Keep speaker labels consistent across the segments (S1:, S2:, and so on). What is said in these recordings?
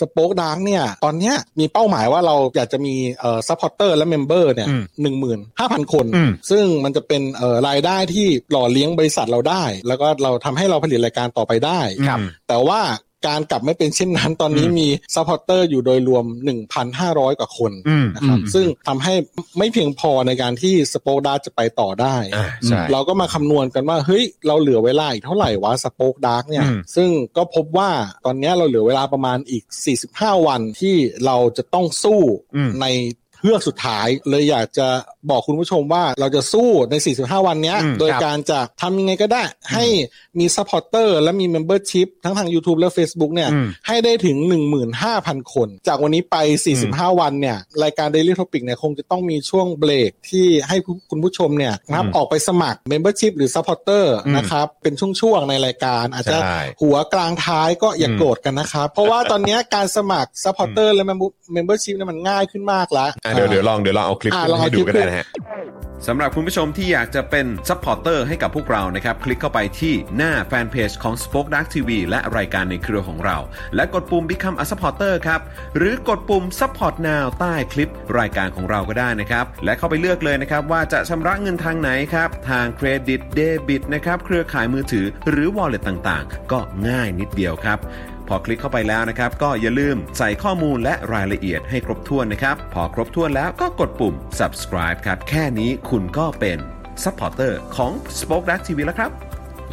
S1: สป็อคดังเนี่ย ตอนเนี้ยมีเป้าหมายว่าเราอยากจะมีเอ่อซัพพอร์เตอร์และเมมเบอร์เนี่ย
S2: อืม
S1: หนึ่งหมื่นห้าพันคน
S2: อืม
S1: ซึ่งมันจะเป็นเอ่อรายได้ที่หล่อเลี้ยงบริษัทเราได้ แล้วก็เราทำให้เราผลิตรายการต่อไปได้
S2: ครับ
S1: แต่ว่าการกลับไม่เป็นเช่นนั้นตอนนี้
S2: อืม
S1: มีซัพพอร์เตอร์อยู่โดยรวม 1,500 กว่าคน
S2: อืม
S1: นะครับซึ่งทำให้ไม่เพียงพอในการที่สป็อคดาจะไปต่อได้
S3: อ่าใช่
S1: เราก็มาคำนวณกันว่าเฮ้ยเราเหลือเวลาอีกเท่าไหร่วะสป็อคดาร์กเนี่ย
S2: อืม
S1: ซึ่งก็พบว่าตอนเนี้ยเราเหลือเวลาประมาณอีก 45 วันที่เราจะต้องสู้
S2: อืม
S1: ในเพื่อกสุดท้ายเลยอยากจะบอกคุณผู้ชมว่าเราจะสู้ใน 45 วันเนี้ย
S2: อืม
S1: โดย
S2: ครับ
S1: การจะทำยังไงก็ได้ ให้มีซัพพอร์เตอร์และมีเมมเบอร์ชิพทั้งทาง YouTube และ Facebook เนี่ย
S2: อืม
S1: ให้ได้ถึง 15,000 คน จากวันนี้ไป 45 วันเนี่ยรายการ Daily Topic เนี่ยคงจะต้องมีช่วงเบรกที่ให้ผู้คุณผู้ชมเนี่ยนับ
S2: อืม
S1: ออกไปสมัคร Membership หรือ Supporter
S2: อืม
S1: นะครับ เป็นช่วงๆในรายการอาจจะ
S3: ใช่
S1: หัวกลางท้ายก็อย่ากโกรธกันนะครับ เพราะว่าตอนเนี้ยการสมัคร Supporter และ Member- Membership เนี่ยมันง่ายขึ้นมากแล้ว
S3: อ่ะเดี๋ยวเดี๋ยวลองเดี๋ยวลองเอาคลิป
S1: อ่ะ
S3: ขึ้น
S1: ลอง
S3: ให้
S1: เอาค
S3: ดู
S1: ลิป
S3: ก็
S1: ขึ้
S3: ได้
S1: น
S3: นะฮะสำหรับคุณผู้ชมที่อยากจะเป็นซัพพอร์เตอร์ให้กับพวกเรานะครับ คลิกเข้าไปที่หน้าแฟนเพจของ Spoke Dark TV และรายการในเครือของเรา และกดปุ่ม Become a Supporter ครับ หรือกดปุ่ม Support Now ใต้คลิปรายการของเราก็ได้นะครับ และเข้าไปเลือกเลยนะครับว่าจะชำระเงินทางไหนครับ ทางเครดิตเดบิตนะครับเครือข่ายมือถือหรือ Wallet ต่างๆ ก็ง่ายนิดเดียวครับ พอคลิกเข้าไปแล้วนะครับ ก็อย่าลืมใส่ข้อมูลและรายละเอียดให้ครบถ้วนนะครับ พอครบถ้วนแล้วก็กดปุ่ม subscribe ครับ แค่นี้คุณก็เป็น supporter ของ Spoke Dark TV แล้วครับ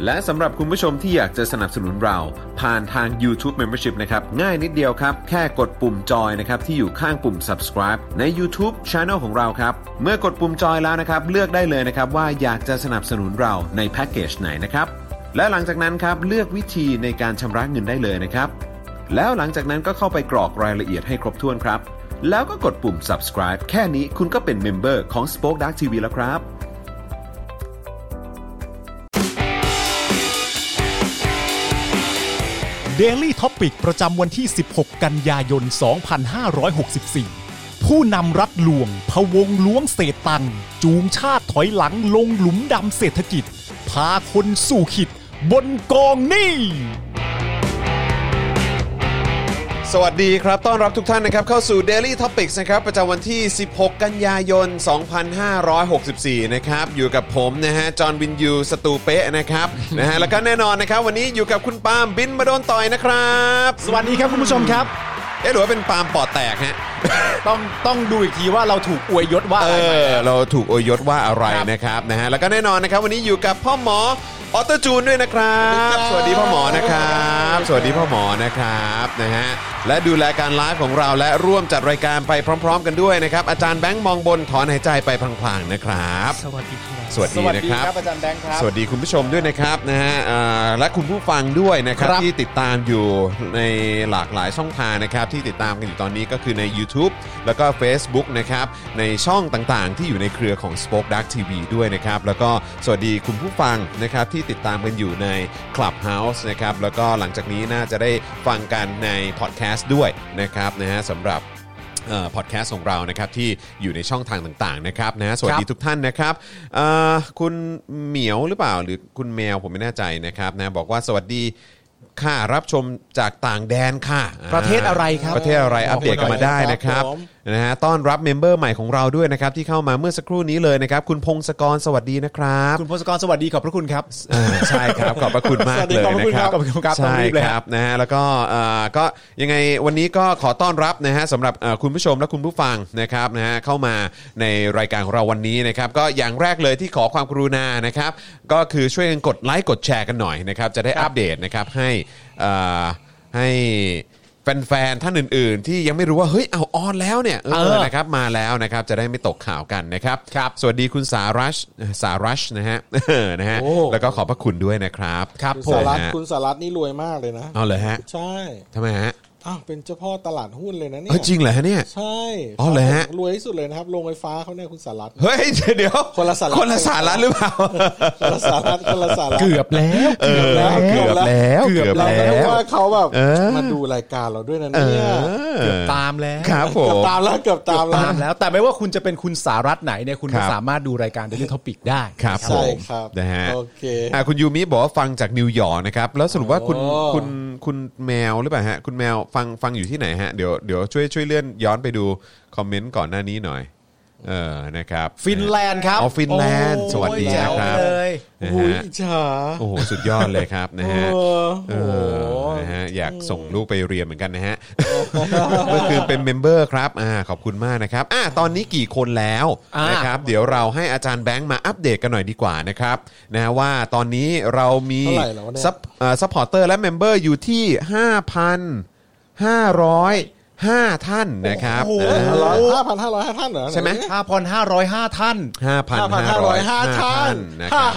S3: และสำหรับคุณผู้ชมที่อยากจะสนับสนุนเรา ผ่านทาง YouTube Membership นะครับ ง่ายนิดเดียวครับ แค่กดปุ่มจอยนะครับ ที่อยู่ข้างปุ่ม subscribe ใน YouTube Channel ของเราครับ เมื่อกดปุ่มจอยแล้วนะครับ เลือกได้เลยนะครับว่าอยากจะสนับสนุนเราในแพ็กเกจไหนนะครับ และหลังจากนั้นครับเลือกวิธีในการชำระเงินได้เลยนะครับ แล้วหลังจากนั้นก็เข้าไปกรอกรายละเอียดให้ครบถ้วนครับ แล้วก็กดปุ่ม subscribe แค่นี้คุณก็เป็นเมมเบอร์ของ Spoke Dark TV แล้วครับ
S4: Daily t o p i c ประจำวันที่ 16 กันยายน 2564 ผู้นำรัฐลวง พะวงล้วงเศษตังค์จูงชาติถอยหลังลงหลุมดำเศรษฐกิจ พาคนสู่ขิด บนกองหนี้
S3: สวัสดีครับ ต้อนรับทุกท่านนะครับ เข้าสู่ Daily Topics นะครับ ประจำวันที่ 16 กันยายน 2564 นะครับ อยู่กับผมนะฮะ จอห์นวินยู สตูเปะนะครับ นะฮะ แล้วก็แน่นอนนะครับ วันนี้อยู่กับคุณปาล์มบินมาโดนต่อยนะครับ
S4: สวัสดีครับคุณผู้ชมครับ
S3: เอ๊ะหรือว่าเป็นปาล์มปอดแตกฮะ
S4: ต้องต้องดูอีกทีว่าเราถูกอวยยศว่าอะไรไหม
S3: เออเราถูกโอยยศว่าอะไร
S4: ครับ
S3: นะครับนะฮะแล้วก็แน่นอนนะครับ วันนี้อยู่กับพ่อหมอออโตจูนด้วยนะครับ สวัสดีพ่อหมอนะครับ สวัสดีพ่อหมอนะครับนะฮะและดูแลการไลฟ์ของเราและร่วมจัดรายการไปพร้อม ๆ กันด้วยนะครับ อาจารย์แบงค์มองบนถอนหายใจไปพลางๆนะครับ
S5: สวัสดีครับ
S3: สวัสดีนะครับ
S4: อาจารย์แบงค์ครับ
S3: สวัสดีคุณผู้ชมด้วยนะครับนะฮะอ่าและคุณผู้ฟังด้วยนะครับ
S4: ครับ
S3: ที่ติดตามอยู่ในหลากหลายช่องทางนะครับ ที่ติดตามกันอยู่ตอนนี้ก็คือใน YouTube แล้วก็ Facebook นะครับในช่องต่างๆ ที่อยู่ในเครือของ Spoke Dark TV ด้วยนะครับ แล้วก็สวัสดีคุณผู้ฟังนะครับที่ติดตามกันอยู่ใน Clubhouse นะครับแล้วก็หลังจากนี้น่าจะได้ฟังกันในพอดแคสต์ด้วยนะครับนะฮะสำหรับ พอดแคสต์ของเรานะครับที่อยู่ในช่องทางต่างๆนะครับนะสวัสดีทุกท่านนะครับเอ่อคุณเหมียวหรือเปล่าหรือคุณแมวผมไม่แน่ใจนะครับนะบอกว่าสวัสดีค่ะรับชมจากต่างแดนค่ะ
S4: ประเทศอะไรครับ
S3: ประเทศอะไรอัปเดตกันมาได้นะครับ
S4: ผม
S3: นะฮะต้อนรับเมมเบอร์ใหม่ของเราด้วยนะครับที่เข้ามาเมื่อสักครู่นี้เลยนะครับคุณพงศกรสวัสดีนะครับ
S4: คุณพงศกรสวัสดีขอบพระคุณครับ
S3: เออใช่ครับ ขอบพระคุณมาก
S4: สวัสดี
S3: เลย
S4: ขอบพระ
S3: นะ
S4: คุณ
S3: ค
S4: ครั
S3: รับบ
S4: ขอบคุณครับ
S3: ใช่
S4: ต้องรีบเลย
S3: ค
S4: ครั
S3: รับบ นะฮะแล้วก็เอ่อก็ยังไงวันนี้ก็ขอต้อนรับนะฮะสำหรับเอ่อคุณผู้ชมและคุณผู้ฟังนะครับนะฮะเข้ามาในรายการของเราวันนี้นะครับก็อย่างแรกเลยที่ขอความกรุณานะครับ ก็คือช่วยกันกดไลค์กดแชร์กันหน่อยนะครับจะได้อัปเดตนะครับให้เอ่อให้แฟนๆท่านอื่น ๆ ที่ยังไม่รู้ว่าเฮ้ยเอาออนแล้วเนี่ยเอ
S4: เอ
S3: อ
S4: อ
S3: นะครับมาแล้วนะครับจะได้ไม่ตกข่าวกันนะครับ
S4: ครับ
S3: สวัสดีคุณสารัชสารัชนะ ฮะ นะฮะ
S4: โอ้
S3: แล้วก็ขอบพระคุณด้วยนะครับ
S4: ครับ
S1: คุณ
S4: ผ
S1: สาม รัต
S3: นะฮะ
S1: คุณสารัตนี่รวยมากเลยนะ
S3: เอาเลยฮะ
S1: ใช่
S3: ทำไมฮะ
S1: อ้าวเป็นเจ้าพ่อตลาดหุ้นเลยนะเนี่
S3: เอ้ย
S1: ย
S3: จริงเหรอฮะเนี่ย
S1: ใช่
S3: อ๋อเหรอฮะ
S1: รวยที่สุดเลยนะครับโรงไฟฟ้าเขาเนี่ยคุณสารัต
S3: เฮ้ยเดี๋ยว
S1: คนละสาระ
S3: คนละสาระหรือเปล่า
S1: คนละสารัตคนละสารัต
S4: เกือบแล้ว
S3: เออ
S1: เกื
S3: เกือ
S1: อ
S3: บบ
S1: แล้
S3: แล้วเกือบ
S1: เราก็
S3: แล้
S1: นึก
S3: ว
S1: ว่าเขาแบบ
S3: เออ
S1: มาดูรายการเราด้วยนะ
S3: เอ
S1: เนี่ย
S3: อ
S4: เกือบตามแล้ว
S3: ครับผ
S1: เกือบ
S3: ม
S1: ตามแล้วเกือบตามแล้
S4: ตาว มแล้ว แต่ไม่ว่าคุณจะเป็นคุณสารัตไหนเนี่ยคุณ
S3: ครั
S4: ก็
S3: บ
S4: สามารถดูรายการ Daily Topic ได้
S3: ครับผ
S1: ใช่
S3: ม
S1: ครับ
S3: นะฮะ
S1: โอเค
S3: อ่ะคุณยูมิบอกว่าฟังจากนิวยอร์กนะครับแล้วสรุปว่าคุณ
S1: โอ้
S3: คุณ คุณแมวหรือเปล่าฮะ คุณแมวฟังฟังอยู่ที่ไหนฮะ เดี๋ยวเดี๋ยวช่วยช่วยเลื่อนย้อนไปดูคอมเมนต์ก่อนหน้านี้หน่อย เออนะครับ
S4: ฟินแลนด์ครับ
S3: อ๋อฟินแลนด์
S4: โอ้ย
S3: สวัสดี
S4: แจ๋ว
S3: นะครับ
S4: เลย
S3: นะ
S1: โอ้ย
S3: ฮะ
S1: อิจฉา
S3: โอ้โหสุดยอดเลยครับนะฮะ
S1: เออ
S3: เอ
S1: โอ้โห
S3: อนะฮะอยากส่งลูกไปเรียนเหมือนกันนะฮะ เมื่อคืนเป็นเมมเบอร์ครับอ่าขอบคุณมากนะครับอ่าตอนนี้กี่คนแล้ว
S4: อ่าน
S3: นะครับ เดี๋ยวเราให้อาจารย์แบงค์มาอัปเดตกันหน่อยดีกว่านะครับนะฮะว่าตอนนี้เรามี
S1: เท่าไหร่แล้ววะเนี่ย
S3: ซับซัพพอร์เตอร์และเมมเบอร์อยู่ที่ 5,505 ท่านนะครับ
S4: โอ้โห
S3: อ่า
S1: ร้อยห้าพันห้าร้อยห้าท่านเหรอ
S3: ใช่ไหม
S4: ห้าพันห้าร้อยห้าท่าน
S1: 5,505
S3: 5,505
S1: ท่า
S3: ท่าน นนะครับ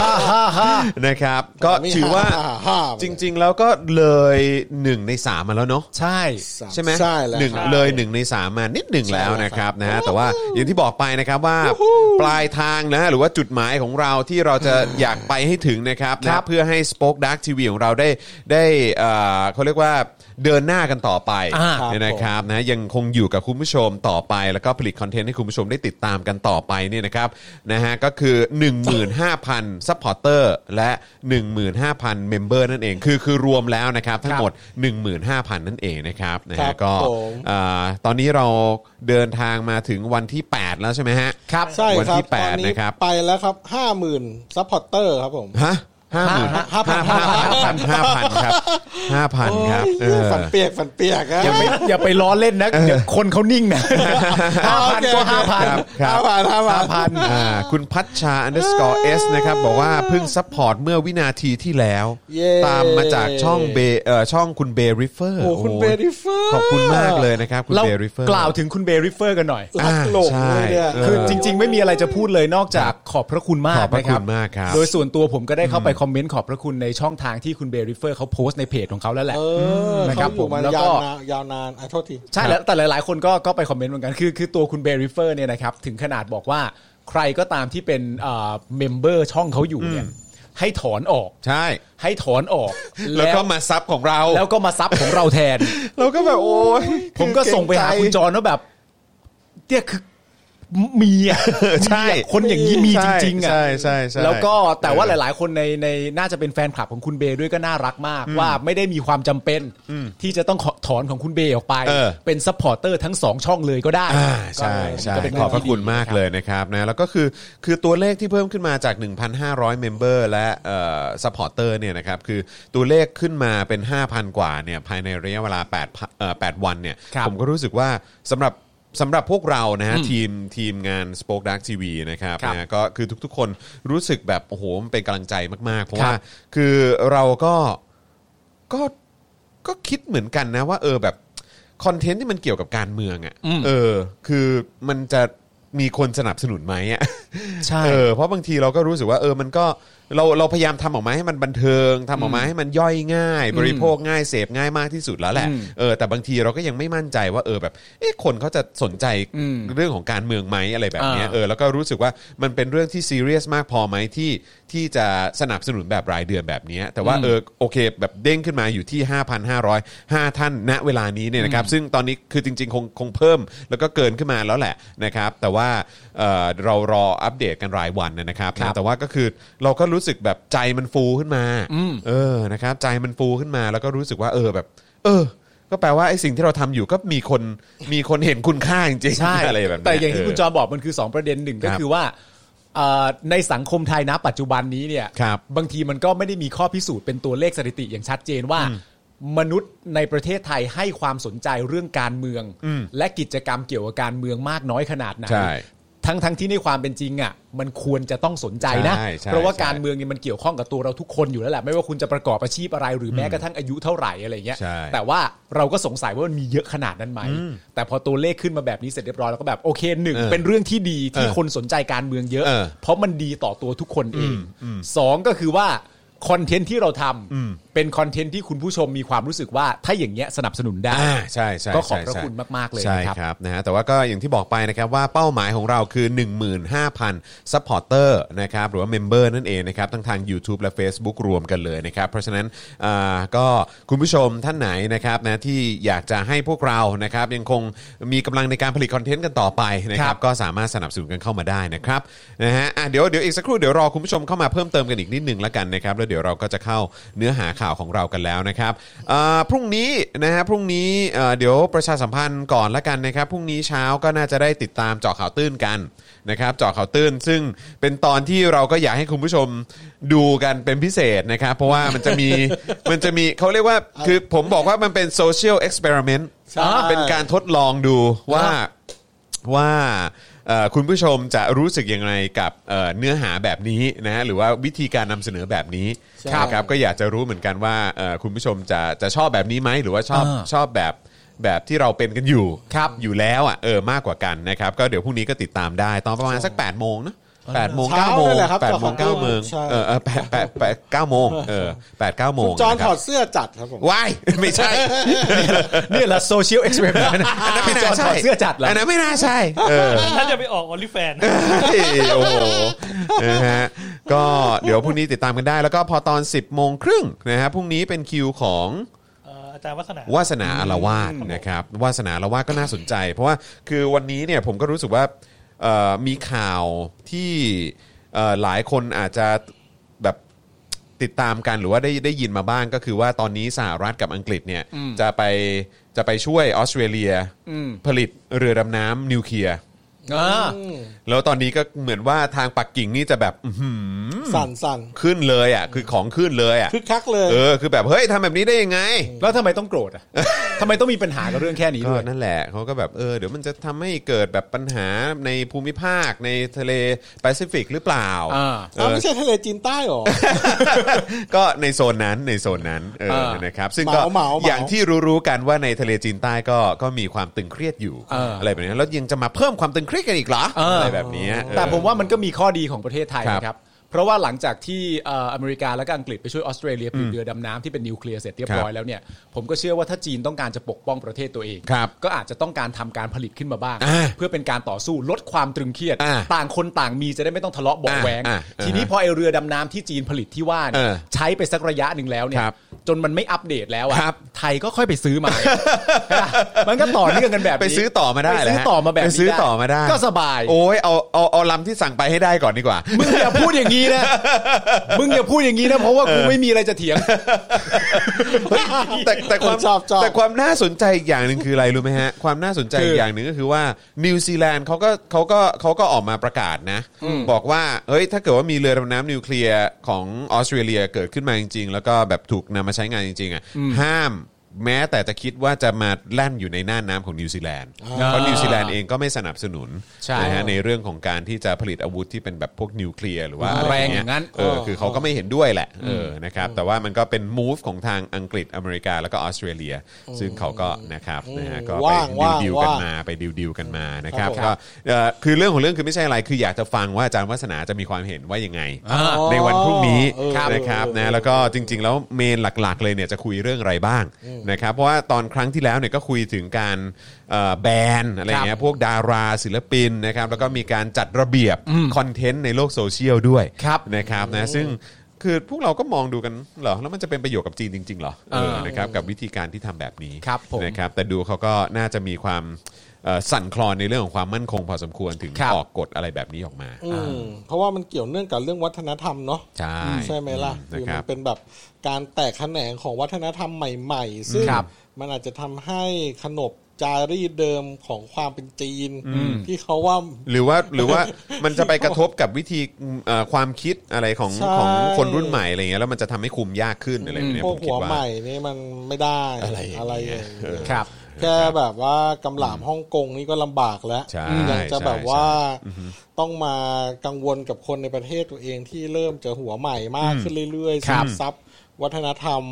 S1: ฮ่าฮ่าฮ่าฮ่า
S3: นะครับ ก็ถือว่า
S1: ฮ่ฮ่ฮ่
S3: จริง ๆ แล้วก็เลยหนึ่งในสามมาแล้วเนาะ
S4: ใช่
S1: ๆ
S3: ใช่ไหม
S1: ใช่แล้ว
S3: หนึ่ง
S1: ครับ
S3: เลยหนึ่งในสามมานิดหนึ่ง
S1: ใช่
S3: แล้
S1: แล้
S3: ว
S1: ว
S3: นะครับนะฮะแต่ว่าอย่างที่บอกไปนะครับว่าปลายทางนะหรือว่าจุดหมายของเราที่เราจะอยากไปให้ถึงนะครับ
S4: ครั
S3: นะ
S4: บ
S3: เพื่อให้ Spoke Dark TV ของเราได้ได้เอ่อเขาเรียกว่าเดินหน้ากันต่อไป
S4: อ่า
S3: เนี่ยนะครับนะยังคงอยู่กับคุณผู้ชมต่อไป แล้วก็ผลิตคอนเทนต์ให้คุณผู้ชมได้ติดตามกันต่อไปเนี่ยนะครับนะฮะก็คือ 15,000ซัพพอร์เตอร์และ 15,000เมมเบอร์นั่นเองคือคือรวมแล้วนะครับทั้งหมด 15,000 นั่นเองนะครับนะ
S1: ครั
S3: ฮะ
S1: บ
S3: ก็
S1: ผม
S3: อ่าตอนนี้เราเดินทางมาถึงวันที่ 8 แล้วใช่ไหมฮะ
S4: ครับ
S1: ใช่
S3: วัน
S1: ครับ
S3: ที่แปด
S1: ตอ
S3: นะครับ
S1: ไปแล้วครับห้าหมื่นซัพพอร์เตอร์ครับผม
S3: ฮะห้าหมื่น
S1: ห้าพัน
S3: ห้าพันห้าพันครับห้าพันครับเอ
S1: โอ้ย
S3: อ
S1: ฝันเปียกฝันเปียกอะ
S4: อย่าไปอย่าไปล้อเล่นนะเดี๋ยวคนเขานิ่งนะห้าพันก็ห้าพัน
S3: ครับ
S1: ห้าพันห้าพัน
S3: พันอ่าคุณพัชชา underscore s นะครับ บอกว่าเพิ่งซัพพอร์ตเมื่อวินาทีที่แล้ว
S1: เย้
S3: ตามมาจากช่องเบเอ่อช่องคุณเบริเฟอร์
S1: โอ้คุณเบริเฟอร์
S3: ขอบคุณมากเลยนะครับ คุณ
S4: เรา
S3: เบริเฟอร์
S4: กล่าวถึงคุณเบริเฟอร์กันหน่อย
S1: รักโลกเลยเนี่ย
S3: อ่าใช่
S4: คือจริง ๆ ไม่มีอะไรจะพูดเลยนอก
S3: ค
S4: จาก
S3: รับ
S4: ขอบพระคุณมาก
S3: ขอบพระ
S4: นะครับ
S3: คุณมากครับ
S4: โดยส่วนตัวผมก็ได้เข้าไปคอมเมนต์ขอบพระคุณในช่องทางที่คุณเบริเฟอร์เขาโพสต์ในเพจของเขาแล้วแหละ
S1: เออ
S4: นะครั
S1: เขา
S4: บ
S1: อยู่
S4: ผม
S1: มา
S4: แล้ว
S1: ยา
S4: ก็
S1: วนานยาวนานอ่ะโทษที
S4: ใช่แล้วแต่หลายๆ คนก็ก็ไปคอมเมนต์เหมือนกันคือคือตัวคุณเบริเฟอร์เนี่ยนะครับถึงขนาดบอกว่าใครก็ตามที่เป็นเมมเบอร์ช่องเขาอยู่เนี่ยให้ถอนออก
S3: ใช่
S4: ให้ถอนออก
S3: แล้วก็มาซับของเรา
S4: แล้วก็มาซับของเราแทน
S3: เราก็แบบโอ้ย
S4: ผมก็ส่งไปหาคุณจอนว่าแบบเนี่ยคือมีอ่ะ
S3: ใช่
S4: มีอะคนอย่างนี้มีจริงๆอ่ะ
S3: ใช่ใช่ใช่
S4: แล้วก็แต่ว่าห
S3: ๆ
S4: ลาย ๆ คนในในน่าจะเป็นแฟนคลับของคุณเบย์ด้วยก็น่ารักมาก ว่าไม่ได้มีความจำเป็นที่จะต้องขอถอนของคุณเบย์ออกไป
S3: เออ
S4: เป็นซัพพอร์เตอร์ทั้งสองช่องเลยก็ได้
S3: อ่าใช่
S4: ก็
S3: ใช่
S4: ก็เป็น
S3: ข
S4: เง
S3: อบพระ
S4: ที่ดี
S3: คุณมากเลยนะครับนะแล้วก็คือคือตัวเลขที่เพิ่มขึ้นมาจาก 1,500 เมมเบอร์และเอ่อซัพพอร์เตอร์เนี่ยนะครับคือตัวเลขขึ้นมาเป็น 5,000 กว่าเนี่ยภายในระยะเวลา8พเอ่อ8วันเนี่ยผมก็รู้สึกว่าสำหรับสำหรับพวกเรานะฮะทีมทีมงาน Spoke Dark TV นะครับนะฮะก็คือทุกๆคนรู้สึกแบบโอ้โหมันเป็นกำลังใจมากๆ เพราะว่าคือเราก็ก็ ก็คิดเหมือนกันนะว่า เออแบบคอนเทนต์ที่มันเกี่ยวกับการเมืองอะ่ะเออ คือมันจะมีคนสนับสนุนไหมอะ่ะ
S4: ใช่
S3: เออเพราะบางทีเราก็รู้สึกว่าเออมันก็เราเราพยายามทำออกมาให้มันบันเทิงทำออกมาให้มันย่อยง่าย บริโภคง่ายเสพง่ายมากที่สุดแล้วแหละเออแต่บางทีเราก็ยังไม่มั่นใจว่าเออแบบเอ๊ะคนเขาจะสนใจเรื่องของการเมืองไหมอะไรแบบเนี้ย
S4: อ่า
S3: เออแล้วก็รู้สึกว่ามันเป็นเรื่องที่ซีเรียสมากพอไหมที่ที่จะสนับสนุนแบบรายเดือนแบบเนี้ยแต่ว่าเออ เออโอเคแบบเด้งขึ้นมาอยู่ที่ 5,505 ท่านณเวลานี้เนี่ยนะครับซึ่งตอนนี้คือจริงๆ คงคงเพิ่มแล้วก็เกินขึ้นมาแล้วแหละนะครับแต่ว่าเอ่อเรารออัปเดตกันรายวันนะครับ
S4: ครับ
S3: นะแต่ว่าก็คือเราก็รู้สึกแบบใจมันฟูขึ้นมาเออนะครับใจมันฟูขึ้นมาแล้วก็รู้สึกว่าเออแบบ เออ ก็แปลว่าไอ้สิ่งที่เราทำอยู่ก็มีคนมีคนเห็นคุณค่าจริงๆ
S4: ใช่
S3: อะไรแบบเนี้
S4: แต่อย่างที่
S3: เ
S4: คุณจอนบอกมันคือ 2 ประเด็นหนึ่งก็
S3: ครับ
S4: คือว่าเอ่อในสังคมไทยนะปัจจุบันนี้เนี่ย
S3: ครับ
S4: บางทีมันก็ไม่ได้มีข้อพิสูจน์เป็นตัวเลขสถิติอย่างชัดเจนว่า มนุษย์ในประเทศไทยให้ความสนใจเรื่องการเมือง
S3: อืม
S4: และกิจกรรมเกี่ยวกับการเมืองมากน้อยขนาดไหน
S3: ใช่
S4: ทั้งทั้งที่ในความเป็นจริงอ่ะมันควรจะต้องสนใจนะ
S3: ใช่ใช่
S4: เพราะว่า
S3: ใช่
S4: การเมืองเนี่ยมันเกี่ยวข้องกับตัวเราทุกคนอยู่แล้วแหละไม่ว่าคุณจะประกอบอาชีพอะไรหรือแม้กระทั่งอายุเท่าไหร่อะไรเงี้ย
S3: ใช่
S4: แต่ แต่ว่าเราก็สงสัยว่ามันมีเยอะขนาดนั้นไหม แต่พอตัวเลขขึ้นมาแบบนี้เสร็จเรียบร้อยแล้วก็แบบโอเคหนึ่ง
S3: เออ
S4: เป็นเรื่องที่ดีที่
S3: เออ
S4: คนสนใจการเมืองเยอะ
S3: เออ
S4: เพราะมันดีต่อตัวทุกคนเองสองก็คือว่าคอนเทนต์ที่เราทำเป็นคอนเทนต์ที่คุณผู้ชมมีความรู้สึกว่าถ้าอย่างเงี้ยสนับสนุนได้
S3: อ่าใช่ใช่
S4: ก็ขอบ
S3: ใช่
S4: พระ
S3: ใช่
S4: คุณมากๆเลย
S3: ใช่
S4: นะครับ
S3: ครับนะฮะแต่ว่าก็อย่างที่บอกไปนะครับว่าเป้าหมายของเราคือ 15,000ซัพพอร์เตอร์นะครับหรือว่าเมมเบอร์นั่นเองนะครับทั้งทาง YouTube และ Facebook รวมกันเลยนะครับเพราะฉะนั้นอ่าก็คุณผู้ชมท่านไหนนะครับนะที่อยากจะให้พวกเรานะครับยังคงมีกำลังในการผลิตคอนเทนต์กันต่อไปนะค
S4: ค
S3: รั
S4: รับ บ
S3: ก็สามารถสนับสนุนกันเข้ามาได้นะครับนะฮะอ่ะเดี๋ยวเดี๋ยวอีกสักครู่เดี๋ยวรอคุณผู้ชมเข้ามาเพิ่มเติมกันอีกนิดหนึ่งละกันนะครับแล้ว เดี๋ยวเราก็จะเข้าเนื้อหาข่าวของเรากันแล้วนะครับอ่าพรุ่งนี้นะฮะพรุ่งนี้เอ่อเดี๋ยวประชาสัมพันธ์ก่อนละกันนะครับพรุ่งนี้เช้าก็น่าจะได้ติดตามเจาะข่าวตื้นกันนะครับเจาะข่าวตื้น ซึ่งเป็นตอนที่เราก็อยากให้คุณผู้ชมดูกันเป็นพิเศษนะครับ เพราะว่ามันจะมี มันจะมีเขาเรียกว่าคือผมบอกว่ามันเป็นโซเชียลเอ็กซ์เพร์เมนต์
S1: ใช่
S3: เป็นการทดลองดูว่า ว่าเอ่อคุณผู้ชมจะรู้สึกยังไงกับเอ่อเนื้อหาแบบนี้นะฮะหรือว่าวิธีการนำเสนอแบบนี้
S1: ใช่
S3: นะครับก็อยากจะรู้เหมือนกันว่าเอ่อคุณผู้ชมจะจะชอบแบบนี้ไหมหรือว่าชอบ
S4: อ่า
S3: ชอบแบบแบบที่เราเป็นกันอยู่
S4: ครับ
S3: อยู่แล้วอ่ะเออมากกว่ากันนะครับก็เดี๋ยวพรุ่งนี้ก็ติดตามได้ตอนประมาณสัก8ปดโมงนะแปดโมง
S1: เช้า
S3: เก้าโม
S1: นั่
S3: ง
S1: นแหละครับ
S3: แปดโมง
S1: จอ
S3: เก้า
S1: ของ
S3: โมง
S1: ใช่
S3: เออเออแปดแปดแปดเก้าโมงเออแปดเก้าโม
S1: คุณ
S3: ง
S1: จอห์น
S3: นะค
S1: ถ
S3: รั
S1: อบ ดเสื้อจัดครับผม
S3: ว้ายไม่ใช่
S4: เนี่ยแหละโซเชียลเอ็กซ์เพรสอันนั้นเป็นจอถอดเสื้อจัดเหรอ
S3: อันนั้นไม่น่าใช่ เออ
S6: ถ้าจะไปออกออลิแฟน
S3: เฮ้ยโอ้โหนะฮะก็เดี๋ยวพรุ่งนี้ติดตามกันได้ แล้วก็พอตอน 10บโมงครึ่งนะฮะพรุ่งนี้เป็นคิวของ
S6: เอ่ออาจารย์วัฒนาว
S3: าสนาอารวาสนะครับวาสนาอารวาสก็น่าสนใจ เพราะว่าคือวันนี้เนี่ยผมก็รู้สึกว่าเอ่อมีข่าวที่เอ่อหลายคนอาจจะแบบติดตามกันหรือว่าได้ได้ยินมาบ้างก็คือว่าตอนนี้สหรัฐกับอังกฤษเนี่ยจะไปจะไปช่วยออสเตรเลีย
S4: อืม
S3: ผลิตเรือดำน้ำนิวเคลียร์
S4: อ่า
S3: แล้วตอนนี้ก็เหมือนว่าทางปักกิ่งนี่จะแบบอื้อหือ
S1: สั่นสั่น
S3: ขึ้นเลยอ่ะคือของขึ้นเลยอ่ะ
S1: คึกคักเลย
S3: เออคือแบบเฮ้ยทำแบบนี้ได้ยังไง
S4: แล้วทำไมต้องโกรธอ่ะทำไมต้องมีปัญหากับเรื่องแค่นี้
S3: ก็
S4: ด้วย
S3: นั่นแหละเขาก็แบบเออเดี๋ยวมันจะทำให้เกิดแบบปัญหาในภูมิภาคในทะเลแปซิฟิกหรือเปล่า
S4: อ่า
S3: เอ
S1: อ้าว
S3: อ
S1: ไม่ใช่ทะเลจีนใต้หรอ
S3: ก็ในโซนนั้นในโซนนั้นเออ
S4: เออ
S3: นะครับซึ่งก็
S1: เหมาๆๆ
S3: อย่างที่รู้ๆกันว่าในทะเลจีนใต้ก็ก็มีความตึงเครียดอยู่
S4: เอออ
S3: อะไรแบบนี้แล้วยังจะมาเพิ่มความตึงเครียดกันอีกเหรอ
S4: เอออ
S3: อะไรแบบนี้เออ
S4: แต่ผมว่ามันก็มีข้อดีของประเทศไทย
S3: ครับ
S4: นะครับ เพราะว่าหลังจากที่เอ่ออเมริกาและก็อังกฤษไปช่วยออสเตรเลียผลิตเรือดำน้ำที่เป็นนิวเคลียร์เสร็จเรียบร้อยแล้วเนี่ย ผมก็เชื่อว่าถ้าจีนต้องการจะปกป้องประเทศตัวเอง
S3: ครับ
S4: ก็อาจจะต้องการทำการผลิตขึ้นมาบ้าง
S3: อ่า
S4: เพื่อเป็นการต่อสู้ลดความตรึงเครียด
S3: อ่า
S4: ต่างคนต่างมีจะได้ไม่ต้องทะเลาะเบาะแวง
S3: อ่าอ่า
S4: ทีนี้พอไอเรือดำน้ำที่จีนผลิตที่ว่าเนี่ย
S3: เออ
S4: ใช้ไปสักระยะหนึ่งแล้วเนี่
S3: ค
S4: ย
S3: รับ
S4: จนมันไม่อัปเดตแล้วอะ
S3: ครับ
S4: ไทยก็ค่อยไปซื้อมา มันก็ต่อเนื่องกันแบบนี้
S3: ไปซื้อต่อมาได้
S4: ป
S3: เห
S4: ซื้อ
S3: รฮะ
S4: ต่อมาแบบ
S3: ไป
S4: นี้
S3: ซื้อต่อมาได้
S4: ก็สบาย
S3: โอ้ยเอาเอาเอาลำที่สั่งไปให้ได้ก่อนดีกว่า
S4: มึงอย่าพูดอย่างนี้นะ มึงอย่าพูดอย่างนี้นะ เพราะว่ากูไม่มีอะไรจะเถียง
S3: แต่แต่ความ
S1: ชอบชอบ
S3: แต่ความน่าสนใจอีกอย่างหนึ่งคืออะไรรู้ไหมฮะ ความน่าสนใจอีก
S4: คือ
S3: อ
S4: อย่าง
S3: หนึ่งก็คือว่านิวซีแลนด์เขาก็เขาก็เขาก็ออกมาประกาศนะ บอกว่าเฮ้ยถ้าเกิดว่ามีเรือดำน้ำนิวเคลียร์ของออสเตรเลียเกิดขึ้นมาจริง ๆ แล้วก็แบบถูกนำมาใช้งานจริงๆอ่ะห้ามแม้แต่จะคิดว่าจะมาแล่นอยู่ในน่านน้ำของนิวซีแลนด์เพราะนิวซีแลนด์เองก็ไม่สนับสนุน
S4: ใช่
S3: นะฮะในเรื่องของการที่จะผลิตอาวุธที่เป็นแบบพวกนิวเคลียร์หรือว่า
S4: แรงอย่างนั้
S3: นั้น
S4: น
S3: เออ คือเขาก็ไม่เห็นด้วยแหละเออนะครับแต่ว่ามันก็เป็น move ของทางอังกฤษอเมริกาแล้วก็ออสเตรเลีย ซึ่งเขาก็นะครับนะฮะก็ไป
S1: ว่าง
S3: ดิว
S1: ว่าง
S3: ดิวกัน
S1: ว่าง
S3: มาไปดิวดิวกันมานะครับ
S1: ครับผม
S3: ก็เอ่อคือเรื่องของเรื่องคือไม่ใช่อะไรคืออยากจะฟังว่าอาจารย์วัฒนาจะมีความเห็นว่ายังไง ในวันพรุ่งนี้
S1: เออ
S3: นะครับ
S1: เออ
S3: นะแล้วก็จริง ๆ แล้วเมนหลักๆ เลยเนี่ยจะคุยเรื่องอะไรบ้างนะครับเพราะว่าตอนครั้งที่แล้วเนี่ยก็คุยถึงการเอ่อแบนอะไรเงี้ยพวกดาราศิลปินนะครับแล้วก็มีการจัดระเบียบคอนเทนต์ในโลกโซเชียลด้วย
S4: ครับ
S3: นะครับนะซึ่งคือพวกเราก็มองดูกันเหรอแล้วมันจะเป็นประโยชน์กับจีนจริงๆเหรอเออนะครับกับวิธีการที่ทำแบบนี้
S4: ครับผม
S3: นะครับแต่ดูเขาก็น่าจะมีความเอ่อสั่นคลอนในเรื่องของความมั่นคงพอสมควรถึง
S4: ครับ
S3: ออกกฎอะไรแบบนี้ออกมา
S1: อืมเพราะว่ามันเกี่ยวเนื่องกับเรื่องวัฒนธรรมเนาะ
S3: ใช่
S1: ใช่ไหมล่ะ
S3: อืม
S1: คือ
S3: นะค
S1: มั
S3: รับ
S1: นเป็นแบบการแตกแขนงของวัฒนธรรมใหม่ ๆ ซึ่ง
S4: ครับ
S1: มันอาจจะทำให้ขนบจารีตเดิมของความเป็นจีน ที่เขาว่า
S3: หรือว่าหรือว่ามันจะไปกระทบกับวิธีเอ่อความคิดอะไรของ
S1: ใช่
S3: ของคนรุ่นใหม่อะไรเงี้ยแล้วมันจะทำให้คุมยากขึ้นอะไรแบบเนี้ย
S1: พว
S3: ผ
S1: ก
S3: มคิ
S1: หัว
S3: ดว่า
S1: ใหม่นี่มันไม่ได้
S3: อะไรอย่างเงี้ย
S1: อะไรอย่างเงี้ย
S4: ครับ
S1: แค่แบบว่ากำหลามฮ่องกงนี่ก็ลำบากแล้ว
S3: ใช่
S1: ยังจะ
S3: ใช่
S1: แบบว่าต้องมากังวลกับคนในประเทศตัวเองที่เริ่มจะหัวใหม่มากขึ้นเรื่อยๆ
S3: ครั
S1: ซึ
S3: บ
S1: มซับวัฒนธรรม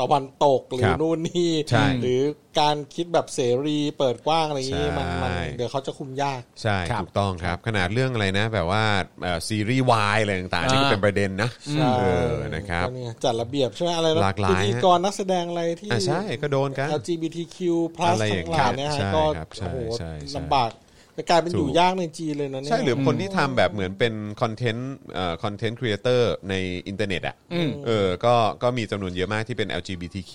S1: ตะวันตกหรื
S3: ค
S1: อ
S3: รับ
S1: นู่นนี่
S3: ใช่
S1: หรือการคิดแบบเสรีเปิดกว้างอะไรอย่างงี้มันมัน
S3: ใช่
S1: เดี๋ยวเขาจะคุมยาก
S3: ใช่
S4: ครับ
S3: ถูกต้องครับขนาดเรื่องอะไรนะแบบว่าเอ่อซีรีส์วายอะไรต่างๆนี่ก็
S4: อ่า
S3: เป็นประเด็นนะ
S1: ใช่
S3: เออนะครับ
S1: ก็เนี่ยจัดระเบียบใช่ไหมอะไรนะ
S3: หลากหลาย
S1: พิธีกรนักแสดงอะไรที่
S3: อ่ะใช่ก็โดนกัน
S1: LGBTQ+
S3: อะ
S1: ทั้
S3: ไรอย่าง
S1: งห
S3: เงี้
S1: ลาย ยเนี่ยฮะ
S3: ใช่
S1: ก็
S3: ครับใช่
S1: โอ้โห
S3: ใช่ใช่
S1: ลำบากจะกลายเป็น
S3: ถูก
S1: อยู่ยากในจีนเลยนะเนี่ย
S3: ใช่หรือคนที่ทำแบบเหมือนเป็นคอนเทนต์เอ่อคอนเทนต์ครีเอเตอร์ในอินเทอร์เน็ตอ่ะเออก็ก็มีจำนวนเยอะมากที่เป็น LGBTQ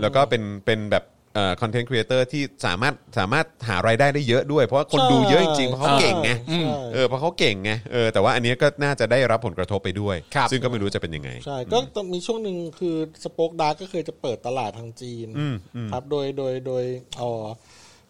S3: แล้วก็เป็นเป็นแบบ คอนเทนต์ครีเอเตอร์ที่สามารถสามารถหารายได้ได้เยอะด้วย เพราะว่าคนดูเยอะจริงๆเพราะเขาเก่งไง
S1: ใช่
S3: เออเพราะเขาเก่งไงเออแต่ว่าอันเนี้ยก็น่าจะได้รับผลกระทบไปด้วย
S4: ครับ
S3: ซึ่งก็ไม่รู้จะเป็นยังไง
S1: ใช่ก็ต้องมีช่วงหนึ่งคือสป็อกดาร์กก็เคยจะเปิดตลาดทางจีน
S3: อืมอืม
S1: ครับโดยโดยโดยเอ่อ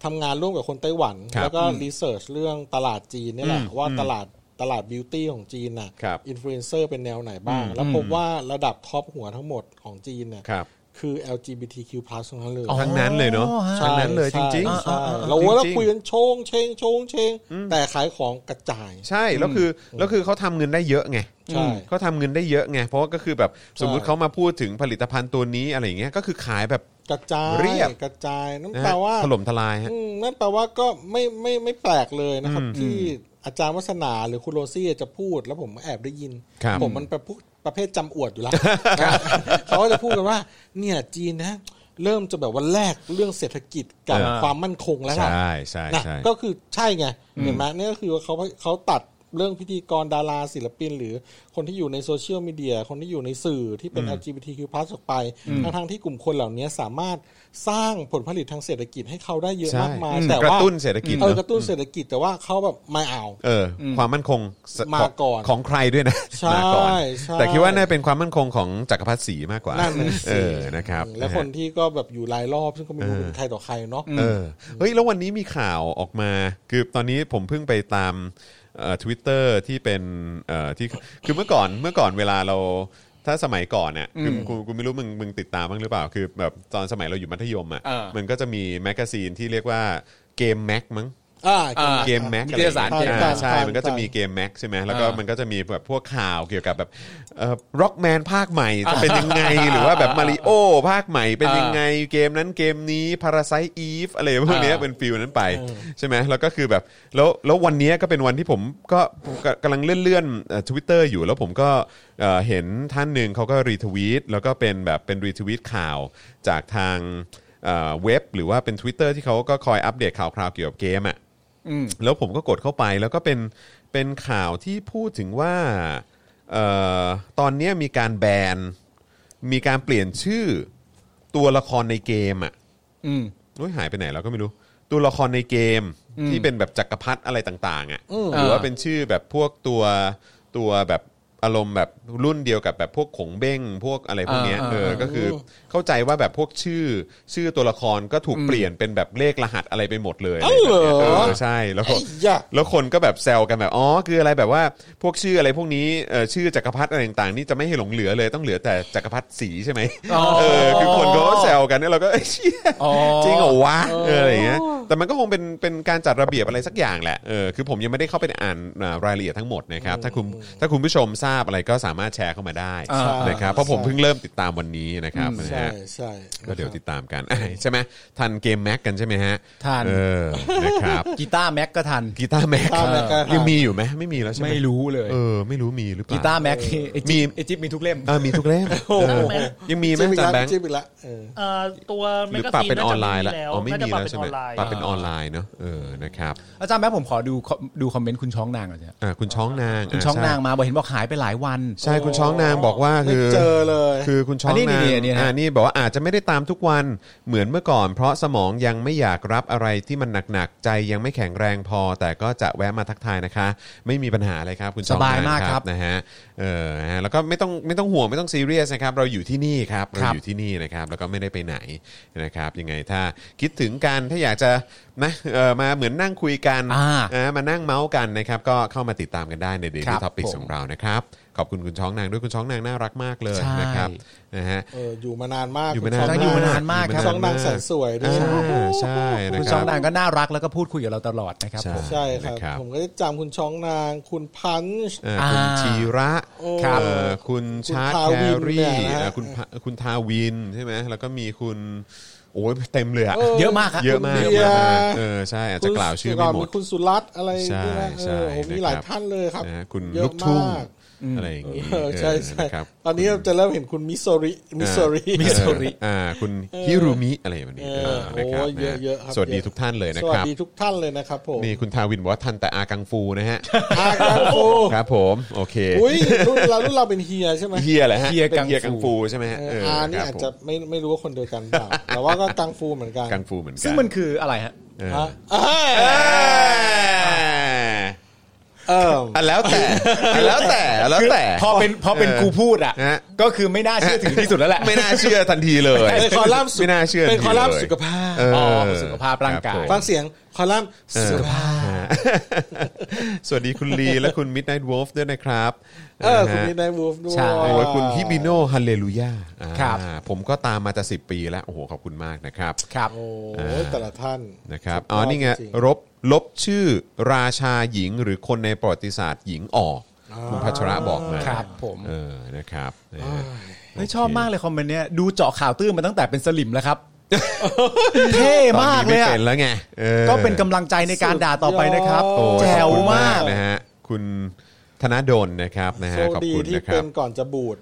S1: ทำงานร่วมกับคนไต้หวัน
S3: ครับ
S1: แล้วก็รีเสิร์ชเรื่องตลาดจีนนี่แหละ
S3: อืม
S1: ว่าตลาดตลาดบิวตี้ของจีนน่ะ
S3: ครับ
S1: อินฟลูเอนเซอร์เป็นแนวไหนบ้าง แล้วพบว่าระดับท็อปหัวทั้งหมดของจีนเนี่ย
S3: ครับ
S1: คือ LGBTQ+ ทั้งนั้นเลย
S3: ทั้งนั้นเลยเนาะ
S1: ใช่
S3: ทั้งนั้นเลยจริง
S1: ใช่
S3: ๆ
S1: ใช่เราว่าเรา
S3: จริงๆ
S1: คุยกันโชงเชงโชงเชง แต่ขายของกระจาย
S3: ใช่แล้วคือแล้วคือเขาทำเงินได้เยอะไง
S1: ใช่
S3: เขาทำเงินได้เยอะไงเพราะว่าก็คือแบบสมมุติเขามาพูดถึงผลิตภัณฑ์ตัวนี้อะไรอย่างเงี้ยก็คือขายแบบ
S1: กระจาย
S3: เรียบ
S1: กระจายนั่น
S3: นะ
S1: แปล
S3: ฮะ
S1: ว่า
S3: ถล่มทลายฮะ
S1: อืมนั่นแปลว่าก็ไม่ไม่ไม่แปลกเลยนะครับ ที่อาจารย์วัฒนาหรือคุณโรซี่จะพูดแล้วผมแอบได้ยิน
S3: ครับ
S1: ผมมันประพวกประเภทจำอวดอยู่แล้ว เขาก็จะพูดกันว่า เนี่ยจีนนะเริ่มจะแบบวันแรกเรื่องเศรษฐกิจกับ
S3: อ่า
S1: ความมั่นคงแล้ว
S3: ใช
S1: ล่ะ
S3: ่ใช่
S1: นะ
S3: ใช่
S1: ก็คือใช่ไงเห็นไหมเนี่ยก็คือว่าเขาเขาตัดเรื่องพิธีกรดาราศิลปิน หรือคนที่อยู่ในโซเชียลมีเดียคนที่อยู่ในสื่อที่เป็น LGBTQ+ ออกไปทั้งทั้งๆที่กลุ่มคนเหล่านี้สามารถสร้างผลผลิตทางเศรษฐกิจให้เขาได้เยอะ
S3: ใช่
S1: มากมาย
S3: อืม
S1: แต่
S3: ก
S1: ว่า
S3: ระตุ้นเศรษฐกิจ
S1: เออ
S3: เนอะ
S1: กระตุ้นเศรษฐกิจแต่ว่าเขาแบบไม่เอา
S3: เอออความมั่นคง
S1: มาก่อน
S3: ของใครด้วยนะ
S1: ใช่
S3: มาก่อน
S1: ใช่
S3: แต่คิดว่าน่าเป็นความมั่นคงของจักรพรรดิศรีมากกว่า
S1: นั่นน่ะ
S3: เอ
S1: สิ
S3: อนะครับ
S1: และ
S3: ะฮะ
S1: คนที่ก็แบบอยู่รายรอบซึ่งก็ไม่รู้เป็นใครต่อใครเนาะ
S3: เออเฮ้ยแล้ววันนี้มีข่าวออกมาคือตอนนี้ผมเพิ่งไปตามทวิตเตอร์ที่เป็นเอ่อที่คือเมื่อก่อนเมื่อก่อนเวลาเราถ้าสมัยก่อนเนี่ยคือกูกูไม่รู้มึงมึงติดตามบ้างหรือเปล่า คือแบบตอนสมัยเราอยู่มัธยม
S4: อ่า
S3: อ่ะ
S4: มั
S3: มันก็จะมีแมกกาซีนที่เรียกว่าเกมแม็กมั้ง
S1: อ่า
S4: อ่า
S3: เกมแม็ก
S4: นิตยสารเกม
S3: อ่
S4: แม็ก
S3: ใช่
S1: ใช่
S3: มันก็จะมีเกมแม็กใช่ไหมแล้วก็
S4: อ่ามั
S3: มันก็จะมีแบบพวกข่าวเกี่ยวกับแบบร็อกแมนภาคใหม่จะเป็นยังไง หรือว่าแบบมาริโอภาคใหม่เป็นยังไง เกมนั้นเกมนี้พาราไซอีฟอะไรพวกเนี้ย
S4: อ่า
S3: เป็นฟิลนั้นไป ใช่ไหมแล้วก็คือแบบแล้วแล้ววันเนี้ยก็เป็นวันที่ผมก็ก็กำลังเลื่อนๆทวิตเตอร์อยู่แล้วผมก็เอ่อเห็นท่านหนึ่งเขาก็รีทวีตแล้วก็เป็นแบบเป็นรีทวีตข่าวจากทางเอ่อเว็บ หรือว่าเป็น Twitter ที่เขาก็คอยอัปเดตข่าวคราวเกี่ยวกับเกมอ่ะ
S4: อืม
S3: แล้วผมก็กดเข้าไปแล้วก็เป็นเป็นข่าวที่พูดถึงว่าเอ่อตอนเนี้ยมีการแบน มีการเปลี่ยนชื่อตัวละครในเกมอ่ะ
S4: อืม
S3: โอ้ยหายไปไหนแล้วก็ไม่รู้ ตัวละครในเกมที่เป็นแบบจักรพรรดิอะไรต่างๆอ่ะ
S1: อืม
S3: หรือว่าเป็นชื่อแบบพวกตัวตัวแบบอารมณ์แบบรุ่นเดียวกับแบบพวกขงเบ้งพวกอะไรพวกเนี้ย
S4: อ่า
S3: เออก็คือเข้าใจว่าแบบพวกชื่อชื่อตัวละครก็ถูกเปลี่ยนเป็นแบบเลขรหัสอะไรไปหมดเลยอะไรแบบเนี้ยเออใช่แล้วก็
S1: ไอ้ยะ
S3: แล้วคนก็แบบแซวกันแบบอ๋อคืออะไรแบบว่าพวกชื่ออะไรพวกนี้เอ่อชื่อจักรพรรดิอะไรต่างๆนี่จะไม่ให้หลงเหลือเลยต้องเหลือแต่จักรพรรดิสีใช่ไหม
S4: อ๋อ
S3: เออคือคนเขาก็แซวกันเนี่ยเราก็เอ้ยเชี่ย
S4: อ๋อ
S3: จริงเหรอวะเอออะไรอย่างเงี้ยแต่มันก็คงเป็นเป็นการจัดระเบียบอะไรสักอย่างแหละเออคือผมยังไม่ได้เข้าไปอ่านอ่ารายละเอียดทั้งหมดนะครับถ้าคุณถ้าคุณผู้ชมทราบอะไรก็สามารถแชร์เข้ามาได้
S4: อ่า
S3: นะครับเพราะผมเพิ่งเริ่มติดตามวันนี้นะครับนะ
S1: ใช่
S3: ฮะ
S1: ใช่
S3: ก็เดี๋ยวติดตามกันอ่ะ ใช่ไหมทันเกมแม็กกันใช่ไหมฮะ
S4: ทัน
S3: เออนะครับ
S4: กีตาร์แม็กก็ทัน
S3: กีตาร์แม็ก
S1: ตามรายการ
S3: ยังมีอยู่ไหมไม่มีแล้วใช่ไหม
S4: ไม่รู้เลย
S3: เออ ไม่รู้มีหรือเปล่า
S4: กีตาร์แม็กนี่ไอจิ๊บ
S3: มี
S4: ไอจิ๊บมีทุกเล่ม
S3: เออมีทุกเล่ม
S1: โอ้โห
S3: เออยังมีไหม
S1: จิ้มอีก
S3: อาจา
S1: ละ
S3: นแบงค์
S1: จิ้มอีกละเออ
S6: เอ่อตัว
S3: ห
S6: แม
S3: รือก
S6: กา
S3: ปรับ
S6: ซีน
S3: เป็นออนไลน์ละ
S6: าจะ
S3: อ๋อไม่มี
S6: า
S3: แล้ว
S6: จะ
S3: ใช่ไหมป
S6: ป
S3: รั
S6: รั
S3: บบ เป็
S6: เป็น น
S3: อ
S6: อ
S3: อ
S6: อน น
S3: ไล
S6: ไลน์
S3: น์เนอะเออนะครับ
S4: อาจารย์แม็กผมขอดูดูคอมเมนต์คุณช้องนางก่อนนะ
S3: อ่ะคุณช้องนาง
S4: คุณช้อ
S3: ะ
S4: ง
S3: ใช่
S4: นางมาบอกเห็นบอกหายไปหลายวัน
S3: ใช่คุณช้องนางบอกว่าคือ
S1: ไม่เจอเลย
S3: คือคุณช้อง
S4: อันนี้
S3: นาง
S4: นี่นี่ฮะ
S3: อ่านี่บอกว่าอาจจะไม่ได้ตามทุกวันเหมือนเมื่อก่อน เพราะสมองยังไม่อยากรับอะไรที่มันหนักๆใจยังไม่แข็งแรงพอ แต่ก็จะแวะมาทักทายนะคะ ไม่มีปัญหาเลยครับ คุณช้องน
S4: สบายมากครับ
S3: นะฮะเออฮะแล้วก็ไม่ต้องไม่ต้องห่วงไม่ต้องซีเรียสนะครับเราอยู่ที่นี่ครับเราอยู่ที่นี่นะครับแล้วก็ไม่ได้ไปไหนนะครับยังไงถ้าคิดถึงกันถ้าอยากจะนะเออมาเหมือนนั่งคุยกัน
S4: อ่า
S3: นะมานั่งเมาส์กันนะครับก็เข้ามาติดตามกันได้ใน
S4: ครั
S3: Daily
S4: บ
S3: Topics
S4: ผม
S3: ของเรานะครับขอบคุณคุณช้องนางด้วยคุณช้องนางน่ารักมากเลย
S4: ใช่
S3: นะครับนะฮะ
S1: เอออยู่มานานมาก
S3: อยู่มานาน
S1: คุณ
S4: อยู่
S1: ช้ง
S4: มานานมากครับ
S1: ณช้องนางแสนสวยด้วย
S3: อ่าใช่นะ
S4: คุณ
S3: ค
S4: ช้
S3: รั
S4: อง
S3: บ
S4: นางก็น่ารักแล้วก็พูดคุยกับเราตลอดนะครับ
S3: ใช่
S4: ผม
S1: ใช่ครับ
S3: นะครับ
S1: ผมก็จะจำคุณช้องนาง คุณพันช์
S3: เอ่อคุณ
S4: อ่า
S3: ชีระ
S1: ครับ
S3: เอ่อคุณชาร์ต
S1: คุณทา
S3: แค
S1: วินเนี่
S3: รี่
S1: ยนะฮะ
S3: เอ่อคุณพะคุณทาวินใช่ไหมแล้วก็มีคุณโอ้ยเต็มเลยอะ
S4: เยอะมากครับ
S3: เยอะมาก
S1: คุณ
S3: เย
S1: เบีย
S3: อะ
S1: ร์
S3: มากเออใช่อาจจะกล่าวชื่อไม่หม
S1: คุณสุ
S3: ด
S1: รตน์คุณสุรัตน์อะไร
S3: ใช่
S1: ด้วยนะ
S3: ใช่
S1: เออผมมี
S3: นะครับ
S1: หลายท่านเลยครับ
S3: นะฮะคุณ
S1: เยอะ
S3: ลูกทุ่ง
S1: มาก
S3: อะไรอย่างงี้
S1: เออใช่ใช่
S3: นะครับ
S1: ตอนนี้เราจะเริ่มเห็นคุณมิโซริมิโซริ
S3: อ่าอ่าคุณฮิรุมิอะไรแบบนี้
S1: เออ
S3: เออนะครับ
S1: โอ้ยเยอะๆครับ
S3: สวัสดี
S1: เยอะ
S3: ทุกท่านเลยนะ
S1: ส
S3: ค
S1: วัส
S3: รับ
S1: ดีทุกท่านเลยนะครับผม
S3: นี่คุณทาวินบอกว่าทันแต่อากังฟูนะฮะ
S1: อากังฟู
S3: ครับผมโอเค
S1: อุ้ยรุ่นเรารุ่นเราเป็นเฮียใช่ไหม
S3: เฮียแหละฮะ
S4: เฮีย
S3: ป็น
S4: กังฟู
S3: เฮียกังฟูใช่ไหมฮะ
S1: เอ
S3: เอ
S1: อ
S3: อ
S1: อานี่
S3: ครั
S1: อาจ
S3: บผม
S1: จะไม่ไม่รู้ว่าคนเดียวกันหรือเปล่าแต่ว่าก็กังฟูเหมือนกัน
S3: กังฟูเหมือนกัน
S4: ซึ่งมันคืออะไรฮะ
S3: เออ
S1: ฮะเอ้ยเออ
S3: อ่ะแล้วแต่อ่ะแล้วแต่อ่ะแล้วแต่
S4: พอเป็นพอเป็นกูพูดอ่ะ
S3: ฮะ
S4: ก็คือไม่น่าเชื่อถือที่สุดแล้วแหละ
S3: ไม่น่าเชื่อทันทีเลย
S1: เป็นคอลัมน์สุข
S3: ไม่น่าเชื่อ
S1: เป็นคอลัมน์
S3: ทันทีเย
S1: สุขภาพ
S3: เออ
S4: อสุขภาพร่างกาย
S3: คบผม
S1: ฟังเสียงคอลัมน์สุขภาพ
S3: อ่าสวัสดีคุณลีและคุณ Midnight Wolf ด้วยนะครับ
S1: เออ
S3: นะ
S1: คุณ
S3: ฮะ
S1: มีนายวูฟด้วย
S4: ใช่
S3: โอ้ยคุณฮิบิโนฮาเลลูยา
S4: ครับ
S3: ผมก็ตามมาจะ10 ปีแล้ว โอ้โห ขอบคุณมากนะครับ
S4: ครับ
S1: โอ้ยแต่ละท่าน
S3: นะครับ
S1: สุดยอด
S3: อ๋อ นี่ไง
S1: จริง
S3: รบลบชื่อราชาหญิงหรือคนในประวัติศาสตร์หญิงออกคุณพัชระบอกมา
S4: ครับผม
S3: เออ นะครับนะฮะ
S4: เฮ้ยชอบมากเลยคอมเมนต์เนี้ยดูเจาะข่าวตื้นมาตั้งแต่เป็นสลิมแล้วครับ เท่มากเล
S3: ตอน
S4: ย
S3: นี้
S4: อะ
S3: ไม่เป็นแล้วไงออ
S4: ก็เป็นกำลังใจในการด่าต่อไปนะครับ
S1: โอ้ย
S4: แจ๋วมาก
S3: นะฮะคุณธนดลนะครับนะฮะ
S1: โชค
S3: ขอบ
S1: ดี
S3: คุณ
S1: ที่
S3: นะค
S1: เป็
S3: รับ
S1: นก่อนจะ บูด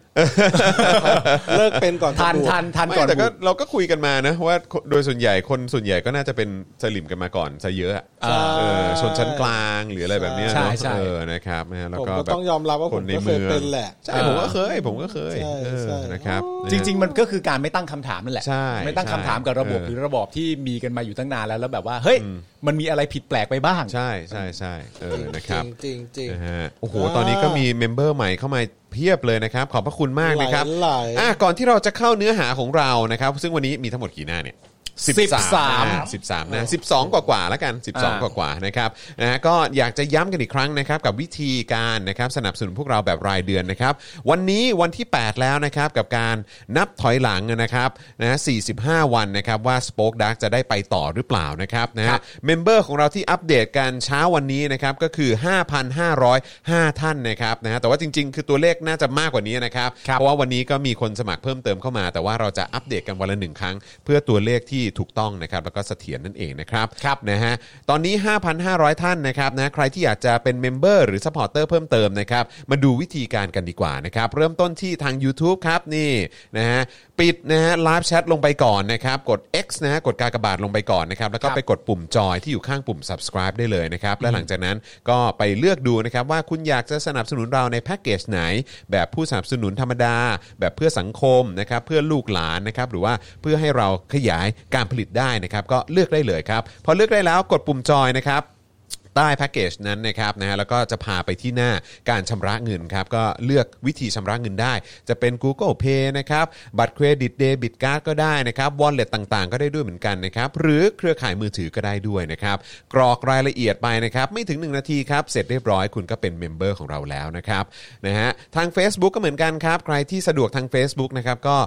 S1: เลิกเป็นก่อนจะ
S4: ทัน
S1: บูด
S4: ทันทัน
S3: ไม่
S4: ก่อน
S3: แต่ก็
S4: บุก
S3: เราก็คุยกันมานะว่าโดยส่วนใหญ่คนส่วนใหญ่ก็น่าจะเป็นสลิมกันมาก่อนซะเยอะ
S1: ใช่
S3: เออชนชั้นกลางหรืออะไรแบบเนี้ย
S4: ใช่
S3: เนาะ
S4: ใช่
S3: เออนะครับนะฮะแล้ว
S1: ผม
S3: ก็
S1: ก็
S3: แบบ
S1: ต้องยอมรับว่าผม
S3: ใน
S1: ก็เคยเป็นแหละ
S3: ใช่ผมก็เคยผมก็เคย
S1: ใช่
S3: เออ
S1: ใช่
S3: นะครับ
S4: จริง ๆ มันก็คือการไม่ตั้งคำถามนั่นแหละ
S3: ใช่
S4: ไม่ตั้งคำถามกับระบบ
S3: เออ
S4: หรือระบอบที่มีกันมาอยู่ตั้งนานแล้วแล้วแบบว่าเฮ้ยมันมีอะไรผิดแปลกไปบ้าง
S3: ใช่ใช่ใช่เออนะครับ
S1: จริงจริง
S3: นะฮะโอ้โห
S1: อ่า
S3: ตอนนี้ก็มีเมมเบอร์ใหม่เข้ามาเพียบเลยนะครับ ขอบพระคุณมากนะครับ
S1: หลายๆ
S3: อ่ะก่อนที่เราจะเข้าเนื้อหาของเรานะครับ ซึ่งวันนี้มีทั้งหมดกี่หน้าเนี่ย
S4: 13
S3: หน้า13หน้า12 กว่ากว่าๆแล้วกัน 12 กว่ากว่าๆนะครับนะฮะก็อยากจะย้ำกันอีกครั้งนะครับ กับวิธีการนะครับสนับสนุนพวกเราแบบรายเดือนนะครับ วันนี้วันที่ 8 แล้วนะครับกับการนับถอยหลังนะครับนะฮะ45 วันนะครับว่า Spoke Dark จะได้ไปต่อหรือเปล่านะครับนะฮะ เมมเบอร์ของเราที่อัปเดตกันเช้าวันนี้นะครับก็คือ 5,505 ท่านนะครับนะฮะแต่ว่าจริง ๆ คือตัวเลขน่าจะมากกว่านี้นะครับเพราะว่าวันนี้ก็มีคนสมัครเพิ่มเติมเข้ามา แต่ว่าเราจะอัปเดตกันวันละหนึ่งครั้ง เพื่อตัวเลขที่ถูกต้องนะครับแล้วก็เสถียรนั่นเองนะครับครับนะฮะตอนนี้ 5,500 ท่านนะครับนะใครที่อยากจะเป็นเมมเบอร์หรือสปอร์เตอร์เพิ่มเติมนะครับมาดูวิธีการกันดีกว่านะครับเริ่มต้นที่ทาง YouTube ครับนี่นะฮะปิดนะฮะไลฟ์แชทลงไปก่อนนะครับกด X นะฮะกดกากบาทลงไปก่อนนะครับแล้วก็
S4: ครับ
S3: ไป ไปกดปุ่มจอยที่อยู่ข้างปุ่ม subscribe ได้เลยนะครับ และหลังจากนั้นก็ไปเลือกดูนะครับว่าคุณอยากจะสนับสนุนเราในแพ็กเกจไหน แบบผู้สนับสนุนธรรมดา แบบเพื่อสังคมนะครับเพื่อลูกหลานนะครับหรือว่าเพื่อให้เราขยายการผลิตได้นะครับ ก็เลือกได้เลยครับ พอเลือกได้แล้วกดปุ่มจอยนะครับ ใต้แพ็กเกจนั้นนะครับนะฮะแล้วก็จะพาไปที่หน้าการชำระเงินครับ ก็เลือกวิธีชำระเงินได้ จะเป็น Google Pay นะครับ บัตรเครดิตเดบิตการ์ดก็ได้นะครับวอลเล็ตต่างๆ ก็ได้ด้วยเหมือนกันนะครับ หรือเครือข่ายมือถือก็ได้ด้วยนะครับ กรอกรายละเอียดไปนะครับ ไม่ถึง 1 นาทีครับ เสร็จเรียบร้อยคุณก็เป็นเมมเบอร์ของเราแล้วนะครับนะฮะทาง Facebook ก็เหมือนกันครับ ใครที่สะดวกทาง Facebook นะครับก็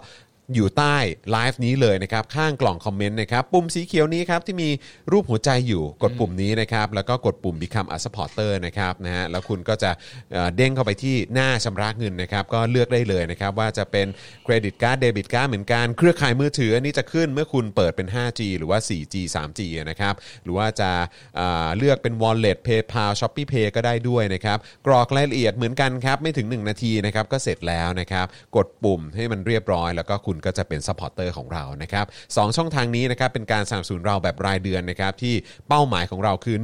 S3: อยู่ใต้ไลฟ์นี้เลยนะครับข้างกล่องคอมเมนต์นะครับปุ่มสีเขียวนี้ครับที่มีรูปหัวใจอยู่กดปุ่มนี้นะครับแล้วก็กดปุ่ม Become a supporter นะครับนะฮะแล้วคุณก็จะเอ่อเด้งเข้าไปที่หน้าชำระเงินนะครับก็เลือกได้เลยนะครับว่าจะเป็นเครดิตการ์ดเดบิตการ์ดเหมือนกันเครือข่ายมือถืออันนี้จะขึ้นเมื่อคุณเปิดเป็น 5G หรือว่า 4G 3G นะครับหรือว่าจะเอ่อเลือกเป็น Wallet PayPal Shopee Pay ก็ได้ด้วยนะครับกรอกรายละเอียดเหมือนกันครับไม่ถึง 1 นาทีนะครับก็เสร็จแล้วนะครับกดปุ่มให้มันเรียบร้อย แล้วก็คุณก็จะเป็นซัพพอร์เตอร์ของเรานะครับสองช่องทางนี้นะครับเป็นการสนับสนุนเราแบบรายเดือนนะครับที่เป้าหมายของเราคือ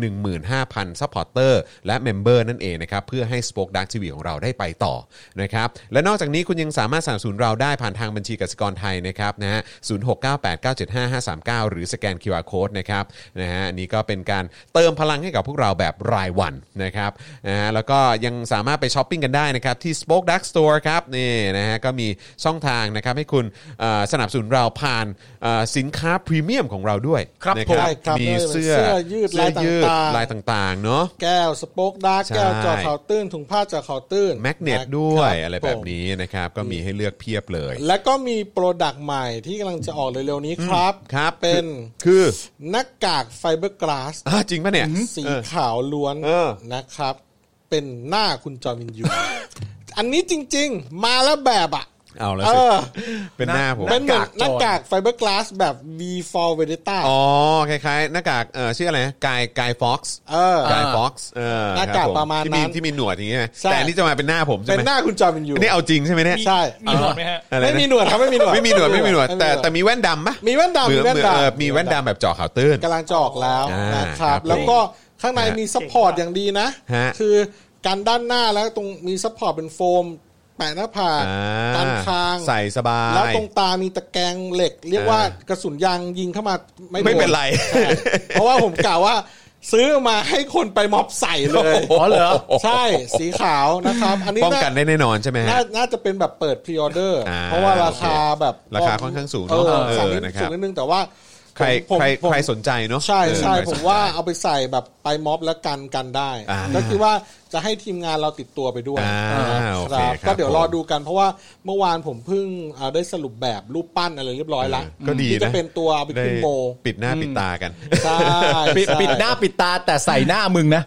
S3: 15,000ซัพพอร์เตอร์และเมมเบอร์นั่นเองนะครับเพื่อให้ Spoke Dark TV ของเราได้ไปต่อนะครับและนอกจากนี้คุณยังสามารถสนับสนุนเราได้ผ่านทางบัญชีกสิกรไทยนะครับนะฮะศูนย์หกเก้าแปดเก้าเจ็ดห้าห้าสามเก้าหรือสแกน QR Code นะครับนะฮะอันนี้ก็เป็นการเติมพลังให้กับพวกเราแบบรายวันนะครับนะฮะแล้วก็ยังสามารถไปช้อปปิ้งกันได้นะครับที่ Spoke Dark Store ครับนี่นะฮะก็มีช่องทางนะครับให้คุณเอ่อสนับสนุนเราผ่านเอ่อสินค้าพรีเมียมของเราด้วย
S1: ครับ
S3: นะ
S1: ผมใช่ครับ
S3: มี
S1: ไม่ว่าจะเป็น
S3: เสื้อ
S1: เสื้อยืดลาย
S3: เสื้อยืด
S1: ต่างๆ
S3: ลายต่างๆเนาะ
S1: แก้วสโป๊กดาร์ก
S3: ใช่
S1: แก้วจอข่าวตื้นถุงผ้าจอข่าวตื้น
S3: แมกเนตด้วย
S1: ค
S3: อะไรแบบนี้
S1: ผ
S3: นะครับก็มีให้เลือกเพียบเลย
S1: มแล้วก็มีโปรดักต์ใหม่ที่กำลังจะออกเร็วๆนี้ครับ
S3: ครับ
S1: เป็น
S3: คือ
S1: หน้ากากไฟเบอร์กลาส
S3: อ่าจริงปะเนี่ย
S1: สี
S3: เออ
S1: ขาวล้วน
S3: เออ
S1: นะครับ เป็นหน้าคุณจอมินยู อันนี้จริง ๆ มาแล้วแบบอ่ะ
S3: เอาแล้ว
S1: เอ
S3: สิ
S1: อ
S3: เป็นหน้าผม
S1: เป็นเหมือนห
S4: ห
S1: น้า
S4: น้ากาก
S1: กากไฟเบอร์กลาสแบบ V for Vendetta
S3: อ๋อคล้ายๆหน้ากากเออชื่ออะไรนะกายกายฟ็อกซ์
S1: เออ
S3: กายฟ็อกซ์เออ
S1: หน้ากาก
S3: คบผ
S1: ประมาณ
S3: ที่มี
S1: นั้น
S3: ที่มีหนวดอย่างเงี้ย
S1: ใช่
S3: แต่อันนี่จะมาเป็นหน้าผมใช่
S1: เป็น
S3: ไหม
S1: หน้าคุณจอมินยู
S3: อันนี่เอาจริงใช่ไหมเนี่ย
S1: ใช่
S6: มีหนวดไหมฮะ
S3: อะไร
S1: ไม่
S3: นะ
S1: มีหนวดครับไม่มีหนวด
S3: ไม่มีหนวดไม่มีหนวดแต่แต่มีแว่นดำปะ
S1: มีแว่นดำ
S3: เห
S1: มี
S3: อน
S1: แว่น
S3: เหอนเออ
S1: ดำ
S3: มีแว่นดำแบบเจาะข่าวตื้น
S1: กำลังจะออกแล้ว
S3: อ่าน
S1: นะครับ
S3: ครับ
S1: แล้วก็ข้างในมีซัพพอร์ตอ
S6: เก่งมาก
S1: ย่างดีนะ
S3: ฮะ
S1: คือการด้านหน้าแล้วตรงมีซัพพอร์ตเป็นโฟม แปะหน้าผาก
S3: อ่า
S1: การคาง
S3: ใส่สบาย
S1: แล้วตรงตามีตะแกรงเหล็ก เรียกว่ากระสุนยางยิงเข้ามาไม่โด
S3: ไม่เป็นไร
S1: ใช่เพราะว่าผมกล่าวว่า ซื้อมาให้คนไปม็อบใส่เลย
S4: อ๋อเหรอ
S1: ใช่สีขาวนะครับ อันนี้
S3: ป้อง
S1: น่า
S3: กันได้แน่นอนใช่ไหมฮะ
S1: น่าน่าจะเป็นแบบเปิดพรีออเดอร์
S3: อ่า
S1: เพราะว่าราคาแบบ
S3: โอเคราคาค่อนข้างสูงเน
S1: เอ
S3: อะ
S1: อ
S3: เออ
S1: สั่งนิด
S3: นะครับ
S1: สูงนิดนึงแต่ว่า
S3: ใคร
S1: ผม
S3: ใคร
S1: ผม
S3: ใครสนใจเนาะ
S1: ใช่
S3: เออ
S1: ใช่
S3: ใครสนจ
S1: ผมว่าเอาไปใส่แบบไปม็อบแล้วกันกันได้
S3: อ่า
S1: แล้วคือว่าจะให้ทีมงานเราติดตัวไปด้วย
S3: อ่า
S1: นะ
S3: โอ
S1: ค
S3: เค
S1: รับ
S3: ครับ
S1: ก็เดี๋ยว
S3: ผม
S1: รอดูกันเพราะว่าเมื่อวานผมเพิ่งเอ่อได้สรุปแบบรูปปั้นอะไรเรียบร้อยละ
S3: ก็ดี
S1: ที่จะ
S3: นะ
S1: เป็นตัวเอาไป
S3: ได้
S1: ขึ้นโบ
S3: ปิดหน้าปิดตากัน
S1: ใช่
S4: ปิด
S1: ใช่
S4: ปิดหน้าปิดตาแต่ใส่หน้ามึงนะ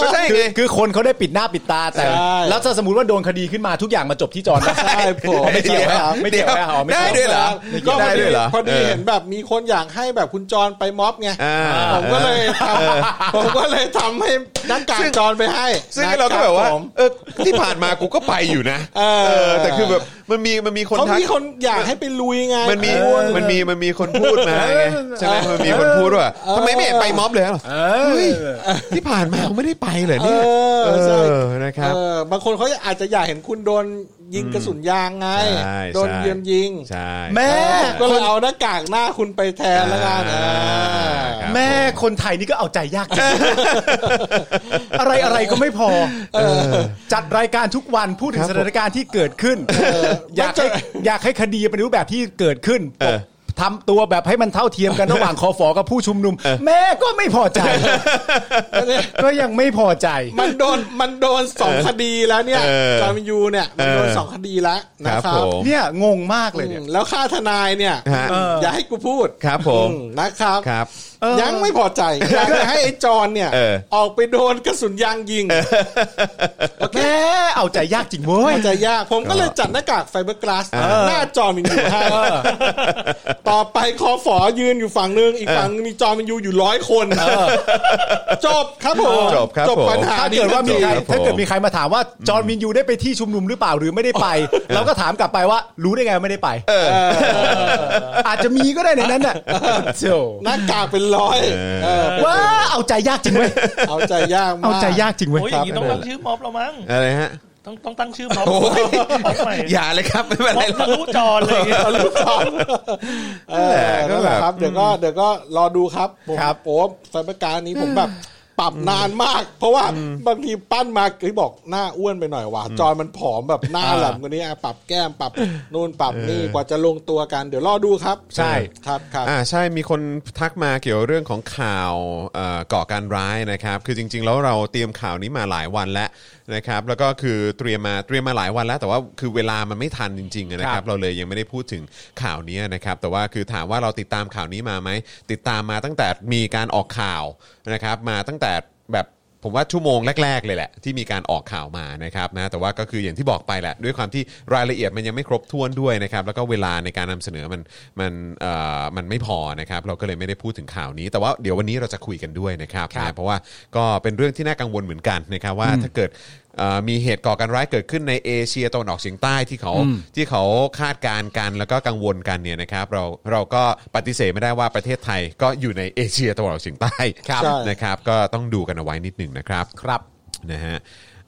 S3: ก็ใช่
S4: คือ
S3: ไง
S4: คือคนเขาได้ปิดหน้าปิดตาแต่
S1: ใช่
S4: แล้วถ้าสมมติว่าโดนคดีขึ้นมาทุกอย่างมาจบที่จอนนะ
S1: ใช่ผม
S4: ไม่เกี่ยว
S1: ใช่ครับ
S4: ไม่เกี่ยวไม่เอาไม่เกี่ยว
S3: ได้ด้วยเหรอ
S1: ก็พ
S3: ได้
S1: อ
S3: ด้
S1: ดี
S3: วยเหรอ
S1: พอดี
S3: เ
S1: เห็นแบบมีคนอยากให้แบบคุณจรไปม็อบไง
S3: อ่า
S1: ผมก็เลยทำผมก็เลยทำให้หนักการจรไปให้
S3: ซึ่งเราก็แบบว่า
S1: นะคผม
S3: เออที่ผ่านมากูก็ไปอยู่นะ
S1: เออ
S3: เออ แต่คือแบบมันมีมันมีคน
S1: เขา
S3: ทัก
S1: มีคนอยากให้ไปลุยไง
S3: มันมี
S1: เออ
S3: มันมีมันมีคนพูดมาไงใช่ไหมมันมีคนพูดว่าทำไมไม่เห็นไปม็อบเลยหรอเฮ้ยที่ผ่านมากูไม่ได้ไปเลยเนี่ย
S1: เออใช่
S3: เออนะครับ
S1: เออบางคนเขาอาจจะอยากเห็นคุณโดนยิงกระสุนยางไง
S3: ใช่
S1: โดน
S3: ใช่
S1: เยียมยิง
S3: ใช่
S4: แม่
S1: ผมก็เลยเอาหน้ากากหน้าคุณไปแทนแล้วกัน
S3: อ่า
S1: เออ
S4: แม่คนไทยนี่ก็เอาใจยากจังอะไรอะไรก็ไม่พอจัดรายการทุกวันพูดถึงสถานการณ์ที่เกิดขึ้นอยากให้อยากให้คดีเป็นรูปแบบที่เกิดขึ้น
S3: เออ
S4: ทำตัวแบบให้มันเท่าเทียมกันระหว่างคอฟอกับผู้ชุมนุม แม่ก็ไม่พอใจ ก็ยังไม่พอใจ
S1: มันโดนมันโดนสองคดีแล้วเนี่ย
S3: เออ
S1: จามินยูเนี่ยมันโดน
S3: เออ
S1: สองคดีแล้ว
S3: ค
S1: นะ
S3: รับ
S1: ครั
S3: ผ
S1: บ
S3: ม
S4: เนี่ยงงมากเลยเนี่ย
S1: อืมแล้วค่าทนายเนี่ย
S3: ฮะ
S1: เอออย่าให้กูพูด
S3: ครับผม
S1: อืนะครับ
S3: ครับ
S4: เออ
S1: ยังไม่พอใจอยากจะให้ไอ้จอนเนี่ย
S3: เออ
S1: ออกไปโดนกระสุนยางยิง
S4: แม่เอาใจยากจริงเว้ย
S1: มันจะยากผมก็เลยจัดหน้ากากไฟเบอร์กลาสหน้าจอมินยูให้ต่อไปคอฝอยืนอยู่ฝั่งหนึง อีกฝั่งนึงมีจอมินยูอยู่ร้อยคนจบครับผม
S3: จบครับผม
S1: ปัญหา
S4: ถ้า
S1: นี้
S4: เกิดว่ามีใคร
S3: ครับผม
S4: ถ้าเกิดมีใครมาถามว่าจอร์นวินยูได้ไปที่ชุมนุมหรือเปล่าหรือไม่ได้ไป เราก็ถามกลับไปว่า รู้ได้ไงว่าไม่ได้ไปอาจจะมีก็ได้ในนั้นน่ะเจ้า
S1: หน้ากากเป็นร้อยเออ
S4: ว้าเอาใจยากจริงเว้ย
S1: เอาใจยากมาก
S4: เอาใจยากจริงเว้ย
S6: โอ้ยอย่างนี้ต้องตั้งชื่อม็อบแล้วมั้ง
S3: อะไรฮะ
S6: ต้องต้องตั้งชื่อม็อบ
S3: โอ้ย
S6: ม็อบใหม่
S3: อย่าเลยครับไม่เป็น
S6: ม็
S3: ไร
S6: อบ
S3: หร
S6: ทะ
S3: อก
S6: ลุจอเลย
S1: ตลกเออ
S3: ก็
S1: นั่น
S3: แบบ
S1: แหละครับ เดี๋ยวก็เดี๋ยวก็รอดูครับผมโอ้สถานการณ์นี้ผมแบบปรับนานมาก เพราะว่าบางทีปั้นมาคือบอกหน้าอ้วนไปหน่อยว่ะจอยมันผอมแบบหน้าแหลมกว่านี้อ่ะปรับแก้มปรับนู่นปรับนี่กว่าจะลงตัวกัน เดี๋ยวรอดูครับ
S4: ใช่
S1: ครับครับ
S3: อ่าใช่มีคนทักมาเกี่ยวเรื่องของข่าวเอ่อก่อการร้ายนะครับ คือจริง ๆ แล้วเราเตรียมข่าวนี้มาหลายวันแล้วนะครับ แล้วก็คือเตรียมมาเตรียมมาหลายวันแล้ว แต่ว่าคือเวลามันไม่ทันจริงๆนะค
S4: ค
S3: รั
S4: รับ บ
S3: เราเลยยังไม่ได้พูดถึงข่าวนี้นะครับ แต่ว่าคือถามว่าเราติดตามข่าวนี้มาไหมติดตามมาตั้งแต่มีการออกข่าวนะครับ มาตั้งแต่แบบผมว่าชั่วโมงแรก ๆ เลยแหละ ที่มีการออกข่าวมานะครับนะแต่ว่าก็คืออย่างที่บอกไปแหละ ด้วยความที่รายละเอียดมันยังไม่ครบถ้วนด้วยนะครับ แล้วก็เวลาในการนำเสนอมันมันเอ่อมันไม่พอนะครับ เราก็เลยไม่ได้พูดถึงข่าวนี้ แต่ว่าเดี๋ยววันนี้เราจะคุยกันด้วยนะครับ
S4: ครับ
S3: นะเพราะว่าก็เป็นเรื่องที่น่ากังวลเหมือนกันนะครับว่าถ้าเกิดเอ่อมีเหตุก่อการร้ายเกิดขึ้นในเอเชียตะวันออกเฉียงใต้ที่เขา ที่เขาคาดการณ์กันแล้วก็กังวลกันเนี่ยนะครับ เราเราก็ปฏิเสธไม่ได้ว่าประเทศไทยก็อยู่ในเอเชียตะวันออกเฉียงใต้
S1: ครับใช่
S3: นะครับก็ต้องดูกันเอาไว้นิดหนึ่งนะครับ
S4: ครับ
S3: นะฮะ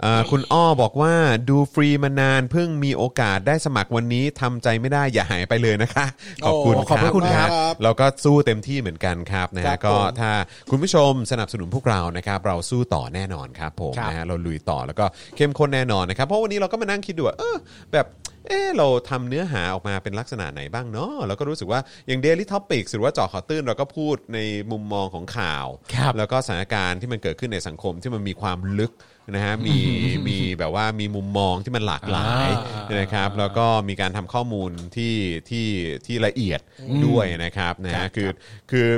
S3: เอ่อคุณอ้อบอกว่าดูฟรีมานานเพิ่งมีโอกาสได้สมัครวันนี้ทำใจไม่ได้อย่าหายไปเลยนะคะ ขอบคุณ
S4: โอ้ขอบพระคุณครับ
S3: นฮเราก็สู้เต็มที่เหมือนกันครับนะ
S1: ครั
S3: ฮะ
S1: บผม
S3: ก็ถ้าคุณผู้ชมสนับสนุนพวกเรานะครับเราสู้ต่อแน่นอนครับผม
S4: ครับ
S3: นะฮะเราลุยต่อแล้วก็เข้มข้นแน่นอนนะครับ เพราะวันนี้เราก็มานั่งคิดดูว่าเออแบบเออเราทำเนื้อหาออกมาเป็นลักษณะไหนบ้างเนาะแล้วก็รู้สึกว่าอย่าง Daily Topic หรือว่าเจาะข่าวตื้นเราก็พูดในมุมมองของข่าว
S4: ครับ
S3: แล้วก็สถานการณ์ที่มันเกิดขึ้นในสังคมที่มันมีความลึกนะฮะมีมีแบบว่ามีมุมมองที่มันหลากหลาย
S4: อ่า
S3: นะครับ แล้วก็มีการทำข้อมูลที่ที่ที่ละเอียดด้วยนะครับนะฮะคือคือ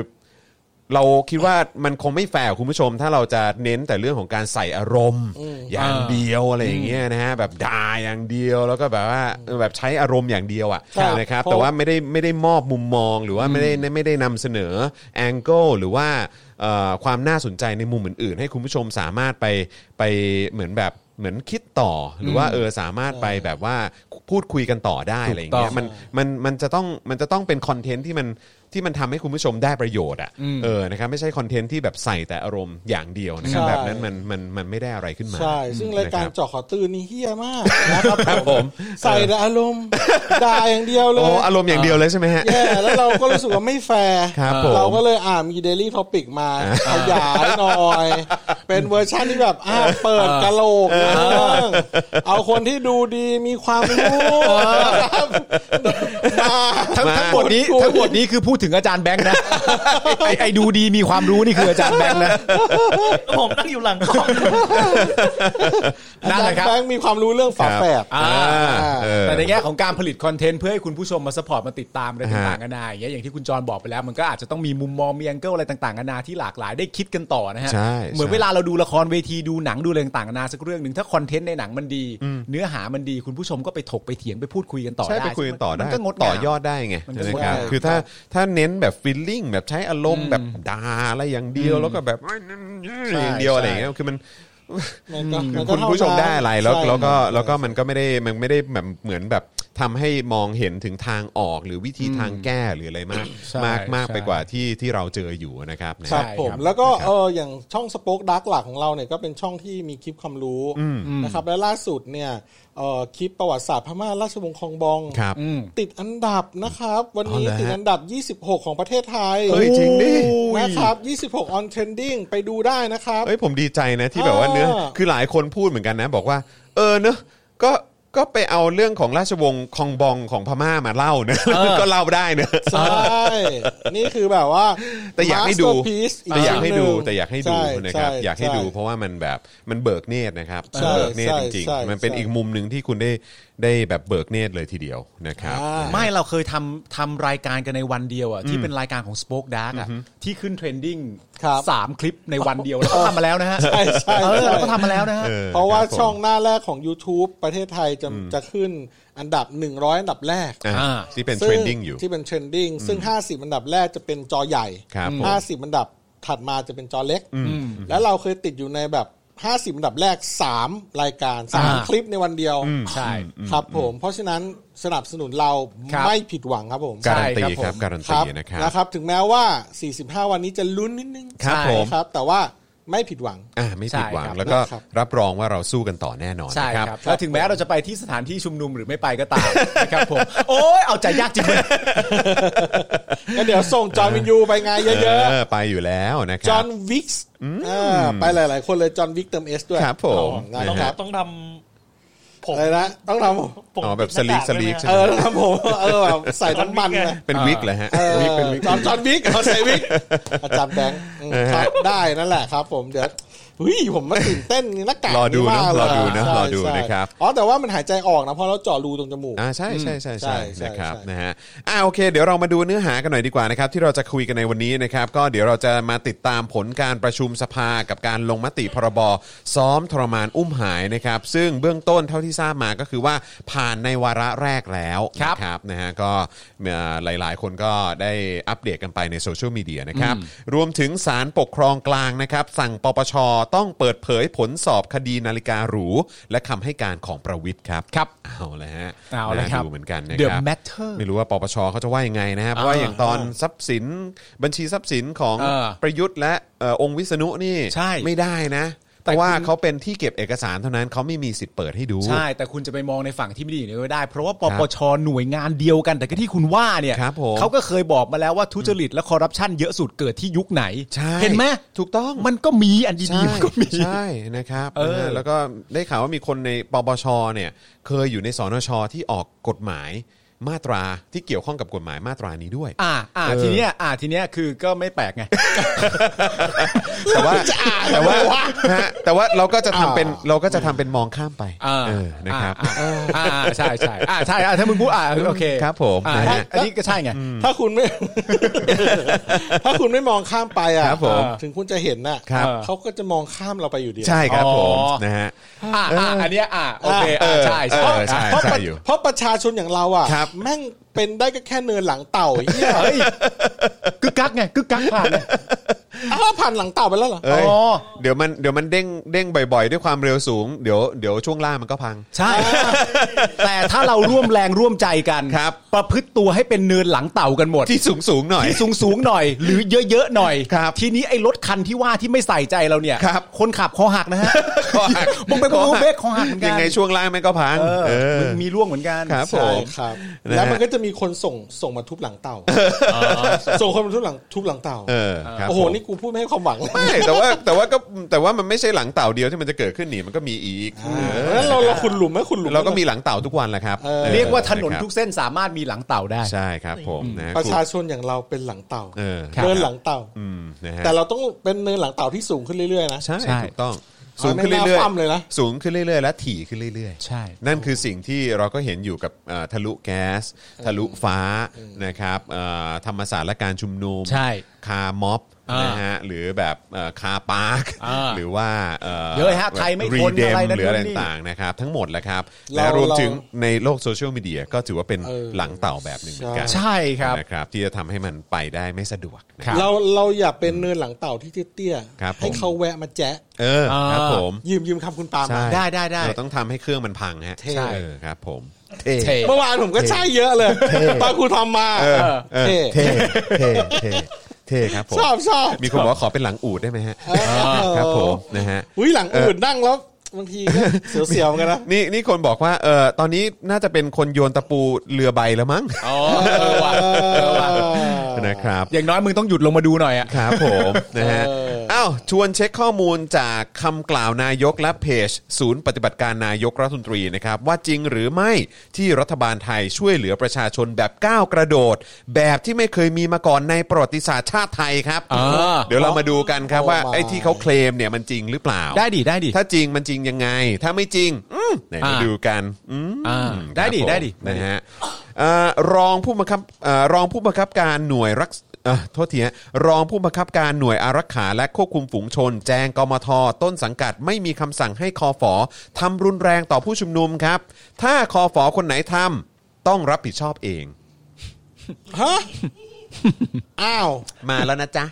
S3: เราคิดว่ามันคงไม่แฟร์กับคุณผู้ชม ถ้าเราจะเน้นแต่เรื่องของการใส่อารมณ์ อย่างเดียวอะไรอย่างเงี้ยนะฮะแบบด่าอย่างเดียวแล้วก็แบบว่าแบบใช้อารมณ์อย่างเดียวอะ
S1: ครับ
S3: นะครับ
S1: เพราะ
S3: แต่ว่าไม่ได้ไม่ได้มอบมุมมองหรือว่าไม่ได้ไม่ได้นำเสนอแองเกิลหรือว่าเอ่อความน่าสนใจในมุมอื่นๆ ให้คุณผู้ชมสามารถไปไปเหมือนแบบเหมือนคิดต่อหรือว่าเออสามารถไปแบบว่าพูดคุยกันต่อได้อะไรอย่างเงี้ย
S4: ถูกต้อง
S3: มัน มันมันจะต้องมันจะต้องเป็นคอนเทนต์ที่มันที่มันทำให้คุณผู้ชมได้ประโยชน์อ่ะเออนะครับไม่ใช่คอนเทนต์ที่แบบใส่แต่อารมณ์อย่างเดียวนะครับ
S1: ใช่
S3: แบบนั้นมันมันมันไม่ได้อะไรขึ้นมา
S1: ใช่ ซึ่งรายการ
S3: นะคบ
S1: เจาะขอตื่นนี่เฮี้ยมากนะครับ
S3: ครับผม
S1: ใส่แต่อารมณ์ด่าอย่างเดียวเล
S3: โอ้
S1: ย
S3: อารมณ์อย่างเดียวเลยใช่ไหมฮะ
S1: แย่แล้วเราก็รู้สึกว่าไม่แฟร์
S3: ครับผม
S1: เราก็เลยอ่ามีเดลี่ท็อปิกมาขยายหน่อย เป็นเวอร์ชันที่แบบอ่าเปิดกะโหลกนะเอาคนที่ดูดีมีความรู้นะครับ
S4: ทั้ง
S3: มา
S4: ทั้งหมดนี้ทั้งหมดนี้คือพูดถึงอาจารย์แบงค์นะ ไอ้ไอ้ดูดีมีความรู้นี่คืออาจารย์แบงค์นะ
S6: ผมนั่งอยู่หลังกล้อง
S1: อา
S4: นั่น
S1: จา
S4: แห
S1: ร
S4: ละ
S1: ย์
S4: ครับ
S1: แบงค์มีความรู้เรื่องฝาแฝด
S3: อ่า
S1: อ่า
S3: เออ
S4: แต่ในแง่ของการผลิตคอนเทนต์เพื่อให้คุณผู้ชมมาสปอร์ตมาติดตามอะไร
S3: ฮะ
S4: ต่างๆกันานาอย่างเงี้ยอย่างที่คุณจรบอกไปแล้ว มันก็อาจจะต้องมีมุมมองมีแองเกิลอะไรต่างๆกันานาที่หลากหลายได้คิดกันต่อนะฮะ
S3: ใช่
S4: เหมือนเวลาเราดูละครเวทีดูหนังดูอะไรต่างๆกันานาสักเรื่องหนึ่งถ้าคอนเทนต์ในหนังมันดี เนื้อหามันดีคุณผู้ชมก็ไปถกไปเถียงไปพูดคุยกันต่อ
S3: ใช่
S4: ได้
S3: ไปคุยกันต่อได้
S4: มันก็งดงาม
S3: ต่อยอดได้ไง
S4: มันก็งด
S3: นะครับ
S4: งาม
S3: คือถ้าถ้าเน้นแบบฟีลลิ่งแบบใช้อารมณ์แบบด่าอะไรอย่างเดียวแล้วก็แบบอย่างเดียว
S4: ใช่
S3: อะไรอย่างเงี้ยคือมัน
S1: มันก็มันก็
S3: คุณผู้ชม
S1: เท่านั้น
S3: ได้อะไรแล้ว
S1: ใช่
S3: แล้วก็แล้วก็มันก็ไม่ได้มันไม่ได้แบบเหมือนแบบทำให้มองเห็นถึงทางออกหรือวิธีทางแก้หรืออะไรมาก
S4: ใช่
S3: มากมาก
S4: ใช่
S3: ไปกว่าที่ที่เราเจออยู่นะครับนะ
S1: ครับผม
S4: ครับ
S1: แล้วก็
S3: นะครับ
S1: เอออย่างช่องสป็อคดักหลักของเราเนี่ยก็เป็นช่องที่มีคลิปความรู้นะครับและล่าสุดเนี่ยเออคลิปประวัติศาสตร์พม่าราชวงศ์คองบอง
S3: ครับอืม
S1: ติดอันดับนะครับ วัน
S3: อ๋อ
S1: นี้
S3: เหรอฮะ
S1: ติดอันดับ 26 ของประเทศไทย
S3: เฮ้ยจริงดิ
S1: นะครับ 26 on trending ไปดูได้นะครับ
S3: เอ้ยผมดีใจนะที่แบบว่าเนื้อ
S1: เออ
S3: คือหลายคนพูดเหมือนกันนะ บอกว่า เออเนอะก็ก็ไปเอาเรื่องของราชวงศ์คองบองของพม่ามาเล่านะ ก็เล่าได้เนอะ
S1: ใช่ นี่คือแบบว่า
S3: แต่อยากให้ดู
S1: masterpiece
S3: แต่อยากให้ดู
S1: ชิ้นนึ่ง
S3: แต่อยากให้ดู
S1: ช่
S3: นะครับ
S1: ช่
S3: อยากให้ดู
S1: ช่
S3: เพราะว่ามันแบบมันเบิกเนตรนะครับ
S1: ใช่
S3: เบิกเนตร
S1: ใช่
S3: จริง
S1: ใช่
S3: ๆ มันเป็น
S1: ใช่
S3: อีกมุมหนึ่งที่คุณได้ได้แบบเบิกเนตรเลยทีเดียวนะครับ
S1: อ่า
S4: ไม่เราเคยทำทำรายการกันในวันเดียวอ่ะที่เป็นรายการของ Spoke Dark อ่ะที่ขึ้นเทรนดิ้ง
S1: ครับ
S4: สามคลิปในวันเดียวเราก็ทำมาแล้วนะฮะ
S1: ใช่ใช่
S4: เออ
S1: ใช่
S4: เราก็ทำมาแล้วนะฮะ
S3: เออ
S1: เพราะว่า
S3: ครับผม
S1: ช่องหน้าแรกของ YouTube ประเทศไทยจะจะขึ้นอันดับ 100 อันดับแรก
S3: อ่า
S4: อ่า
S3: ที่เป็นเท
S1: ซึ่
S3: รนดิ้งอยู่
S1: ที่เป็นเทรนดิ้งซึ่ง 50 อันดับแรกจะเป็นจอใหญ่
S3: ครับผม
S1: 50 อันดับถัดมาจะเป็นจอเล็ก แล้วเราเคยติดอยู่ในแบบ 50 อันดับแรก 3 รายการ
S4: อ่า
S1: 3 คลิปในวันเดียว
S4: ใช่
S1: ครับผม เพราะฉะนั้นสนับสนุนเรา
S4: ครับ
S1: ไม่ผิดหวังครับผม
S4: ค
S3: กา
S4: บ
S3: รันตี
S4: ใช่
S3: ค
S4: ครั
S3: รับบ
S4: ผม
S3: การันตีนะครับ
S1: นะครับ ถึงแม้ว่า 45 วันนี้จะลุ้นนิดนึง
S3: ครับผม
S1: ครับ แต่ว่าไม่ผิดหวัง
S3: อ่าไม่ผิดหวัง
S4: ใช่ครับ
S3: แล้วก็
S1: ครับ
S3: รับรองว่าเราสู้กันต่อแน่นอน
S4: ใช่
S3: นะ
S4: ค
S3: ค
S4: รั
S3: รั
S4: บบ แล้วถึงแม้เราจะไปที่สถานที่ชุมนุมหรือไม่ไปก็ ตาม นะครับผมโอ้ยเอาใจยากจริงเลย
S1: ก็เดี๋ยวส่งจอห์นวินยูไปไงเยอะ
S3: เออไปอยู่แล้วนะค
S1: ๆจอ
S3: รั
S1: ห์
S3: บ
S1: นวิกส์อ่าไปหลาย ๆ คนเลยจอห์นวิกเติมเอสด้วย
S3: ครับผม
S1: นะ
S6: ต้อง
S1: ครับ
S6: ต้องทำผม
S1: อะไรนะต้องทำผม
S6: ผม
S3: อ๋อแบบ
S6: ปิดหน้า
S3: สลีกสลีก
S6: ต่าง
S3: ใช่
S6: ได้
S3: ไห
S6: ไหม
S1: เออต้องทำผมเออแบบใส่น้ำมันไง
S3: เป็นวิกเลยฮะ
S1: เออ
S3: วิกเป็นวิก
S1: จอห์นจอห์นวิกเขาใส่วิกอาจารย์แบงค์อืมครับได้นั่นแหละครับ ผมเดี๋ยวหุ้ยผมมาตื่นเต้นนี่หน้ากาก
S3: รอดูนะ
S1: มาก
S3: รอดูนะ
S1: ใช่
S3: รอดู
S1: ใช่
S3: นะครับ
S1: อ๋อแต่ว่ามันหายใจออกนะเพราะเราเจาะรูตรงจมูก
S3: อ่าใช่ใช่ใช่ใช่
S1: ใช่
S3: นะครับ
S1: ใช่
S3: นะฮะอ่าโอเค เดี๋ยวเรามาดูเนื้อหากันหน่อยดีกว่านะครับที่เราจะคุยกันในวันนี้นะครับ ก็เดี๋ยวเราจะมาติดตามผลการประชุมสภากับการลงมติพรบซ้อมทรมานอุ้มหายนะครับ ซึ่งเบื้องต้นเท่าที่ทราบมาก็คือว่าผ่านในวาระแรกแล้ว
S4: ครับ
S3: นะครับนะฮะก็เอ่อหลายๆ คนก็ได้อัปเดตกันไปในโซเชียลมีเดียนะครับ รวมถึงสารปกครองกลางนะครับ สั่งปปชต้องเปิดเผยผลสอบคดีนาฬิกาหรูและคำให้การของประวิทย์ครับ
S4: ครับ
S3: เอาละฮะ
S4: เอาละครับ
S3: น่ดูเหมือนกันนะค
S4: The
S3: รับ
S4: Matter
S3: ไม่รู้ว่าปปชเขาจะว่ายังไงนะฮะเพราะว่าอย่างตอนทรัพย์สินบัญชีทรัพย์สินของ
S4: เออ
S3: ประยุทธ์และเอ่อองค์วิษณุนี่
S4: ใช่
S3: ไม่ได้นะ
S4: แต่
S3: เพราะว่า
S4: คุณ
S3: เขาเป็นที่เก็บเอกสารเท่านั้นเขาไม่มีสิทธิ์เปิดให้ดู
S4: ใช่ แต่คุณจะไปมองในฝั่งที่ไม่ดีอย่างนี้ไม่ได้ เพราะว่าปปชหน่วยงานเดียวกัน แต่ก็ที่คุณว่าเนี่ย
S3: ครับผม
S4: เขาก็เคยบอกมาแล้วว่าทุจริตและคอร์รัปชันเยอะสุดเกิดที่ยุคไหน
S3: ใช่
S4: เห็นไหม
S3: ถูกต้อง
S4: มันก็มีอันดี
S3: ใช่
S4: ๆมันก็มี
S3: ใช่นะครับ
S4: เอ
S3: นะ
S4: อ
S3: ฮะแล้วก็ได้ข่าวว่ามีคนในปปชเนี่ยเคยอยู่ในสนชที่ออกกฎหมาย มาตราที่เกี่ยวข้องกับกฎหมายมาตรานี้ด้วย
S4: อ่าอ่า
S3: เออ
S4: ทีเนี้ยอ่าทีเนี้ยคือก็ไม่แปลกไง
S3: แต่ว่าแต่ว่าฮะแต่ว่าเราก็จะทำเป็น
S1: อ่า
S3: เราก็จะทำเป็นมองข้ามไป
S4: อ่า
S3: เออนะครับ
S4: อ่าอ่าอ่าอ่าใช่ใช่อ่าใช่อ่าถ้ามึงพูดอ่าโอเค
S3: ครับผม
S4: อ่า
S3: นะฮะ
S4: อันนี้ก็ใช่ไง
S1: ถ้าคุณไม่ ถ้าคุณไม่มองข้ามไปอ่ะ
S3: ครับผม
S1: ถึงคุณจะเห็นน่ะ
S3: ครับ
S1: เขาก็จะมองข้ามเราไปอยู่ดี
S3: ใช่ครับผม
S4: อ๋อ
S3: นะฮะ
S4: อ่าอ่าอันเนี้ยอ่าโอเค
S3: เอ
S4: อ่า
S3: อ
S4: ใช่ใช่
S3: เออใช่
S1: เพราะประ
S3: อยู่
S1: เพราะประชาชนอย่างเราอ่ะ
S3: ครับ
S1: แม่งเป็นได้ก็แค่เนินหลังเต่าไอ้เหี้ย
S4: เฮ้ย กึกกักไงกึกกักผ่านไง
S1: อ้าวผ่านหลังเต่าไปแล้วเหรอ
S3: เอ้ย
S4: อ๋อ
S3: เดี๋ยวมันเดี๋ยวมันเด้งเด้งบ่อย ๆ ด้วยความเร็วสูงเดี๋ยวเดี๋ยวช่วงล่างมันก็พัง
S4: ใช่ แต่ถ้าเราร่วมแรงร่วมใจกัน
S3: ครับ
S4: ประพฤติตัวให้เป็นเนินหลังเต่ากันหมด
S3: ที่สูงสูงๆหน่อย
S4: ที่สูงสู งๆหน่อย หรือเยอะๆหน่อย
S3: ครับ
S4: ทีนี้ไอ้รถคันที่ว่าที่ไม่ใส่ใจเราเนี่ย
S3: ครับ
S4: คนขับคอหักนะฮะ
S3: คอหัก
S4: มึงไปบอกว่าเบรกคอหักเหมือนกัน
S3: ยังไงช่วงล่างมันก็พัง
S4: เออ
S3: เออ
S4: มึงมีร่วงเหมือนกัน
S3: ครับ
S1: ใช่
S3: ผม
S1: ครับ
S3: นะฮะ
S1: แล้วมันก็จะมีคนส่งส่งมาทุบหลังเต่าส่งคนมาทุบหลังทุบหลังเต่า
S3: เออครับ
S1: โอ้โห
S3: ผม
S1: นี่กูพูดไม่ให้ความหวังเลย
S3: ไม่แต่ว่าแต่ว่าก็แต่ว่ามันไม่ใช่หลังเต่าเดียวที่มันจะเกิดขึ้นนี่มันก็มีอีกเออ
S1: แล้วเราเราคุณหลุมไหมคุณหลุม
S3: เราก็มีหลังเต่าทุกวันแหละครับ
S1: เออ
S3: ออ
S4: เรียกว่าถนนทุก
S3: ะค
S4: เส้นสามารถมีหลังเต่าได้
S3: รับใช่ครับผมนะฮะ
S1: ประชาชนอย่างเราเป็นหลังเต่า
S3: เออ
S4: ครับ
S1: เนินหลังเต่า
S3: อืมนะฮะ
S1: แต่เราต้องเป็นเนินหลังเต่าที่สูงขึ้นเรื่อยๆนะ
S3: ใช่
S4: ใช่
S3: ถูกต้อง
S1: เอา
S3: สูงขึ้น
S1: ไม่น่า
S3: เรื่อย
S1: คว่ำเลยนะ
S3: สูงขึ้นเรื่อยๆ และถี่ขึ้นเรื่อยๆ
S4: ใช่
S3: นั่นคือสิ่งที่เราก็เห็นอยู่กับเอ่อทะลุแก๊ส ทะลุฟ้านะครับเอ่อธรรมศาสตร์และการชุมนุม
S4: ใช่
S3: คาร์ม็อบ
S4: อ่าน
S3: นะฮะหรือแบบคาปาร์ค
S4: อ่า
S3: หรือว่า
S4: เยอะฮะไทยไม่ทน
S3: เดม
S4: อะไรนะ
S3: หรืออะไร
S4: นู่นนี่
S3: ต่างๆนะครับ ทั้งหมดแหละครับ
S1: เรา
S3: และรวม
S1: เรา
S3: ถึงในโลกโซเชียลมีเดียก็ถือว่าเป็น
S1: เออ
S3: หลังเต่าแบบหนึ่งเหมือนกัน
S1: ใช่
S4: ใช่ครับ
S3: นะครับที่จะทำให้มันไปได้ไม่สะดวกนะ
S4: ครับ
S1: เราเราอย่าเป็นเนินหลังเต่าที่เตี้ยๆ
S3: ครับผม
S1: ให้เขาแวะมาแจ๊ะ
S3: เออครับผม
S1: ยืมยืมคำคุณปาล์ม
S3: ใช่
S1: มา
S4: ได้ได้ได้
S3: เราต้องทำให้เครื่องมันพังฮะ
S1: เท่
S3: เออครับ ผม
S4: เท่
S1: เมื่อวานผมก็ใช่เยอะเลย ตอนครูทำมา
S3: เออ
S1: เท่
S3: เท่เท่เท่เท่ครับผม
S1: ชอบชอบ
S3: มีคนบอกว่าขอเป็นหลังอูดได้ไหมฮะ
S1: เออ
S3: ครับผมนะฮะ
S1: อุ้ยหลังอื่นนั่งแล้วบางทีก็เสียวๆเหมือนกันนะ
S3: นี่นี่คนบอกว่าเออตอนนี้น่าจะเป็นคนโยนตะปูเรือใบแล้วมั้ง
S4: อ๋อเออว่ะเออว่ะ
S3: นะครับ
S4: อย่างน้อยมึงต้องหยุดลงมาดูหน่อยอ่ะ
S3: ครับผม นะฮะ
S1: เออ
S3: เอ้าวชวนเช็คข้อมูลจากคำกล่าวนายกและเพจ ศูนย์ปฏิบัติการนายกรัฐมนตรีนะครับ ว่าจริงหรือไม่ที่รัฐบาลไทยช่วยเหลือประชาชนแบบก้าวกระโดด แบบที่ไม่เคยมีมาก่อนในประวัติศาสตร์ชาติไทยครับ
S4: อ่า
S3: เดี๋ยวเรามาดูกันครับ
S1: โอ้
S3: ว่า
S1: my
S3: ไอ้ที่เขาเคลมเนี่ยมันจริงหรือเปล่า
S4: ได้ดิได้ดิ
S3: ถ้าจริงมันจริงยังไง ถ้าไม่จริงอืมไหนมา
S4: อ่า
S3: ดูกันอืม
S4: อ่าได้ดิ
S3: ครับผม
S4: ได้ดิ
S3: นะฮะเอ่อรองผู้บังคับเอ่อรองผู้บังคับการหน่วยรักษเอ่อโทษทีฮะรองผู้บังคับการหน่วยอารักขาและควบคุมฝูงชน แจ้งกมท ต้นสังกัดไม่มีคำสั่งให้คอฟอทำรุนแรงต่อผู้ชุมนุมครับ ถ้าคอฟอคนไหนทำต้องรับผิดชอบเอง
S1: ฮะ อ้าว
S3: มาแล้วนะจ๊ะ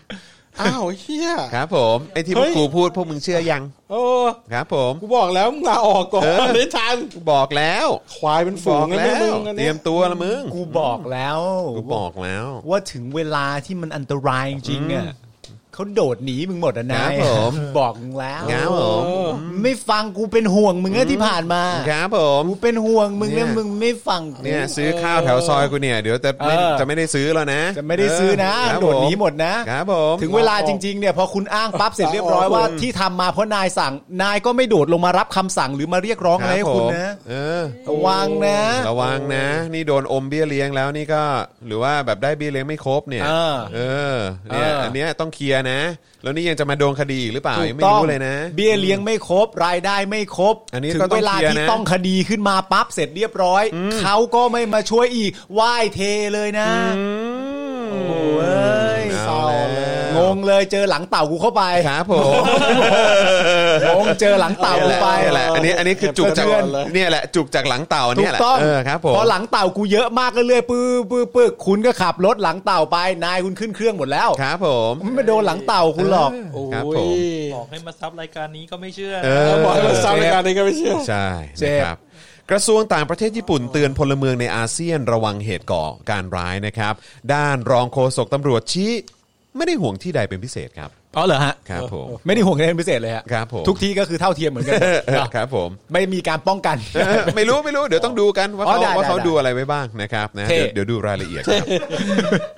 S1: อ้าวเฮีย
S3: ครับผมไอ้ที่พวก
S1: เฮ้ย
S3: กูพูดพวกมึงเชื่อยัง
S1: โอ้
S3: ครับผม
S1: กูบอกแล้วมึงลาออกก่อน
S3: เออ
S1: ไม่ทัน
S3: กูบอกแล้ว
S1: ควายเป็น
S3: บ
S1: ฝู
S3: อง ก
S1: เลย
S3: แล้
S1: นะมึ
S3: ว
S1: งอัน
S3: เต
S1: เนี้
S3: รี
S1: ย
S3: ยมตัวละมึง
S4: กูบอกแล้ว
S3: กูบอกแล้ว
S4: ว่าถึงเวลาที่มันอันตรายจริงๆอ่ะเขาโดดหนีมึงหมดอ่ะนา
S3: ครับ
S4: ย
S3: ผม
S4: บอกมึงแล้ว
S3: ครับผม
S4: ไม่ฟังกูเป็นห่วงมึงนะที่ผ่านมา
S3: ครับผม
S4: กูเป็นห่วงมึง
S3: เนี่
S4: นะ
S3: ย
S4: มึงไม่ฟังกู
S3: เนี่ยซื้อข้าวแถวซอยกูเนี่ยเดี๋ยวจะไม่
S4: เออ
S3: จะไม่ได้ซื้อแล้วนะ
S4: จะไม่ได้ซื้อนะ
S3: เครับ
S4: โดดหนีหมดนะ
S3: ครับผม
S4: ถึงเวลาจริงๆเนี่ยพอคุณอ้างปั๊บเสร็จเรียบร้อยว่าที่ทำมาเพราะนายสั่งนายก็ไม่โดดลงมารับคำสั่งหรือมาเรียกร้อง
S3: ค
S4: อะไร
S3: รับ
S4: ให้
S3: ผ
S4: คุณ
S3: ม
S4: นะ
S3: เออ
S4: ระวังนะ
S3: ระวังนะ นี่โดนอมเบี้ยเลี้ยงแล้วนี่ก็ หรือว่าแบบได้เบี้ยเลี้ยงไม่ครบเนี่ย
S4: เออ
S3: เออเนี่ย
S4: เอออั
S3: อันเนี้ยต้องเคลียร์นะ แล้วนี่ยังจะมาโดนคดีอีกหรือเปล่า
S4: ถู
S3: ยัง
S4: ก
S3: ไม่
S4: ต้อง
S3: รู้เลยนะ
S4: เบี้ยเลี้ยงไม่ครบ รายได้ไม่ครบ
S3: อันนี้
S4: ถึ
S3: ก็
S4: ง
S3: ต้อง
S4: เวลา
S3: เคลียร์
S4: ที่
S3: นะ
S4: ต้องคดีขึ้นมาปั๊บเสร็จเรียบร้อย เขาก็ไม่มาช่วยอีกไหว้เทเลยนะโอ้ย
S3: เศ
S1: เศร้า
S3: ร้า
S1: เลย
S4: งงเลยเจอหลังเต่ากูเข้าไป
S3: ครับผม
S4: งงเจอหลังเต่ากูไป
S3: นี่แหละอันนี้อันนี้คือจุกจาก
S1: เพื่อนเลย
S3: เนี่ยแหละจุกจากหลังเต่า
S4: ถู
S3: เนี่ย
S4: ก
S3: แหละ
S4: ต้อง
S3: เออครับผม
S4: พอหลังเต่ากูเยอะมากเรื่อยๆปื้อปื้อปื้อคุณก็ขับรถหลังเต่าไปนายคุณขึ้นเครื่องหมดแล้ว
S3: ครับผม
S4: มันไม่โดนหลังเต่าคุณหรอก
S1: โอ้
S3: ครับ
S1: ย
S3: ผม
S6: บอกให้มาซับรายการนี้ก็ไม่เชื่อ
S1: เราบอกให้มันซ้ำรายการนี้ก็ไม่เชื่อ
S3: ใช่
S4: เจ็บ
S3: นะครับกระทรวงต่างประเทศญี่ปุ่นเตือนพลเมืองในอาเซียนระวังเหตุก่อการร้ายนะครับ ด้านรองโฆษกตำรวจชี้ไม่ได้ห่วงที่ใดเป็นพิเศษครับ
S4: อ๋อเหรอฮะ
S3: ครับผม
S4: ไม่ได้ห่วงคะแนนพิเศษเลยฮะ
S3: ครับผม
S4: ทุกที่ก็คือเท่าเทียมเหมือนกัน หมดเนอะ
S3: ครับผม
S4: ไม่มีการป้องกัน
S3: เออ ไม่รู้ไม่รู้เดี๋ยวต้องดูกันว่า
S4: อ๋อ
S3: เขา
S4: ได้ได้
S3: ว่าเขา
S4: ได้
S3: ดูอะไรไว้บ้างนะครับนะ
S4: เท่
S3: เดี๋ยวเดี๋ยวดูรายละเอียดครับ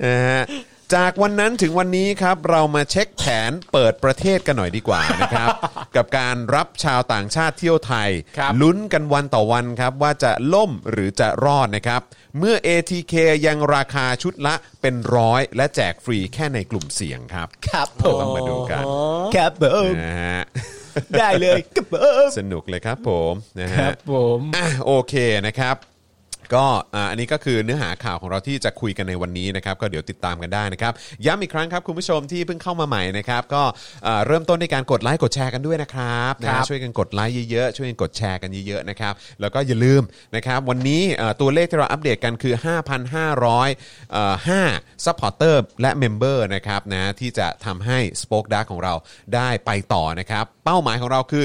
S3: นะฮะ จากวันนั้นถึงวันนี้ครับ เรามาเช็คแผนเปิดประเทศกันหน่อยดีกว่า นะครับ กับการรับชาวต่างชาติเที่ยวไทย
S4: ครับ
S3: ลุ้นกันวันต่อวันครับว่าจะล่มหรือจะรอดนะครับ เมื่อ ATK ยังราคาชุดละเป็นร้อยและแจกฟรีแค่ในกลุ่มเสี่ยงครับ
S4: ครับผม
S3: ต้องมาดูกัน
S4: ครับผม
S3: นะ ฮะ
S4: ได้เลยครับผม
S3: สนุกเลยครับผมนะฮะ
S4: ผม
S3: อ่ะโอเคนะครับ ก็อ่าอันนี้ก็คือเนื้อหาข่าวของเราที่จะคุยกันในวันนี้นะครับ ก็เดี๋ยวติดตามกันได้นะครับ ย้ำอีกครั้งครับคุณผู้ชมที่เพิ่งเข้ามาใหม่นะครับ ก็อ่าเริ่มต้นในการกดไลค์กดแชร์กันด้วยนะครับนะ
S4: ครั
S3: ฮะ
S4: บ
S3: ช่วยกันกดไลค์เยอะๆช่วยกันกดแชร์กันเยอะๆนะครับ แล้วก็อย่าลืมนะครับ วันนี้อ่าตัวเลขที่เราอัปเดตกันคือ 5,500อ่า5ซัพพอร์เตอร์และเมมเบอร์นะครับนะที่จะทำให้ Spoke Dark ของเราได้ไปต่อนะครับ เป้าหมายของเราคือ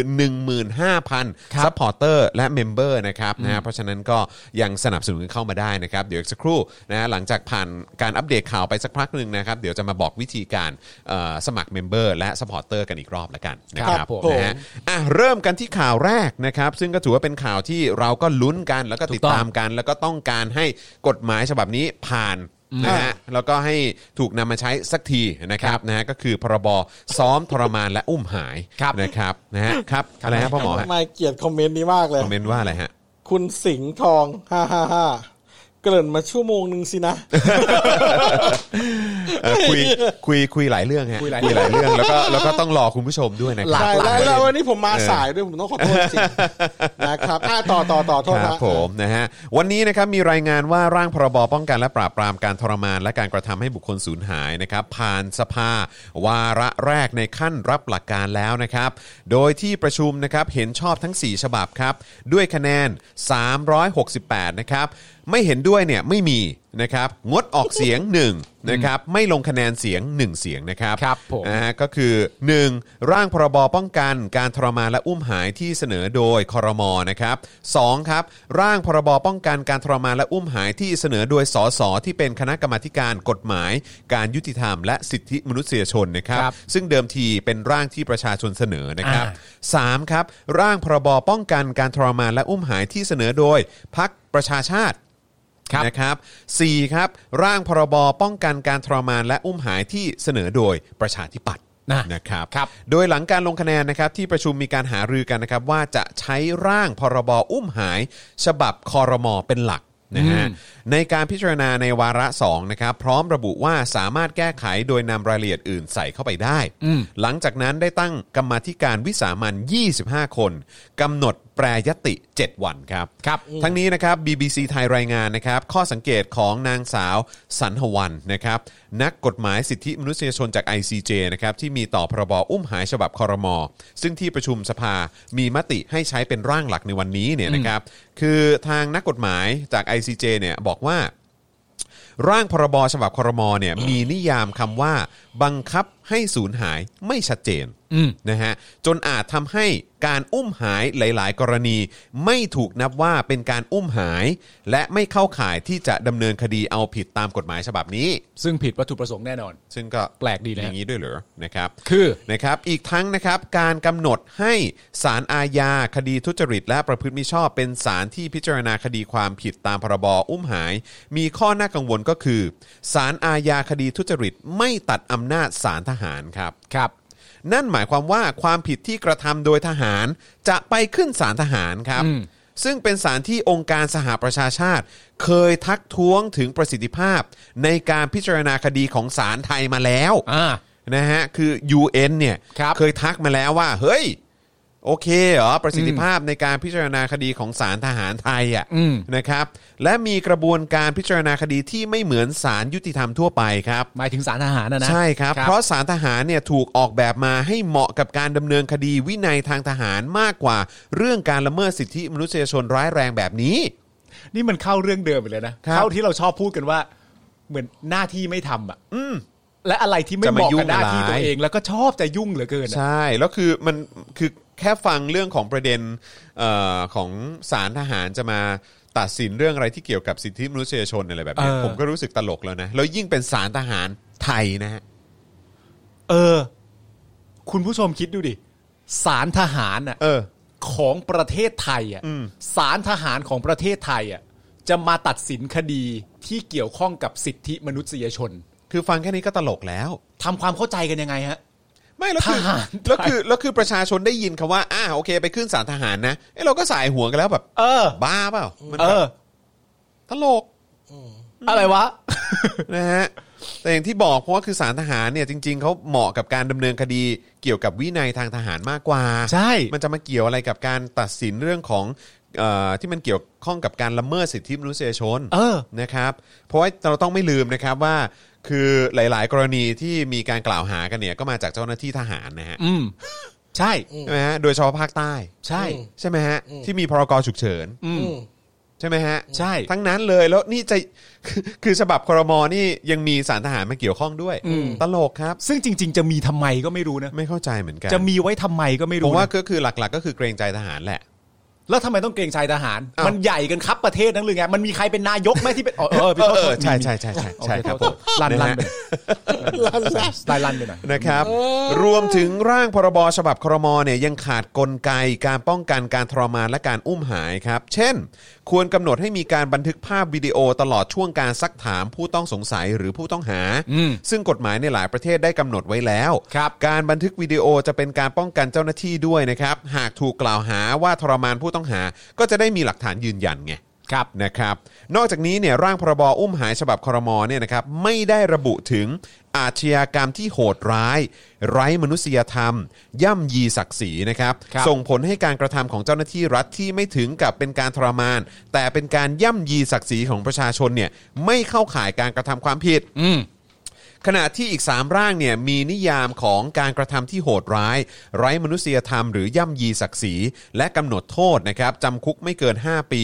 S3: 15,000 ซัพพอร์เตอร์และเมมเบอร์นะครับนะฮะเพราะฉะนั้นก็ยังสนับสนุนกันเข้ามาได้นะครับ เดี๋ยวอีกสักครู่นะฮะหลังจากผ่านการอัปเดตข่าวไปสักพักหนึ่งนะครับ เดี๋ยวจะมาบอกวิธีการเอ่อสมัครเมมเบอร์และซัพพอร์เตอร์กันอีกรอบละกันนะค
S1: ครั
S3: รับบ
S1: ผม
S3: นะฮะอ่ะเริ่มกันที่ข่าวแรกนะครับ ซึ่งก็ถือว่าเป็นข่าวที่เราก็ลุ้นกันแล้วก็ติด
S4: ถูกต้อง
S3: ตามกัน แล้วก็ต้องการให้กฎหมายฉบับนี้ผ่านนะฮะแล้วก็ให้ถูกนำมาใช้สักทีนะครับนะฮะก็คือพรบซ้อมทรมานและอุ้มหายนะครับนะฮะครับอะไรฮะพ่อหมอฮะ
S1: ไม่เกลียดคอมเมนต์นี้มากเลย
S3: คอมเมนต์ว่าอะไรฮะ
S1: คุณสิงห์ทองฮ่าฮ่าฮ่าเกริ่นมาชั่วโมงหนึ่งสินะ
S3: เอ่อคุยคุยคุยหลายเรื่องฮะ
S4: คุยหลาย
S3: เรื่องแล้วก็แล้วก็ต้องรอคุณผู้ชมด้วยนะครั
S1: ใช่
S3: หลา
S1: แล้
S3: ยวเรื่
S1: แล้
S3: อ
S1: ว
S3: ง
S1: วันนี้ผมมาสายด้วย ผมต้องขอโทษจริงๆนะครับอ่ะต่อต่อต่อโทษ
S3: ค
S1: นะ
S3: รับผมนะฮะวันนี้นะครับมีรายงานว่าร่างพรบป้องกันและปราบปรามการทรมาน และการกระทำให้บุคคลสูญหายนะครับผ่านสภา วาระแรกในขั้นรับหลักการแล้วนะครับ โดยที่ประชุมนะครับเห็นชอบทั้ง 4 ฉบับครับ ด้วยคะแนน 368 นะครับ ไม่เห็นด้วยเนี่ยไม่มีนะครับงดออกเสียง 1 นะครับไม่ลงคะแนนเสียง 1 เสียงนะครับ
S4: ครับผม
S3: นะ นะฮะก็คือ 1. ร่างพรบป้องกันการทรมานและอุ้มหายที่เสนอโดยคอรมอนะครับสองครับ ร่างพรบป้องกันการทรมานและอุ้มหายที่เสนอโดยสสที่เป็นคณะกรรมาธิการกฎหมาย การยุติธรรมและสิทธิมนุษยชนนะครับ
S4: ครับ
S3: ซึ่งเดิมทีเป็นร่างที่ประชาชนเสนอนะครับ 3. ครับ ร่างพรบป้องกันการทรมานและอุ้มหายที่เสนอโดยพักประชาชาติ
S4: ครับ
S3: นะครับ4ครับ ร่างพรบป้องกันการทรมานและอุ้มหายที่เสนอโดยประชาธิปัตย์
S4: นะ
S3: นะครับ
S4: ครับ
S3: โดยหลังการลงคะแนนนะครับที่ประชุมมีการหารือกันนะครับ ว่าจะใช้ร่างพรบอุ้มหาย ฉบับคอรมอเป็นหลักนะฮะในการพิจารณาในวาระ2นะครับพร้อมระบุว่าสามารถแก้ไขโดยนำรายละเอียดอื่นใส่เข้าไปได้ หลังจากนั้นได้ตั้งกรรมาธิการวิสามัน 25 คนกำหนดแปรยติ 7 วันครับ
S4: ครับ
S3: ทั้งนี้นะครับ BBC ไทยรายงานนะครับ ข้อสังเกตของนางสาวสันหวันนะครับ นักกฎหมายสิทธิมนุษยชนจาก ICJ นะครับ ที่มีต่อพรบอุ้มหายฉบับคอรมอซึ่งที่ประชุมสภามีมติให้ใช้เป็นร่างหลักในวันนี้เนี่ยนะครับ คือทางนักกฎหมายจาก ICJ เนี่ยบอกว่า ร่างพรบฉบับครมเนี่ยมีนิยามคำว่า บังคับให้สูญหายไม่ชัดเจนนะฮะจนอาจทำให้การอุ้มหายหลาย ๆ กรณี ไม่ถูกนับว่าเป็นการอุ้มหาย และไม่เข้าข่ายที่จะดำเนินคดีเอาผิดตามกฎหมายฉบับนี้
S4: ซึ่งผิดวัตถุประสงค์แน่นอน
S3: ซึ่งก็
S4: แปลกดีนะ
S3: อย่างนี้ด้วยเหรอนะครับ
S4: คือ
S3: นะครับอีกทั้งนะครับการกำหนดให้ศาลอาญาคดีทุจริต และประพฤติมิชอบ เป็นศาลที่พิจารณาคดีความผิดตามพรบอุ้มหาย มีข้อน่ากังวลก็คือศาลอาญาคดีทุจริต ไม่ตัดอำนาจศาลทหารครับ
S4: ครับ
S3: นั่นหมายความว่าความผิดที่กระทำโดยทหารจะไปขึ้นศาลทหารครับ ซึ่งเป็นศาลที่องค์การสหประชาชาติ เคยทักท้วงถึงประสิทธิภาพ ในการพิจารณาคดีของศาลไทยมาแล้ว
S4: อ่า
S3: นะฮะคือ UN เนี่ย
S4: ครับ
S3: เคยทักมาแล้วว่า เฮ้ย โอเคเหรอ ประสิทธิภาพในการพิจารณาคดีของศาลทหารไทยอ่ะ
S4: อืม
S3: นะครับ และมีกระบวนการพิจารณาคดีที่ไม่เหมือนศาลยุติธรรมทั่วไปครับ
S4: หมายถึงสารอาหารนะนะ
S3: ใช่ครับ เพ
S4: เพราะ
S3: ราะสารทหารเนี่ยถูกออกแบบมาให้เหมาะกับการดำเนินคดีวินัยทางทหารมากกว่า เรื่องการละเมิดสิทธิมนุษยชนร้ายแรงแบบนี้
S4: นี่มันเข้าเรื่องเดิมไปเลยนะครับ เข้าที่เราชอบพูดกันว่า เหมือนหน้าที่ไม่ทำอ่ะและอะไรที่ไม่
S3: จะ
S4: เห
S3: มา
S4: มาะ
S3: ยุ่
S4: กั
S3: ง
S4: บหน้าที่
S3: อะไร
S4: ตัวเอง แล้วก็ชอบจะยุ่งเหลือเกินอะ
S3: ใช่ แล้วคือมันคือแค่ฟังเรื่องของประเด็นเออของสารทหารจะมาตัดสินเรื่องอะไรที่เกี่ยวกับสิทธิมนุษยชนอะไรแบบเนี้ย
S4: เออ
S3: ผมก็รู้สึกตลกแล้วนะแล้วยิ่งเป็นสารทหารไทยนะฮะ
S4: เออ คุณผู้ชมคิดดูดิสารทหารอ่ะ
S3: เออ
S4: ของประเทศไทยอ่ะสารทหารของประเทศไทยอ่ะจะมาตัดสินคดีที่เกี่ยวข้องกับสิทธิมนุษยชน
S3: คือฟังแค่นี้ก็ตลกแล้ว
S4: ทำความเข้าใจกันยังไงฮะ
S3: ไม่แล้วคือ
S4: ทหาร
S3: แล้วคือแล้วคือประชาชนได้ยินคำว่าอ่าโอเค ไปขึ้นศาลทหารนะเอ้ยเราก็สายหัวกันแล้วแบบ
S4: เออ
S3: บ้าเปล่ามัน
S4: เอ
S3: แบบ
S4: อ
S3: ตลก
S4: อะไรวะ
S3: นะฮะแต่อย่างที่บอกเพราะว่าคือสารทหารเนี่ยจริง ๆเขาเหมาะกับการดำเนินคดีเกี่ยวกับวินัยทางทหารมากกว่า
S4: ใช่
S3: มันจะมาเกี่ยวอะไรกับการตัดสินเรื่องของเอ่อที่มันเกี่ยวข้องกับการละเมิดสิทธิมนุษยชน
S4: เออ
S3: นะครับเพราะว่าเราต้องไม่ลืมนะครับว่าคือหลาย ๆ กรณีที่มีการกล่าวหากันเนี่ยก็มาจากเจ้าหน้าที่ทหารนะฮะ
S4: อืม ใช่
S3: ใช่ไหมฮะโดยเฉพาะภาคใต้
S4: ใช่
S1: อืม
S3: ใช่ไหมฮะที่มีพรกฉุกเฉิน
S4: อืม
S1: อืม
S3: ใช่ไหมฮะ
S4: ใช่
S3: ทั้งนั้นเลยแล้วนี่จะ คือฉบับครมนี่ยังมีสารทหารมาเกี่ยวข้องด้วยตลกครับ
S4: ซึ่งจริง ๆ จะมีทำไมก็ไม่รู้นะ
S3: ไม่เข้าใจเหมือนกัน
S4: จะมีไว้ทำไมก็ไม่
S3: ผม
S4: รู้
S3: ว่า
S4: นะ
S3: ก็คือหลักๆ ก็คือเกรงใจทหารแหละ
S4: แล้วทำไมต้องเกรงใจทหาร
S3: อ้าว
S4: มันใหญ่กันครับประเทศนั้นหรือไง มันมีใครเป็นนายกไหมที่เป็นอ๋อเออพี่โทษ
S3: เออ
S4: โทษ
S3: ใช่ใช่ใช่ใช่
S4: โอเ
S3: ใช่ครับ
S4: โท
S3: ผม
S4: ษลั่น
S3: ะ
S4: ลั่น
S3: ฮะ
S4: ไป
S1: ลั่นละ
S4: ไล่ลั่นไปหน่อย
S3: นะครับรวมถึงร่างพรบฉบับครมเนี่ยยังขาดกลไกการป้องกันการทรมานและการอุ้มหายครับ เช่น ควรกำหนดให้มีการบันทึกภาพวิดีโอตลอดช่วงการซักถามผู้ต้องสงสัยหรือผู้ต้องหา ซึ่งกฎหมายในหลายประเทศได้กำหนดไว้แล้ว
S4: ครับ
S3: การบันทึกวิดีโอจะเป็นการป้องกันเจ้าหน้าที่ด้วยนะครับ หากถูกกล่าวหาว่าทรมานผู้ต้องหา ก็จะได้มีหลักฐานยืนยันไง
S4: ครับ
S3: นะครับนอกจากนี้เนี่ยร่างพรบอุ้มหายฉบับครมเนี่ยนะครับไม่ได้ระบุถึงอาชญากรรมที่โหดร้าย ไร้มนุษยธรรม ย่ำยีศักดิ์ศรีนะครับ
S4: ครับ
S3: ส่งผลให้การกระทำของเจ้าหน้าที่รัฐที่ไม่ถึงกับเป็นการทรมาน แต่เป็นการย่ำยีศักดิ์ศรีของประชาชนเนี่ยไม่เข้าข่ายการกระทำความผิด ขณะที่อีก 3 ร่างเนี่ยมีนิยามของการกระทำที่โหดร้าย ไร้มนุษยธรรมหรือย่ำยีศักดิ์ศรี และกำหนดโทษนะครับจำคุกไม่เกิน 5 ปี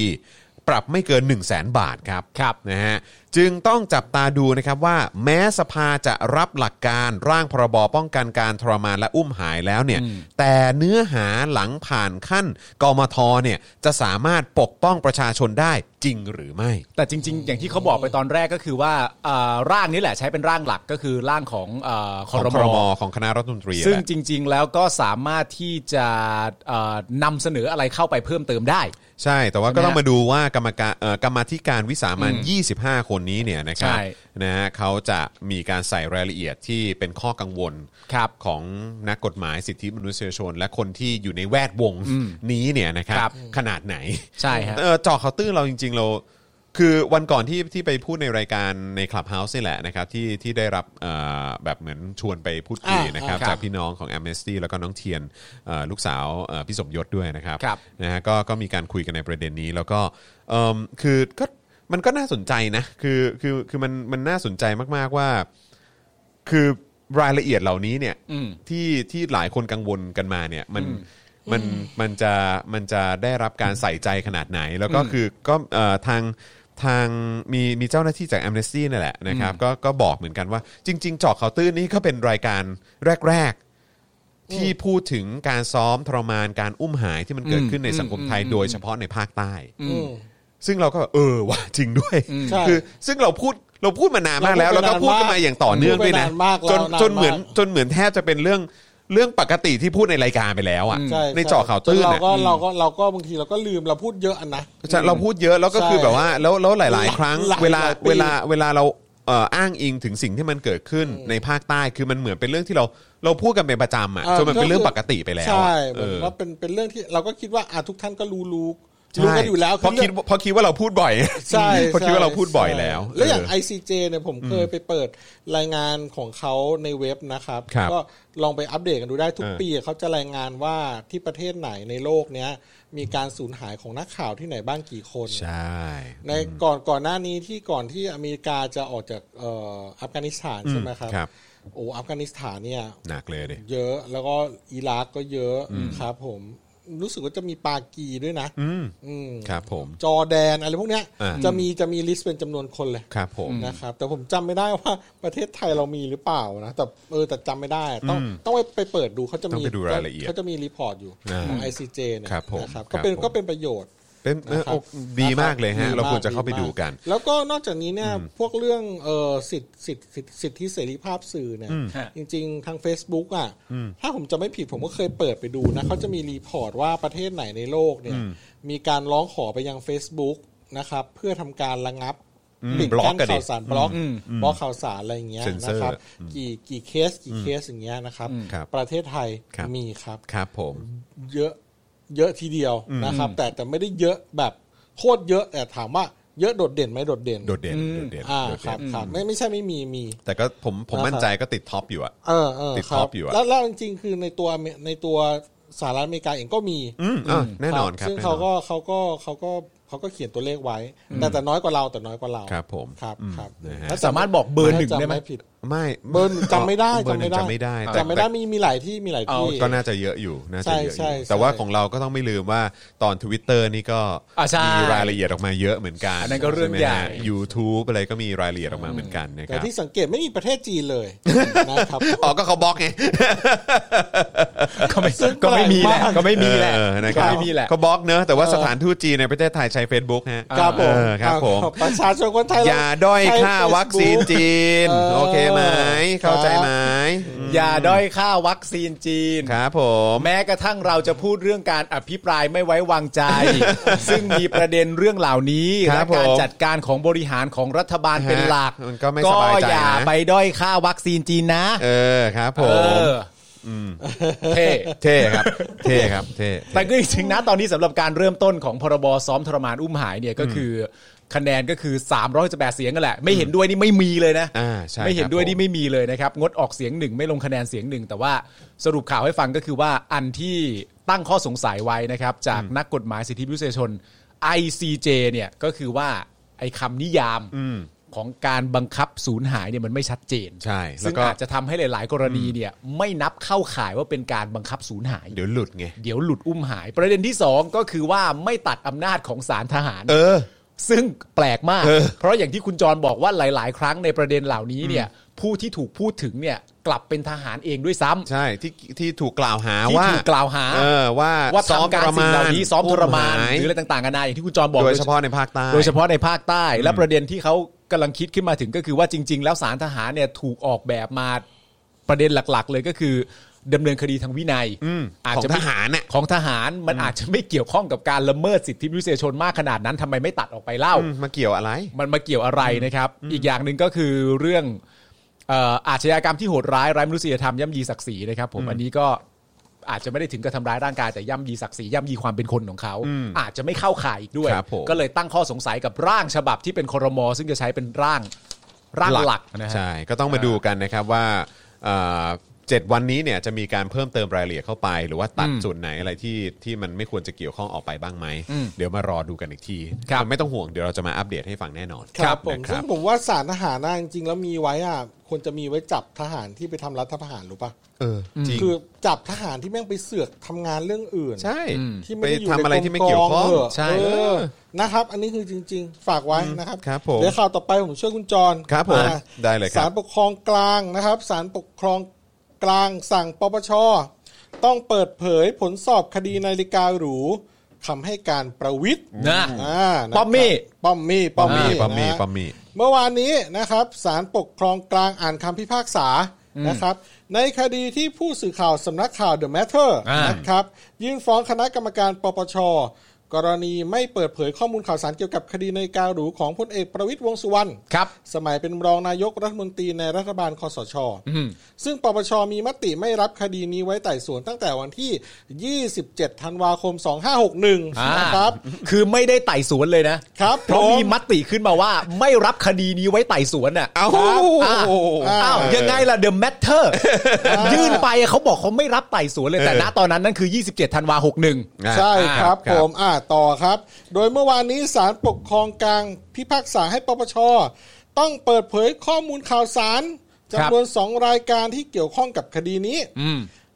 S3: ปรับไม่เกิน 1 0 0 0 0แบาทครับ
S4: ครับ
S3: นะฮะจึงต้องจับตาดูนะครับว่าแม้สภาจะรับหลักการร่างพรบป้องกันการทรมานและอุ้มหายแล้วเนี่ยแต่เนื้อหาหลังผ่านขั้นกมทเนี่ยจะสามารถปกป้องประชาชนได้จริงหรือไม่
S4: แต่จริง ๆ อย่างที่เขาบอกไปตอนแรกก็คือว่าอ่าร่างนี้แหละใช้เป็นร่างหลักก็คือร่างของอ่าค
S3: ของ
S4: ร
S3: คร
S4: ม
S3: มของคณะรัฐมนตรี
S4: ซึ่ง
S3: แหละ
S4: จริง ๆ แล้วก็สามารถที่จะเอ่อนำเสนออะไรเข้าไปเพิ่มเติมได้
S3: ใช่แต่ว่าก็
S4: ใช่ไหม
S3: ต้องมาดูว่ากรรมการเอ่อกรรมาธิการวิสามัน25 คนนี้เนี่ยนะครับ
S4: ใช่
S3: นะฮะเขาจะมีการใส่รายละเอียดที่เป็นข้อกังวล
S4: ครับ
S3: ของนักกฎหมายสิทธิมนุษยชน และคนที่อยู่ในแวดวงนี้เนี่ยนะครับ
S4: ครับ
S3: ขนาดไหน
S4: ใช่ฮะ
S3: เออเจอเขาวตื้นเราจริง ๆ เรา คือวันก่อนที่ที่ไปพูดในรายการในคลับเฮาส์นี่แหละนะครับที่ที่ได้รับเอ่อแบบเหมือนชวนไปพูดคุย
S1: อ่าน
S3: นะครับ
S4: ครับ
S3: จากพี่น้องของ a m n e s t y แล้วก็น้องเทียนเอ่อลูกสาวเอ่อพี่สมยศด้วยนะครับ
S4: ครับ
S3: นะฮะก็ก็มีการคุยกันในประเด็นนี้แล้วก็เอิ่มคือก็มันก็น่าสนใจนะคือคือคือมันมันน่าสนใจมากๆว่า คือรายละเอียดเหล่านี้เนี่ย
S4: อืม
S3: ที่ที่หลายคนกังวลกันมาเนี่ยมันมันมันจะมันจะได้รับการใส่ใจขนาดไหน แล้วก็
S4: อืม
S3: คือก็เอ่อทางทางมีมีเจ้าหน้าที่จาก a อ n e s t y นั่นแหละนะครับก็ก็บอกเหมือนกันว่า จริง ๆ เจาะเขาวตื้นนี่ก็เป็นรายการแรก ๆ ที่พูดถึงการซ้อมทรมานการอุ้มหายที่มันเกิด
S4: อืม
S3: ขึ้นในสังคมไทยโดยเฉพาะในภาคใต้
S1: อืม
S3: ซึ่งเราก็แบบเออว่ะจริงด้วย
S1: ใช่
S3: คือซึ่งเราพูดเราพูดมานานมากแล้ว แล้วก็
S1: เราพู
S3: พู
S1: ด
S3: ด
S1: ไปนานมาก
S3: กันมาอย่างต่อเนื่องด้วยนะ
S1: พูดไปนานมากแล้ว
S3: จน
S1: นานมาก
S3: จนเหมือนจนเหมือนแทบจะเป็นเรื่องเรื่องปกติที่พูดในรายการไปแล้วอ่ะ
S1: ใช่
S3: ในเจาะข่าวตื้น
S1: จเรา
S3: อะ
S1: ก็เราก็เราก็บางทีเราก็ลืมเราพูดเยอะอะนะ
S3: ใช่เราพูดเยอะแล้วก็คือ
S1: ใช่
S3: แบบว่าแล้วแล้วหลาย ๆ ครั้ง
S1: หลาย
S3: เวลา
S1: หลายปี
S3: เวลาเวลาเราเอ่ออ้างอิงถึงสิ่งที่มันเกิดขึ้นในภาคใต้คือมันเหมือนเป็นเรื่องที่เราเราพูดกันเป็นประจำอ่ะจนมันเป็นเรื่องปกติไปแล้วอะ
S1: ใช่
S3: เออ
S1: ว่าเป็นเป็นเรื่องที่เราก็คิดว่าอ่ะทุกท่านก็รู้รู้
S3: ใช่
S1: รู้กันอยู่แล้ว
S3: เพราะคิด
S1: เรื่อง
S3: เพราะคิดว่าเราพูดบ่อย
S1: ใช่
S3: เพราะคิดว่าเราพูดบ่อย
S1: ใช่
S3: แล้ว
S1: แล้วอย่าง
S3: เ
S1: ICJ เนี่ยผมเคยไปเปิดรายงานของเขาในเว็บนะครับ
S3: ครับ
S1: ก็ลองไปอัปเดตกันดูได้ทุก
S3: เออ
S1: ปีเขาจะรายงานว่าที่ประเทศไหนในโลกเนี้ยมีการสูญหายของนักข่าวที่ไหนบ้างกี่คน
S3: ใช่
S1: ในก่อนก่อนหน้านี้ที่ก่อนที่อเมริกาจะออกจากเอ่ออัฟกานิสถานใช่ไหมครับ
S3: ครับ
S1: โอ้อัฟกานิสถานเนี่ย
S3: หนักเลยดิ
S1: เยอะแล้วก็อิรักก็เยอะครับผมรู้สึกว่าจะมีปากีด้วยนะ
S3: อืม
S1: อืม
S3: ครับผม
S1: จอร์แดนอะไรพวกเนี้ย
S3: อ่า
S1: จะมีจะมีลิสต์เป็นจำนวนคนเลย
S3: ครับผม
S1: นะครับ แต่ผมจำไม่ได้ว่าประเทศไทยเรามีหรือเปล่านะแต่เออแต่จำไม่ได้ต้องต้องไปไปเปิดดูเขาจะ
S3: ต้อ
S1: มี
S3: งไปดูรายละเอียด
S1: เขาจะมีรีพอร์ตอยู่
S3: อ่า
S1: ของ ICJ เนี่ย
S3: ครับผม
S1: นะครับ
S3: ครั
S1: ก็
S3: บ
S1: เป็น
S3: ผม
S1: ก็เป็นประโยชน์
S3: เป็นเออ
S1: นะครับ
S3: โอ้ดีมากเลยฮะ
S1: ดีม
S3: เราควรจะเข้าไปดูกัน
S1: มากแล้วก็นอกจากนี้เนี่ยพวกเรื่องเออสิทธิสิทธิสิทธิสิทธิเสรีภาพสื่อเนี่ย
S6: ฮะ
S1: จริง ๆ ทาง Facebook อ่ะถ้าผมจะไม่ผิดผมก็เคยเปิดไปดูนะเขาจะมีรีพอร์ตว่าประเทศไหนในโลกเนี่ยมีการร้องขอไปยัง Facebook นะครับเพื่อทำการระงับ ปิด
S3: บล็อก
S1: กั้น
S3: กันดิ
S1: ข่าวสารบล็อกบล็อกข่าวสารอะไรอย่างเงี้ย
S3: เซ็นเซ
S1: นะ
S3: อร์
S1: ครับ
S3: อืม
S1: กี่กี่เคสกี่เคสอย่างเงี้ยนะครับ
S3: ครับ
S1: ประเทศไทย
S3: ครับ
S1: มีครับ
S3: ครับผม
S1: เยอะเยอะทีเดียวนะครับ แต่แต่ไม่ได้เยอะแบบโคตรเยอะแต่ถามว่าเยอะโดดเด่นไหมโดดเด่น
S3: โดดเด่นโดดเด่น
S1: อ่า
S3: โดด
S1: ครั
S3: เด่
S1: บ
S3: น
S1: ครับไม่ไม่ใช่ไม่มีมี
S3: แต่ก็ผมผมมั่นใจก็ติดท็อปอยู่อะ
S1: เออเออ
S3: ติด
S1: ครั
S3: ท็อบ ปอยู่อะ
S1: แล้วแล้วจริงๆคือในตัวในตัวสหรัฐอเมริกาเองก็มี
S3: อืมอ่ะแน่นอนครับ
S1: ซึ่ง
S3: แน่นอน
S1: เขาก็เขาก็เขาก็เขาก็เขียนตัวเลขไว้ แต่แต่น้อยกว่าเราแต่น้อยกว่าเรา
S3: ครับผม
S1: ครับ
S3: อืม
S1: ครับ
S3: นะฮะ
S1: ถ้
S4: สามารถบอกเบอร์หนึ่ง
S1: ถ้าจำ
S4: ได้ไหม
S1: ผิด
S3: ไม่
S1: เบอร์หนึ่งจำไม่ได้
S3: เบอร์หนึ่งจำไม่ได้แต่
S1: จำไม่ได้มีมีหลายที่มีหลาย
S3: แต่
S1: ที่
S3: ก็น่าจะเยอะอยู่น่าจะเยอะอ
S1: ใช่
S3: ยู่
S1: ใช่
S3: แต่ว่า
S1: ใช่
S3: ของเราก็ต้องไม่ลืมว่าตอน Twitter นี่ก็
S4: อ่ะใช่
S3: มีรายละเอียดออกมาเยอะเหมือนกัน
S4: อันนั้นก็เรื่อง
S3: ช่ไม
S4: ใหญ่
S3: ฮะ YouTube อะไรก็มีรายละเอียดออกมาเหมือนกันนะค
S1: แต่
S3: รับ
S1: ที่สังเกตไม่มีประเทศจีนเลยนะครับ
S3: อ๋อก็เขาบล็อกไง
S4: ก็ไม่ก็ไม่มีแหละก็ไม่มีแหละ
S3: เออนะค
S4: ก็
S3: รับ
S4: ไม่มีแหละ
S3: เขาบล็อกเนอะแต่ว่าสถานทูตจีนในประเทศไทยใช้ Facebook ฮะ
S1: ครับผม
S3: เออครับผม
S1: อ่าประชาชนคนไทย
S3: อย่าด้อยค่าวัคซีนจีน
S1: เออ
S3: โอเคไหมเข้าใจไหมอืม
S4: อย่าด้อยค่าวัคซีนจีน
S3: ครับผม
S4: แม้กระทั่งเราจะพูดเรื่องการอภิปรายไม่ไว้วาง ใจ ซึ่งมีประเด็นเรื่องเหล่านี้
S3: ครั
S4: และ
S3: บผม
S4: การจัดการของบริหารของรัฐบาลเป็นหลัก
S3: มันก็ไม่สบายใจนะ
S4: อย่าไปด้อยค่าวัคซีนจีนนะ
S3: เออครับผ
S4: เอ
S3: ม
S4: อเท่
S3: เท่ครับ เท่ครับ เท่
S4: แต่ก็จริงๆนะตอนนี้สำหรับการเริ่มต้นของพรบซ้อมทรมานอุ้มหายเนี่ยก็คือคะแนนก็คือ368เสียงกันแหละ ไม่เห็นด้วยนี่ไม่มีเลยนะ
S3: อ่าใช่
S4: ไม่เห็น
S3: ครับ
S4: ด้วย
S3: ผ
S4: นี่ไม่มีเลยนะครับ งดออกเสียงหนึ่งไม่ลงคะแนนเสียงหนึ่งแต่ว่าสรุปข่าวให้ฟังก็คือว่าอันที่ตั้งข้อสงสัยไว้นะครับ จากนักกฎหมายสิทธิมนุษยชน ICJ เนี่ยก็คือว่าไอ้คำนิยามของการบังคับสูญหายเนี่ยมันไม่ชัดเจน
S3: ใช่แล้วก็
S4: ซึ่งอาจจะทำให้หลาย ๆ กรณีเนี่ยไม่นับเข้าข่ายว่าเป็นการบังคับสูญหาย
S3: เดี๋ยวหลุดไง
S4: เดี๋ยวหลุดอุ้มหาย ประเด็นที่สองก็คือว่าไม่ตัดอำนาจของศาลทหาร
S3: เออ
S4: ซึ่งแปลกมาก
S3: เออ
S4: เพราะอย่างที่คุณจรบอกว่าหลาย ๆ ครั้งในประเด็นเหล่านี้เนี่ย ผู้ที่ถูกพูดถึงเนี่ยกลับเป็นทหารเองด้วยซ้ำ
S3: ใช่ที่ที่ถูกกล่าวหา
S4: ที่
S3: ว่า
S4: ถูกกล่าวหา
S3: เออว่า
S4: ว่า
S3: ซ้อม
S4: ทำกา
S3: ทร
S4: รสิ่
S3: มาง น
S4: เหล่านี้ซ้อมทรมาน
S3: ห
S4: หรืออะไรต่าง ๆ นานาอย่างที่คุณจรบอก
S3: โดยเฉพาะในภาคใต้
S4: โดยเฉพาะในภาคใต้ และประเด็นที่เขากำลังคิดขึ้นมาถึงก็คือว่าจริง ๆ แล้วสารทหารเนี่ยถูกออกแบบมาประเด็นหลัก ๆ เลยก็คือดำเนินคดีทางวินัย
S3: อืม
S4: จะ
S3: ของ
S4: ไม่
S3: ทหารน่ะ
S4: ของทหารมันอาจจะไม่เกี่ยวข้องกับการละเมิดสิทธิมนุษยชนมากขนาดนั้นทำไมไม่ตัดออกไปเล่า
S3: อืมมาเกี่ยวอะไร
S4: มันมาเกี่ยวอะไรนะครับ อีกอย่างหนึ่งก็คือเรื่องเอ่ออาชญากรรมที่โหดร้ายร้ายมนุษยธรรมย่ำยีศักดิ์ศรีนะครับผมอันนี้ก็อาจจะไม่ได้ถึงกับทำร้ายร่างกายแต่ย่ำยีศักดิ์ศรีย่ำยีความเป็นคนของเขา อาจจะไม่เข้าข่ายอีกด้วย
S3: ครับผม
S4: ก็เลยตั้งข้อสงสัยกับร่างฉบับที่เป็นครม ซึ่งจะใช้เป็นร่างร่างหลักนะฮะ
S3: ใช่ก็ต้องมาดูกันนะครับว่าเอ่อเจ็ดวันนี้เนี่ยจะมีการเพิ่มเติมรายละเอียดเข้าไป หรือว่าตัดส่วนไหนอะไรที่ที่มันไม่ควรจะเกี่ยวข้องออกไปบ้างไหม เดี๋ยวมารอดูกันอีกที
S4: ครับ
S3: แต่ไม่ต้องห่วงเดี๋ยวเราจะมาอัปเดตให้ฟังแน่นอน
S1: ครับผม
S3: นะค
S1: ซึ่
S3: รั
S1: ง
S3: บ
S1: ผมว่าสารทหารน่ะจริงๆแล้วมีไว้อ่ะควรจะมีไว้จับทหารที่ไปทำรัฐประหารรู้ปะ
S3: เออจริง
S1: คือจับทหารที่แม่งไปเสือกทำงานเรื่องอื่น
S3: ใช่
S1: ที่
S3: ไป
S1: ไม่ด้ยู่
S3: ทำ
S1: ใน
S3: อะไรที่ไม่เกี่ยวข้อง
S1: ถะ
S3: ใช่
S1: เออนะครับ อันนี้คือจริง ๆ ฝากไว้นะครับ
S3: ครับผม
S1: เดี๋ยวข่าวต่อไปผมช่วยคุณจร
S3: ครับผม
S1: อ่า
S3: ได้เลยครับ
S1: ศาลปกครองกลางนะครับศาลปกครองกลางสั่งปปชต้องเปิดเผยผลสอบคดีนาฬิกาหรูคำให้การประวิทย์
S4: นะ
S1: อ่านะครับ
S4: ป้อมมี่
S1: ป้อมมี่ป้อม
S3: มี
S1: มี่
S3: ปอม
S1: นะ
S3: มี
S1: ฮะ
S3: ปอมมี
S1: เมื่อวานนี้นะครับศาลปกครองกลางอ่านคำพิพากษานะครับ ในคดีที่ผู้สื่อข่าวสำนักข่าว The Matter
S4: อ่าน
S1: นะครับ ยื่นฟ้องคณะกรรมการปปช กรณีไม่เปิดเผยข้อมูลข่าวสารเกี่ยวกับคดีในการหรูของพลเอกประวิตยวงษ์สุวรรณ
S4: ครับ
S1: สมัยเป็นรองนายกรัฐมนตรีในรัฐบาลคอสช ซึ่งปปชมีมติไม่รับคดีนี้ไว้ไต่สวนตั้งแต่วันที่ 27 ธันวาคม
S4: อ่า
S1: 2561 นะครับ
S4: คือไม่ได้ไต่สวนเลยนะครับ เพราะมี
S1: ผ
S4: มติขึ้นมาว่าไม่รับคดีนี้ไว้ไต่สวนอ่ะ
S3: เอ้า
S4: อ้าวอ้าวยังไงล่ะ The Matter ยื่นไปเขาบอกเขาไม่รับไต่สวนเลย แต่
S3: เออ
S4: ณตอนนั้นนั่นคือ 27 ธันวาหกหนึ่ง
S1: ใช่ครับ
S3: อ่า
S1: ผมอ่าต่อครับ โดยเมื่อวานนี้ศาลปกครองกลางพิพากษาให้ปปช ต้องเปิดเผยข้อมูลข่าวสาร
S4: ครับ
S1: จำนวน 2 รายการที่เกี่ยวข้องกับคดีนี้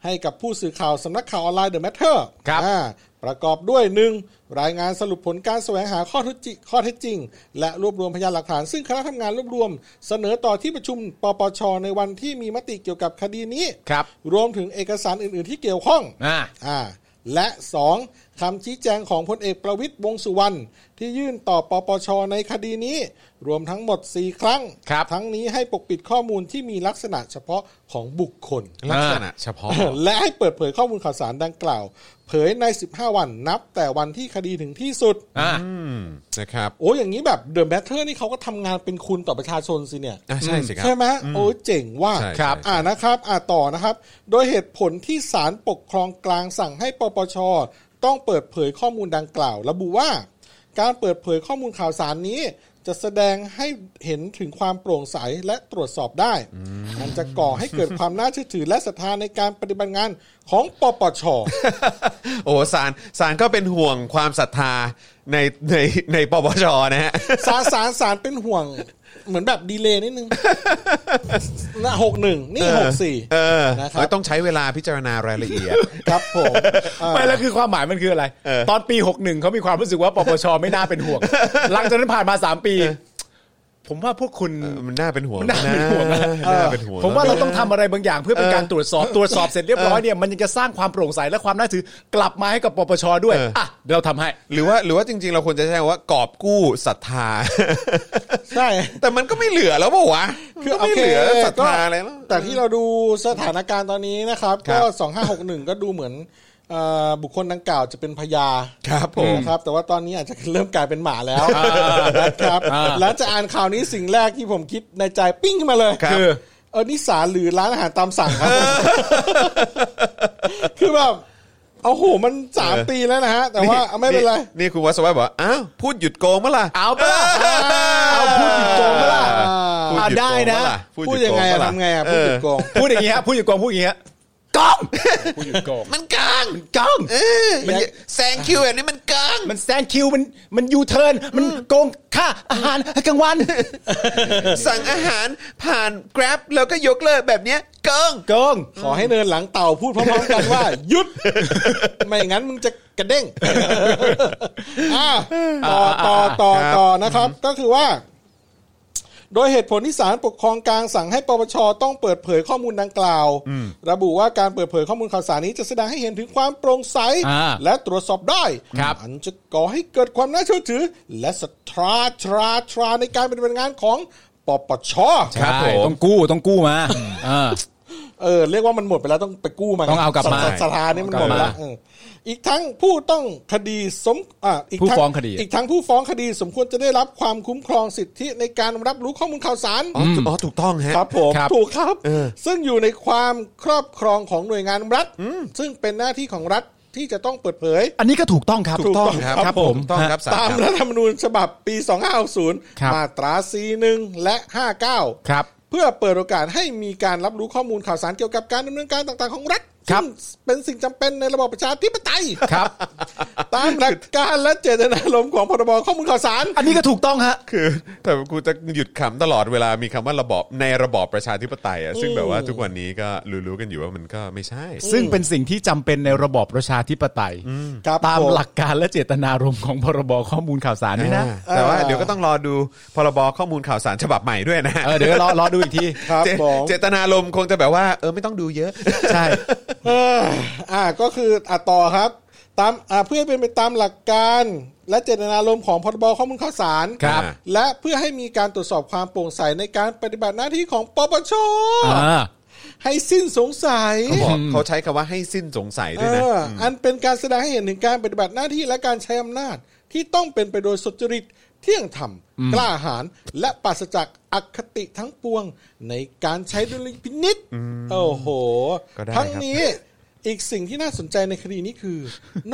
S1: ให้กับผู้สื่อข่าวสำนักข่าวออนไลน์ The Matter
S4: ครับ
S1: อ่าประกอบด้วย 1. รายงานสรุปผลการแสวงหาข้อเท็จจริงข้อเท็จจริง และรวบรวมพยานหลักฐาน ซึ่งคณะทำงานรวบรวม เสนอต่อที่ประชุมปปช ในวันที่มีมติเกี่ยวกับคดีนี้
S4: ครับ
S1: รวมถึงเอกสารอื่น ๆ ที่เกี่ยวข้อง
S4: อ่า
S1: อ่าและสอง คำชี้แจงของพลเอกประวิตยวงษ์สุวรรณที่ยื่นต่อปปชในคดีนี้ รวมทั้งหมด 4 ครั้ง
S3: ครับ
S1: ทั้งนี้ให้ปกปิดข้อมูลที่มีลักษณะเฉพาะของบุคคล
S3: ลักษณะเฉพาะ
S1: และให้เปิดเผยข้อมูลข่าวสารดังกล่าว เผยใน 15 วันนับแต่วันที่คดีถึงที่สุด
S7: อ่า
S3: อืมนะครับ
S1: โอ้อย่างนี้แบบเดอะแบทเทอร์นี่เขาก็ทำงานเป็นคุณต่อประชาชนสิเนี่ย
S3: อ่ะใช่สิครับ
S1: ใช่ไหมโอ้เจ๋งว่า
S3: ใช่ครับ
S1: อ่านะครับอ่าต่อนะครับ โดยเหตุผลที่ศาลปกครองกลางสั่งให้ปปช ต้องเปิดเผยข้อมูลดังกล่าว ระบุว่า การเปิดเผยข้อมูลข่าวสารนี้ จะแสดงให้เห็นถึงความโปร่งใสและตรวจสอบได้ มันจะก่อให้เกิดความน่าเชื่อถือและศรัทธาในการปฏิบัติงานของปปช
S3: โอ้สารสารก็เป็นห่วงความศรัทธาในในในปปชนะฮะ
S1: สารสารสารเป็นห่วงเหมือนแบบดีเลย์นิดนึง นะหกหนึ่งนี่หกสี่
S3: เออ
S1: นะครับ
S3: เออต้องใช้เวลาพิจารณารายละเอียด
S1: ครับผมอ่า
S4: ไม่แล้วคือความหมายมันคืออะไร
S3: เออ
S4: ตอนปี 61เขามีความรู้สึกว่าปปชไม่น่าเป็น ห่วง หลังจากนั้นผ่านมา 3 ปี ผมว่าพวกคุณ
S3: เออมันน่าเป็นห่วง
S4: มันน่าเป็นห่วง
S3: นะน่าเป็นห่วง
S4: ผมว่าเราต้องทำอะไรบางอย่างเพื่อเป็นการตรวจสอบตรวจสอบเสร็จเรียบร้อยเนี่ยมันยังจะสร้างความโปร่งใสและความน่าถือกลับมาให้กับปปชด้วย
S3: เอออ่
S4: อ่ะเดี๋ยวเราทำให้
S3: หรือว่าหรือว่าจริง ๆ เราควรจะใช้คำว่ากอบกู้ศรัทธา
S1: ใช่
S3: แต่มันก็ไม่เหลือแล้วปะวะ
S1: คือ
S3: มันก็ไม่เหลือศรัทธาอะไรแล้ว
S1: แต่ที่เราดูสถานการณ์ตอนนี้นะครับ
S3: ครั
S1: ก็
S3: บ
S1: สองห้าหกหนึ่งก็ดูเหมือนเอ่อบุคคลดังกล่าวจะเป็นพยา
S3: ครับผม
S1: นะครับ แต่ว่าตอนนี้อาจจะเริ่มกลายเป็นหมาแล้วนะครับหลังจากอ่านข่าวนี้สิ่งแรกที่ผมคิดในใจปิ้งขึ้นมาเลย
S3: ครับ
S1: อเออนิสานหรือร้านอาหารตามสั่งครับคือแบบเอาโหมันสามปีแล้วนะฮะ แต่ว่าเอาไม่เป็นไร
S3: นี่คุณวัสวัสบอกว่าอ้าวพูดหยุดโกงเมื่อไหร่
S4: เอาปะล่ะเอาพูดหยุดโกงปะล่ะ
S3: พูหยุโกงเมื่อหร่
S1: พู
S3: ห
S1: ด
S3: ด
S1: ยัง
S3: โก
S1: ไงอะ
S3: เมื่อหร่
S1: ทำไงอะพูดหยุดโกง
S4: พูดอย่างงี้ฮะพูดอย่างกองพูดอย่างงี้ฮะกองพูดอย่างกอง
S3: มันกลาง
S4: มัน กอง
S3: มันแซงคิวแบบนี้มันกลาง
S4: มันแซงคิวมันมันยูเทิร์นมันโกงค่าอาหารกลางวัน
S3: สั่งอาหารผ่าน Grab แล้วก็ยกเลิกแบบเนี้ยเกิง
S4: โกง
S1: ขอให้เนินหลังเต่าพูดพร้อมๆกันว่า หยุด ไม่งั้นมึงจะกระเด้ง อ่ะต่อต่อต่อต่อนะครับ ก็คือว่า โดยเหตุผลที่ศาลปกครองกลางสั่งให้ปปชต้องเปิดเผยข้อมูลดังกล่าว ระบุว่าการเปิดเผยข้อมูลข่าวสารนี้จะแสดงให้เห็นถึงความโปร่งใส
S4: อ่า
S1: และตรวจสอบได้
S4: ครับ
S1: อันจะก่อให้เกิดความน่าเชื่อถือ และศรัทธาทราทราในการปฏิบัติงานของปปช
S3: ครับผม
S4: ใช่ต้องกู้ต้องกู้มาเออ
S1: เออเรียกว่ามันหมดไปแล้วต้องไปกู้มา
S4: ต้องเอากลับมา
S1: สถสถานนี่มันหมดไปแล้ว
S4: เอากลับมา
S1: เอออีกทั้งผู้ต้องคดีสมอ่าอีกทั้
S4: ผู้ฟ้องคดี
S1: อีกทั้งผู้ฟ้องคดีสมควรจะได้รับความคุ้มครองสิทธิในการรับรู้ข้อมูลข่าวสาร
S3: อ๋อถูกอ๋อถูกต้องฮะ
S1: ครับผม
S4: ครับ
S1: ถูกครับ
S3: เออ
S1: ซึ่งอยู่ในความครอบครองของหน่วยงานรัฐ ซึ่งเป็นหน้าที่ของรัฐที่จะต้องเปิดเผย
S4: อันนี้ก็ถูกต้องครับ
S1: ถูกต้อง
S3: ครับผมถูกต้องครับสาร
S1: ตาม
S3: ค
S1: รั
S3: รับ
S1: ฐธรรมนูญฉบับปี
S4: ครับ
S1: 2560 มาตรา 41 และ 59
S4: ครับ
S1: เพื่อเปิดโอกาสให้มีการรับรู้ข้อมูลข่าวสารเกี่ยวกับการดำเนินการต่างๆของรัฐ
S4: ครับ
S1: ซึ่งเป็นสิ่งจำเป็นในระบอบประชาธิปไตย
S4: ครับ
S1: ตามหลักการและเจตนารมณ์ของพรบข้อมูลข่าวสาร
S4: อันนี้ก็ถูกต้องฮะ
S3: คือ แต่กูจะหยุดขำตลอดเวลามีคำว่าระบอบในระบอบประชาธิปไตยอ่ะซึ่งแบบว่าทุกวันนี้ก็รู้ๆกันอยู่ว่ามันก็ไม่ใช่
S4: ซึ่งเป็นสิ่งที่จำเป็นในระบอบประชาธิปไตย
S1: ครับ
S4: ตาม
S1: ผม
S4: หลักการและเจตนารมณ์ของพรบข้อมูลข่าวสารด้วยนะ
S3: อ่าแต่ว่าเดี๋ยวก็ต้องรอดูพรบข้อมูลข่าวสารฉบับใหม่ด้วยนะ
S4: เออเดี๋ยวรอรอดูอีกที
S1: ครับ
S3: เจ
S1: ผม
S3: เจตนารมณ์คงจะแบบว่า เออไม่ต้องดูเยอะ
S4: ใช่
S1: เอออ่าก็คืออ่ะต่อครับ ตามอ่าเพื่อให้เป็นไปตามหลักการ และเจตนารมณ์ของพรบข้อมูลข่าวสาร
S3: ครับ
S1: และเพื่อให้มีการตรวจสอบความโปร่งใสในการปฏิบัติหน้าที่ของปปช
S4: อ่า
S1: ให้สิ้นสงสัย
S3: เขาบอกเขาใช้คำว่าให้สิ้นสงสัยด้วยนะ
S1: เออออันเป็นการแสดงให้เห็นถึงการปฏิบัติหน้าที่และการใช้อำนาจ ที่ต้องเป็นไปโดยสุจริต เที่ยงธรรม กล้าหาญและปราศจากอคติทั้งปวง ในการใช้ดุลยพินิษโอ้โห
S3: ก็ได้ค
S1: ทั้ง
S3: รับ
S1: นี้ อีกสิ่งที่น่าสนใจในคดีนี้คือ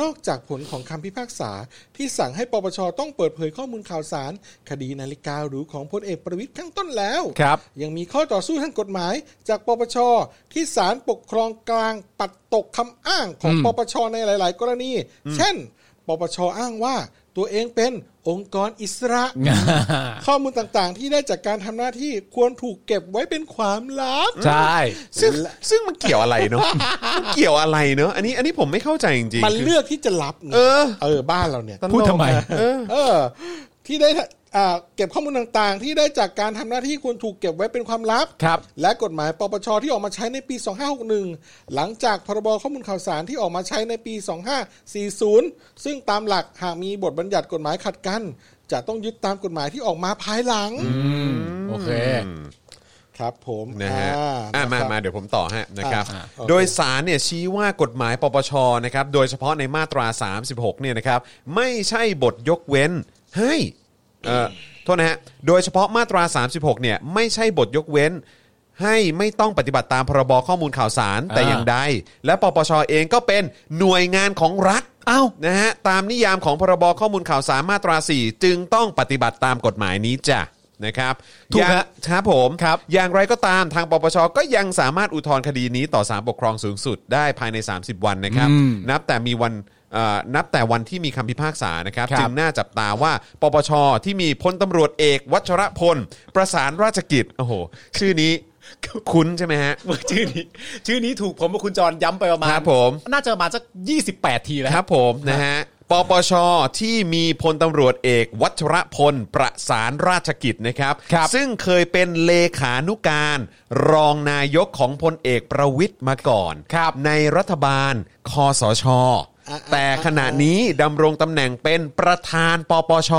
S1: นอกจากผลของคำพิพากษา ที่สั่งให้ปปชต้องเปิดเผยข้อมูลข่าวสาร คดีนาฬิกาหรูของพลเอกประวิตยข้างต้นแล้ว
S4: ครับ
S1: ยังมีข้อต่อสู้ทางกฎหมาย จากปปช ที่ศาลปกครองกลางปัดตกคำอ้างของปปช ในหลาย ๆ กรณี เช่น ปปช อ้างว่าตัวเองเป็นองค์กรอิสระ ข้อมูลต่าง ๆ ที่ได้จากการทำหน้าที่ควรถูกเก็บไว้เป็นความลับ
S4: ใช่
S3: ซึ่งซึ่งมันเกี่ยวอะไรเนาะมันเกี่ยวอะไรเนาะอันนี้อันนี้ผมไม่เข้าใจจริงๆ
S1: มัน
S3: คือ
S1: เลือกที่จะรับไง
S3: เออ
S1: เออบ้านเราเนี่ย
S4: พูดทำไม
S1: เออที่ได้ อ่าเก็บข้อมูลต่างๆ ที่ได้จากการทำหน้าที่ควรถูกเก็บไว้เป็นความลับ
S4: ครับ
S1: และกฎหมายปปชที่ออกมาใช้ในปี 2561 หลังจากพรบข้อมูลข่าวสารที่ออกมาใช้ในปี 2540 ซึ่งตามหลักหากมีบทบัญญัติกฎหมายขัดกัน จะต้องยึดตามกฎหมายที่ออกมาภายหลัง
S4: โอเค
S1: ครับผม
S3: นะฮะ
S1: อ่า
S3: อ่ะมา
S1: ครับ
S3: มาเดี๋ยวผมต่อฮะนะครับ
S1: อ่าโอเค
S3: โดยสารเนี่ยชี้ว่ากฎหมายปปชนะครับโดยเฉพาะในมาตรา 36เนี่ยนะครับไม่ใช่บทยกเว้นให้เอ่อโทษนะฮะโดยเฉพาะมาตรา 36เนี่ยไม่ใช่บทยกเว้น ให้ไม่ต้องปฏิบัติตามพรบข้อมูลข่าวสารแต่
S4: อ่า
S3: อย่างใด และปปชเองก็เป็นหน่วยงานของรัฐ
S4: อ้าว
S3: นะฮะตามนิยามของพรบข้อมูลข่าวสารมาตรา 4 จึงต้องปฏิบัติตามกฎหมายนี้จ้ะนะครับ
S4: ถูก
S3: อย่าง
S4: ฮะ
S3: ครับผม
S4: ครับ
S3: อย่างไรก็ตามทางปปชก็ยังสามารถอุทธรณ์คดีนี้ต่อศาลปกครองสูงสุดได้ภายใน 30 วันนะครับ นับแต่มีวันเอ่อนับแต่วันที่มีคำพิพากษานะครับ จึงน่าจับตาว่าปปชที่มีพลตำรวจเอก วัชรพล ประสานราชกิจโอ้โหชื่อนี้คุ้นใช่ไหมฮะ
S4: เมื่อ ชื่อนี้ ชื่อนี้ถูกผมกับคุณจรย้ำไปประมาณ
S3: ครับผม
S4: น่าจะประมาณสัก28 ทีแล้ว
S3: ครับผมนะฮะปปชที่มีพลตำรวจเอกวัชรพล ประสานราชกิจนะครับ
S4: ครับ
S3: ซึ่งเคยเป็นเลขานุการ รองนายกของพลเอกประวิทย์มาก่อนในรัฐบาลคอสช
S1: อ่ะๆ
S3: แต่ขณะนี้ดำรงตำแหน่งเป็นประธานปปช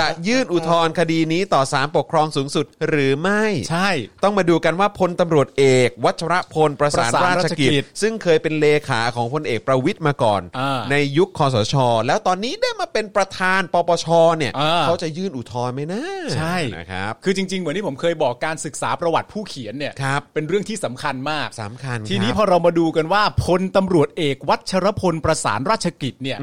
S3: จะยื่นอุทธรณ์คดีนี้ต่อศาลปกครองสูงสุดหรือไม่
S4: ใช่
S3: ต้องมาดูกันว่าพลตำรวจเอก วัชรพลประสาน
S4: ประสาน
S3: รา
S4: รา
S3: ช
S4: ชกิ
S3: กิ
S4: จ
S3: จ ซึ่งเคยเป็นเลขาของพลเอกประวิทย์มาก่อน
S4: อ่า
S3: ในยุคคอสช แล้วตอนนี้ได้มาเป็นประธานปปชเนี่ย
S4: อ่า
S3: เขาจะยื่นอุทธรณ์ไหมนะ
S4: ใช่
S3: นะครับ
S4: คือจริง ๆ เหมือนที่ผมเคยบอกการศึกษาประวัติผู้เขียนเนี่ย
S3: ครับ
S4: เป็นเรื่องที่สำคัญมาก
S3: สำคัญ
S4: ทีนี้
S3: ครับ
S4: พอเรามาดูกันว่าพลตำรวจเอกวัชรพลประสานราชกิจเนี่ย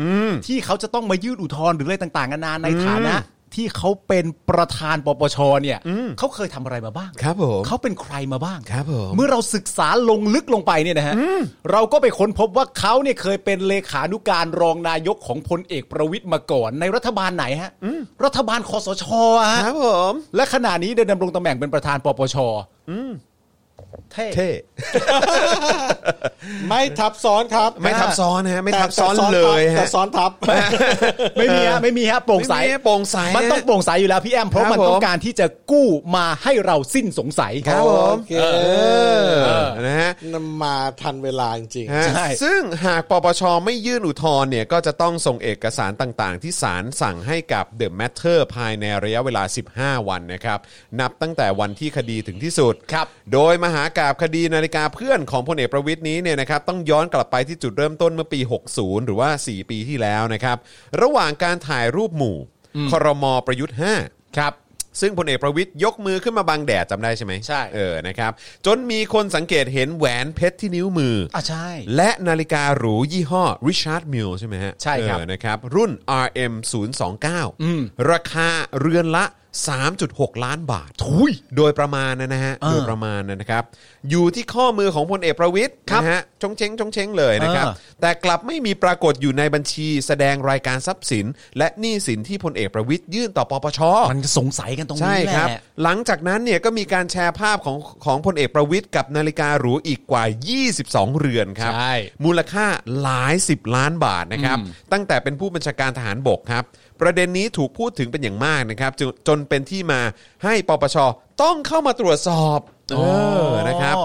S4: ที่เขาจะต้องมายื่นอุทธรณ์หรืออะไรต่างๆนานาในฐานะ ที่เขาเป็นประธานปปชเนี่ยเขาเคยทำอะไรมาบ้าง
S3: ครับผม
S4: เขาเป็นใครมาบ้าง
S3: ครับผม
S4: เมื่อเราศึกษาลงลึกลงไปเนี่ยนะฮะเราก็ไปค้นพบว่าเขาเนี่ยเคยเป็นเลขานุการรองนายกของพลเอกประวิทย์มาก่อน ในรัฐบาลไหนฮะรัฐบาลคอสชอะฮะ
S3: ครับผม
S4: และขณะนี้ได้ดำรงตำแหน่งเป็นประธานปปชเท่
S3: เท่
S1: ไม่ทับซ้อนครับ
S3: ไม่ทับซ้อนนะฮะไม่
S1: แต่
S3: ทับซ้อน
S1: แต่
S3: เลย
S1: แต่
S3: ฮะ
S1: ซ้อนทับ
S4: ไม่มีฮะไม่มีฮะโปร่งใส
S3: ไม่มีโปร่งใส
S4: มันต้อง
S3: ะ
S4: โปร่งใสอยู่แล้วพี่แอม เพราะ
S3: ครับ
S4: มันต้อ
S3: ผ
S4: ง
S3: ม
S4: การที่จะกู้มาให้เราสิ้นสงสัย
S3: ครับผม
S1: โอเค
S3: เออนะฮะ
S1: นำมาทันเวลาจริง
S3: ฮะ
S4: ใช่
S3: ซึ่งหากปปชไม่ยื่นอุทธรณ์เนี่ยก็จะต้องส่งเอกสารต่างๆ ที่ศาลสั่งให้กับ The Matter ภายในระยะเวลา 15 วันนะครับ นับตั้งแต่วันที่คดีถึงที่สุด
S4: ครับ
S3: โดยมหากาบคดีนาฬิกาเพื่อนของพลเอกประวิทย์นี้เนี่ยนะครับต้องย้อนกลับไปที่จุดเริ่มต้นเมื่อปี 60 หรือว่า 4 ปีที่แล้วนะครับ ระหว่างการถ่ายรูปหมู่ครมประยุทธ์ 5 ครับ ซึ่งพลเอกประวิทย์ยกมือขึ้นมาบังแดดจำได้ใช่ไหม
S4: ใช่
S3: เออนะครับจนมีคนสังเกตเห็นแหวนเพชรที่นิ้วมือ
S4: อ่ะใช่
S3: และนาฬิกาหรูยี่ห้อ Richard Mille ใช่ไหมฮะ
S4: ใช่ครับ
S3: เออนะครับ รุ่น RM 029ราคาเรือนละ 3.6 ล้านบาท
S4: ถุย
S3: โดยประมาณนะฮะ
S4: เออ
S3: โดยประมาณนะครับ อยู่ที่ข้อมือของพลเอกประวิทย์
S4: ครับ
S3: นะฮะชงเชงชงเชงเลยนะครับ
S4: เออ
S3: แต่กลับไม่มีปรากฏอยู่ในบัญชีแสดงรายการทรัพย์สิน และหนี้สินที่พลเอกประวิทย์ยื่นต่อปปช
S4: มันจะสงสัยกันตรง
S3: ใช่
S4: นี้แห
S3: ครั
S4: ละ
S3: บ หลังจากนั้นเนี่ยก็มีการแชร์ภาพของของพลเอกประวิทย์กับนาฬิกาหรูอีกกว่า 22 เรือนครับ
S4: ใช่
S3: มูลค่าหลาย 10 ล้านบาทนะครับ ตั้งแต่เป็นผู้บัญชาการทหารบกครับ ประเด็นนี้ถูกพูดถึงเป็นอย่างมากนะครับจนจนเป็นที่มาให้ปปชต้องเข้ามาตรวจสอบเออนะครับ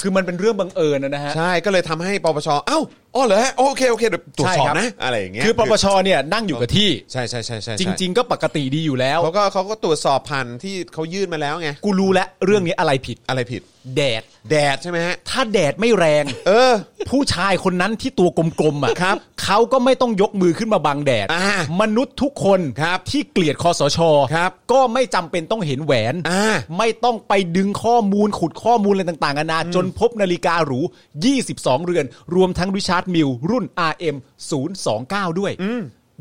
S4: คือมันเป็นเรื่องบังเอิญนะฮะ
S3: ใช่ก็เลยทำให้ปปชเอ้าอ๋อเหรอฮะโอเคโอเคเดี๋ยวตรวจสอบ
S4: ใช่ครับ
S3: นะอะไรอย่างเงี้ย
S4: คือปปชเนี่ยนั่งอยู่กับที่
S3: ใช่ใช่ใช่ใช่
S4: จริง ๆ ก็ปกติดีอยู่แล้ว
S3: เขาก็เขาก็ตรวจสอบผ่านที่เขายื่นมาแล้วไง
S4: กูรู้แล้วเรื่องนี้อะไรผิด
S3: อะไรผิด
S4: แดด
S3: แดดใช่ไหมฮะ
S4: ถ้าแดดไม่แรง
S3: เออ
S4: ผู้ชายคนนั้นที่ตัวกลมๆอ่ะ
S3: ครับ
S4: เขาก็ไม่ต้องยกมือขึ้นมาบังแดด
S3: อ่าม
S4: นุษย์ทุกคน
S3: ครับ
S4: ที่เกลียดคอสช
S3: ครับ
S4: ก็ไม่จำเป็นต้องเห็นแหวน
S3: อ่า
S4: ไม่ต้องไปดึงข้อมูลขุดข้อมูลอะไรต่างๆนานาจนพบนาฬิกาหรู 22 เรือน รวมทั้งริชาร์ดมิลรุ่น RM 029 ด้วย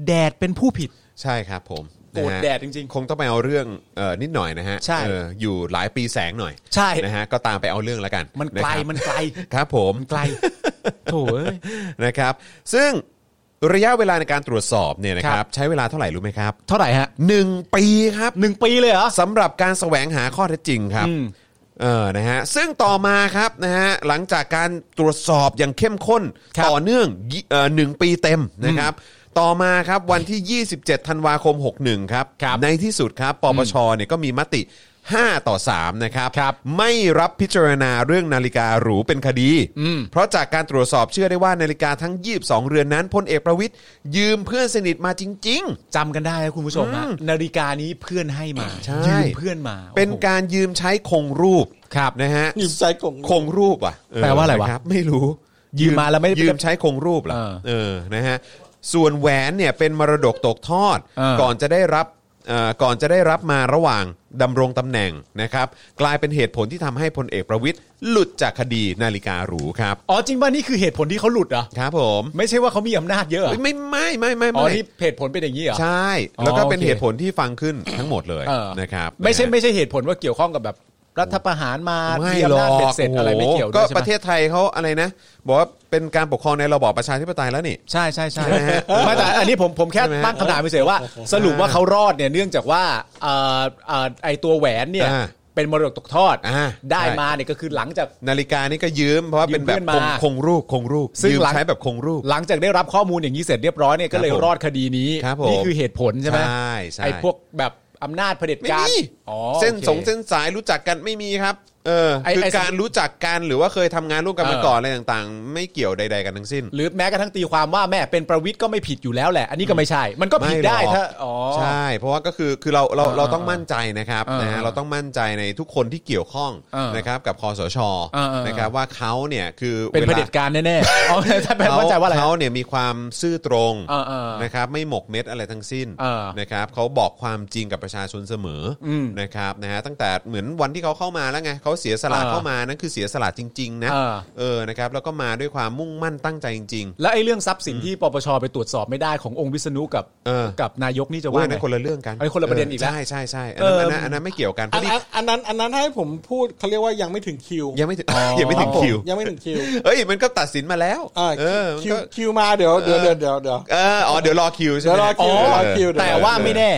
S4: แดดเป็นผู้ผิด
S3: ใช่ครับผม
S4: โกรธ
S3: นะฮะ
S4: แดดจริงๆ
S3: คงต้องไปเอาเรื่องเอ่อนิดหน่อยนะฮะ
S4: ใช่
S3: เอออยู่หลายปีแสงหน่อย
S4: ใช่
S3: นะฮะก็ตามไปเอาเรื่องแล้วกันะ
S4: มันไก
S3: ค
S4: ล
S3: รับ
S4: มันไกล
S3: ครับผม
S4: มันไกลโถ่เอ้ย
S3: นะครับ ซึ่งระยะเวลาในการตรวจสอบเนี่ยนะค
S4: ค
S3: รั
S4: รั
S3: บบ ใช้เวลาเท่าไหร่รู้ไหมครับ
S4: เท่าไหร่ฮะ
S3: 1 ปีครับ
S4: หนึ่งปีเลยเหรอ
S3: สำหรับการแสวงหาข้อเท็จจริงครับ
S4: อืม
S3: เออนะฮะซึ่งต่อมาครับนะฮะหลังจากการตรวจสอบอย่างเข้มข้น ต่อเนื่องยี่เอ่อหนึ่งปีเต็มนะครับ ต่อมาครับวันที่ 27 ธันวาคม 61 ครับ ในที่สุดครับปปชเนี่ยก็มีมติ 5 ต่อ 3 นะครับ ไม่รับพิจารณาเรื่องนาฬิกาหรูเป็นคดี เพราะจากการตรวจสอบเชื่อได้ว่านาฬิกาทั้ง 22 เรือนนั้นพลเอกประวิทย์ยืมเพื่อนสนิทมาจริง ๆ
S4: จำกันได้ครับคุณผู้ชมฮะนาฬิกานี้เพื่อนให้มา
S3: ใช่
S4: ยืมเพื่อนมา
S3: เป็น
S4: โอ้โห
S3: การยืมใช้คงรูปครับนะฮะ
S1: ยืมใช้คงรูป
S3: คงรูปอ่ะเ
S4: แปลว่าอะไรวะ
S3: นคบไม่รู้
S4: ยืมมาแล้วไม่ได้
S3: ยืมใช้คงรูปเหรอ
S4: เออ
S3: เออนะฮะส่วนแหวนเนี่ยเป็นมรดกตกทอด
S4: เออ
S3: ก่อนจะได้รับเอ่อก่อนจะได้รับมาระหว่างดำรงตำแหน่งนะครับกลายเป็นเหตุผลที่ทำให้พลเอกประวิทย์หลุดจากคดีนาฬิกาหรูครับ
S4: อ๋อจริงป่ะนี่คือเหตุผลที่เขาหลุดเหรอ
S3: ครับผม
S4: ไม่ใช่ว่าเขามีอำนาจเยอะเหรอ
S3: เอ้ยไม่ไม่ไม่ไม่
S4: อ๋อ
S3: ไม่
S4: นี่เหตุผลเป็นอย่างนี้เหรอ
S3: ใช่ แล้วก็
S4: อ๋อโอเค
S3: เป็นเหตุผลที่ฟังขึ้นทั้งหมดเลย
S4: เออ
S3: นะครับ
S4: ไม่ใช่
S3: นะฮะ
S4: ไม่ใช่เหตุผลว่าเกี่ยวข้องกับแบบรัฐประหารมา
S3: ไม่
S4: มี
S3: หร
S4: อำ
S3: อ
S4: นาจ
S3: ก
S4: เบ็ดเสร็จอะไรไม่เกี่ยวด้วย
S3: ก็
S4: ใช่ไหม
S3: ประเทศไทยเขาอะไรนะ บอกว่าเป็นการปกครองในระบอบประชาธิปไตยแล้วนี่
S4: ใช่ใช่ใช่
S3: ใช่ไหมฮะ
S4: ไม่แต่อันนี้ผมผมแค่
S3: ใช่ไหมฮะ
S4: ตั้งคำถามไปเฉยๆว่า สรุปว่าเขารอดเนี่ยเนื่องจากว่าเอ่อเอ่อไอตัวแหวนเนี่ย
S3: อ่า
S4: เป็นมรดกตกทอด
S3: อ่า
S4: ได้
S3: ใช่
S4: มาเนี่ยก็คือหลังจาก
S3: นาฬิกานี่ก็ยืมเพราะว่าเป็นแบบ
S4: ยืมเพื่
S3: ค
S4: อน
S3: ง
S4: มา
S3: คงรูปคงรูป
S4: ซึ่ง
S3: ยืม
S4: หลัง
S3: ใช้แบบคงรูป
S4: หลังจากได้รับข้อมูลอย่างนี้เสร็จเรียบร้อยเนี่ยก็เลย
S3: ครับผม
S4: รอดคดีนี้
S3: ครับผม
S4: นี่คือเหตุผลใช่ไหม
S3: ใช่ใช่
S4: ไอ้พวกแบบอำนาจเผด็จ
S3: ไม่
S4: การ
S3: มี
S4: อ๋อ
S3: เส้น
S4: โอค
S3: สงเส้นสายรู้จักกันไม่มีครับเออ
S4: ไอ้
S3: คือ
S4: ไอ้
S3: การรู้จักกันหรือว่าเคยทำงานร่วมกันมา
S4: เออ
S3: ก่อนอะไรต่างๆ ไม่เกี่ยวใด ๆ กันทั้งสิ้น
S4: หรือแม้กระทั่งตีความว่าแม่เป็นประวิทย์ก็ไม่ผิดอยู่แล้วแหละ อันนี้ก็ไม่ใช่ มันก็ผิดได้
S3: ม่หรอก
S4: ถ้าอ๋อ
S3: ใช่ เพราะว่าก็คือคือเราเรา
S4: เออ
S3: เราต้องมั่นใจนะครับ
S4: เออ
S3: นะฮะเราต้องมั่นใจในทุกคนที่เกี่ยวข้อง
S4: เออ
S3: นะครับกับคอสช
S4: เออเออ
S3: นะครับว่าเขาเนี่ยคือ
S4: เป็น
S3: ว
S4: เผ
S3: ลา
S4: ด็จการแน่ๆอ๋อถ้าเป็น
S3: เขา
S4: เข้าใจว่าอะไร
S3: เขาเนี่ยมีความซื่อตรง
S4: เออเออ
S3: นะครับไม่หมกเม็ดอะไรทั้งสิ้น
S4: เออ
S3: นะครับเขาบอกความจริงกับประชาชนเสมออ
S4: ม
S3: นะครับนะฮะตั้งแต่เหมือนวันที่เขาเข้ามาแล้วไงเขาเสียสละ
S4: เออ
S3: เข้ามานั่นคือเสียสละจริงๆนะ
S4: เออ
S3: เออนะครับแล้วก็มาด้วยความมุ่งมั่นตั้งใจจริง
S4: แล้วไอ้เรื่องทรัพย์สินที่ปปชไปตรวจสอบไม่ได้ขององค์วิษณุกับ
S3: เออ
S4: กับนายกนี่
S3: ๆ
S4: จะ
S3: เว้ย
S4: ว่า
S3: อัน
S4: ไง
S3: นั้นคนละเรื่องกัน
S4: เอ้ยคนละประเด็นอีกแล้ว
S3: ใช่ใช่ใช่อันนั้น
S4: เออ
S3: อันนั้นอันนั้นไม่เกี่ยวกันพ
S1: อั
S3: อน ดี
S1: นั้นอันนั้นอันนั้นให้ผมพูดเขาเรียกว่ายังไม่ถึงคิว
S3: ยังไม่ถึง ยังไม่ถึงคิว
S1: ยังไม่ถึงคิว
S3: เอ้ยมันก็ตัดสินมาแล้ว
S1: อ่า
S3: เออมัน
S1: คิว
S3: ก็
S1: คิวมาเดี๋ยวเดี๋ยวเดี๋ยวเดี๋ยวเดี๋ยว
S3: เอออ๋อเดี๋ยวรอคิวใช่ไหม
S1: เดี๋ยวรอคิวเดี๋ยวรอคิว
S4: แต่ว่าไม่แน่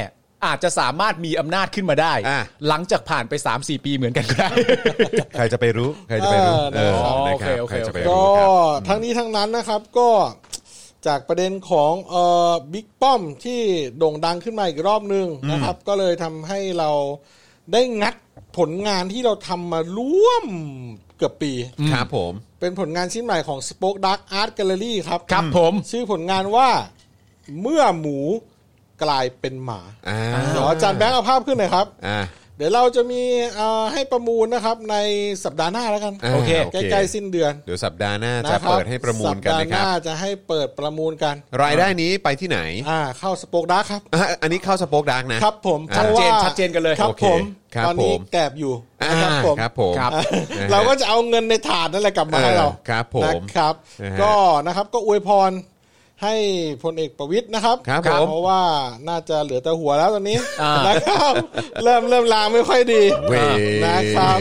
S4: อาจจะสามารถมีอำนาจขึ้นมาได้
S3: อ่ะ
S4: หลังจากผ่านไป 3-4 ปีเหมือนกันก็ได้
S3: ใครจะไปรู้ใครจะไปรู้
S1: เออ
S3: นะ
S4: โอเคโอเค
S3: ใครจะไป
S1: ก็
S3: รู้ครับ
S1: ทั้งนี้ทั้งนั้นนะครับก็จากประเด็นของเอ่อบิ๊กป้อมที่โด่งดังขึ้นมาอีกรอบนึงนะครับ ก็เลยทำให้เราได้งัดผลงานที่เราทำมาร่วมเกือบปี
S3: ครับผม
S1: เป็นผลงานชิ้นใหม่ของ Spoke Dark Art Gallery ครับ
S4: ครับผม
S1: ชื่อผลงานว่าเมื่อหมูกลายเป็นหมา
S3: อ่า
S1: เดี๋ยวอาจารย์แบงค์เอาภาพขึ้นหน่อยครับ
S3: อ่า
S1: เดี๋ยวเราจะมีเอ่อให้ประมูลนะครับในสัปดาห์หน้าแล้วกัน
S3: โอเค
S1: ใกล้ๆสิ้นเดือน
S3: เดี๋ยวสัปดาห์หน้าจะ
S1: นะครับ
S3: เปิดให้ประมูลกันนะ
S1: สัปดาห์ห
S3: ครับ
S1: น้าจะให้เปิดประมูลกัน
S3: รายได้นี้ไปที่ไหน
S1: อ่าเข้าสป็อกดาร์ครับ
S3: อ่ะอันนี้เข้าสป็อกดักนะ
S1: ครับผม
S3: ชัด
S1: พราะ
S4: เจน
S1: ว่า
S4: ชัดเจนกันเลย
S1: ครับ
S3: โอเค
S1: ผม
S3: ครับ
S1: ตอนนี้
S3: ผม
S1: แกลบอยู่
S3: อ่า
S1: นะครับผม
S3: ครับผม
S4: ครับ
S1: อ่าเราก็จะเอาเงินในถาดนั่นแหละกลับมา
S3: เออ
S1: ให้เรา
S3: ครับผม
S1: นะครับ
S3: นะฮะ
S1: ก็นะครับก็อวยพรให้พลเอกประวิตยนะครับ
S3: ครับผม
S1: เพราะว่าน่าจะเหลือแต่หัวแล้วตอนนี้
S4: อ่าน
S1: นะครับ เริ่มเริ่มลางไม่ค่อยดี
S3: เว้ย
S1: นะครับ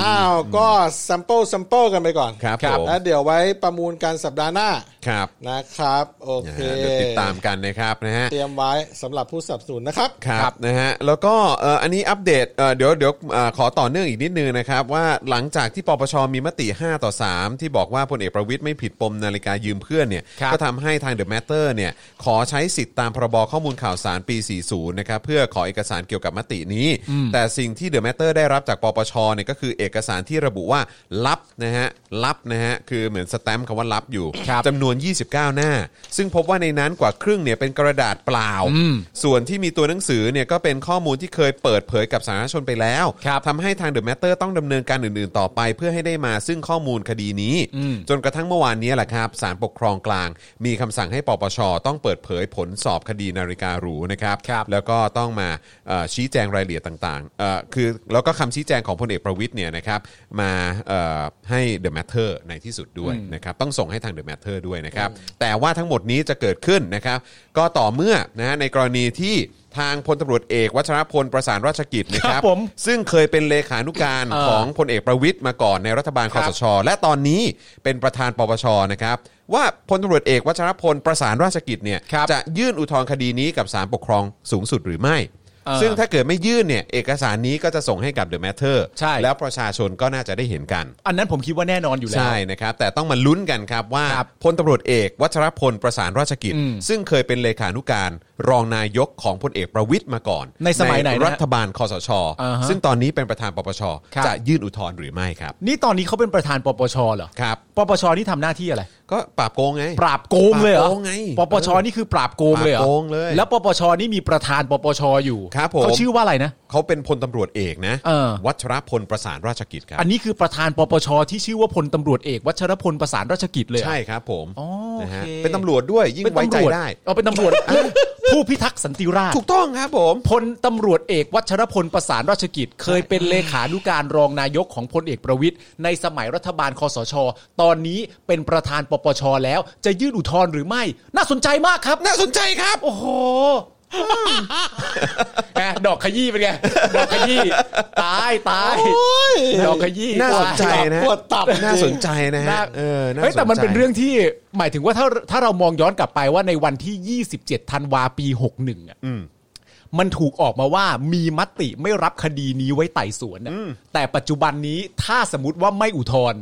S1: อ้าว ก็ซัมเปิลซัมเปิลกันไปก่อน
S3: ครับผม
S1: แล้วเดี๋ยวไว้ประมูลกันสัปดาห์หน้า
S3: ครับ
S1: นะครับ โอ
S3: นะ
S1: เค
S3: ฮะเดี๋ยวติดตามกันนะครับนะฮะ
S1: เตรียมไว้สำหรับผู้สนับสนุนนะครับ
S3: ครับนะฮะแล้วก็เอ่ออันนี้อัปเดตเอ่อเดี๋ยวเดี๋ยวเอ่อขอต่อเนื่องอีกนิดนึงนะครับ ว่าหลังจากที่ปปชมีมติ 5 ต่อ 3 ที่บอกว่าพลเอกประวิทย์ไม่ผิดปมนาฬิกายืมเพื่อนเนี่ย
S4: ครับ
S3: ก็ทำให้ทาง The Matter เนี่ยขอใช้สิทธิ์ตามพรบข้อมูลข่าวสารปี 40 นะครับ เพื่อขอเอกสารเกี่ยวกับมตินี้ แต่สิ่งที่ The Matter ได้รับจากปปชเนี่ยก็คือเอกสารที่ระบุว่าลับนะฮะลับนะฮะคือเหมือนสแตมป์คำว่าลับอยู่
S4: ครับ
S3: จำ จำนวน 29 หน้า ซึ่งพบว่าในนั้นกว่าครึ่งเนี่ยเป็นกระดาษเปล่า ส่วนที่มีตัวหนังสือเนี่ยก็เป็นข้อมูลที่เคยเปิดเผยกับสาธารณชนไปแล้ว
S4: ครับ
S3: ทำให้ทางเดอะแมตเตอร์ต้องดำเนินการอื่นๆต่อไป เพื่อให้ได้มาซึ่งข้อมูลคดีนี้ จนกระทั่งเมื่อวานนี้แหละครับสารปกครองกลาง มีคำสั่งให้ปปช ต้องเปิดเผยผลสอบคดีนาฬิกาหรูนะครับ
S4: ครับ
S3: แล้วก็ต้องมาเอ่อชี้แจงรายละเอียดต่างๆเอ่อคือแล้วก็คำชี้แจงของพลเอกประวิทย์เนี่ยนะครับมาเอ่อให้เดอะแมทเทอร์ในที่สุดด้วยนะครับต้องส่งให้ทางเดอะแมทเทอร์ด้วยนะครับแต่ว่าทั้งหมดนี้จะเกิดขึ้นนะครับก็ต่อเมื่อนะฮะในกรณีที่ทางพลตำรวจเอกวัชรพลประสานราชกิจนะครับ
S4: ครับผม
S3: ซึ่งเคยเป็นเลขานุการ
S4: เออ
S3: ของพลเอกประวิทย์มาก่อนในรัฐบาลคอสช และตอนนี้เป็นประธานปปชนะครับว่าพลตำรวจเอกวัชรพลประสานราชกิจเนี่ย
S4: ครับ
S3: จะยื่นอุทธรณ์คดีนี้กับศาลปกครองสูงสุดหรือไม่
S4: เออ
S3: ซึ่งถ้าเกิดไม่ยื่นเนี่ยเอกสารนี้ก็จะส่งให้กับ The Matter
S4: ใช่
S3: แล้วประชาชนก็น่าจะได้เห็นกัน
S4: อันนั้นผมคิดว่าแน่นอนอยู่แล้ว
S3: ใช่นะครับ แต่ต้องมาลุ้นกันครับว่า
S4: ครับ
S3: พลตำรวจเอกวัชรพลประสานราชกิจ
S4: อืม
S3: ซึ่งเคยเป็นเลขานุการรองนายกของพลเอกประวิทย์มาก่อน
S4: ในสมัยไหนนะ
S3: รัฐบาลคอสช
S4: อ่าฮะ
S3: ซึ่งตอนนี้เป็นประธานปปช
S4: ครับ
S3: จะยื่นอุทธรณ์หรือไม่ครับ
S4: นี่ตอนนี้เขาเป็นประธานปปชเหรอ
S3: ครับ
S4: ปปชนี่ทำหน้าที่อะไร
S3: ก็ปราบโกงไง
S4: ปราบโกงเลยเหร
S3: ป
S4: อ
S3: ราบโกงไง
S4: ปปชนี่คือปราบโกงเลยเหร
S3: ป
S4: อ
S3: ราบโกงเลย
S4: แล้วปปชนี่มีประธานปปชอยู่
S3: ครับผม
S4: เขาชื่อว่าอะไรนะ
S3: เขาเป็นพลตำรวจเอกนะ
S4: เออ
S3: วัชรพลประสานราชกิจครับ
S4: อันนี้คือประธานปปชที่ชื่อว่าพลตำรวจเอกวัชรพลประสานราชกิจเลยเหรอ
S3: ใช่ครับผม
S4: อ๋อโอเค
S3: นะฮะเป็นตำรวจด้วยยิ่งไว้ใจ
S4: เป็นตำรวจ
S3: ได้
S4: เอาเป็น ตำรวจผู้พิทักษ์สันติราษฎ
S3: ถู
S4: ร์
S3: กต้องครับผม
S4: พลตำรวจเอกวัชรพลประสานราชกิจ เคยเป็นเลขานุการรองนายกของพลเอกประวิทย์ในสมัยรัฐบาลคอสช ตอนนี้เป็นประธานปปชแล้วจะยื่นอุทธรณ์หรือไม่ น่าสนใจมากครับ
S3: น่าสนใจครับ
S4: โอ้โหแหมดอกขยี้เป็นไง ดอกขยี้ตายตาย
S1: โอ้ย
S4: ดอกขยี้
S3: น่าสนใจ
S4: ตาย
S3: นะ
S1: ปวดตับ
S3: น่าสนใจนะฮะ
S4: น่า
S3: เออน่า
S4: เฮ้ยแต่มัน
S3: สใจ
S4: เป็นเรื่องที่หมายถึงว่าถ้าถ้าเรามองย้อนกลับไปว่าในวันที่ 27ธันวาปี 61อ่ะ
S3: อืม
S4: มันถูกออกมาว่ามีมติไม่รับคดีนี้ไว้ไต่สวนน่ะแต่ปัจจุบันนี้ถ้าสมมติว่าไม่อุทธรณ์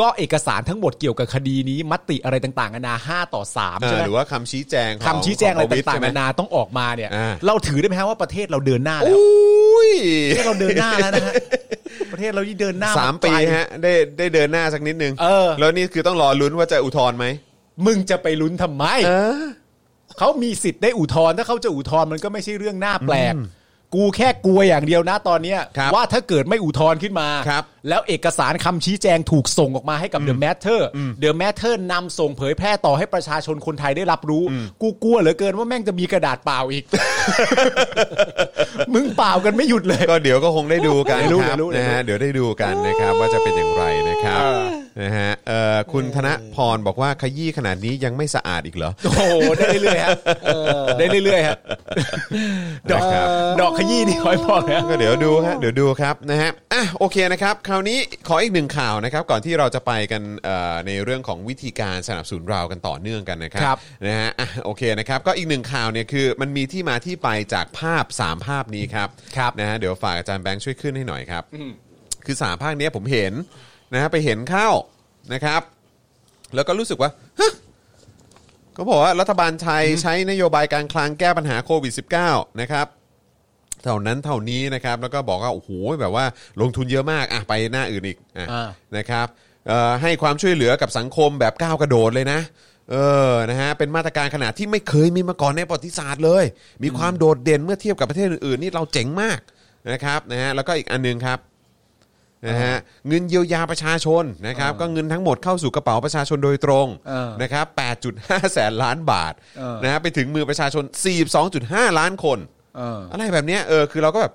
S4: ก็เอกสารทั้งหมดเกี่ยวกับคดีนี้มติอะไรต่างๆนานาห้าต่อสาม
S3: เออ
S4: ใช่ไหม
S3: หรือว่าคำชี้แจงข
S4: คำชี้แจงอะไร
S3: ขปวิ
S4: ต่า
S3: ใช่
S4: ง
S3: ไห
S4: ๆ
S3: ม
S4: นานาต้องออกมาเนี่ย
S3: อ่า
S4: เราถือได้ไหมฮะว่าประเทศเราเดินหน้าแล้
S3: อ
S4: ว
S3: ุ้ย
S4: ประเทศเราเดินหน้าแล้ว นะฮะประเทศเราที่เดินหน้า
S3: สาม
S4: ไก
S3: ปี
S4: ล
S3: ฮะได้ได้เดินหน้าสักนิดนึง
S4: เออ
S3: แล้วนี่คือต้องรอลุ้นว่าจะอุทธรณ์ไหม
S4: มึงจะไปลุ้นทำไม
S3: เออ
S4: เขามีสิทธิ์ได้อุทธรณ์ถ้าเขาจะอุทธรณ์มันก็ไม่ใช่เรื่องน่าแปลก กูแค่กลัวอย่างเดียวนะตอนเนี้ย
S3: ครับ
S4: ว่าถ้าเกิดไม่อุทธรณ์ขึ้นมา
S3: ครับ
S4: แล้วเอกสารคำชี้แจงถูกส่งออกมาให้กับ The Matter The Matter นำส่งเผยแพร่ต่อให้ประชาชนคนไทยได้รับรู้ กูกลัวเหลือเกินว่าแม่งจะมีกระดาษเปล่าอีก มึงเปล่ากันไม่หยุดเลย
S3: ก็เดี๋ยวก็คงได้ดูกัน
S4: เดี๋ยวรู้
S3: ครับ
S4: เดี๋ยวรู้
S3: นะฮะเดี๋ยวได้ดูกันนะครับว่าจะเป็นอย่างไรนะครับนะฮะเอ่อคุณธนพรบอกว่าขยี้ขนาดนี้ยังไม่สะอาดอีกเหรอ
S4: โอ้โหได้เรื่อยๆฮะได้เรื่อยๆฮะดอก
S3: นะครับ
S4: ดอกขยี้นี่คอยพอแล้ว
S3: ก็เดี๋ยวดูฮะเดี๋ยวดูครับนะฮะอ่ะโอเคนะครับ คราวนี้ขออีกหนึ่งข่าวนะครับ ก่อนที่เราจะไปกันเอ่อในเรื่องของวิธีการสนับสนุนเรากันต่อเนื่องกันนะครั
S4: ครับ
S3: นะฮะอ่ะโอเคนะครับ ก็อีกหนึ่งข่าวเนี่ยคือมันมีที่มาที่ไปจากภาพ 3 ภาพนี้ครับ
S4: ครับ
S3: นะฮะเดี๋ยวฝากอาจารย์แบงค์ช่วยขึ้นให้หน่อยครับคือสามภาพเนี้ยผมเห็นนะฮะไปเห็นเข้านะครับ แล้วก็รู้สึกว่าฮะเขาบอกว่ารัฐบาลไทยใช้นโยบายการคลังแก้ปัญหาโควิด -19 นะครับ เท่านั้นเท่านี้นะครับ แล้วก็บอกว่าโอ้โหแบบว่าลงทุนเยอะมากอ่ะไปหน้าอื่นอีกอ่ะ
S4: อ่า
S3: นะครับเอ่อให้ความช่วยเหลือกับสังคมแบบก้าวกระโดดเลยนะเออนะฮะเป็นมาตรการขนาดที่ไม่เคยมีมาก่อนในประวัติศาสตร์เลย มีความโดดเด่นเมื่อเทียบกับประเทศอื่นๆนี่เราเจ๋งมากนะครับนะฮะแล้วก็อีกอันหนึงครับ นะฮะเงินเยียวยาประชาชนนะครับก็เงินทั้งหมดเข้าสู่กระเป๋าประชาชนโดยตรง
S4: เออ
S3: นะครับ 8.5 แสนล้านบาท
S4: เออ
S3: นะฮะไปถึงมือประชาชน 42.5 ล้านคน
S4: เออ
S3: อะไรแบบเนี้ยเออคือเราก็แบบ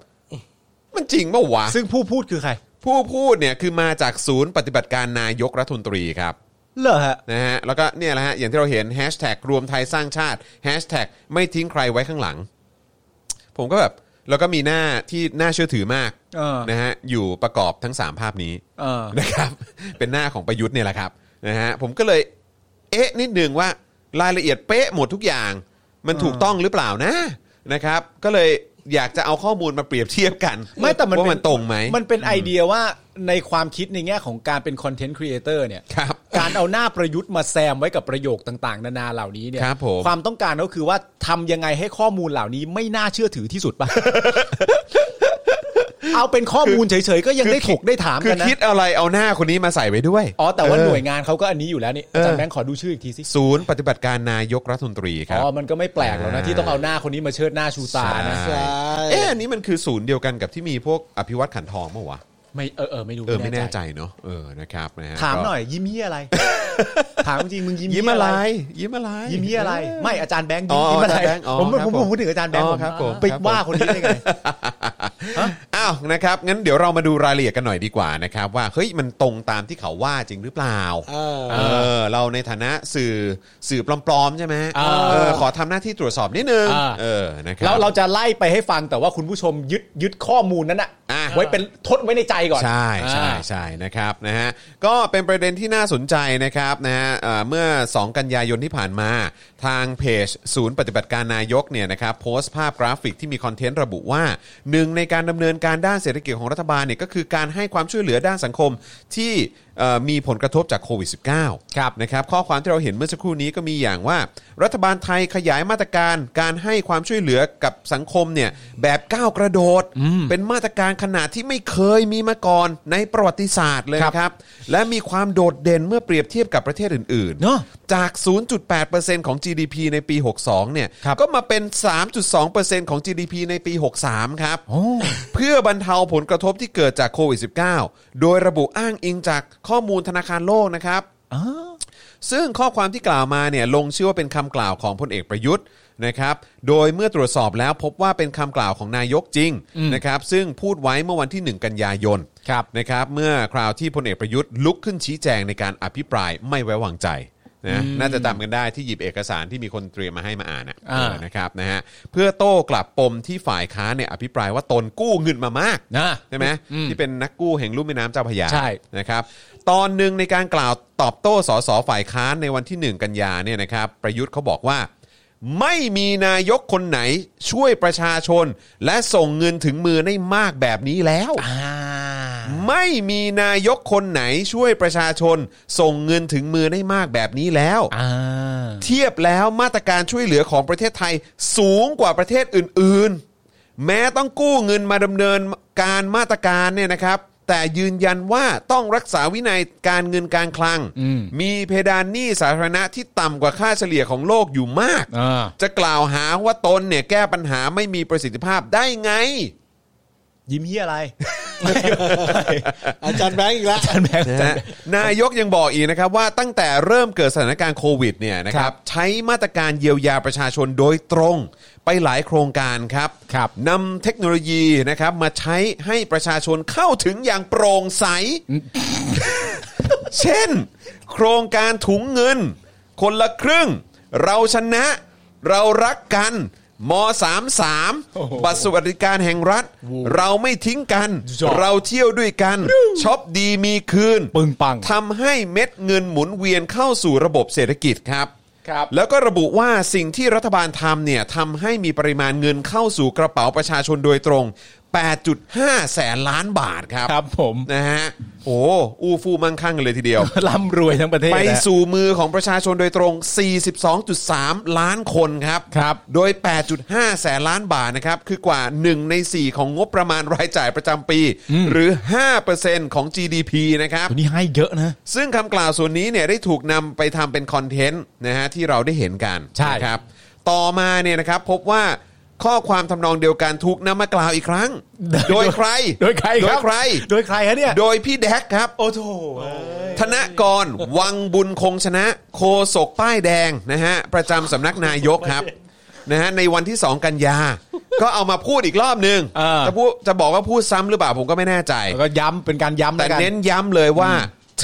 S3: มันจริงเมื่อวะ
S4: ซึ่งผู้พูดคือใคร
S3: ผู้พูดเนี่ยคือมาจากศูนย์ปฏิบัติการนายกรัฐมนตรีครับ
S4: เหรอฮะ
S3: นะฮะแล้วก็เนี่ยแหละฮะอย่างที่เราเห็นแฮชแท็กรวมไทยสร้างชาติแฮชแท็กไม่ทิ้งใครไว้ข้างหลัง ผมก็แบบแล้วก็มีหน้าที่น่าเชื่อถือมาก
S4: เออ
S3: นะฮะอยู่ประกอบทั้ง 3 ภาพนี้
S4: เออ
S3: นะครับ เป็นหน้าของประยุทธ์เนี่ยแหละครับนะฮะผมก็เลยเอ๊ะนิดนึงว่ารายละเอียดเป๊ะหมดทุกอย่าง มันถูกต้องหรือเปล่านะนะครับ ก็เลยอยากจะเอาข้อมูลมาเปรียบเทียบกัน
S4: ไม่แต่มัน
S3: ว่า
S4: เป็
S3: มันตรงไหม
S4: มันเป็นไอเดียว่าในความคิดในแง่ของการเป็นคอนเทนต์ครีเอเตอร์เนี่ย
S3: ครับ
S4: การเอาหน้าประยุทธ์มาแซมไว้กับประโยคต่าง ๆ นานาเหล่านี้เนี่ย
S3: ครับผม
S4: ความต้องการก็คือว่าทำยังไงให้ข้อมูลเหล่านี้ไม่น่าเชื่อถือที่สุดปะ เอาเป็นข้อมูลเฉยๆก็ยังได้ถกได้ถาม
S3: คื
S4: กั
S3: อน
S4: นะ
S3: คิดอะไรเอาหน้าคนนี้มาใส่ไว้ด้วย
S4: อ๋อแต่ว่า
S3: เห
S4: น่วยงานเขาก็อันนี้อยู่แล้วนี่อาจารย์แบงค์ขอดูชื่ออีกทีสิ
S3: ศูนย์ปฏิบัติการนายกรัฐมนตรีครับ
S4: อ๋อมันก็ไม่แปลกหรอกนะที่ต้องเอาหน้าคนนี้มาเชิดหน้าชูตานะ
S3: ใช่
S1: ใช่
S3: เอ๊ะอันนี้มันคือศูนย์เดียวกันกับที่มีพวกอภิวัตขันทองเมื่อวะ
S4: ไม่เออเออไม่รู้
S3: เออไม่แน่ใจเนาะเออนะครับนะฮะ
S4: ถาม
S3: ก็
S4: หน่อย ยิ้มเหี้ย อะไร ถามจริงมึงยิ้ม
S3: ยิ้ม
S4: เหี้ย
S3: อะ
S4: อะไร ไร
S3: ยิ้มอะไร
S4: ยิ้มยี่อะไร ไม่อาจารย์แบงค์
S3: อ๋อ
S4: ยิ้มยิ้มอะไร
S3: อาจารย์แบงค์อ๋อ
S4: ผม
S3: ครับ
S4: ผม
S3: ผม
S4: พูดถึงอาจารย์แบงค์
S3: อ๋อ
S4: ผม
S3: ครับผม
S4: ไป
S3: ครับผม
S4: ว่าคนนี้ได้ไง
S3: อ่ะ อ้าวนะครับงั้นเดี๋ยวเรามาดูรายละเอียดกันหน่อยดีกว่านะครับว่าเฮ้ยมันตรงตามที่เขาว่าจริงหรือเปล่า
S1: เออ
S3: เออเราในฐานะสื่อสื่อปลอมๆใช่ไหม
S4: อ่า
S3: เออขอทำหน้าที่ตรวจสอบนิดนึง
S4: อ่า
S3: เออนะครั
S4: แล้วเราจะไล่ไปให้ฟังแต่ว่าคุณผู้ชมยึดยึดข้อมูลนั้นอะ
S3: อ่ะ
S4: ไว้เป็นทดไว้ในใจก่อน
S3: ใช่ใช่
S4: อ่า
S3: ใช่นะครับนะฮะก็เป็นประเด็นที่น่าสนใจนะครับนะฮะเอ่อเมื่อ 2 กันยายนที่ผ่านมาทางเพจ ศูนย์ปฏิบัติการนายกเนี่ยนะครับโพสต์ภาพกราฟิกที่มีคอนเทนต์ระบุว่าหนึ่งในการดำเนินการด้านเศรษฐกิจของรัฐบาลเนี่ยก็คือการให้ความช่วยเหลือด้านสังคมที่เอ่อมีผลกระทบจากโควิด -19
S4: ครับ
S3: นะครับข้อความที่เราเห็นเมื่อสักครู่นี้ก็มีอย่างว่า รัฐบาลไทยขยายมาตรการการให้ความช่วยเหลือกับสังคมเนี่ยแบบก้าวกระโดด เป็นมาตรการขนาดที่ไม่เคยมีมาก่อนในประวัติศาสตร์เลยนะครับ และมีความโดดเด่นเมื่อเปรียบเทียบกับประเทศอื่น
S4: เนอะ
S3: จาก 0.8%ของ GDP ในปี 62 เนี่ยก็มาเป็น 3.2%ของ GDP ในปี 63 ครับ เพื่อบรรเทาผลกระทบที่เกิดจากโควิด -19 โดยระบุอ้างอิงจากข้อมูลธนาคารโลกนะครับ ซึ่งข้อความที่กล่าวมาเนี่ยลงชื่อว่าเป็นคำกล่าวของพลเอกประยุทธ์นะครับ โดยเมื่อตรวจสอบแล้วพบว่าเป็นคำกล่าวของนายกจริงนะครับ ซึ่งพูดไว้เมื่อวันที่ 1 กันยายน
S4: ครับ
S3: นะครับ เมื่อคราวที่พลเอกประยุทธ์ลุกขึ้นชี้แจงในการอภิปรายไม่ไว้วางใจนะน่าจะจำกันได้ที่หยิบเอกสารที่มีคนเตรียมมาให้มาอ่านอะ
S4: อ่า
S3: เออนะครับนะฮะเพื่อโต้กลับปมที่ฝ่ายค้านเนี่ยอภิปรายว่าตนกู้เงินมามาก
S4: นะ
S3: ใช่ไหมที่เป็นนักกู้แห่งลุ่มแม่น้ำเจ้าพระยา
S4: ใช่
S3: นะครับตอนหนึ่งในการกล่าวตอบโต้สสฝ่ายค้านในวันที่ 1 กันยาเนี่ยนะครับประยุทธ์เขาบอกว่า ไม่มีนายกคนไหนช่วยประชาชน และส่งเงินถึงมือได้มากแบบนี้แล้ว
S4: อ่า
S3: ไม่มีนายกคนไหนช่วยประชาชน ส่งเงินถึงมือได้มากแบบนี้แล้ว
S4: อ่า
S3: เทียบแล้วมาตรการช่วยเหลือของประเทศไทยสูงกว่าประเทศอื่นๆ แม้ต้องกู้เงินมาดำเนินการมาตรการเนี่ยนะครับ แต่ยืนยันว่าต้องรักษาวินัยการเงินการคลัง
S4: อืม
S3: มีเพดานหนี้สาธารณะที่ต่ำกว่าค่าเฉลี่ยของโลกอยู่มาก
S4: อ่า
S3: จะกล่าวหาว่าตนเนี่ยแก้ปัญหาไม่มีประสิทธิภาพได้ไง
S4: ยิ้มเฮียอะไร
S1: อาจารย์แบงค์อีกแล้ว
S4: อาจารย์แบงค์
S3: นะฮะนายกยังบอกอีกนะครับว่าตั้งแต่เริ่มเกิดสถานการณ์โควิดเนี่ยนะค
S4: ค
S3: รั
S4: รั
S3: บบ ใช้มาตรการเยียวยาประชาชนโดยตรงไปหลายโครงการครับ
S4: ครับ
S3: นำเทคโนโลยีนะครับมาใช้ให้ประชาชนเข้าถึงอย่างโปร่งใส เช่น โครงการถุงเงิน คนละครึ่ง เราชนะเรารักกันม33บัตรสวัสดิการแห่งรัฐ เราไม่ทิ้งกัน
S4: จบ
S3: เราเที่ยวด้วยกันช็อปดีมีคืน
S4: ปึงปัง
S3: ทำให้เม็ดเงินหมุนเวียนเข้าสู่ระบบเศรษฐกิจครับ
S4: ครับ
S3: แล้วก็ระบุว่าสิ่งที่รัฐบาลทำเนี่ยทำให้มีปริมาณเงินเข้าสู่กระเป๋าประชาชนโดยตรง 8.5 แสนล้านบาทครับ
S4: ครับผม
S3: นะฮะ โอ้อู้ฟู่มั่งคั่งกันเลยทีเดียว
S4: ร่ำรวยทั้งประ เทศ
S3: ไป
S4: นะ
S3: สู่มือของประชาชนโดยตรง 42.3 ล้านคนครับ
S4: ครับ
S3: โดย 8.5 แสนล้านบาทนะครับ คือกว่า 1 ใน 4 ของงบประมาณรายจ่ายประจำปี หรือ 5%ของ GDP นะครับ
S4: วันนี้ให้เยอะนะ
S3: ซึ่งคำกล่าวส่วนนี้เนี่ยได้ถูกนำไปทำเป็นคอนเทนต์นะฮะที่เราได้เห็นกัน
S4: ใช่
S3: นะครับ ต่อมาเนี่ยนะครับพบว่าข้อความทำนองเดียวกันถูกนำมากล่าวอีกครั้ง โดยใคร
S4: โดยใคร
S3: โด
S4: ค
S3: ย
S4: รับ
S3: ใคร
S4: โดยใครฮะเนี่ย
S3: โดยพี่แดกครับ
S4: โอ้โถ
S3: ธนกร วังบุญคงชนะ โคศกป้ายแดงนะฮะประจำสำนักนายกครับนะฮะในวันที่ 2 กันยา ก็เอามาพูดอีกรอบนึง
S4: อ่า
S3: จะพูดจะบอกว่าพูดซ้ำหรือเปล่าผมก็ไม่แน่ใจ
S4: แล้วก็ย้ำเป็นการย้ำ
S3: แต่
S4: แล้วกั
S3: เน้นย้ำเลยว่า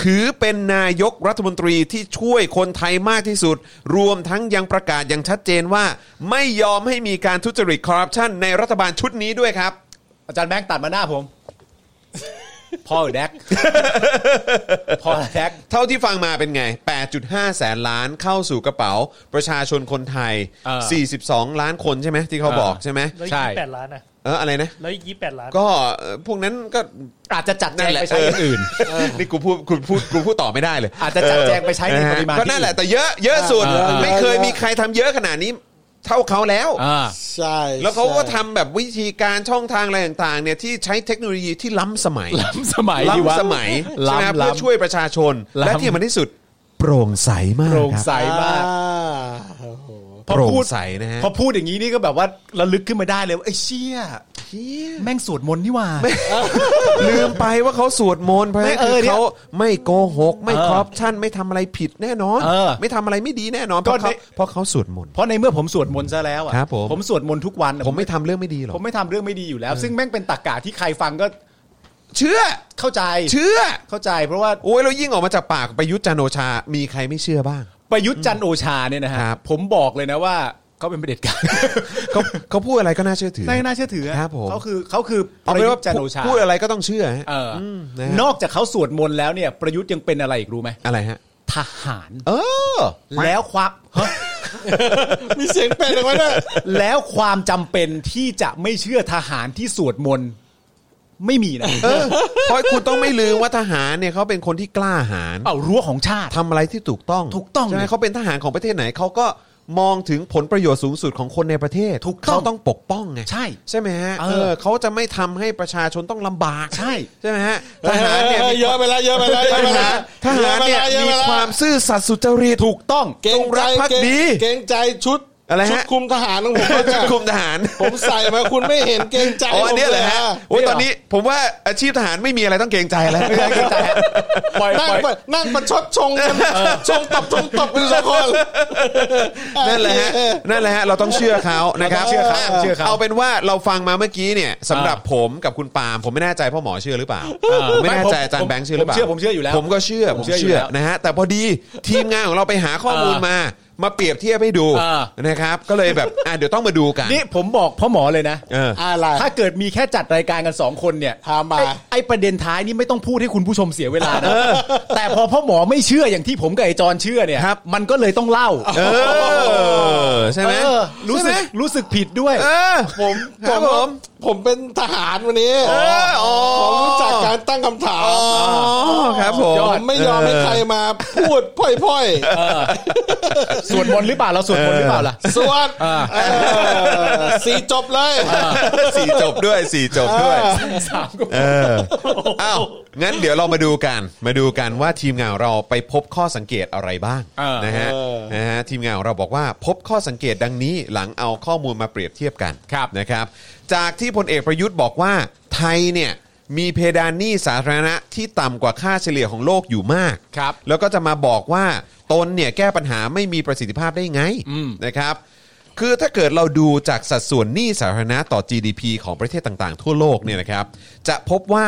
S3: ถือเป็นนายกรัฐมนตรีที่ช่วยคนไทยมากที่สุด รวมทั้งยังประกาศอย่างชัดเจนว่า ไม่ยอมให้มีการทุจริตคอร์รัปชันในรัฐบาลชุดนี้ด้วยครับ
S4: อาจารย์แบงค์ตัดมาหน้าผม พ่อหรือแดก พ่อหรือแดก
S3: เท่าที่ฟังมาเป็นไง 8.5 แสนล้านเข้าสู่กระเป๋า ประชาชนคนไทย
S4: เออ
S3: 42 ล้านคนใช่ไหมที่เขา
S4: เออ
S3: บอกใช่ไหม
S6: แล้ว
S4: ใช่
S6: ยี่สิบแปดล้านอ่ะ
S3: เอออะไรนะ
S6: แล้วยี่สิบแปดล้าน
S3: ก็เอ่อพวกนั้นก็
S4: อาจจะจัดแจ
S3: นั่น
S4: ง
S3: แหละ
S4: ไปใช้อย่างอื่น
S3: เออนี่กูพูดกูพูดกูพูดต่อไม่ได้เลย
S4: อาจจะจัดแจงไปใช้ในปริมาณ
S3: ก็นั่นแหละแต่เยอะเยอะสุด
S1: เออเยอะ
S3: ไม่เคย
S1: เยอะ
S3: มีใครทำเยอะขนาดนี้ เท่าเขาแล้ว
S4: อ่า
S1: ใช่
S3: แล้วเขาก็
S1: ใช่
S3: ทำแบบวิธีการช่องทางอะไรต่างๆเนี่ยที่ใช้เทคโนโลยีที่ล้ำสมัย
S4: ล้ำสมัยดีวะ
S3: ล้ำสมัยใช่ไหมครับ
S4: ล้ำล้ำ
S3: เพื่อช่วยประชาชน
S4: ล้ำ
S3: และที่มันที่สุด โปร่งใสมาก
S4: โปร่งใส
S3: ครับ
S4: มาก
S1: อ่โอ้โห
S3: โปร่งใสนะฮะ
S4: พอพูดอย่างนี้นี่ก็แบบว่าระลึกขึ้นมาได้เลยว่าไอ้เชี่ย
S3: ฮีย
S4: แม่งสวดมนต์นี่หว่า
S3: ลืมไปว่าเขาสวดมนต์เพราะฉะนั้น
S4: ไม่เอ
S3: คื
S4: อ
S3: อ
S4: เนี่ย
S3: เขาไม่โกหก ไม่
S4: เออ
S3: คอร์รัปชันไม่ทำอะไรผิดแน่นอน
S4: เออ
S3: ไม่ทำอะไรไม่ดีแน่นอนเพ
S4: ก็
S3: ราะเขา
S4: ใน
S3: เพราะเขาสวดมนต์
S4: เพราะในเมื่อผมสวดมนต์ซะแล้วอ่ะ
S3: ครับผม
S4: ผมสวดมนต์ทุกวัน
S3: ผมไม่ทำเรื่องไม่ดีหรอก
S4: ผมไม่ทำเรื่องไม่ดีอยู่แล้ว ซึ่งแม่งเป็นตรกกะที่ใครฟังก็
S3: เชื่อ
S4: เข้าใจ
S3: เชื่อ
S4: เข้าใจ เพราะว่า
S3: โอ้ยเรายิ่งออกมาจากปากประยุทธ์จันทร์โอชา มีใครไม่เชื่อบ้าง
S4: ประยุทธ์จันทร์โอชาเนี่ยนะฮะ
S3: ครับ
S4: ผมบอกเลยนะว่าเขาเป็นประเผด็จการ
S3: เขาเขาพูดอะไรก็น่าเชื่อถือ
S4: ไม่น่าเชื่อถืออะ
S3: ครับผม
S4: เขาคือเขาคือ
S3: เอา
S4: ประ
S3: เป็น
S4: ยุท
S3: ว่า
S4: ธ์จันทร์โอชา
S3: พูดอะไรก็ต้องเชื่อฮะ
S4: เอออ
S3: มนะฮะ
S4: นอกจากเขาสวดมนต์แล้วเนี่ย ประยุทธ์ยังเป็นอะไรอีกรู้ไหม
S3: อะไรฮะ
S4: ทหาร
S3: เออ
S4: แล้วความฮะ
S1: มีเสียงเป็นออกมาด้วย
S4: แล้วความจำเป็นที่จะไม่เชื่อทหารที่สวดมนต์ไม่มีนะ
S3: เออเพราะคุณต้องไม่ลืมว่าทหารเนี่ยเขาเป็นคนที่กล้าหาญ
S4: เอารั้วของชาติ
S3: ทำอะไรที่ถูกต้อง
S4: ถูกต้อง
S3: ใช่ไหม
S4: เลย
S3: เขาเป็นทหารของประเทศไหนเขาก็มองถึงผลประโยชน์สูงสุดของคนในประเทศ
S4: ถูกต้อง
S3: เขาต้องปกป้องไง
S4: ใช่
S3: ใช่ไหมฮะ
S4: เออ
S3: เขาจะไม่ทำให้ประชาชนต้องลำบาก
S4: ใช่
S3: ใช่ไหมฮะทหารเนี่ย
S1: เออเยอะไปแล้วเยอะไปแล้วเย
S3: ท
S1: อะไปแล้
S3: หาวรทหารเนี่ย
S1: อะไปแล้อะ
S3: มี
S1: ไปแล้
S3: ความซื่อสัตย์สุจริตถูกต้อง
S1: เกร
S3: จ
S1: ง
S3: ง
S1: ใจ
S3: รักภัก
S1: เกรง
S3: ดี
S1: เกรงใจชุด
S3: อะไรฮะ
S1: ชุดคุมทหารของผมก็จะ
S3: คุมทหาร
S1: ผมใส่มาคุณไม่เห็นเกรงใจ
S3: อ๋ออันเนี่ย
S1: ผม
S3: เหรอฮะโอ้ย
S4: เนี่ยเหรอ
S3: ตอนนี้ผมว่าอาชีพทหารไม่มีอะไรต้องเกรงใจแล้ว
S4: ปล่อย
S1: นั่ง
S4: ปล่อย
S1: ไปนั่งประชดชงกันชงตบชงตบกันทุกคน
S3: นั่นแหละฮะ นั่นแหละฮะ เราต้องเชื่อเขานะครับ
S1: เราต้องเชื่อเขาเชื่อ
S3: ะ
S1: เขา
S3: เอาเป็นว่าเราฟังมาเมื่อกี้เนี่ยสำหรับผมกับคุณปาล์มผมไม่แน่ใจพ่อหมอเชื่อหรือเปล่า ผมไม่แน่ใจอาจารย์แบงค์เชื่อหรือเปล่า
S4: ผมเชื่อผมเชื่ออยู่แล้ว
S3: ผมก็เชื่อ
S4: ผ
S3: ผม ม
S4: เชื่ออยู่
S3: เชื่อ
S4: แล้ว
S3: นะฮะแต่พอดีทีมงานของเราไปหาข้อมูลมา มาเปรียบเทียบให้ดู
S4: อ่า
S3: นะครับ ก็เลยแบบอ่ะเดี๋ยวต้องมาดูกัน
S4: นี่ผมบอกพ่อหมอเลยนะ
S3: เออ
S1: อะไร
S4: ถ้าเกิดมีแค่จัดรายการกัน 2 คนเนี่ย
S1: ถามมา
S4: ไอ้ไอประเด็นท้ายนี่ไม่ต้องพูดให้คุณผู้ชมเสียเวลานะแต่พอพ่อหมอไม่เชื่ออย่างที่ผมกับไอจอนเชื่อเนี่ย
S3: ครับ
S4: มันก็เลยต้องเล่า
S3: เออใช่ไหม
S4: เออรู้สึก
S3: ใช่ไหม
S4: รู้สึกผิดด้วย
S3: เออ
S1: ผม
S3: ครับผม
S1: ผมเป็นทหารวันนี้
S3: เอออ๋อ
S1: ผมรู้จักการตั้งคำถาม
S3: อ๋อครับผม
S1: ผมไม่ยอมให้ใครมาพูดพ่อย
S4: สวดมนต์หรือเปล่าเราสวดมนต์หรือเปล่าล่ะ
S1: ๆ สวดเออสีจบเลย
S3: สี่จบด้วยสี่จบด้วย
S4: สามก็
S3: เอออ้าวงั้นเดี๋ยวเรามาดูกัน มาดูกันว่าทีมงานของเราไปพบข้อสังเกตอะไรบ้าง
S4: เออ
S3: นะฮะ
S1: เออ
S3: นะฮะทีมงานของเราบอกว่าพบข้อสังเกตดังนี้หลังเอาข้อมูลมาเปรียบเทียบกันนะครับ จากที่พลเอกประยุทธ์บอกว่าไทยเนี่ยมีเพดานหนี้สาธารณะที่ต่ำกว่าค่าเฉลี่ยของโลกอยู่มาก
S4: ครับ
S3: แล้วก็จะมาบอกว่าตนเนี่ยแก้ปัญหาไม่มีประสิทธิภาพได้ไง
S4: อืม
S3: นะครับ คือถ้าเกิดเราดูจากสัดส่วนหนี้สาธารณะต่อ GDP ของประเทศต่างๆ ทั่วโลกเนี่ยนะครับ จะพบว่า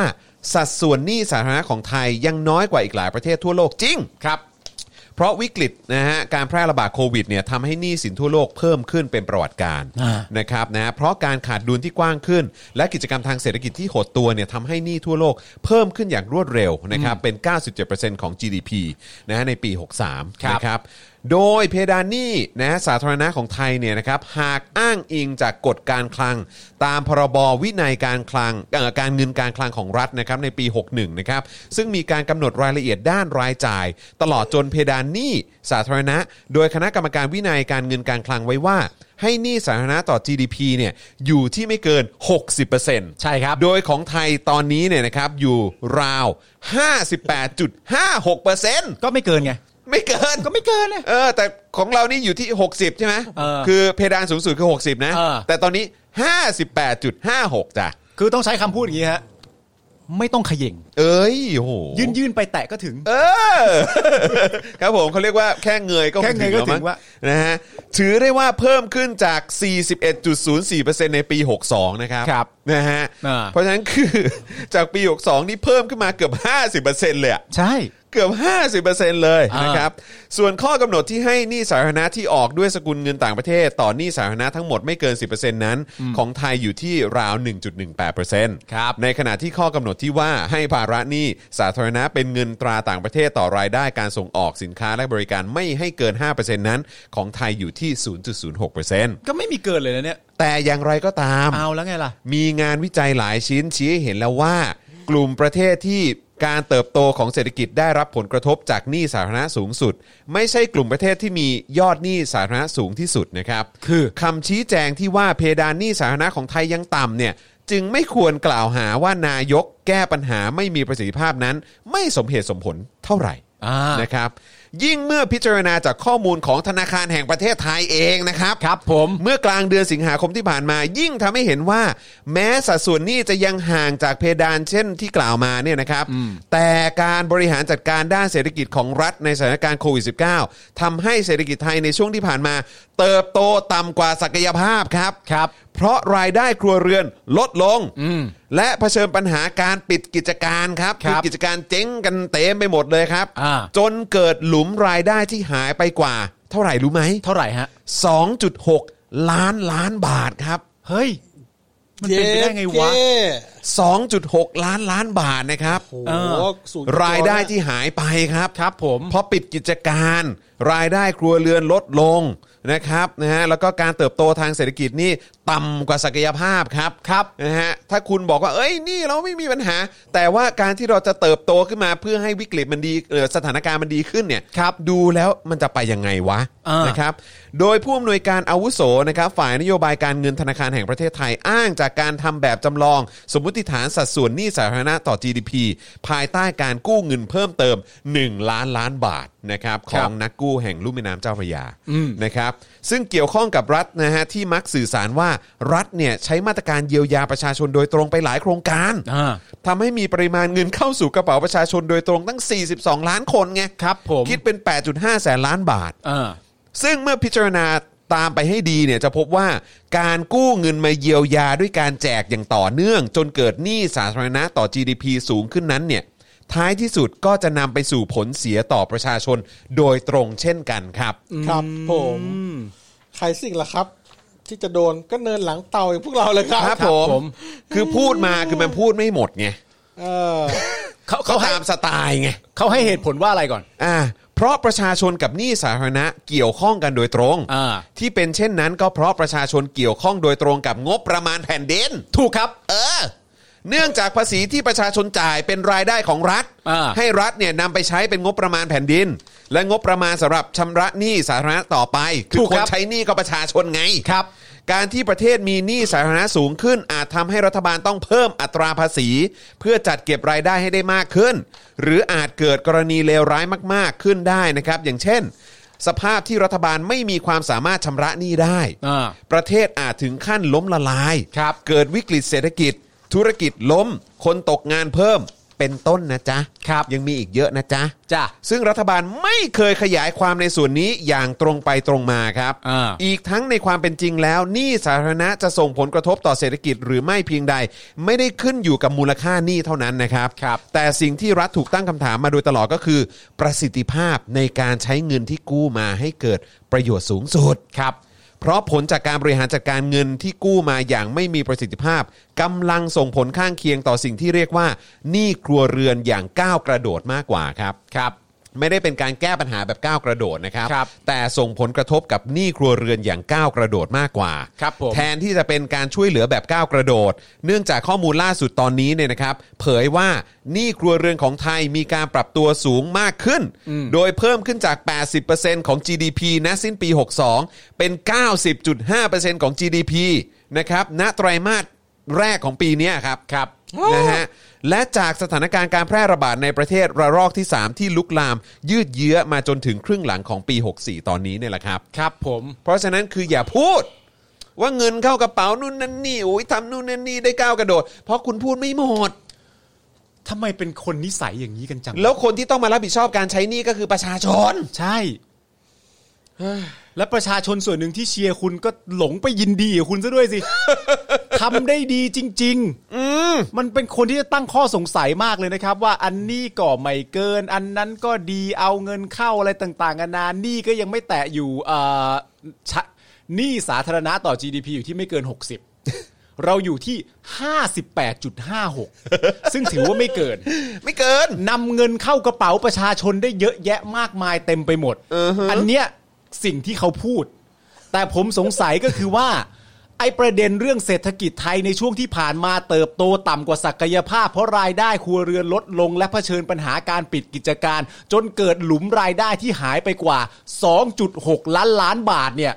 S3: สัดส่วนหนี้สาธารณะของไทยยังน้อยกว่าอีกหลายประเทศทั่วโลกจริง
S4: ครับ
S3: เพราะวิกฤตนะฮะการแพร่ระบาดโควิดเนี่ยทำให้หนี้สินทั่วโลกเพิ่มขึ้นเป็นประวัติการณ์
S4: อ่า
S3: นะครับนะเพราะการขาดดุลที่กว้างขึ้น และกิจกรรมทางเศรษฐกิจที่หดตัวเนี่ยทำให้หนี้ทั่วโลกเพิ่มขึ้นอย่างรวดเร็วนะครับเป็น 97%ของ GDP นะฮะในปี 63นะครับโดยเพดานหนี้นะสาธารณะของไทยเนี่ยนะครับหากอ้างอิงจากกฎการคลัง ตามพรบวินัยการคลังเอ่อการเงินการคลังของรัฐนะครับในปี 61นะครับซึ่งมีการกำหนดรายละเอียดด้านรายจ่าย ตลอดจนเพดานหนี้สาธารณะ โดยคณะกรรมการวินัยการเงินการคลังไว้ว่า ให้หนี้สาธารณะต่อ GDP เนี่ยอยู่ที่ไม่เกิน 60%
S4: ใช่ครับ
S3: โดยของไทยตอนนี้เนี่ยนะครับอยู่ราว 58.56%
S4: ก็ไม่เกินไง
S3: ไม่เกิน
S4: ก็ไม่เกินเลย
S3: เออแต่ของเรานี่อยู่ที่ 60 ใช่ไหม
S4: เออ
S3: คือเพดานสูงสุดคือ 60 นะ
S4: เออ
S3: แต่ตอนนี้ 58.56 จ้ะ
S4: คือต้องใช้คำพูดอย่างนี้ฮะ ไม่ต้องเขย่ง
S3: เอ้ยโอ้โห
S4: ยื่นยื่นไปแตะก็ถึง
S3: เออ ครับผมเขาเรียกว่าแค่เงยก็
S4: แค่เงยก็
S3: ล้มั้
S4: ถึงว่า
S3: นะฮะถือได้ว่าเพิ่มขึ้นจาก 41.04%ในปี 62 นะครับ
S4: ครับ
S3: นะฮะ
S4: อ่า
S3: เพราะฉะนั้นคือ จากปี 62 นี่เพิ่มขึ้นมาเกือบ 50%เลยอะ
S4: ใช่
S3: เกือบ 50%เลย
S4: อ่าน
S3: นะครับ ส่วนข้อกำหนดที่ให้หนี้สาธารณะที่ออกด้วยสกุลเงินต่างประเทศ ต่อหนี้สาธารณะทั้งหมดไม่เกิน 10%นั้น ของไทยอยู่ที่ราว 1.18%
S4: ครับ
S3: ในขณะที่ข้อกำหนดที่ว่าให้ภาระหนี้สาธารณะเป็นเงินตราต่างประเทศต่อรายได้การส่งออกสินค้าและบริการไม่ให้เกิน 5%นั้น ของไทยอยู่ที่ 0.06%
S4: ก็ไม่มีเกินเลยนะเนี่ย
S3: แต่อย่างไรก็ตาม
S4: เอาแล้วไงล่ะ
S3: มีงานวิจัยหลายชิ้นชี้ให้เห็นแล้วว่า กลุ่มประเทศที่การเติบโตของเศรษฐกิจได้รับผลกระทบจากหนี้สาธารณะสูงสุด ไม่ใช่กลุ่มประเทศที่มียอดหนี้สาธารณะสูงที่สุดนะครับ
S4: คือ
S3: คำชี้แจงที่ว่าเพดานหนี้สาธารณะของไทยยังต่ำเนี่ยจึงไม่ควรกล่าวหาว่านายกแก้ปัญหาไม่มีประสิทธิภาพนั้น ไม่สมเหตุสมผลเท่าไหร่
S4: อ่าน
S3: นะครับ ยิ่งเมื่อพิจารณาจากข้อมูลของธนาคารแห่งประเทศไทยเองนะครับ
S4: ครับผม
S3: เมื่อกลางเดือนสิงหาคมที่ผ่านมา ยิ่งทำให้เห็นว่า แม้สัดส่วนหนี้จะยังห่างจากเพดานเช่นที่กล่าวมาเนี่ยนะครับ แต่การบริหารจัดการด้านเศรษฐกิจของรัฐในสถานการณ์โควิด -19 ทำให้เศรษฐกิจไทยในช่วงที่ผ่านมา เติบโตต่ำกว่าศักยภาพครับ
S4: ครับ
S3: เพราะรายได้ครัวเรือนลดลง และเผชิญปัญหาการปิดกิจการครับ
S4: ครับ
S3: อกิจการเจ๊งกันเต็มไปหมดเลยครับ
S4: อ่า
S3: จนเกิดหลุมรายได้ที่หายไปกว่า เท่าไหร่รู้ไหม
S4: เท่าไหร่ฮะ
S3: 2.6 ล้านล้านบาทครับ
S4: เฮ้ย มันเป็นไปได้ไงวะ
S1: เย้
S3: 2.6 ล้านล้านบาทนะครับ
S1: โอ้
S4: เอ
S1: โห
S4: อ
S1: ศูน
S3: รายได้ที่หายไปครับ
S4: ครับผม
S3: พอปิดกิจการ รายได้ครัวเรือนลดลงนะครับนะฮะแล้วก็การเติบโตทางเศรษฐกิจนี่ต่ำกว่าศักยภาพครับครับนะฮะถ้าคุณบอกว่าเอ้ยนี่เราไม่มีปัญหา แต่ว่าการที่เราจะเติบโตขึ้นมาเพื่อให้วิกฤตมันดีเอ่อสถานการณ์มันดีขึ้นเนี่ยครับดูแล้วมันจะไปยังไงวะ
S4: อ่าน
S3: นะครับ นะครับโดยผู้อำนวยการอาวุโสนะครับฝ่ายนโยบายการเงินธนาคารแห่งประเทศไทยอ้างจากการทำแบบจำลอง สมมติฐานสัดส่วนหนี้สาธารณะต่อ GDP ภายใต้การกู้เงินเพิ่มเติม 1 ล้านล้านบาทนะครับของนักกู้แห่งลุ่มแม่น้ำเจ้าพระยานะครับซึ่งเกี่ยวข้องกับรัฐนะฮะที่มักสื่อสารว่ารัฐเนี่ยใช้มาตรการเยียวยาประชาชนโดยตรงไปหลายโครงการ
S4: อ่า
S3: ทำให้มีปริมาณเงินเข้าสู่กระเป๋าประชาชนโดยตรงตั้ง 42 ล้านคนไง
S4: ครับผม
S3: คิดเป็น 8.5 แสนล้านบาท
S4: อ่า
S3: ซึ่งเมื่อพิจารณาตามไปให้ดีเนี่ยจะพบว่าการกู้เงินมาเยียวยาด้วยการแจกอย่างต่อเนื่อง จนเกิดหนี้สาธารณะต่อ GDP สูงขึ้นนั้นเนี่ยท้ายที่สุดก็จะนำไปสู่ผลเสียต่อประชาชนโดยตรงเช่นกันครับ
S1: ครับผมใครสิ่งละครับ ที่จะโดนก็เนินหลังเตาอย่างพวกเราเลยครับ
S3: ครับผมคือพูดมาคือมันพูดไม่หมดไง
S1: เออ
S4: เขา
S3: ก็
S4: เขาให้
S3: ตามสไตล์ไง
S4: เขาให้เหตุผลว่าอะไรก่อน
S3: อ่าเพราะประชาชนกับหนี้สาธารณะเกี่ยวข้องกันโดยตรง
S4: อ่า
S3: ที่เป็นเช่นนั้นก็เพราะประชาชนเกี่ยวข้องโดยตรงกับงบประมาณแผ่นดิน
S4: ถูกครับ
S3: เออ เนื่องจากภาษีที่ประชาชนจ่ายเป็นรายได้ของรัฐ
S4: อ่า
S3: ให้รัฐเนี่ยนำไปใช้เป็นงบประมาณแผ่นดิน และงบประมาณสำหรับชำระหนี้สาธารณะต่อไป คือ
S4: ถูก
S3: ค
S4: ครั
S3: น
S4: บ
S3: ใช้หนี้ก็ประชาชนไง
S4: ครับ
S3: การที่ประเทศมีหนี้สาธารณะสูงขึ้น อาจทำให้รัฐบาลต้องเพิ่มอัตราภาษี เพื่อจัดเก็บรายได้ให้ได้มากขึ้น หรืออาจเกิดกรณีเลวร้ายมากๆขึ้นได้นะครับ อย่างเช่น สภาพที่รัฐบาลไม่มีความสามารถชำระหนี้ได้
S4: อ่า
S3: ประเทศอาจถึงขั้นล้มละลาย
S4: ครับ
S3: เกิดวิกฤตเศรษฐกิจ ธุรกิจล้ม คนตกงานเพิ่มเป็นต้นนะจ๊ะ
S4: ครับ
S3: ยังมีอีกเยอะนะจ๊ะ
S4: จ้ะ
S3: ซึ่งรัฐบาลไม่เคยขยายความในส่วนนี้อย่างตรงไปตรงมาครับ
S4: อ่า
S3: กทั้งในความเป็นจริงแล้วหนี้สาธารณะจะส่งผลกระทบต่อเศรษฐกิจหรือไม่เพียงใด ไม่ได้ขึ้นอยู่กับมูลค่าหนี้เท่านั้นนะครับ
S4: ครับ
S3: แต่สิ่งที่รัฐถูกตั้งคำถามมาโดยตลอดก็คือ ประสิทธิภาพในการใช้เงินที่กู้มาให้เกิดประโยชน์สูงสุดครับ เพราะผลจากการบริหารจัดการเงินที่กู้มาอย่างไม่มีประสิทธิภาพกำลังส่งผลข้างเคียงต่อสิ่งที่เรียกว่าหนี้ครัวเรือนอย่างก้าวกระโดดมากกว่าครับครับ ไม่ได้เป็นการแก้ปัญหาแบบก้าวกระโดดนะครับ
S4: ครับ
S3: แต่ส่งผลกระทบกับหนี้ครัวเรือนอย่างก้าวกระโดดมากกว่า
S4: ครับผม
S3: แท แทนที่จะเป็นการช่วยเหลือแบบก้าวกระโดด เนื่องจากข้อมูลล่าสุดตอนนี้เนี่ยนะครับ เผยว่าหนี้ครัวเรือนของไทยมีการปรับตัวสูงมากขึ้น โดยเพิ่มขึ้นจาก 80%ของ GDP นะสิ้นปี 62 เป็น 90.5%ของ GDP นะครับ ณ ไตรมาสแรกของปีเนี้ยครับ ครับ นะฮะ และจากสถานการณ์การแพร่ระบาดในประเทศระลอกที่ 3 ที่ลุกลาม ยืดเยื้อมาจนถึงครึ่งหลังของปี 64 ตอนนี้เนี่ยแหละครับ
S4: ครับผม
S3: เพราะฉะนั้นคืออย่าพูด ว่าเงินเข้ากระเป๋านู่นนั่นนี่โอ้ยทำนู่นนั่นนี่ได้ก้าวกระโดด เพราะคุณพูดไม่หมด
S4: ทำไมเป็นคนนิสัยอย่างนี้กันจัง
S3: แล้วคนที่ต้องมารับผิดชอบการใช้หนี่ก็คือประชาชน
S4: ใช่ และประชาชนส่วนหนึ่งที่เชียร์คุณก็หลงไปยินดีกับคุณซะด้วยสิ ทำได้ดีจริง ๆ มันเป็นคนที่จะตั้งข้อสงสัยมากเลยนะครับ ว่าอันนี้ก็ไม่เกิน อันนั้นก็ดีเอาเงินเข้าอะไรต่างๆนานานี่ก็ยังไม่แตะอยู่เอ่อชะหนี่สาธารณะต่อ GDP อยู่ที่ไม่เกิน 60 เราอยู่ที่ 58.56 ซึ่งถือว่าไม่เกิน
S3: ไม่เกิน
S4: นำเงินเข้ากระเป๋าประชาชนได้เยอะแยะมากมายเต็มไปหมด อันเนี้ยสิ่งที่เขาพูด แต่ผมสงสัยก็คือว่า ไอ้ประเด็นเรื่องเศรษฐกิจไทยในช่วงที่ผ่านมาเติบโตต่ำกว่าศักยภาพ เพราะรายได้ครัวเรือนลดลงและเผชิญปัญหาการปิดกิจการ จนเกิดหลุมรายได้ที่หายไปกว่า 2.6 ล้านล้านบาทเนี่ย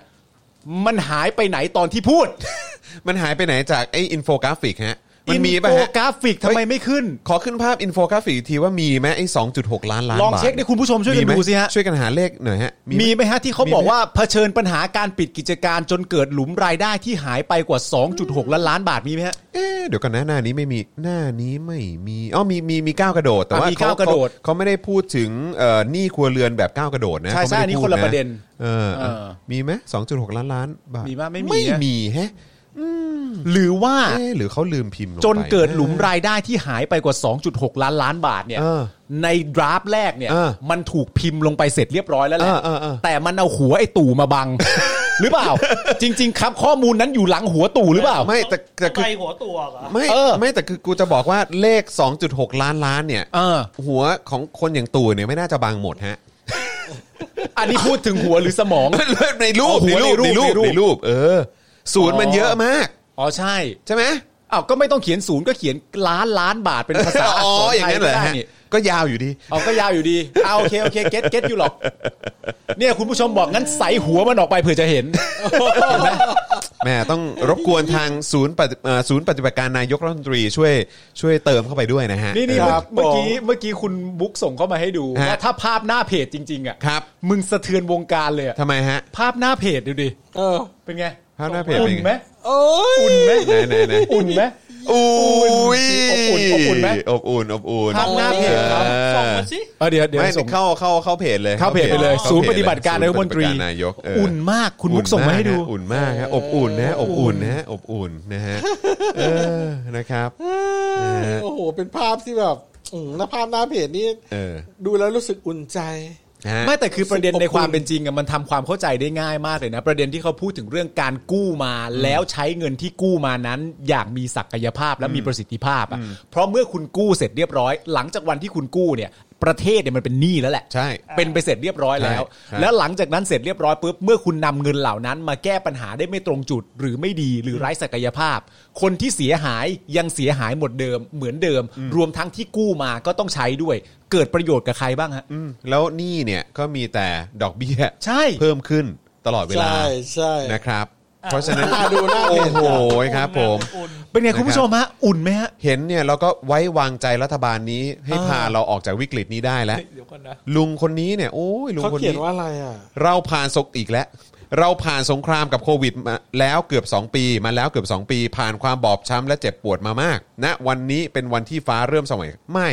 S4: มันหายไปไหนตอนที่พูด
S3: มันหายไปไหนจากไอ้อินโฟกราฟิกฮะ มันมีป่ะ
S4: อิน
S3: ฮะ
S4: โฟกราฟิกทำไมไม่ขึ้น
S3: ขอขึ้นภาพอินโฟกราฟิกอีกทีว่ามีไหมไอ้2.6 ล้านล้าน
S4: ลอง
S3: บาท
S4: เช็คในคุณผู้ชมช่วยกัน
S3: ไห
S4: ดูสิฮะ
S3: ช่วยกันหาเลขหน่อยฮะ
S4: มี
S3: ไห
S4: ไหมฮะที่เขา
S3: มีไหม
S4: บอกว่าเผชิญปัญหาการปิดกิจการจนเกิดหลุมรายได้ที่หายไปกว่า 2.6 ล้านล้านบาทมีไหมฮะ
S3: เอ๊ะเดี๋ยวก่อนนะหน้านี้ไม่มีหน้านี้ไม่มีอ๋อมีมีมีก้าวกระโดด แต่ว่า
S4: อ่ะมีก้าวกระโดด
S3: เขาเขาไม่ได้พูดถึงเอ่อหนี้ครัวเรือนแบบก้าวกระโดดนะ
S4: ใช่ใช่
S3: ขา
S4: อัน
S3: ไม่
S4: นี้
S3: ไพู
S4: คนละประเด็น
S3: เอออ่ะ
S4: เออ
S3: มีไหมสองจุดหกล้านล้านบาท
S4: มีปะไม่มี
S3: ไม่
S4: นะ
S3: มีแฮะ
S4: หรือว่า
S3: เอ๊ะหรือเขาลืมพิมพ์ลงไป
S4: จนเกิดหลุมรายได้ที่หายไปกว่า 2.6 ล้านล้านบาทเนี่ย
S3: เออ
S4: ในดราฟต์แรกเนี่ย
S3: เออ
S4: มันถูกพิมพ์ลงไปเสร็จเรียบร้อยแล้วแห
S3: เอ
S4: ละ
S3: อเออเออ
S4: แต่มันเอาหัวไอ้ตู่มาบัง หรือเปล่า จริง ๆ ครับข้อมูลนั้นอยู่หลังหัวตู่หรือเปล่า
S3: ไม่แต่แต่
S6: ต้อง
S3: คือ
S6: ไปหัวตัวเหรอ
S3: ไม่
S4: เออ
S3: ไม่แต่คือกูจะบอกว่าเลข 2.6 ล้านล้านเนี่ย
S4: เออ
S3: หัวของคนอย่างตู่เนี่ยไม่น่าจะบางหมดฮะ
S4: อันนี้พูดถึงหัวหรือสมอง
S3: ในรูป
S4: เอาหัว
S3: ในรูป
S4: ใน
S3: ใน
S4: รู
S3: รู
S4: ป
S3: ป
S4: ในรูป
S3: ในรูป เออศูนย์มันเยอะมาก
S4: อ๋อใช่
S3: ใช่ไหม
S4: อ้าวก็ไม่ต้องเขียนศูนย์ก็เขียนล้านล้านบาทเป็นภาษา
S3: อ๋อ
S4: อักษร
S3: อย่างนั้นเหรอ
S4: ไท
S3: ฮะ
S4: ก็ได้
S3: ก็ยาวอยู่ดี
S4: เอาก็ยาวอยู่ดี เอาโอเคโอเคเก็ตเก็ตอยู่หรอก เนี่ยคุณผู้ชมบอกงั้นใสหัวมันออกไปเผื่อจะเห็น เห็นไหม
S3: แหม่ต้องรบกวนทางศูนย์ปฏิเอ่อศูนย์ปฏิบัติการนายกรัฐมนตรีช่วยช่วยเติมเข้าไปด้วยนะฮะ
S4: นี่นี่
S3: เออ
S4: เมื่อเมื่อกี้เมื่อกี้คุณบุ๊กส่งเข้ามาให้ดู
S3: ฮะ
S4: ว่าถ้าภาพหน้าเพจจริง ๆ อ่ะ
S3: ครับ
S4: มึงสะเทือนวงการเลยอะ
S3: ทำไมฮะ
S4: ภาพหน้าเพจดูดิ
S1: เออ
S4: เป็นไง
S3: ภาพหน้าเพจ
S4: อุ่นไหม
S1: เอ้ย
S4: อุ่นไหม
S3: ไหนไหนไหน
S4: อุ่นไหม
S3: อุ้ย
S4: อบอุ่นอบอุ่นไหม
S3: อบอุ่นอบอุ่น
S4: ภาพหน้าเพจครับ
S3: เออ
S6: ส่งมาสิ
S4: เออเดี๋ยวเดี๋ยว
S3: ไม่
S4: ส่ง
S3: เข้าเข้าเข้าเพจเลย
S4: เข้าเพจไปเลย
S3: ข้า
S4: ศูนย์ปฏิบัติการนายกมนตรี
S3: ศูย์ปฏิบัติกานายกเ
S4: อุ่นมากคุณบุ๊กส่งมาให้ดู
S3: นะอุ่นมากฮะอบอุ่นนะอบอุ่นนะฮะอบอุ่นนะฮะเออนะครับ
S1: โอ้โห เป็นภาพที่แบบอืมหน้าภาพหน้าเพจนี่
S3: เออ
S1: ดูแล้วรู้สึกอุ่นใจ
S3: ฮะ
S4: ไม่แต่คือประเด็น
S1: อบอุ่น
S4: ในความเป็นจริงอะมันทำความเข้าใจได้ง่ายมากเลยนะ ประเด็นที่เขาพูดถึงเรื่องการกู้มา แล้วใช้เงินที่กู้มานั้น อย่างมีศักยภาพและมีประสิทธิภาพอะเพราะเมื่อคุณกู้เสร็จเรียบร้อย หลังจากวันที่คุณกู้เนี่ย ประเทศเนี่ยมันเป็นหนี้แล้วแหละ
S3: ใช่
S4: เป็นไปเสร็จเรียบร้อยแล้ว
S3: ใช่ใช่
S4: แล้วหลังจากนั้นเสร็จเรียบร้อยปุ๊บ เมื่อคุณนำเงินเหล่านั้น มาแก้ปัญหาได้ไม่ตรงจุด หรือไม่ดีหรือไร้ศักยภาพ คนที่เสียหายยังเสียหายหมดเดิม เหมือนเดิม รวมทั้งที่กู้มาก็ต้องใช้ด้วย เกิดประโยชน์กับใครบ้างฮะ
S3: อืมแล้วหนี่เนี่ยก็มีแต่ดอกเบี้ย
S4: ใช่
S3: เพิ่มขึ้นตลอดเวลา
S1: ใช่ใช่
S3: นะครับ เพราะฉะนั้น
S1: อ่ะดูหน้า
S3: โอ้
S1: เพจ
S3: โหครับผม
S6: อุ่น
S4: เป็นไงคุณผู้ชมฮะ อุ่นไหมฮะ
S3: เห็นเนี่ยเราก็ไว้วางใจรัฐบาลนี้ให้
S4: อ่า
S3: พาเราออกจากวิกฤตนี้ได้แล้ว
S6: เดี๋ยวก่อนนะ
S3: ลุงคนนี้เนี่ยโอ้ยลุง
S1: เขา
S3: คน
S1: เขียน
S3: นี้
S1: ว่าอะไรอ่ะ
S3: เราผ่านสกอีกแล้ว เราผ่านสงครามกับโควิดมาแล้วเกือบ 2 ปีมาแล้วเกือบ 2 ปี ผ่านความบอบช้ำและเจ็บปวดมามากณวันนี้เป็นวันที่ฟ้าเริ่มสมัยไม่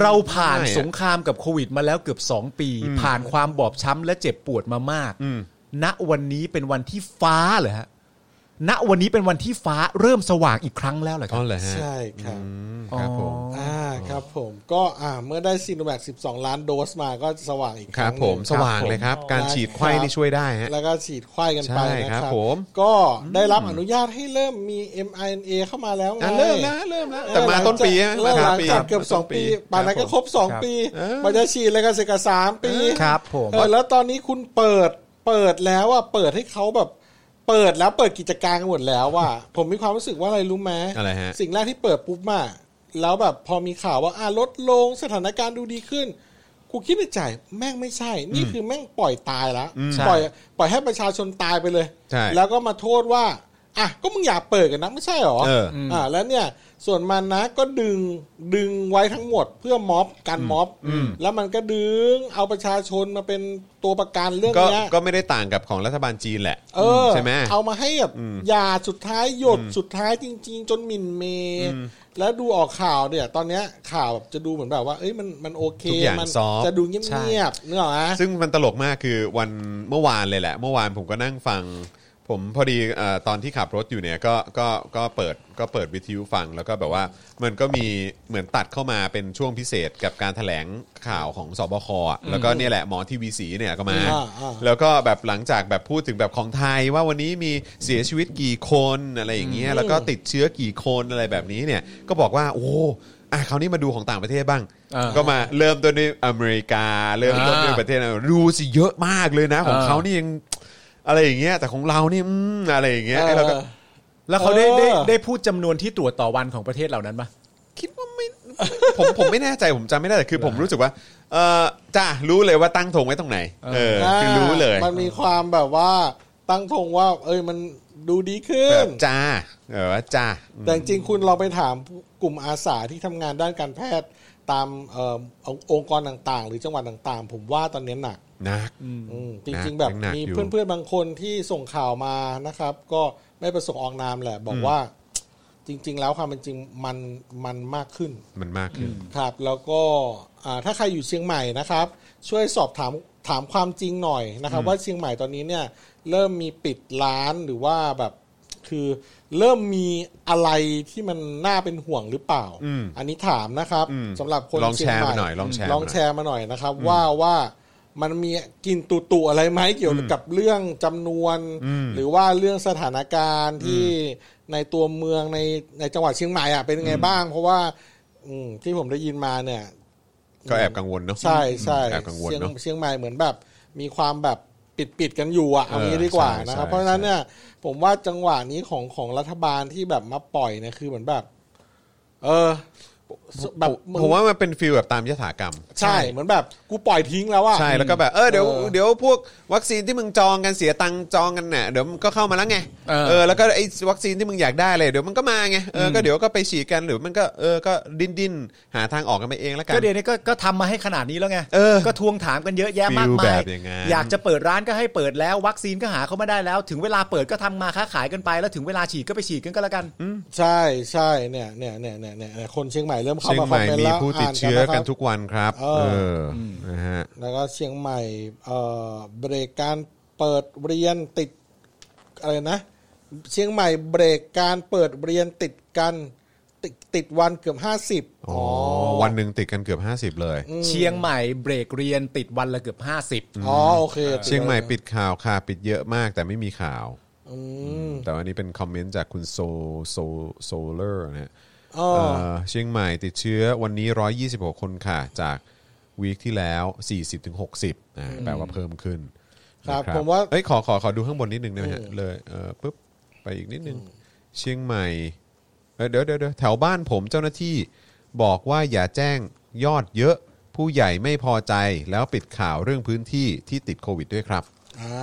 S4: เราผ่าน
S3: ใช่อะ
S4: สงครามกับโควิดมาแล้วเกือบ 2 ปี ผ่านความบอบช้ำและเจ็บปวดมามาก
S3: อืม
S4: ณวันนี้เป็นวันที่ฟ้าเหรอฮะณวันนี้เป็นวันที่ฟ้าเริ่มสว่างอีกครั้งแล้วเหรอค
S3: อ๋
S4: รั
S3: อบ เหรอฮะ
S1: ใช่ครับ
S3: อืมครับผม
S1: อ่าครับผมก็อ่าเมื่อได้ซีโนแวค12 ล้านโดสมาก็สว่างอีก
S3: ครับ
S1: งห
S3: ผ
S1: นึ่
S3: มสว่างเลยครับ การฉีดไข้นี่ช่วยได้ฮะ
S1: แล้วก็ฉีดไข้กันไป
S3: ใช่
S1: นะครับ ครับ
S3: ผม
S1: ก็ได้รับอนุญาตให้เริ่มมี mRNA เข้ามาแล้วไง
S3: อ่ะเริ่มแล้วเริ่มแล้วแต่มาต้นปีฮะ
S1: เริ่มหลัง
S3: ปี
S1: จากเกือบสองปีป่านนั้นก็ครบสอง
S4: ครับ
S1: ปีมันจะฉีดแล้วก็เสกสามปี
S4: ครับผม
S1: เออแล้วตอนนี้คุณเปิดเปิดแล้วอ่ะเปิดให้เขาแบบ เปิดแล้วเปิดกิจการกันหมดแล้วอ่ะผมมีความรู้สึกว่าอะไรรู้ไหม
S3: อะไรฮะ
S1: สิ่งแรกที่เปิดปุ๊บมาแล้วแบบพอมีข่าวว่าอ่ะลดลงสถานการณ์ดูดีขึ้น กูคิดในใจแม่งไม่ใช่ นี่คือแม่งปล่อยตายแล้ว
S4: ใช่
S1: ปล่อยปล่อยให้ประชาชนตายไปเลย
S3: ใช่
S1: แล้วก็มาโทษว่าอ่ะก็มึงอยากเปิดกันนะไม่ใช่หรอ
S3: เออ
S1: อ่าแล้วเนี่ยส่วนมันนะก็ดึงดึงไว้ทั้งหมดเพื่อม็อบกันม็อบ แล้วมันก็ดึงเอาประชาชนมาเป็นตัวประกันเรื่อง
S3: ก็
S1: เนี้ย
S3: ก็ไม่ได้ต่างกับของรัฐบาลจีนแหละ
S1: เออ
S3: ใช่ไหม
S1: เอามาให้แบบยาสุดท้ายหยดสุดท้ายจริง ๆ จนหมิ่นเม แล้วดูออกข่าวเนี่ย ตอนเนี้ยข่าวแบบจะดูเหมือนแบบว่า เอ้ยมันมันโอเค
S3: ทุกอย่าง
S1: มั
S3: ซอฟต์
S1: จะดูเงียบๆเนื้ออกไหม
S3: ซึ่งมันตลกมากคือวันเมื่อวานเลยแหละ เมื่อวานผมก็นั่งฟัง ผมพอดีเอ่อตอนที่ขับรถอยู่เนี่ยก็ก็ก็เปิดก็เปิดวิทยุฟังแล้วก็แบบว่ามันก็มีเหมือนตัดเข้ามาเป็นช่วงพิเศษกับการถแถลงข่าวของสบคอ่ะแล้วก็เนี่ยแหละหมอทีวีสีเนี่ยก็มา
S1: อ่าอ่า
S3: แล้วก็แบบหลังจากแบบพูดถึงแบบของไทยว่าวันนี้มีเสียชีวิตกี่คนอะไรอย่างเงี้ยแล้วก็ติดเชื้อกี่คนอะไรแบบนี้เนี่ยก็บอกว่าโอ้อ่ะคราวนี้มาดูของต่างประเทศบ้าง
S4: อ่า
S3: ก็มาเริ่มต้นด้วยอเมริกาเริ่มต้นด้วยประเทศอะไรดูสิเยอะมากเลยนะ ของ
S4: อ่า
S3: เขานี่ยังอะไรอย่างเงี้ยแต่ของเรานี่อืมอะไรอย่างเงี้ย
S1: เออ
S3: แล้วก็
S4: แล้วเขาได้ได้
S1: เออ
S4: ได้พูดจำนวนที่ตรวจต่อวันของประเทศเหล่านั้นปะ
S3: คิดว่าไม่ ผมผมไม่แน่ใจผมจำไม่ได้แต่คือผมรู้สึกว่าเออจ้ารู้เลยว่าตั้งธงไว้ตรงไหน เออคือรู้เลย
S1: มันมีความแบบว่าตั้งธงว่า เอ้ยมัน ดูดีขึ้
S3: แบ
S1: น
S3: บจ้าเออจ้า
S1: แต่จริงๆคุณลองไปถามกลุ่มอาสาที่ทำงานด้านการแพทย์ตามเอ่อองค์กรต่างๆ หรือจังหวัดต่างๆ ผมว่าตอนนี้หนัก
S3: นัก
S1: อืมจ
S3: หนัก
S1: ริงๆแบบ
S3: หนัก
S1: มี
S3: อยู่
S1: เพื่อนๆบางคนที่ส่งข่าวมานะครับ ก็ไม่ประสงค์ออกนามแหละ บอกว่าจริง ๆ แล้วความเป็นจริงมันมันมากขึ้น
S3: มันมากขึ้น
S1: ครับ แล้วก็อ่าถ้าใครอยู่เชียงใหม่นะครับ ช่วยสอบถามถามความจริงหน่อยนะครับ ว่าเชียงใหม่ตอนนี้เนี่ยเริ่มมีปิดร้านหรือว่าแบบคือเริ่มมีอะไรที่มันน่าเป็นห่วงหรือเปล่า
S3: อืม
S1: อันนี้ถามนะครับ
S3: อืม
S1: สำหรับคน
S3: ลอง
S1: เชียง
S3: แชร์
S1: ใหม่
S3: มาหน่อยลองแชร์มาหน่อย
S1: ลองแชร์ แชร์มาหน่อยนะครับว่าว่ามันมีกลินตุตุอะไรไหมเกี่ยวกับเรื่องจำนวน
S3: อืม
S1: หรือว่าเรื่องสถานการณ์ที่ในตัวเมืองในในจังหวัดเชียงใหม่อ่ะเป็นยังไงบ้าง เพราะว่าอืมที่ผมได้ยินมาเนี่ย
S3: ก็แอบกังวลเนาะ
S1: ใช่ใช่
S3: แอบกังวล
S1: เชียง
S3: เนาะ
S1: เชียงใหม่เหมือนแบบ มีความแบบปิดปิดกันอยู่อ่ะเอา
S3: เออ
S1: งี้ดีกว่า
S3: ใช่
S1: นะครับ
S3: ใช่
S1: เพราะฉะนั้นเนี่ย ผมว่าจังหวะนี้ของของรัฐบาลที่แบบมาปล่อยเนี่ยคือเหมือนแบบ เออแบบ
S3: ผมผมว่ามันเป็นฟิลแบบตามยถากรรม
S1: ใช่เหมือนแบบกูปล่อยทิ้งแล้วอ่ะ
S3: ใช่แล้วก็แบบเออเดี๋ยว
S1: เออ
S3: เดี๋ยวพวกวัคซีนที่มึงจองกันเสียตังค์จองกันเนี่ยเดี๋ยวมันก็เข้ามาแล้วไง
S4: เออ
S3: เออแล้วก็ไอ้วัคซีนที่มึงอยากได้เลยเดี๋ยวมันก็มาไงเออก็เดี๋ยวก็ไปฉีดกันหรือมันก็เออก็ดิ้นดิ้นหาทางออกกันไปเองแล้วกั
S4: ก็
S3: น
S4: เดี๋ยวนี้ก็ก็ทำมาให้ขนาดนี้แล้วไง
S3: เออ
S4: ก็ทวงถามกันเยอะแยะมาก
S3: ฟีล
S4: มา
S3: แบ
S4: ย
S3: บอย่างนั้น
S4: อยากจะเปิดร้านก็ให้เปิดแล้ว วัคซีนก็หาเข้ามาได้แล้ว ถึงเวลาเปิดก็ทำมาค้าขายกันไป แล้วถึงเวลาฉีดก็ไปฉีดกันก็แล้วกัน
S1: ใช่ใช่เนี่ยเนี่ยเนี่ยเนี่ยเนี่ยเนี่ยคนเชียงใหม่เริ่มเข้า
S3: เชียง
S1: มาค
S3: ให
S1: อมเมนต์
S3: ม่มี
S1: แล้ว
S3: ผู้ติด
S1: อ่า
S3: เชื้อ
S1: กั
S3: กั
S1: นะค
S3: น น
S1: รับ
S3: ทุกวันครับ
S1: เอ
S3: เอ
S1: อ
S3: อนะฮะ
S1: แล้วก็เชียงใหม่เอ่อเบรกการเปิดเรียนติดอะไรนะ เชียงใหม่เบรกการเปิดเรียนติดกันติดติดวันเกือบห้าสิบ
S3: อ๋อวันหนึ่งติดกันเกือบ 50 เลย
S4: เชียงใหม่เบรกเรียนติดวันละเกือบ 50
S1: อ๋อโอเค
S3: เชียงใหม่ปิดข่าวค่ะปิดเยอะมากแต่ไม่มีข่าว
S1: อืม
S3: แต่ว่านี้เป็นคอมเมนต์จากคุณโซโซโซเลอร์นะฮะ
S1: อ๋อ
S3: เอ่อเชียงใหม่ติดเชื้อวันนี้ 126 คนค่ะ จากวีคที่แล้ว 40-60ถึง60อ่าแปลว่าเพิ่มขึ้น
S1: ครับ
S3: นะ
S1: ผมว่า
S3: เอ้ยขอขอขอดูข้างบนนิดนึงได้ไหมฮะเลยเออปุ๊บไปอีกนิดนึง เชียงใหม่เอ้ยเดี๋ยวเดี๋ยวเดี๋ยวแถวบ้านผมเจ้าหน้าที่บอกว่าอย่าแจ้งยอดเยอะ ผู้ใหญ่ไม่พอใจแล้วปิดข่าวเรื่องพื้นที่ที่ติดโควิดด้วยครับ
S1: อ่า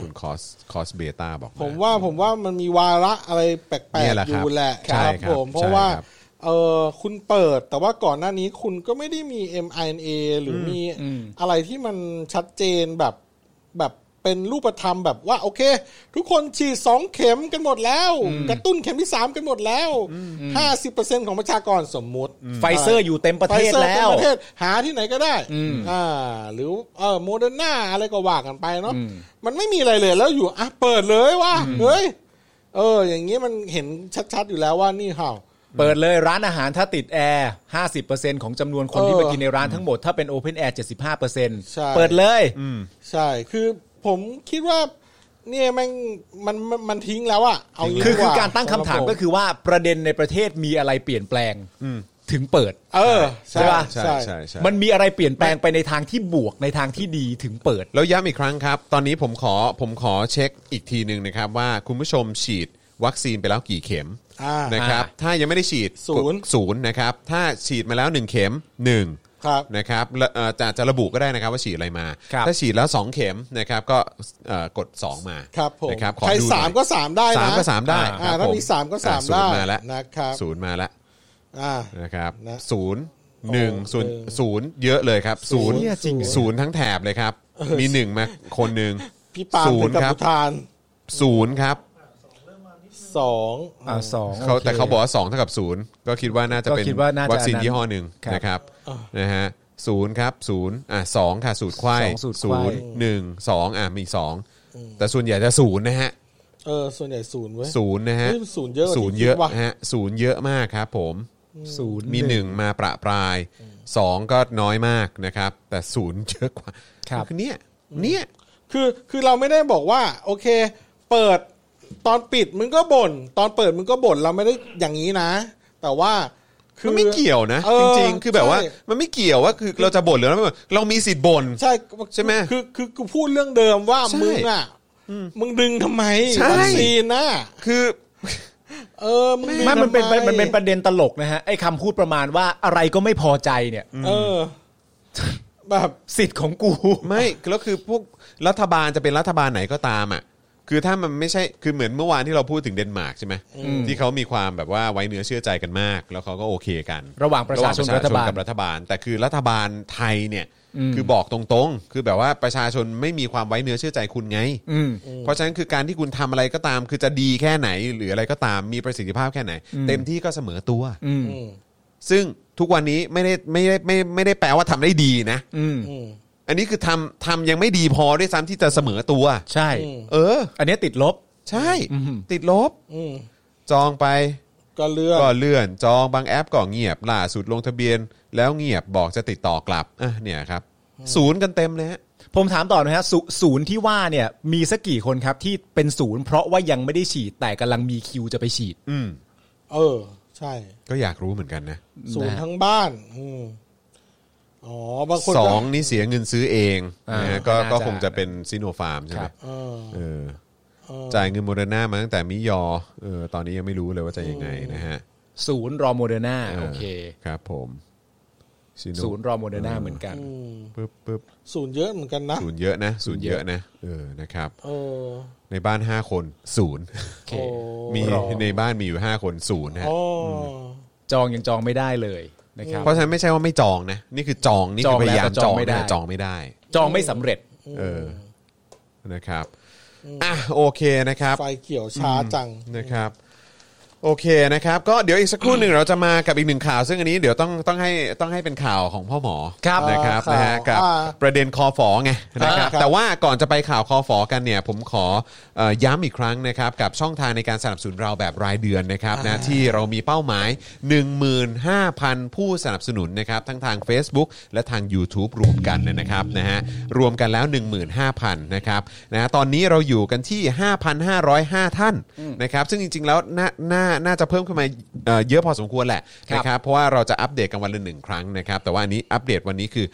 S3: คุณคอสคอสเบต้าบอก
S1: ผมว่าผมว่ามันมีวาระอะไรแปล
S3: เนี่
S1: ก
S3: ยแหละ
S1: ๆ
S3: ค
S1: อ
S3: รับ
S1: ยู่แหละ
S3: ใช่ครับ
S1: ผมเพ
S3: ใช่
S1: ราะว่า
S3: ครับ
S1: เออคุณเปิดแต่ว่าก่อนหน้านี้คุณก็ไม่ได้มี mRNA หรือมีอะไรที่มันชัดเจนแบบแบบเป็นรูปธรรมแบบว่าโอเค ทุกคนฉีดสองเข็มกันหมดแล้ว กระตุ้นเข็มที่สามกันหมดแล้วห้าสิบเปอร์เซ็นของประชากรสมมุติ
S4: ไฟเซอร์อยู่เต็มประเทศ
S1: ไฟซอ
S4: แล้ว
S1: เมประเทศหาที่ไหนก็ได้อ่าหรือเออโมเดอร์นาอะไรก็ว่ากันไปเนาะมันไม่มีอะไรเลยแล้วอยู่อ่ะเปิดเลยว่าเฮ้ยเออ อย่างนี้มันเห็นชัดๆอยู่แล้วว่านี่ห่าว
S4: เปิดเลยร้านอาหารถ้าติดแอร์50%ของจำนวนคนที่
S1: เออ
S4: มากินในร้านทั้งหมด ถ้าเป็นโอเพนแอร์
S1: ใช่
S4: 75%เปิดเลย
S1: ใช่ คือผมคิดว่า เนี่ยแมันมันมันมันทิ้งแล้วอะเอางี้
S4: คือ
S1: ดี
S4: คือ
S1: ว่
S4: การตั้งคำถามก็คือว่าประเด็นในประเทศมีอะไรเปลี่ยนแปลงถึงเปิด
S1: เออ
S4: ใช่
S1: ใช่
S4: ปะ
S3: ใช่
S1: ใช่
S3: ใช่ใช่
S4: มันมีอะไรเปลี่ยนแปลงไปในทางที่บวกในทางที่ดีถึงเปิด
S3: แล้วย้ำอีกครั้งครับ ตอนนี้ผมขอผมขอเช็คอีกทีหนึ่งนะครับ ว่าคุณผู้ชมฉีดวัคซีนไปแล้วกี่เข็ม
S1: อ่า
S3: นะครับ ถ้ายังไม่ได้ฉีด
S1: ศูนย์
S3: ศูนย์นะครับ ถ้าฉีดมาแล้ว 1 เข็ม 1
S1: ครับ
S3: นะครับและเอ่อจะจะระบุก็ได้นะครับว่าฉีดอะไรมา
S4: ครับ
S3: ถ้าฉีดแล้ว 2 เข็มนะครับก็เอ่อกด 2 มา
S1: ครับผม
S3: นะครับขอ
S1: ใคร
S3: ดูหน่อย
S1: สามก็สามได้นะ
S3: สามก็สามได้
S1: อ่า
S3: ครับ
S1: ถ้า
S3: ผ
S1: มีสามก็สาม
S3: อ่
S1: ได้
S3: ศูนย์มาแล้ว
S1: นะครับ
S3: ศูนย์มาแล้ว
S1: อ่า
S3: นะครับ
S1: นะ
S3: ศูนย์หนึ่ง
S1: โอ้
S3: ศูนย์
S1: เออ
S3: ศูนย์เยอะเลยครับศูนย์
S1: เนี่ยจริงเหรอ
S3: ศูนย์ทั้งแถบเลยครับ มีหนึ่งมาคนหนึ่ง
S1: พี่ปาล์ม
S3: ศู
S1: เป็น น
S3: ย์
S1: กัม
S3: ครับ
S1: พูทาน
S3: ศูนย์ครับ
S1: สอง
S4: อ่าสอง
S3: เขา
S4: โอค
S3: แต่เขาบอกว่าสองเท่ากับศูนย์ก็คิดว่าน่าจะเป็น
S4: ก็คิดว่าน่าจะ
S3: วัคซีน
S4: อันนั้น
S3: ยี่ห้อหนึ่ง
S4: ครับ
S3: นะครับนะฮะศูนย์ครับศูนย์อ่ะสองค่ะสูตรไขว้
S4: สองสูตรไข
S3: ศู
S4: ว้
S3: นย์หนึ่งสองอ่ะมีสองแต่ส่วนใหญ่จะศูนย์นะฮะ
S1: เออ ส่วนใหญ่ศูนย์เว้ย
S3: ศูนย์นะฮะ
S1: เฮ้ยมันศูนย์เยอะกว่าที่
S3: ศูนย์เยอะ
S1: คิดว่ะ
S3: ฮะศูนย์เยอะมากครับผม
S4: ศูนย์
S3: มีหนึ่งมาประปรายสองก็น้อยมากนะครับ แต่ศูนย์เยอะกว่า
S4: ครับ
S3: อเนี่ยเนี่ย
S1: คือคือเราไม่ได้บอกว่า โอเค เปิดตอนปิดมึงก็บ่น ตอนเปิดมึงก็บ่นเราไม่ได้อย่างนี้นะ แต่ว่าคื
S3: มั
S1: อ
S3: นไม่เกี่ยวนะ
S1: เออ
S3: จริง ๆ คือแบบว่า
S1: ใช่
S3: มันไม่เกี่ยวว่าคือเราจะบ่นหรือไม่บ่นเรามีสิทธิ์บ่น
S1: ใช่
S3: ใช่ไหม
S1: คือคือกูพูดเรื่องเดิมว่า
S3: ใช่
S1: มึงอ่ะมึงดึงทำไม
S3: ใช่
S1: วัคซีนน่ะ
S3: คือ
S1: เออมึงดึง
S4: ไมันมันเป็น
S1: ทำไ
S4: มันเป็นประเด็นตลกนะฮะไอ้คำพูดประมาณว่าอะไรก็ไม่พอใจเนี่ย
S1: เออ แบบ
S4: สิทธิ์ของกู
S3: ไม่แล้วคือพวกรัฐบาลจะเป็นรัฐบาลไหนก็ตามอ่ะ คือถ้ามันไม่ใช่คือเหมือนเมื่อวานที่เราพูดถึงเดนมาร์กใช่ไหมที่เขามีความแบบว่าไว้เนื้อเชื่อใจกันมาก แล้วเขาก็โอเคกัน
S4: ระหว่างประชาชนกับรัฐบาล
S3: กับรัฐบาล แต่คือรัฐบาลไทยเนี่ยคือบอกตรงๆ คือแบบว่าประชาชนไม่มีความไว้เนื้อเชื่อใจคุณไง
S4: อืม
S3: เพราะฉะนั้นคือการที่คุณทำอะไรก็ตาม คือจะดีแค่ไหน หรืออะไรก็ตามมีประสิทธิภาพแค่ไหน เต็มที่ก็เสมอตัว
S4: อืม
S1: อืม
S3: ซึ่งทุกวันนี้ไม่ได้ไม่ได้ไม่ไม่ได้แปลว่าทำได้ดีนะ
S4: อืม
S1: อืม
S3: อันนี้คือทำทำยังไม่ดีพอด้วยซ้ำที่จะเสมอตัว
S4: ใช่
S1: อืม
S3: เออ
S4: อันเนี้ยติดลบ
S3: ใช่
S4: อืม
S3: ติดลบ
S1: อืม
S3: จองไป
S1: ก็เลื่อน
S3: ก็เลื่อน จองบางแอปก็เงียบล่าสุดลงทะเบียน แล้วเงียบบอกจะติดต่อกลับอ่ะเนี่ยครับ ศูนย์กันเต็มเลยฮะ
S4: ผมถามต่อนะฮะศศูนย์ที่ว่าเนี่ยมีสักกี่คนครับที่เป็นศูนย์เพราะว่ายังไม่ได้ฉีดแต่กำลังมีคิวจะไปฉีด
S3: อืม
S1: เออ ใช่
S3: ก็อยากรู้เหมือนกันนะ
S1: ศูนย์
S4: นะฮะ
S1: ทั้งบ้านอืมอ๋อ บางคน
S3: ส
S1: ก็
S3: องนี่เสียเงินซื้อเอง
S4: อ่า
S3: นะฮะก็
S4: น่าจะ
S3: ก็คงจะเป็นซิโนฟาร์มใช่ไหม
S1: เออ
S3: เออ
S1: เออ
S3: จ่ายเงินโมเดอร์นามาตั้งแต่มิยอเออตอนนี้ยังไม่รู้เลยว่าจะยังไงนะฮะ
S4: ศูนย์รอโมเดอร์นาโอเค
S3: ครับผมซิโ
S4: ศูนย์รอโมเดอร์นาเหมือนกัน
S1: อืม
S3: ปึ๊บปึ๊บ
S1: ศูนย์เยอะเหมือนกันนะ
S3: ศูนย์เยอะนะศูนย์เยอะนะเออนะครับ
S1: เออ
S3: ในบ้าน 5 คนศูนย์
S4: โอเค
S1: โอ้
S3: มี
S1: รอ
S3: ในบ้านมีอยู่ 5 คนศูนย์นะฮะ
S1: อ๋อ
S4: จองยังจองไม่ได้เลยนะครับ
S3: เพราะฉะนั้นไม่ใช่ว่าไม่จองนะ นี่คือจองนี่
S4: จ
S3: คือ องพยายามจ
S4: แล้วแต่จ
S3: อ
S4: อง งไม่ได้
S3: ได้จองไม่ได้
S4: จองไม่สำเร็จ
S3: เออนะครับอ่ะโอเคนะครับ
S1: ไฟเขียวช้าจัง
S3: นะครับโอเคนะครับ ก็เดี๋ยวอีกสักครู่หนึ่งเราจะมากับอีกหนึ่งข่าว ซึ่งอันนี้เดี๋ยวต้องต้องให้ต้องให้เป็นข่าวของพ่อหมอ
S4: ครับ
S3: นะครับ
S1: อ่า
S3: นะฮะกับ
S1: อ่า
S3: ประเด็นคอฟอไงนะครับ
S1: อ่าครับ
S3: แต่ว่าก่อนจะไปข่าวคอฟอกันเนี่ย ผมขอเอ่อย้ำอีกครั้งนะครับ กับช่องทางในการสนับสนุนเราแบบรายเดือนนะครับนะที่เรามีเป้าหมาย 15,000 ผู้สนับสนุนนะครับ ทั้งทาง Facebook และทาง YouTube รวมกันเลยนะครับนะฮะรวมกันแล้ว 15,000นะครับนะฮะตอนนี้เราอยู่กันที่ 5,505 ท่านนะครับ ซึ่งจริงๆแล้วน่าน่าน่าจะเพิ่มขึ้นมาเอ่อเยอะพอสมควรแหละ
S4: ครับ
S3: นะครับ เพราะว่าเราจะอัปเดตกันวันละหนึ่งครั้งนะครับ แต่ว่าอันนี้อัปเดตวันนี้คือ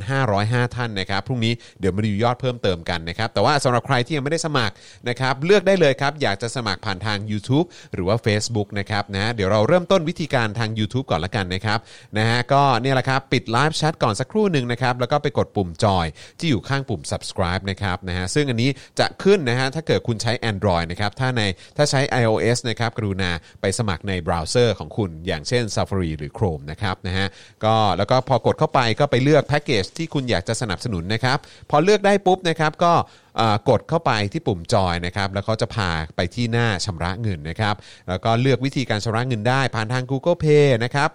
S3: 5,505 ท่านนะครับ พรุ่งนี้เดี๋ยวมาดูยอดเพิ่มเติมกันนะครับ แต่ว่าสำหรับใครที่ยังไม่ได้สมัครนะครับ เลือกได้เลยครับ อยากจะสมัครผ่านทาง YouTube หรือว่า Facebook นะครับนะ เดี๋ยวเราเริ่มต้นวิธีการทาง YouTube ก่อนละกันนะครับนะฮะ ก็เนี่ยแหละครับ ปิดไลฟ์แชทก่อนสักครู่หนึ่งนะครับ แล้วก็ไปกดปุ่มจอยที่อยู่ข้างปุ่ม subscribe นะครับนะฮะ ซึ่งอันนี้จะขึ้นนะฮะ ถ้าเกิดคุณใช้ Android นะครับ ถ้าในถ้าใช้ iOS นะครับ กรุณาไปสมัครในเบราว์เซอร์ของคุณ อย่างเช่น Safari หรือ Chrome นะครับนะฮะ ก็แล้วก็พอกดเข้าไปก็ไปเลือกแพ็กเกจที่คุณอยากจะสนับสนุนนะครับ พอเลือกได้ปุ๊บนะครับก็ เอ่อกดเข้าไปที่ปุ่มจอยนะครับ แล้วเขาจะพาไปที่หน้าชำระเงินนะครับ แล้วก็เลือกวิธีการชำระเงินได้ ผ่านทาง Google Pay นะครับ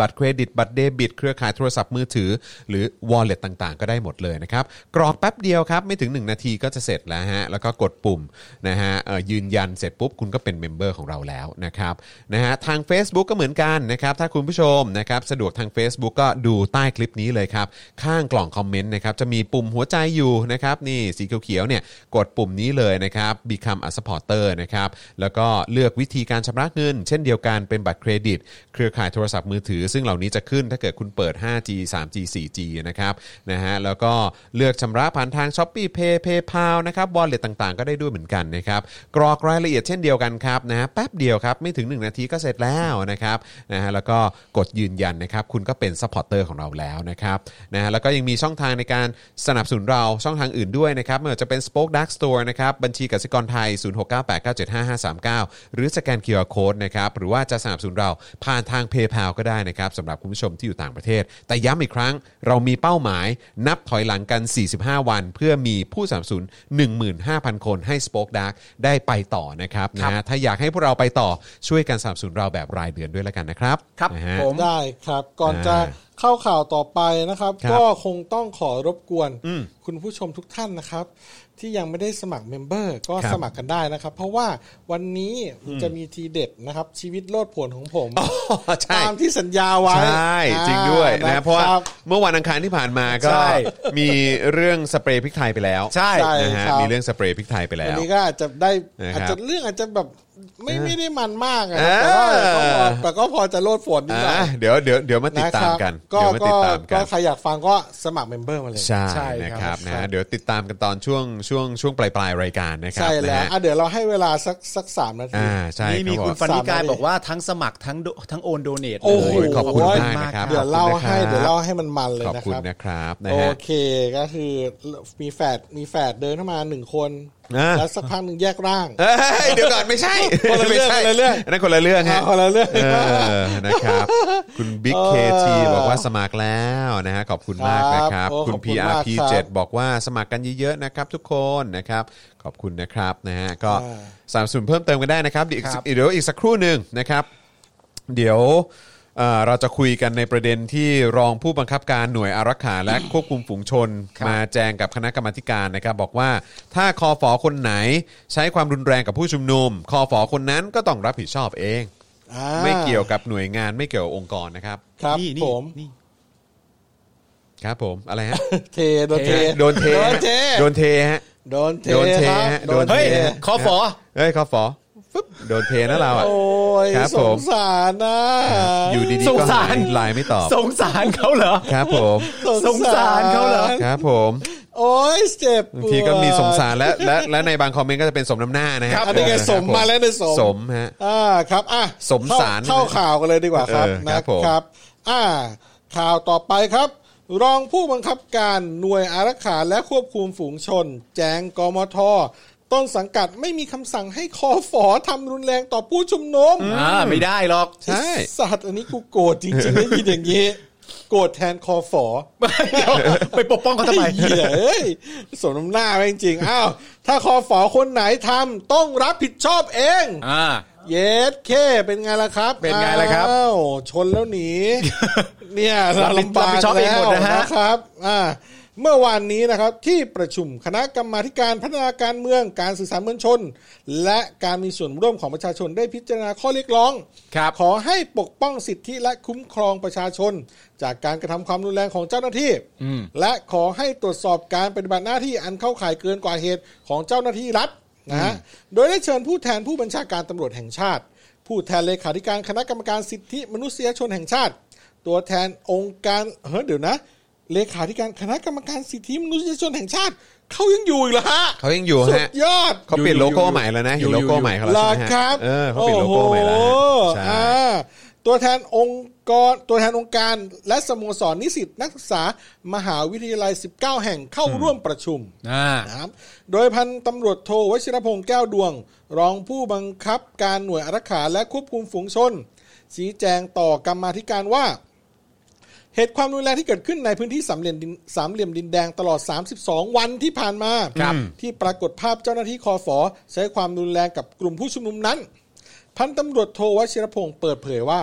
S3: บัตรเครดิต บัตรเดบิต เครือข่ายโทรศัพท์มือถือ หรือ wallet ต่างๆ ก็ได้หมดเลยนะครับ กรอกแป๊บเดียวครับ ไม่ถึง 1 นาทีก็จะเสร็จแล้วฮะ แล้วก็กดปุ่มนะฮะเอ่อยืนยันเสร็จปุ๊บ คุณก็เป็นเมมเบอร์ของเราแล้วนะครับนะฮะทาง Facebook ก็เหมือนกันนะครับ ถ้าคุณผู้ชมนะครับสะดวกทาง Facebook ก็ดูใต้คลิปนี้เลยครับ ข้างกล่องคอมเมนต์นะครับ จะมีปุ่มหัวใจอยู่นะครับ นี่สีเขียวๆเนี่ยกดปุ่มนี้เลยนะครับ Become a supporter นะครับ แล้วก็เลือกวิธีการชำระเงิน เช่นเดียวกันเป็นบัตรเครดิต เครือข่ายโทรศัพท์มือถือ ซึ่งเหล่านี้จะขึ้นถ้าเกิดคุณเปิด 5G 3G 4G นะครับนะฮะแล้วก็เลือกชำระผ่านทาง s h o p e e Pay PayPal นะครับ wallet ต่างๆ ก็ได้ด้วยเหมือนกันนะครับ กรอกรายละเอียดเช่นเดียวกันครับนะฮะแป๊บเดียวครับ ไม่ถึง 1 นาทีก็เสร็จแล้วนะครับนะฮะแล้วก็กดยืนยันนะครับ คุณก็เป็นซัพพอร์ตเตอร์ของเราแล้วนะครับนะฮะแล้วก็ยังมีช่องทางในการสนับสนุนเราช่องทางอื่นด้วยนะครับไม่ว่าจะเป็น Spoke Dark Store นะครับ บัญชีกสิกรไทย 0698975539 หรือสแกน QR Code นะครับ หรือว่าจะสนับสนุนเราผ่านทาง PayPal ก็ได้นะครับสำหรับคุณผู้ชมที่อยู่ต่างประเทศ แต่ย้ำอีกครั้งเรามีเป้าหมายนับถอยหลังกัน 45 วัน เพื่อมีผู้สนับสนุน15,000 คนให้ Spoke Dark ได้ไปต่อนะครับนะฮะถ้าอยากให้พวกเราไปต่อช่วยกันสนับสนุนเราแบบรายเดือนด้วยละกันนะครับ
S4: ครับ
S3: นะฮะ
S4: ผม
S1: ได้ครับ ก่อน
S3: อ่า
S1: จะเข้าข่าวต่อไปนะครับ
S3: ครับ
S1: ก็คงต้องขอรบกวน
S3: อืม
S1: คุณผู้ชมทุกท่านนะครับ ที่ยังไม่ได้สมัครเมมเบอร์ก็
S3: ครับ
S1: สมัครกันได้นะครับ เพราะว่าวันนี้จะมีทีเด็ดนะครับ ชีวิตโลดโผลของผม
S3: อ๋อใช่
S1: ตามที่สัญญาไว้
S3: ใช่จริงด้วยนะเพราะว่าเมื่อวันอังคารที่ผ่านมาก็
S4: ใช่
S3: มีเรื่องสเปรย์พริกไทยไปแล้ว
S4: ใช่
S1: ใช่
S3: นะฮะ
S1: ครับ
S3: มีเรื่องสเปรย์พริกไทยไปแล้
S1: วัน
S3: ว
S1: นี้ก็อาจจะได้
S3: นะครับ
S1: อาจจะเรื่องอาจจะแบบไม่
S3: อ่า
S1: ไม่ได้มันมากอะครับแต่ว่า
S3: อ่า
S1: ก็พอแต่ก็พอจะโลดโผลนิดหน่อ
S3: อ่ะ
S1: ย
S3: เดี๋ยวเดี๋ยวเดี๋ยวมาติดตามกัน
S1: ก็
S3: เดี๋ยว
S1: ก็
S3: มาติดตามกั
S1: ก็
S3: น
S1: ใครอยากฟังก็สมัครเมมเบอร์มาเลย
S3: ใช่
S4: ใช่
S3: นะค
S4: ครั
S3: รับบ นะฮะเดี๋ยวติดตามกันตอนช่วงช่วงช่วงปลายปลายๆรายการนะครั
S1: ใช่
S3: บนะ
S1: แล้ว
S3: ฮะ
S1: อ่ะเดี๋ยวเราให้เวลาสักสักสามนาที
S3: อ่าใช่
S4: นี่มี
S3: รับ
S4: คุ
S3: ผ
S4: ณ
S3: ม
S4: ฟันนิ
S1: สามา
S4: กาย
S1: รถ
S4: บอกว่าทั้งสมัครทั้งโดทั้งโอนโดเนท
S1: โอ้โห
S3: โอ้ยขอบคุณมากนะ
S4: ก
S3: ครับ
S1: เดี๋ยว
S3: ขอบ
S1: เล่า
S3: คุณนะค
S1: ให้
S3: รับ
S1: เดี๋ยวเล่าให้มันมันเลย
S3: ขอบ
S1: นะ
S3: คุ
S1: ค
S3: ณ
S1: รับ
S3: นะครับนะ
S1: โอ
S3: ฮะ
S1: เคก็คือมีแฝดมีแฝดเดินเข้ามาหนึ่งคน
S3: อ่า
S1: แล้วสักพักหนึ่งแยกร่าง
S3: เอ้ยเดี๋ยวก่อนไม่ใช่
S1: คนละเรื่อง
S3: ไม่ใช่
S1: คนละเรื่อง
S3: นนั่นคนละเรื่องฮะ
S1: เอาละเรื่อง
S3: เออ นะครับ คุณบิ๊กเคทีบอกว่าสมัครแล้วนะฮะ ขอบคุณมากนะค
S1: ครั
S3: รั
S1: บ
S3: บ
S1: โอ้
S3: คุณ
S1: ขอบคุณมาก
S3: PRP
S1: ครับ
S3: 7บอกว่าสมัครกันเยอะๆนะครับทุกคนนะครับ ขอบคุณนะครับนะฮะ ก็
S1: อ่า
S3: สามสนุนเพิ่มเติมกันได้นะครับ เดี๋ยวอีก
S1: ครับ
S3: เดี๋ยวอีกสักครู่หนึ่งนะครับ เดี๋ยวเอ่อเราจะคุยกันในประเด็นที่รองผู้บังคับการหน่วยอารักขาและควบคุมฝูงชน มาแจงกับคณะกรรมาธิการนะครับ บอกว่าถ้าคอฟอคนไหนใช้ความรุนแรงกับผู้ชุมนุมคอฟอคนนั้นก็ต้องรับผิดชอบเอง
S1: อ่า
S3: ไม่เกี่ยวกับหน่วยงานไม่เกี่ยวกับองค์กรนะครับ
S1: ครับ
S4: นี่
S1: ผ
S4: นี่
S1: ม
S4: นี่
S3: ครับผมอะไรฮะ
S1: เทโดนเท
S3: โดนเทฮะโดนเทฮะ
S1: โดนเท
S3: โดนเท
S1: ครับ
S3: ฮะโดนเท
S4: เฮ้ย
S3: ฮะ
S4: คอฟอ
S3: เฮ้ยคอฟอฟึบโดนเทนะเราอ่ะ
S1: โอ้ย
S3: ครับ
S1: ส
S3: ผม
S1: งสารนะ
S3: อยู่ดี
S4: ส
S3: ๆ
S4: ง
S3: ก็
S4: สา
S3: หาร ยไลน์ไม่ตอบ
S4: สงสารเขาเหรอ
S3: ครับผม
S4: สงสารเขาเหรอ
S3: ครับผม
S1: โอ้ยเจ็บบ
S3: า
S1: ปว
S3: ง
S1: ด
S3: ทีก็มีสงสารและและและในบางคอมเมนต์ก็จะเป็นสมน้ำหน้านะฮะ
S1: ครับอันนี้ไง
S3: ครับ
S1: สมมาแล้วได้สม
S3: สมฮะ
S1: อ่าครับอ่ะ
S3: สมสาร
S1: เข้าเข้าข่าวกันเลยดีกว่าครับ
S3: เออครั
S1: นะ
S3: บผม
S1: ครับอ่าข่าวต่อไปครับ รองผู้บังคับการหน่วยอารักขาและควบคุมฝูงชน แจ้งกมท ต้นสังกัดไม่มีคำสั่งให้คอฝอทำรุนแรงต่อผู้ชุมนุม
S4: อ่าไม่ได้หรอก
S3: ใช่
S1: สัตว์อันนี้กูโกรธจริงๆได้ยินอย่างนี้ โกรธแทนคอฝอ
S4: เดี๋ยวไปปกป้องเขาทำไม
S1: อ้เหี้ยเอ้ยสมน้ำหน้าแม่งจริง อ้าว ถ้าคอฝอคนไหนทำต้องรับผิดชอบเอง
S4: อ่า
S1: เยสเค เป็นไงล่ะครับ
S4: เป็นไงล่ะครับ
S1: อ้าวชนแล้วหนี เนี่ย
S4: รับผิด
S1: ลำบา
S4: รับผิ
S1: ก
S4: ดชอบเอง
S1: แล้ว
S4: หมดนะฮะ
S1: นะครับอ่าเมื่อวานนี้นะครับ ที่ประชุมคณะกรรมาธิการพัฒนาการเมืองการสื่อสารมวลชน และการมีส่วนร่วมของประชาชนได้พิจารณาข้อเรียกร้อง ขอให้ปกป้องสิทธิและคุ้มครองประชาชน จากการกระทำความรุนแรงของเจ้าหน้าที่ และขอให้ตรวจสอบการปฏิบัติหน้าที่อันเข้าข่ายเกินกว่าเหตุของเจ้าหน้าที่รัฐนะฮะโดยได้เชิญผู้แทนผู้บัญชาการตำรวจแห่งชาติ ผู้แทนเลขาธิการคณะกรรมการสิทธิมนุษยชนแห่งชาติ ตัวแทนองค์การเฮ้ยเดี๋ยวนะ เลขาธิการคณะกรรมการสิทธิมนุษยชนแห่งชาติเขายังอยู่อีกเหรอฮะ
S3: เขายังอยู่
S1: สุ
S3: ฮะ
S1: ดยอด
S3: เขาเปลี่ยนโลโก้ใหม่แล้วนะเห็นโลโก้ใหม่เขาแล้ว
S1: หรอ
S3: ใช่ไหมฮะ
S1: ครับ
S3: เออเขาเปลี่ยนโลโก้ใหม่แล้ว
S1: อ้ห
S3: ใช่
S1: อ่าตัวแทนองค์กรตัวแทนองค์การและสโมสรนิสิตนักศึกษามหาวิทยาลัย 19 แห่งเข้าร่วมประชุม
S4: อ่า
S1: นะครับโดยพันตำรวจโทวชิรพงษ์แก้วดวง รองผู้บังคับการหน่วยอารักขาและควบคุมฝูงชน ชี้แจงต่อกรรมาธิการว่า เหตุความรุนแรงที่เกิดขึ้นในพื้นที่สามเหลี่ยมดินสามเหลี่ยมดินแดงตลอด 32 วันที่ผ่านมา
S4: ครับ
S1: ที่ปรากฏภาพเจ้าหน้าที่คอฟอใช้ความรุนแรงกับกลุ่มผู้ชุมนุมนั้น พันตำรวจโทวชิรพงศ์เปิดเผยว่า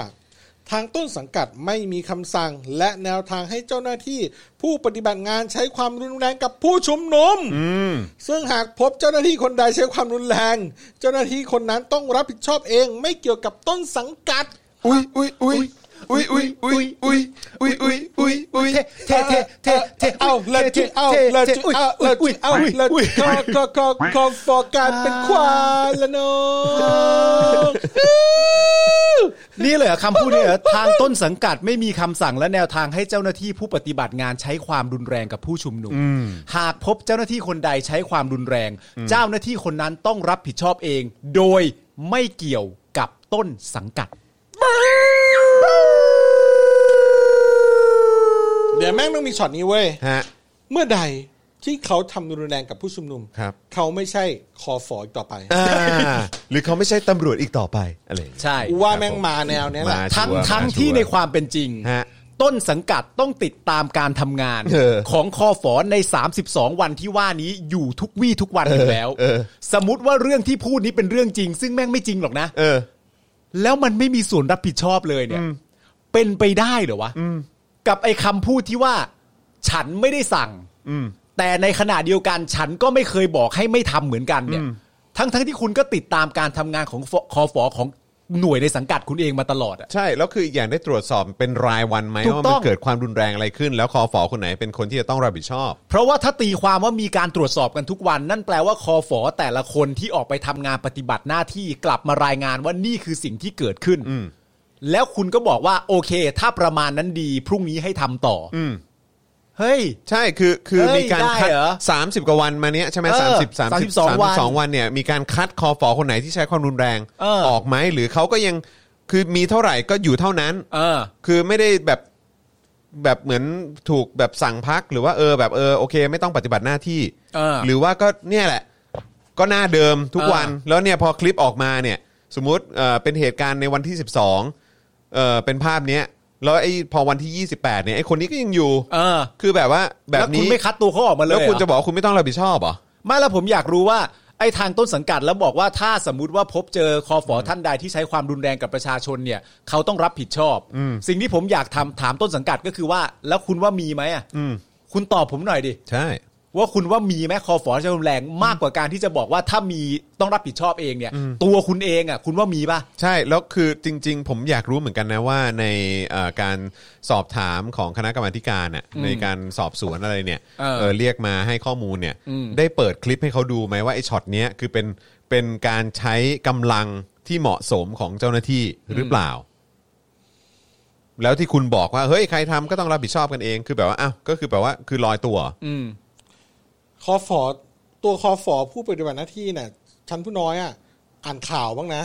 S1: ทางต้นสังกัดไม่มีคำสั่งและแนวทางให้เจ้าหน้าที่ ผู้ปฏิบัติงานใช้ความรุนแรงกับผู้ชุมนุมซึ่งหากพบเจ้าหน้าที่คนใดใช้ความรุนแรง เจ้าหน้าที่คนนั้นต้องรับผิดชอบเอง ไม่เกี่ยวกับต้นสังกัด
S3: อุ้ยอุ้ยอุ้ยอุ้ยอุ้ยอุ้ยอุ้ยอุ้ยอุ้ยอุ้ยอุ้ย
S4: เท่เท่เท่เท่
S1: เอาละจุเอาละจุเอาละจุเอาละจุก็ก็ก็ก็ฟอการเป็นควายละน้อง
S4: นี่เลยเหรอคำพูดเนี่ยเหรอทางต้นสังกัดไม่มีคำสั่งและแนวทางให้เจ้าหน้าที่ผู้ปฏิบัติงานใช้ความรุนแรงกับผู้ชุมนุม หากพบเจ้าหน้าที่คนใดใช้ความรุนแรง เจ้าหน้าที่คนนั้นต้องรับผิดชอบเอง โดยไม่เกี่ยวกับต้นสังกัด
S1: เดี๋ยวแม่งต้องมีช็อตนี้เว้ย
S3: ฮะ
S1: เมื่อใดที่เขาทำรุนแรงกับผู้ชุมนุม
S3: ครับ
S1: เขาไม่ใช่คอฟออีกต่อไป
S3: อ่าหรือเขาไม่ใช่ตำรวจอีกต่อไปอะไรอย่างเงี้ย
S4: ใช่
S1: ว่าแม่งมาแนวเนี้ยแหละ
S3: มา
S4: ทั้ง
S3: ชัวร์
S4: ทั้ง
S3: มาชัวร์
S4: ที่ในความเป็นจริง
S3: ฮะ
S4: ต้นสังกัดต้องติดตามการทำงาน
S3: เออ
S4: ของคอฝอใน 32 วันที่ว่านี้อยู่ทุกวี่ทุกวันอยู่แล้ว
S3: เออ
S4: สมมติว่าเรื่องที่พูดนี้เป็นเรื่องจริง ซึ่งแม่งไม่จริงหรอกนะ
S3: เออ
S4: แล้วมันไม่มีส่วนรับผิดชอบเลยเนี่ย เป็นไปได้เหรอวะกับไอ้คำพูดที่ว่า ฉันไม่ได้สั่งแต่ในขณะเดียวกัน ฉันก็ไม่เคยบอกให้ไม่ทำเหมือนกันเนี่ย ทั้งทั้งที่คุณก็ติดตามการทำงานของฟคอฟอของหน่วยในสังกัดคุณเองมาตลอดอะ
S3: ใช่ แล้วคืออีกอย่างได้ตรวจสอบเป็นรายวันไหม
S4: ถูก
S3: ว่า
S4: ต้
S3: มั
S4: อน ง
S3: เกิดความรุนแรงอะไรขึ้น แล้วคอฟอคนไหนเป็นคนที่จะต้องรับผิดชอบ
S4: เพราะว่าถ้าตีความว่ามีการตรวจสอบกันทุกวัน นั่นแปลว่าคอฝอแต่ละคนที่ออกไปทำงานปฏิบัติหน้าที่กลับมารายงานว่านี่คือสิ่งที่เกิดขึ้น แล้วคุณก็บอกว่าโอเค ถ้าประมาณนั้นดี พรุ่งนี้ให้ทำต่ออ
S3: ม
S4: เฮ้ย
S3: ใช่คือคือ
S4: เฮ้ย
S3: มีการ
S4: ได้
S3: คัด
S4: เหรอ
S3: สามสิบกว่าวันมาเนี้ยใช่ไหม
S4: เออ
S3: สามสิบสามสิบสาม
S4: 32วัน
S3: สองวันเนี่ยมีการคัดคอฟอคนไหนที่ใช้ความรุนแรง
S4: เออ
S3: ออกไหมหรือเขาก็ยังคือมีเท่าไหร่ก็อยู่เท่านั้น
S4: เออ
S3: คือไม่ได้แบบแบบเหมือนถูกแบบสั่งพักหรือว่าเออแบบเออโอเค ไม่ต้องปฏิบัติหน้าที่
S4: เออ
S3: หรือว่าก็เนี่ยแหละ ก็หน้าเดิมทุกวันแล้วเนี่ยพอคลิปออกมาเนี่ย สมมุติเอ่อเป็นเหตุการณ์ในวันที่ 12เอ่อเป็นภาพเนี้ยแล้วไอ้พอวันที่ 28เนี่ยไอ้คนนี้ก็ยังอยู่
S4: เออ
S3: คือแบบว่าแบบ
S4: ล้วคุณ
S3: นี้
S4: ไม่คัดตัวเขาออกมาเลย
S3: แล้วคุณ
S4: เหรอ
S3: จะบอกว่าคุณไม่ต้องรับผิดชอบเหรอ
S4: ไม่แล้วผมอยากรู้ว่าไอ้ทางต้นสังกัดแล้วบอกว่าถ้าสมมติว่าพบเจอคอฝอท่านใดที่ใช้ความรุนแรงกับประชาชนเนี่ย เขาต้องรับผิดชอบ สิ่งที่ผมอยากทำถามต้นสังกัดก็คือว่า แล้วคุณว่ามีไหมอ่ะ
S3: อืม
S4: คุณตอบผมหน่อยดิ
S3: ใช่
S4: ว่าคุณว่ามีไหมคอฝอใช้รุนแรงมากกว่าการที่จะบอกว่าถ้ามีต้องรับผิดชอบเองเนี่ย ตัวคุณเองอ่ะคุณว่ามีป่ะ
S3: ใช่แล้วคือจริง ๆ ผมอยากรู้เหมือนกันนะว่าในเอ่อการสอบถามของคณะกรรมาธิการน่ะในการสอบสวนอะไรเนี่ย
S4: เออ
S3: เออเรียกมาให้ข้อมูลเนี่ย
S4: อืม
S3: ได้เปิดคลิปให้เขาดูไหมว่าไอ้ช็อตเนี้ยคือเป็นเป็นการใช้กำลังที่เหมาะสมของเจ้าหน้าที่หรือเปล่า แล้วที่คุณบอกว่าเฮ้ยใครทำก็ต้องรับผิดชอบกันเอง คือแบบว่าอ้าวก็คือแบบว่าคือลอยตัว
S1: คอฟอตัวคอฟอผู้ปฏิบัติหน้าที่เนี่ยชั้นผู้น้อยอ่ะอ่านข่าวบ้างนะ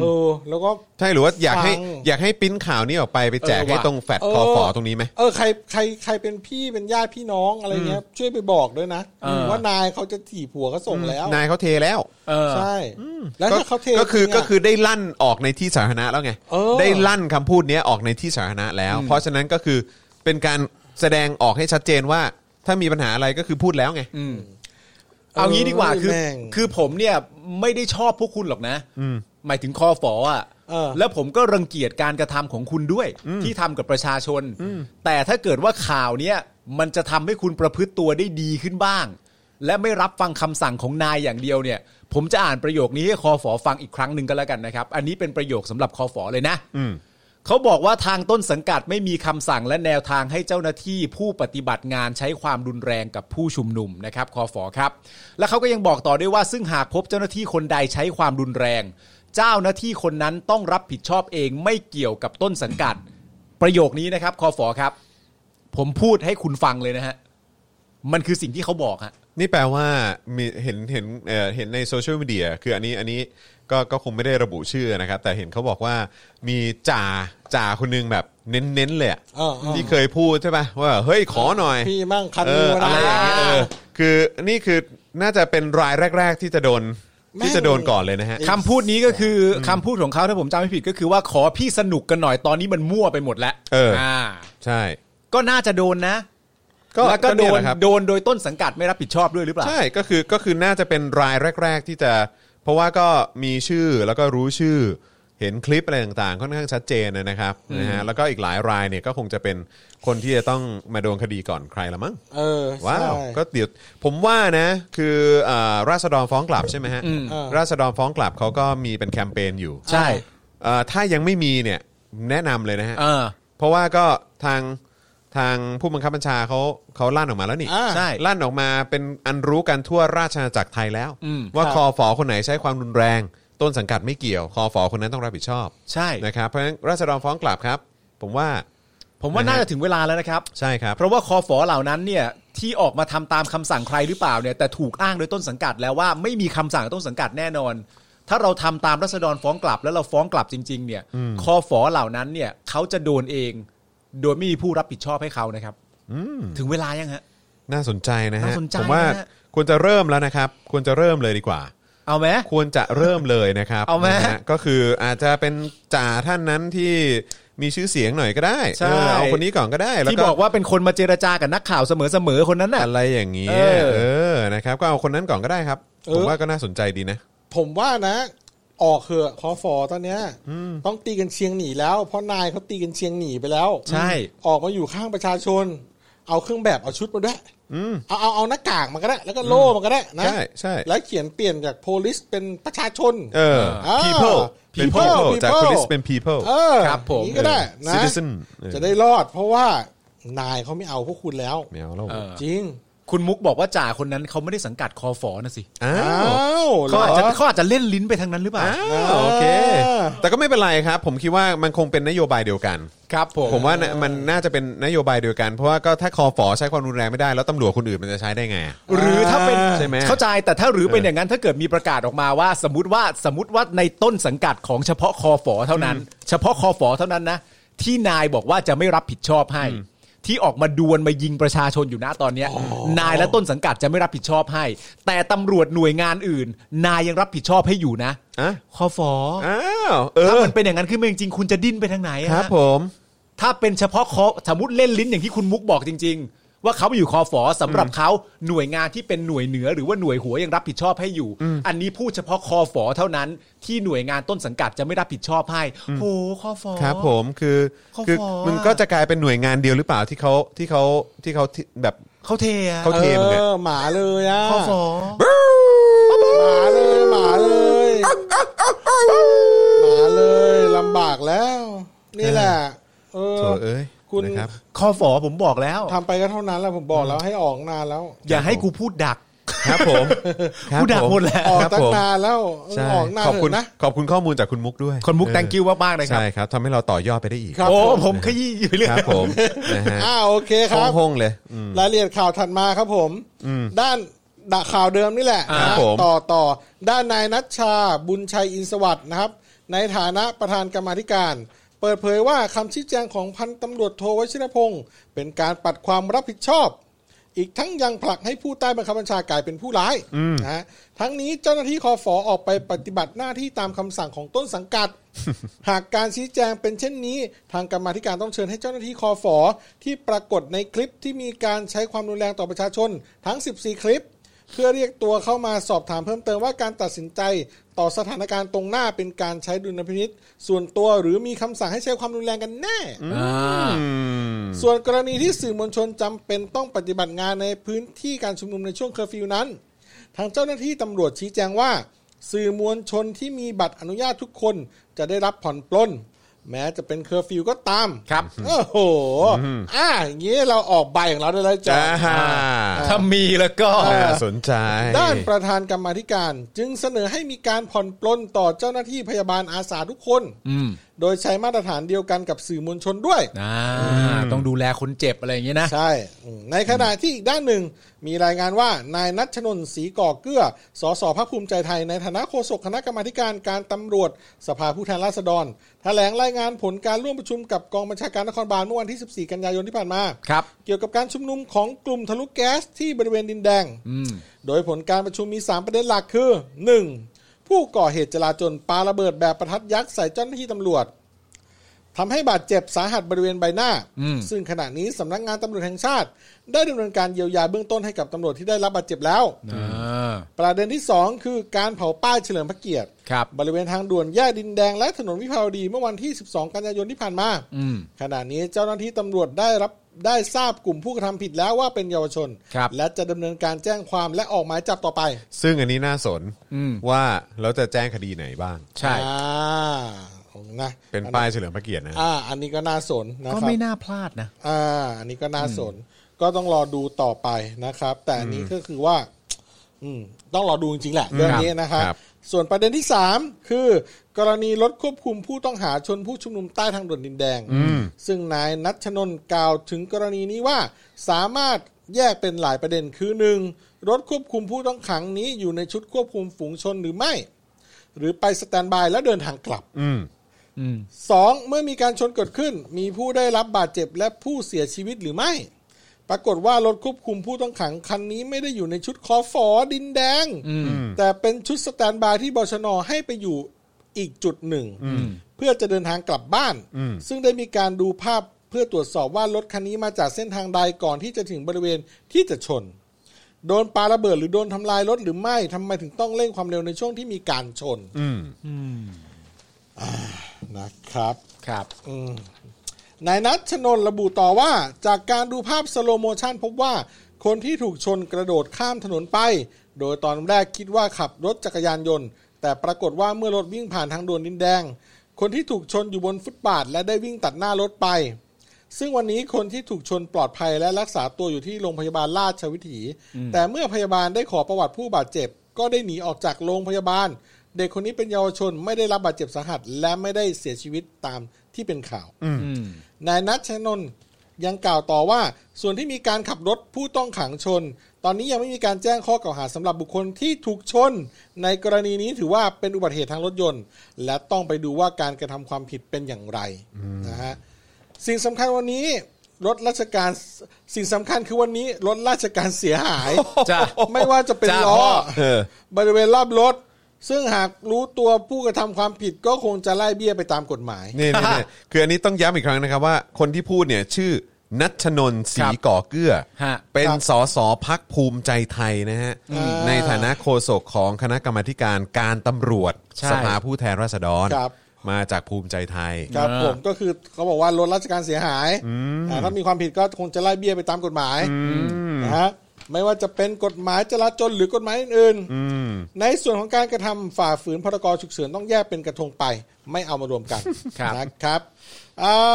S1: เออ แล้วก็
S3: ใช่หรือว่าอยากให้
S1: ฟัง
S3: อยากให้ปริ้นข่าวนี้ออกไปไปแจก
S1: เออ
S3: ให้
S1: ว่ะ
S3: ตรงแฟด
S1: เออ
S3: คอฟอตรงนี้ไหม
S1: เออใครใครใครเป็นพี่เป็นญาติพี่น้องอะไรเงี้ยช่วยไปบอกด้วยนะ
S4: เออ
S1: ว่านายเขาจะถีบผัวเขาส่งแล้ว
S3: นายเขาเทแล้ว
S4: เออ
S1: ใช่แล้วถ้าเขาเท
S3: ก็คือ
S1: จริงะ
S3: ก็คือได้ลั่นออกในที่สาธารณะแล้วไง
S1: เออ
S3: ได้ลั่นคำพูดเนี้ยออกในที่สาธารณะแล้ว เพราะฉะนั้นก็คือเป็นการแสดงออกให้ชัดเจนว่า ถ้ามีปัญหาอะไรก็คือพูดแล้วไง
S4: เอางี้ดีกว่า
S1: เออ
S4: คือ
S1: แม่ง
S4: คือผมเนี่ยไม่ได้ชอบพวกคุณหรอกนะหมายถึงคอฝออ่ะ
S1: เออ
S4: แล้วผมก็รังเกียจการกระทำของคุณด้วย ที่ทำกับประชาชน แต่ถ้าเกิดว่าข่าวเนี้ยมันจะทำให้คุณประพฤติตัวได้ดีขึ้นบ้าง และไม่รับฟังคำสั่งของนายอย่างเดียวเนี่ย ผมจะอ่านประโยคนี้ให้คอฝอฟังอีกครั้งหนึ่งก็แล้วกันนะครับ อันนี้เป็นประโยคสำหรับคอฝอเลยนะ
S3: อืม
S4: เขาบอกว่าทางต้นสังกัดไม่มีคำสั่งและแนวทางให้เจ้าหน้าที่ผู้ปฏิบัติงานใช้ความรุนแรงกับผู้ชุมนุมนะครับคอฟอครับ และเขาก็ยังบอกต่อด้วยว่าซึ่งหากพบเจ้าหน้าที่คนใดใช้ความรุนแรง เจ้าหน้าที่คนนั้นต้องรับผิดชอบเองไม่เกี่ยวกับต้นสังกัด ประโยคนี้นะครับคอฟอครับ ผมพูดให้คุณฟังเลยนะฮะมันคือสิ่งที่เขาบอกฮะ
S3: นี่แปลว่ามีเห็นเห็นเอ่อเห็นในโซเชียลมีเดียคืออันนี้อันนี้ก็ก็คงไม่ได้ระบุชื่อนะครับ แต่เห็นเขาบอกว่ามีจ่าจ่าคนนึงแบบเน้นๆเลยอะ
S1: เออเออ
S3: ที่เคยพูดใช่ป่ะว่าเฮ้ยขอหน่อย
S1: พี่มั่งคัน
S3: เอ
S1: มื
S3: อ
S1: อมา
S3: อะไรอย่างเงี้ย
S1: นะ
S3: เออคือนี่คือน่าจะเป็นรายแรก ๆ ที่จะโดน
S1: แม่ง
S3: ที่จะโดนก่อนเลยนะฮะ
S4: คำพูดนี้ก็คืออคำพูดของเขาถ้าผมจำไม่ผิดก็คือว่าขอพี่สนุกกันหน่อยตอนนี้มันมั่วไปหมดแล้ว
S3: เอออ่
S4: ่า
S3: ใช่
S4: ก็น่าจะโดนนะ
S3: ก็
S4: แล้วก็
S3: ก็เนี่ย
S4: โดน
S3: แหละครับ
S4: โดนโดยต้นสังกัดไม่รับผิดชอบด้วยหรือเปล่า
S3: ใช่ก็คือก็คือน่าจะเป็นรายแรก ๆ ที่จะ เพราะว่าก็มีชื่อแล้วก็รู้ชื่อ เห็นคลิปอะไรต่างๆ ค่อนข้างชัดเจนนะครับนะฮะแล้วก็อีกหลายรายเนี่ยก็คงจะเป็นคนที่จะต้องมาโดนคดีก่อนใครละมั้ง
S1: เออ
S3: ว้าว
S1: ใช่
S3: ก็เดี๋ยวผมว่านะ คือเอ่อราษฎรฟ้องกลับใช่ไหมฮะ
S4: อืม
S1: เออ
S3: ราษฎรฟ้องกลับเขาก็มีเป็นแคมเปญอยู่
S4: ใช่
S3: เอ่อถ้ายังไม่มีเนี่ยแนะนำเลยนะฮะ
S4: เออ
S3: เพราะว่าก็ทางทางผู้บังคับบัญชาเขาเขาลั่นออกมาแล้วนี่
S1: อ่า
S4: ใช่
S3: ลั่นออกมาเป็นอันรู้กันทั่วราชอาณาจักรไทยแล้ว
S4: อืม
S3: ว่า
S1: ครับ
S3: คอฟอคนไหนใช้ความรุนแรง ต้นสังกัดไม่เกี่ยวคอฟอคนนั้นต้องรับผิดชอบ
S4: ใช่
S3: นะครับเพราะฉะนั้นราษฎรฟ้องกลับครับ ผมว่า
S4: ผมว่าน่าจะถึงเวลาแล้วนะครับ
S3: ใช่ครับ
S4: เพราะว่าคอฝอเหล่านั้นเนี่ยที่ออกมาทำตามคำสั่งใครหรือเปล่าเนี่ยแต่ถูกอ้างโดยต้นสังกัดแล้วว่าไม่มีคำสั่งต้นสังกัดแน่นอน ถ้าเราทำตามรัษฎรฟ้องกลับแล้วเราฟ้องกลับจริง ๆ เนี่ยคอฝอเหล่านั้นเนี่ยเขาจะโดนเอง โดยไม่มีผู้รับผิดชอบให้เขานะครับถึงเวลายังฮะ
S3: น่าสนใจนะฮะ
S4: น่าสนใจ
S3: ผมว่า
S4: นะฮะ
S3: ควรจะเริ่มแล้วนะครับ ควรจะเริ่มเลยดีกว่า
S4: เอาไหม
S3: ควรจะเริ่มเลยนะครับ
S4: เอาไหม
S3: นะฮะก็คืออาจจะเป็นจ่าท่านนั้นที่มีชื่อเสียงหน่อยก็ได้
S4: ใช่
S3: เออเอาคนนี้ก่อนก็ได้แล้ว
S4: ที่
S3: ก็
S4: บอกว่าเป็นคนมาเจรจากับนักข่าวเสมอๆคนนั้นน่ะ
S3: อะไรอย่างนี้
S4: เออ
S3: เออ นะครับ ก็เอาคนนั้นก่อนก็ได้ครับ ผมว่าก็น่าสนใจดีนะ
S1: ผมว่านะ ออกเหอะคอฟอตอนเนี้ยต้องตีกันเชียงหนีแล้ว เพราะนายเขาตีกันเชียงหนีไปแล้ว
S4: ใช่
S1: ออกมาอยู่ข้างประชาชน เอาเครื่องแบบเอาชุดมาด้วยเอาเอาเอาหน้ากากมาก็ได้ แล้วก็โล่มาก็ได้นะ
S3: ใช่ใช่
S1: แล้วเขียนเปลี่ยนจาก police เป็นประชาชน
S3: เออ
S1: อ่า
S3: people เป็น
S1: people
S3: people จาก
S1: people
S3: police เป็น people
S1: เออ
S4: ครับผม
S1: อย่างนี้ก็ได้นะ
S3: citizen เออ
S1: จะได้รอด เพราะว่านายเขาไม่เอาพวกคุณแล้ว
S3: ไม่เอาแล้ว
S4: เออ
S1: จริง
S4: คุณมุกบอกว่าจ่าคนนั้นเขาไม่ได้สังกัดคอฝอนะสิ
S3: อ้า
S1: อ้าว ว
S3: ก็
S1: เหร
S4: เขาอาจจะ
S1: อ
S4: เขาอาจจะเล่นลิ้นไปทางนั้นหรือเปล่า
S3: อ้าวโอเค
S1: เออ
S3: แต่ก็ไม่เป็นไรครับ ผมคิดว่ามันคงเป็นนโยบายเดียวกัน
S4: ครับผม
S3: ผมว่าน่ะมันน่าจะเป็นนโยบายเดียวกัน เพราะว่าก็ถ้าคอฟอใช้ความรุนแรงไม่ได้ แล้วตำรวจคนอื่นมันจะใช้ได้ไงอะ
S4: หรือถ้าเป็น
S3: ใช่ไหม
S4: เข้าใจแต่ถ้าหรือเป็นอย่างนั้นถ้าเกิดมีประกาศออกมาว่า สมมติว่าสมมติว่าในต้นสังกัดของเฉพาะคอฝอเท่านั้น เฉพาะคอฝอเท่านั้นนะที่นายบอกว่าจะไม่รับผิดชอบให้ ที่ออกมาดวลมายิงประชาชนอยู่นะตอนเนี้ยนายและต้นสังกัดจะไม่รับผิดชอบให้ แต่ตำรวจหน่วยงานอื่น นายยังรับผิดชอบให้อยู่นะ
S3: อ่ะ
S4: คอฟอ
S3: อ้าวเอ
S4: ถ้า
S3: อ
S4: มันเป็นอย่างนั้นขึ้นมาจริงๆคุณจะดิ้นไปทางไหนอะฮะ
S3: ครับผม
S4: ถ้าเป็นเฉพาะคอสมมติเล่นลิ้นอย่างที่คุณมุกบอกจริง ๆ ว่าเขาไปอยู่คอฟอสำหรับเขาหน่วยงานที่เป็นหน่วยเหนือ หรือว่าหน่วยหัวยังรับผิดชอบให้อยู่ อันนี้พูดเฉพาะคอฟอเท่านั้นที่หน่วยงานต้นสังกัดจะไม่รับผิดชอบให้โหคอฟอ
S3: ครับผมคือ
S4: เขา
S3: คือ
S4: ฟ้องอะ
S3: มันก็จะกลายเป็นหน่วยงานเดียวหรือเปล่าที่เขาที่เขาที่เขาที่แบบ
S4: เขาเทอะ
S3: เขา โอ ท คหมือนกัน
S1: ออหมาเลยอ่ะ
S4: คอฟอ
S1: หมาเลยหมาเลยหมาเลยลำบากแล้ว นี่แหละเออ
S3: โถเอ้ย
S1: คุณ
S3: นะครับ
S4: คอฟอผมบอกแล้ว
S1: ทำไปก็เท่านั้นแหละผมบอกแล้วให้ออกนานแล้ว
S4: อย่าให้กูพูดดัก
S3: ครับผมครับ
S4: ผู้ด่า
S3: ผ
S4: คนแหละ
S1: ออก
S3: ครับ
S1: ตั้
S3: ผ
S1: ง
S3: ม
S1: นานแล้วเออ
S3: ใช่
S1: ออกนาน
S3: ขอบ
S1: เถ
S3: คุณ
S1: อะนะ
S3: ขอบคุณข้อมูลจากคุณมุกด้วย
S4: คนมุก
S3: เออ
S4: แตงกิ้วมากๆนะครับ
S3: ใช่ครับทำให้เราต่อยอดไปได้อีก
S1: ครับ
S4: โอ้ผมขยี้อยู่เรื่อย
S3: ครับผมนะฮะ
S1: อ่าโอเคครับ
S3: ห้องๆเลยอืม
S1: รายละเอียดข่าวถัดมาครับผม ด้านดะข่าวเดิมนี่แหละ
S3: ครับ
S1: นะ
S3: ผม
S1: ต่อต่อ ด้านนายนัชชาบุญชัยอินสวัสด์นะครับ ในฐานะประธานกรรมาธิการ เปิดเผยว่าคำชี้แจงของพันตำรวจโทวชิรพงศ์เป็นการปัดความรับผิดชอบ อีกทั้งยังผลักให้ผู้ใต้บังคับบัญชากลายเป็นผู้ร้าย
S3: อืม
S1: นะฮะทั้งนี้เจ้าหน้าที่คอฟอออกไปปฏิบัติหน้าที่ตามคำสั่งของต้นสัง กัด หากการชี้แจงเป็นเช่นนี้ ทางกรรมาธิการต้องเชิญให้เจ้าหน้าที่คอฟอที่ปรากฏในคลิปที่มีการใช้ความรุนแรงต่อประชาชน ทั้ง 14 คลิป เพื่อเรียกตัวเข้ามาสอบถามเพิ่มเติมว่าการตัดสินใจต่อสถานการณ์ตรงหน้าเป็นการใช้ดุลพินิษส่วนตัวหรือมีคำสั่งให้ใช้ความรุนแรงกันแน่
S4: อ่า
S3: อืม
S1: ส่วนกรณีที่สื่อมวลชนจำเป็นต้องปฏิบัติงานในพื้นที่การชุมนุมในช่วงเคอร์ฟิวนั้น ทางเจ้าหน้าที่ตำรวจชี้แจงว่า สื่อมวลชนที่มีบัตรอนุญาตทุกคนจะได้รับผ่อนปลนแม้จะเป็นเคอร์ฟิวก็ตาม
S4: ครับ
S1: โอ้โหอ่าอย่างนี้เราออกใบของเราได้แล้วจ้ะ
S3: จ้าฮ่า
S4: ถ้ามีแล้วก็
S3: น่าสนใจ
S1: ด้านประธานกรรมาธิการจึงเสนอให้มีการผ่อนปลนต่อเจ้าหน้าที่พยาบาลอาสาทุกคน
S4: อืม
S1: โดยใช้มาตรฐานเดียวกันกับสื่อมวลชนด้วย
S4: อ่าต้องดูแลคนเจ็บอะไรอย่างเงี้ยนะ
S1: ใช่อืมในขณะที่อีกด้านหนึ่ง มีรายงานว่านายนัชนนท์ศรีก่อเกื้อ สสพักภูมิใจไทย ในฐานะโฆษกคณะกรรมาธิการการตำรวจสภาผู้แทนราษฎรแถลงรายงานผลการร่วมประชุมกับกองบัญชาการนครบาลเมื่อวันที่ 14 กันยายนที่ผ่านมา
S4: ครับ
S1: เกี่ยวกับการชุมนุมของกลุ่มทะลุแก๊สที่บริเวณดินแดง
S4: อืม
S1: โดยผลการประชุมมี 3 ประเด็นหลักคือ 1. ผู้ก่อเหตุจลาจลปาระเบิดแบบประทัดยักษ์ใส่เจ้าหน้าที่ตำรวจทำให้บาดเจ็บสาหัสบริเวณใบหน้า
S4: อืม
S1: ซึ่งขณะนี้สำนักงานตำรวจแห่งชาติ ได้ดำเนินการเยียวยาเบื้องต้นให้กับตำรวจที่ได้รับบาดเจ็บแล้ว
S4: อ่า
S1: ประเด็นที่ 2 คือการเผาป้ายเฉลิมพระเกียรติ
S4: ครับ
S1: บริเวณทางด่วนแยกดินแดงและถนนวิภาวดีเมื่อวันที่ 12 กันยายนที่ผ่านมา
S4: อืม
S1: ขณะนี้เจ้าหน้าที่ตำรวจได้รับได้ทราบกลุ่มผู้กระทำผิดแล้วว่าเป็นเยาวชน
S4: ครับ
S1: และจะดำเนินการแจ้งความและออกหมายจับต่อไป
S3: ซึ่งอันนี้น่าสน
S4: อืม
S3: ว่าเราจะแจ้งคดีไหนบ้าง
S4: ใช่
S1: อ่านะ
S3: เป็นป้ายเฉลิมพระเกียรตินะ
S1: อ่า อันนี้ก็น่าสนนะ
S4: ก็
S1: ครับ
S4: ไม่น่าพลาดนะ
S1: อ่า อันนี้ก็น่าสน ก็ต้องรอดูต่อไปนะครับ แต่อันนี้ก็คือว่า อืม ต้องรอดูจริงๆแหละเรื่องนี้นะครับ
S3: ครับ
S1: ส่วนประเด็นที่ 3 คือ กรณีรถควบคุมผู้ต้องหาชนผู้ชุมนุมใต้ทางด่วนดินแดง ซึ่งนายนัชนนท์กล่าวถึงกรณีนี้ว่า สามารถแยกเป็นหลายประเด็นคือหนึ่งรถควบคุมผู้ต้องขังนี้อยู่ในชุดควบคุมฝูงชนหรือไม่ หรือไปสแตนบายแล้วเดินทางกลับ
S3: อืม
S4: อืม
S1: สองเมื่อมีการชนเกิดขึ้น มีผู้ได้รับบาดเจ็บและผู้เสียชีวิตหรือไม่ ปรากฏว่ารถควบคุมผู้ต้องขังคันนี้ไม่ได้อยู่ในชุดคอฟอดินแดง
S4: อืม
S1: แต่เป็นชุดสแตนบายที่บชนให้ไปอยู่อีกจุดหนึ่ง เพื่อจะเดินทางกลับบ้าน
S3: อืม
S1: ซึ่งได้มีการดูภาพเพื่อตรวจสอบว่ารถคันนี้มาจากเส้นทางใดก่อนที่จะถึงบริเวณที่จะชน โดนปาระเบิดหรือโดนทำลายรถหรือไม่ทำไมถึงต้องเร่งความเร็วในช่วงที่มีการชน
S3: อืม
S1: นะครับ
S4: ครับ
S1: อืมนายนัทชนนระบุต่อว่าจากการดูภาพสโลโมชันพบว่าคนที่ถูกชนกระโดดข้ามถนนไป โดยตอนแรกคิดว่าขับรถจักรยานยนต์ แต่ปรากฏว่าเมื่อรถวิ่งผ่านทางด่วนดินแดง คนที่ถูกชนอยู่บนฟุตบาท และได้วิ่งตัดหน้ารถไป ซึ่งวันนี้คนที่ถูกชนปลอดภัยและรักษาตัวอยู่ที่โรงพยาบาลราชวิถี แต่เมื่อพยาบาลได้ขอประวัติผู้บาดเจ็บ ก็ได้หนีออกจากโรงพยาบาล เด็กคนนี้เป็นเยาวชนไม่ได้รับบาดเจ็บสาหัส และไม่ได้เสียชีวิตตามที่เป็นข่าว
S4: อืม
S1: นายนัชชนนท์ยังกล่าวต่อว่า ส่วนที่มีการขับรถผู้ต้องขังชน ตอนนี้ยังไม่มีการแจ้งข้อกล่าวหาสำหรับบุคคลที่ถูกชน ในกรณีนี้ถือว่าเป็นอุบัติเหตุทางรถยนต์ และต้องไปดูว่าการกระทำความผิดเป็นอย่างไรนะฮะสิ่งสำคัญวันนี้ รถราชการสิ่งสำคัญคือวันนี้รถราชการเสียหาย
S4: จ้ะ
S1: ไม่ว่าจะเป็น
S4: จ้ะ
S1: ล้อ
S4: พ่อ
S3: เออ
S1: บริเวณรอบรถ ซึ่งหากรู้ตัวผู้กระทำความผิดก็คงจะไล่เบี้ยไปตามกฎหมาย
S3: นี่นี่นี่คืออันนี้ต้องย้ำอีกครั้งนะครับว่าคนที่พูดเนี่ยชื่อนัชนนท์ศรีก่อเกื้อ
S4: ฮะ
S3: เป็น
S1: ครับ
S3: สสพักภูมิใจไทยนะฮะ
S1: อ่า
S3: ในฐานะโฆษกของคณะกรรมาธิการการตำรวจ
S4: ใช่
S3: สภาผู้แทนราษฎร
S1: ครับ
S3: มาจากภูมิใจไทย
S1: ครับผมก็คือเขาบอกว่ารถราชการเสียหายอ่าถ้ามีความผิดก็คงจะไล่เบี้ยไปตามกฎหมายนะฮะไม่ว่าจะเป็นกฎหมายจราจรหรือกฎหมายอื่นๆในส่วนของการกระทำฝ่าฝืนพรกฉุกเฉินต้องแยกเป็นกระทงไป ไม่เอามารวมกัน
S4: ครับ
S1: นะครับอ่า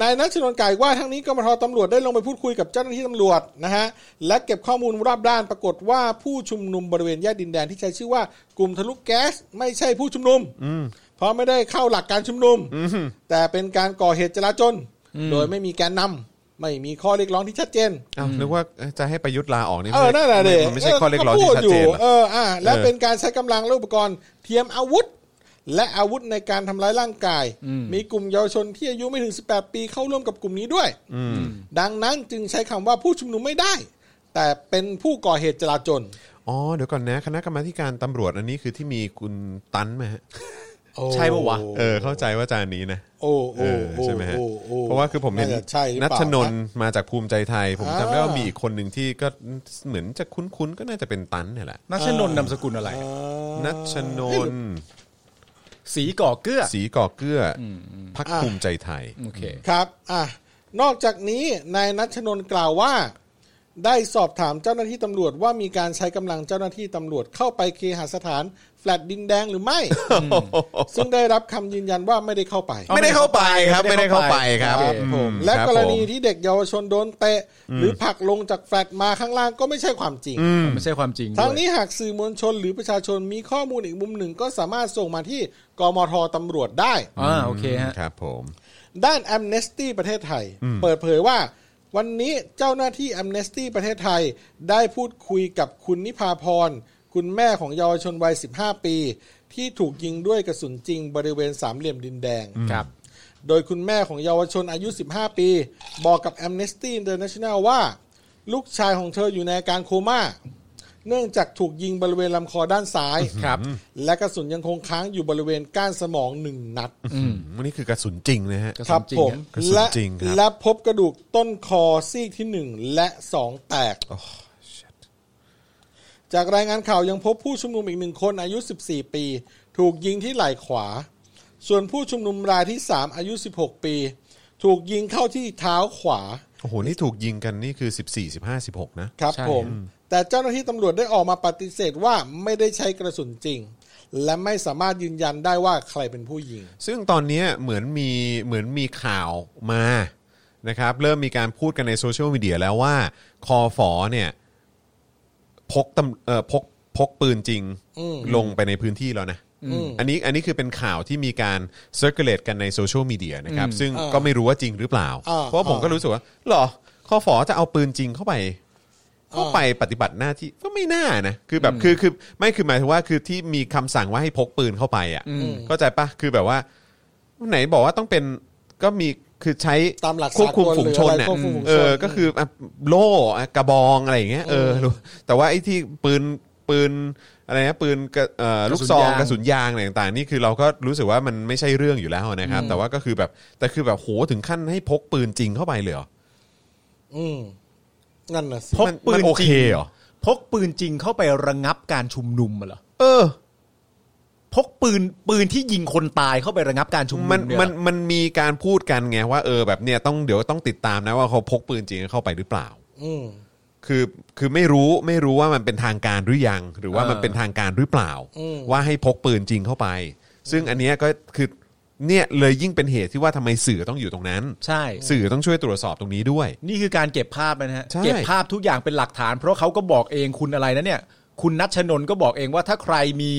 S1: นายนัชนนท์ไก่ว่าทั้งนี้กมทตำรวจได้ลงไปพูดคุยกับเจ้าหน้าที่ตำรวจนะฮะและเก็บข้อมูลรอบด้านปรากฏว่าผู้ชุมนุมบริเวณแยกดินแดนที่ใช้ชื่อว่ากลุ่มทะลุแก๊สไม่ใช่ผู้ชุมนุม เพราะไม่ได้เข้าหลักการชุมนุม แต่เป็นการก่อเหตุจลาจลโดยไม่มีแกนนำไม่มีข้อเรียกร้องที่ชัดเจน
S3: อ้าวนึกว่าจะให้ประยุทธ์ลาออกนี่
S1: เออนั่นแหละเด็
S3: มันไม่ใช่ข้อเรียกร้องที่ชัดเจนเหรอ
S1: เอออ่ะและ
S3: เออ
S1: เป็นการใช้กำลังและอุปกรณ์เทียมอาวุธ และอาวุธในการทำร้ายร่างกาย มีกลุ่มเยาวชนที่อายุไม่ถึง 18 ปีเข้าร่วมกับกลุ่มนี้ด้วย ดังนั้นจึงใช้คำว่าผู้ชุมนุมไม่ได้ แต่เป็นผู้ก่อเหตุจลาจล
S3: อ๋อเดี๋ยวก่อนนะคณะกรรมาธิการตำรวจอันนี้คือที่มีคุณตันไหมฮะ
S4: ใช่ปะวะ
S3: เออเข้าใจว่าจานนี้นะ
S1: โอ้โอ้
S3: เออ
S1: โอ้
S3: ใช่ไหมฮะ
S1: โอ้โอ้
S3: เพราะว่าคือผมเห็น
S1: าจะใช่หรือ
S3: นั
S1: เปล่า
S3: ชน
S1: นะ
S3: นมาจากภูมิใจไทย ผมจำได้
S1: อ่า
S3: ว่ามีอีกคนหนึ่งที่ก็เหมือนจะคุ้นๆก็น่าจะเป็นตันเนี่ยแหละ
S4: นัชนนท์นามสกุลอะไร
S1: อ่า
S3: นัชนน
S4: สีก่อเกื้อ
S3: สีก่อเกื้ออพักภูมิใจไทย
S4: โอเค
S1: ครับ อ่ะ นอกจากนี้ นายนัชนนท์กล่าวว่า ได้สอบถามเจ้าหน้าที่ตำรวจว่ามีการใช้กำลังเจ้าหน้าที่ตำรวจเข้าไปเคหสถาน แฟลตดินแดงหรือไม่ ซึ่งได้รับคำยืนยันว่าไม่ได้เข้าไป
S3: ไม่ได้เข้าไปครับไม่ได้เข้าไปครับ
S4: ครับ
S3: อืม
S1: และ
S3: ครับ
S1: กรณี
S3: ผม
S1: ที่เด็กเยาวชนโดนเตะ หรือผลักลงจากแฟลตมาข้างล่างก็ไม่ใช่ความจริง
S4: ไม่ใช่ความจริง
S1: ทั้ง
S4: ด้วย
S1: นี้หากสื่อมวลชนหรือประชาชนมีข้อมูลอีกมุมหนึ่ง ก็สามารถส่งมาที่กมทตำรวจได้
S4: อ่าโอเคฮะ
S3: ครับผม
S1: ด้าน Amnesty ประเทศไทย เปิดเผยว่า วันนี้เจ้าหน้าที่ Amnesty ประเทศไทย ได้พูดคุยกับคุณนิพาพร คุณแม่ของเยาวชนวัย 15 ปี ที่ถูกยิงด้วยกระสุนจริงบริเวณสามเหลี่ยมดินแดง
S4: ครับ
S1: โดยคุณแม่ของเยาวชนอายุ 15 ปี บอกกับ Amnesty International ว่า ลูกชายของเธออยู่ในอาการโคม่า เนื่องจากถูกยิงบริเวณลำคอด้านซ้าย
S4: ครับ
S1: และกระสุนยังคงค้างอยู่บริเวณก้านสมองหนึ่งนัด
S3: วันนี้คือกระสุนจริงนะฮะ
S4: กระ
S1: ค
S4: สุ
S1: รับ
S4: นจริง
S1: ผม
S4: ฮะ
S3: กระสุน
S1: และ
S3: จริงครับ
S1: และพบกระดูกต้นคอซีกที่หนึ่งและสองแตก จากรายงานข่าวยังพบผู้ชุมนุมอีกหนึ่งคนอายุ 14 ปี ถูกยิงที่ไหล่ขวา ส่วนผู้ชุมนุมรายที่ 3 อายุ 16 ปี ถูกยิงเข้าที่เท้าขวา
S3: โอ้โหนี่ถูกยิงกันนี่คือ 14 15 16 นะ
S1: ครับ
S4: ใช่
S1: ผม แต่เจ้าหน้าที่ตำรวจได้ออกมาปฏิเสธว่าไม่ได้ใช้กระสุนจริง และไม่สามารถยืนยันได้ว่าใครเป็นผู้ยิง
S3: ซึ่งตอนเนี้ยเหมือนมีเหมือนมีข่าวมานะครับเริ่มมีการพูดกันในโซเชียลมีเดียแล้วว่าคอฟอเนี่ยพกตำเอ่อพกพกปืนจริงลงไปในพื้นที่แล้วนะอันนี้อันนี้คือเป็นข่าวที่มีการเซอร์ u l เลตกันในโซเชียลมีเดียนะครับซึ่ง
S1: อ่า
S3: ก็ไม่รู้ว่าจริงหรือเปล่า
S1: อ่า
S3: เพราะว่าผมก็รู้สึกว่าหรอคอฟอจะเอาปืนจริงเข้าไป เข้าไปปฏิบัติหน้าที่ก็ไม่น่านะคือแบบคือคือไม่คือหมายถึงว่าคือที่มีคำสั่งว่าให้พกปืนเข้าไปอ่ะเข้าใจปะคือแบบว่า ไหนบอกว่าต้องเป็นก็มีคือใช้
S1: ตามหลักสากล
S3: ควบคุมฝูงชนเนี่ย
S1: หรืออะไรควบคุมฝูงชน
S3: เออก็คืออ่ะโล่อ่ะกระบองอะไรอย่างเงี้ยเออรู้แต่ว่าไอ้ที่ปืนปืนอะไรนะปืนกระเอ่อก
S4: ระสุ
S3: ลูก
S4: น
S3: ซอง
S4: ยาง
S3: กระสุนยางอะไรต่างๆนี่คือเราก็รู้สึกว่ามันไม่ใช่เรื่องอยู่แล้วนะครับ แต่ว่าก็คือแบบแต่คือแบบโหถึงขั้นให้พกปืนจริงเข้าไปเลยเหรอ
S1: อืมนั่นน่ะสิ
S4: พก
S3: มัน
S4: ปื
S3: มัน
S4: น
S3: โอ
S4: จริ
S3: เค
S4: ง
S3: เหรอ
S4: พกปืนจริงเข้าไประงับการชุมนุมเหรอ
S3: เออ
S4: พกปืนปืนที่ยิงคนตายเข้าไประงับการชุมนุม
S3: มัน
S4: เยเหรอ
S3: มันมันมีการพูดกันไงว่าเออแบบเนี่ยต้องเดี๋ยวต้องติดตามนะว่าเขาพกปืนจริงเข้าไปหรือเปล่า
S1: อืม
S3: คือคือไม่รู้ไม่รู้ว่ามันเป็นทางการหรือยัง หรือว่า
S4: เออ
S3: มันเป็นทางการหรือเปล่า
S1: อืม
S3: ว่าให้พกปืนจริงเข้าไป ซึ่งอันเนี้ยก็คือเนี่ยเลยยิ่งเป็นเหตุที่ว่าทำไมสื่อต้องอยู่ตรงนั้น
S4: ใช่
S3: สื่อต้องช่วยตรวจสอบตรงนี้ด้วย
S4: นี่คือการเก็บภาพนะฮะ
S3: ใช่
S4: เก็บภาพทุกอย่างเป็นหลักฐาน เพราะเขาก็บอกเองคุณอะไรนะเนี่ย คุณนัชนนท์ก็บอกเองว่าถ้าใครมี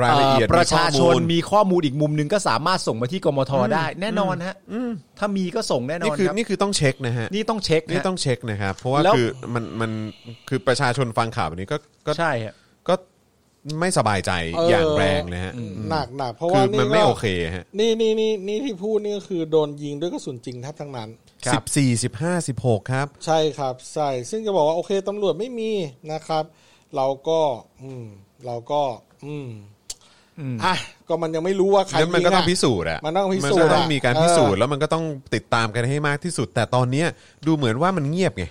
S3: รายละเอียด
S4: ประชาชน
S3: มี
S4: มีข้อมูลอีกมุมหนึงก็สามารถส่งมาที่กมทได้ แน่นอนฮะถ้ามีก็ส่งแน่น
S3: ข้อมูลนี่
S4: อน
S3: คือ
S4: ครับ
S3: นี่คือต้องเช็คนะฮะ
S4: นี่ต้องเช็ค
S3: นี่
S4: ฮะ
S3: ต้องเช็คนะครับ เพราะว่า
S4: แล้ว
S3: คือมันมันคือประชาชนฟังข่าวแบบนี้ก็ก็
S4: ใช่ฮะ
S3: ก็ ไม่สบายใจ
S1: เออ
S3: อ
S1: อ
S3: ย่างแรงเลยฮะ
S1: หนักหนักเพราะ
S3: คื
S1: ว่า
S3: อ
S1: นี่
S3: มันไม่
S1: ก็
S3: โอเคฮะ
S1: นี่นี่นี่นี่ที่พูดนี่ก็คือโดนยิงด้วยกระสุนจริงแทบทั้งนั้น
S3: สิบสี่สิบห้าสิบหกครับ
S1: ใช่ครับใช่ซึ่งจะบอกว่าโอเคตำรวจไม่มีนะครับ เราก็อืมเราก็ อืมอ่ะก็มันยังไม่รู้ว่าใคร
S3: งั้นมันก็
S1: ยิ
S3: ต้
S1: อะ
S3: องพิสูจน์อะ
S1: มันต้องพิสูจน์
S3: มันก็ต้อง
S1: อะ
S3: มีการพิสู
S1: เอ
S3: จน์
S1: อ
S3: แล้วมันก็ต้องติดตามกันให้มากที่สุด แต่ตอนเนี้ยดูเหมือนว่ามันเงียบไง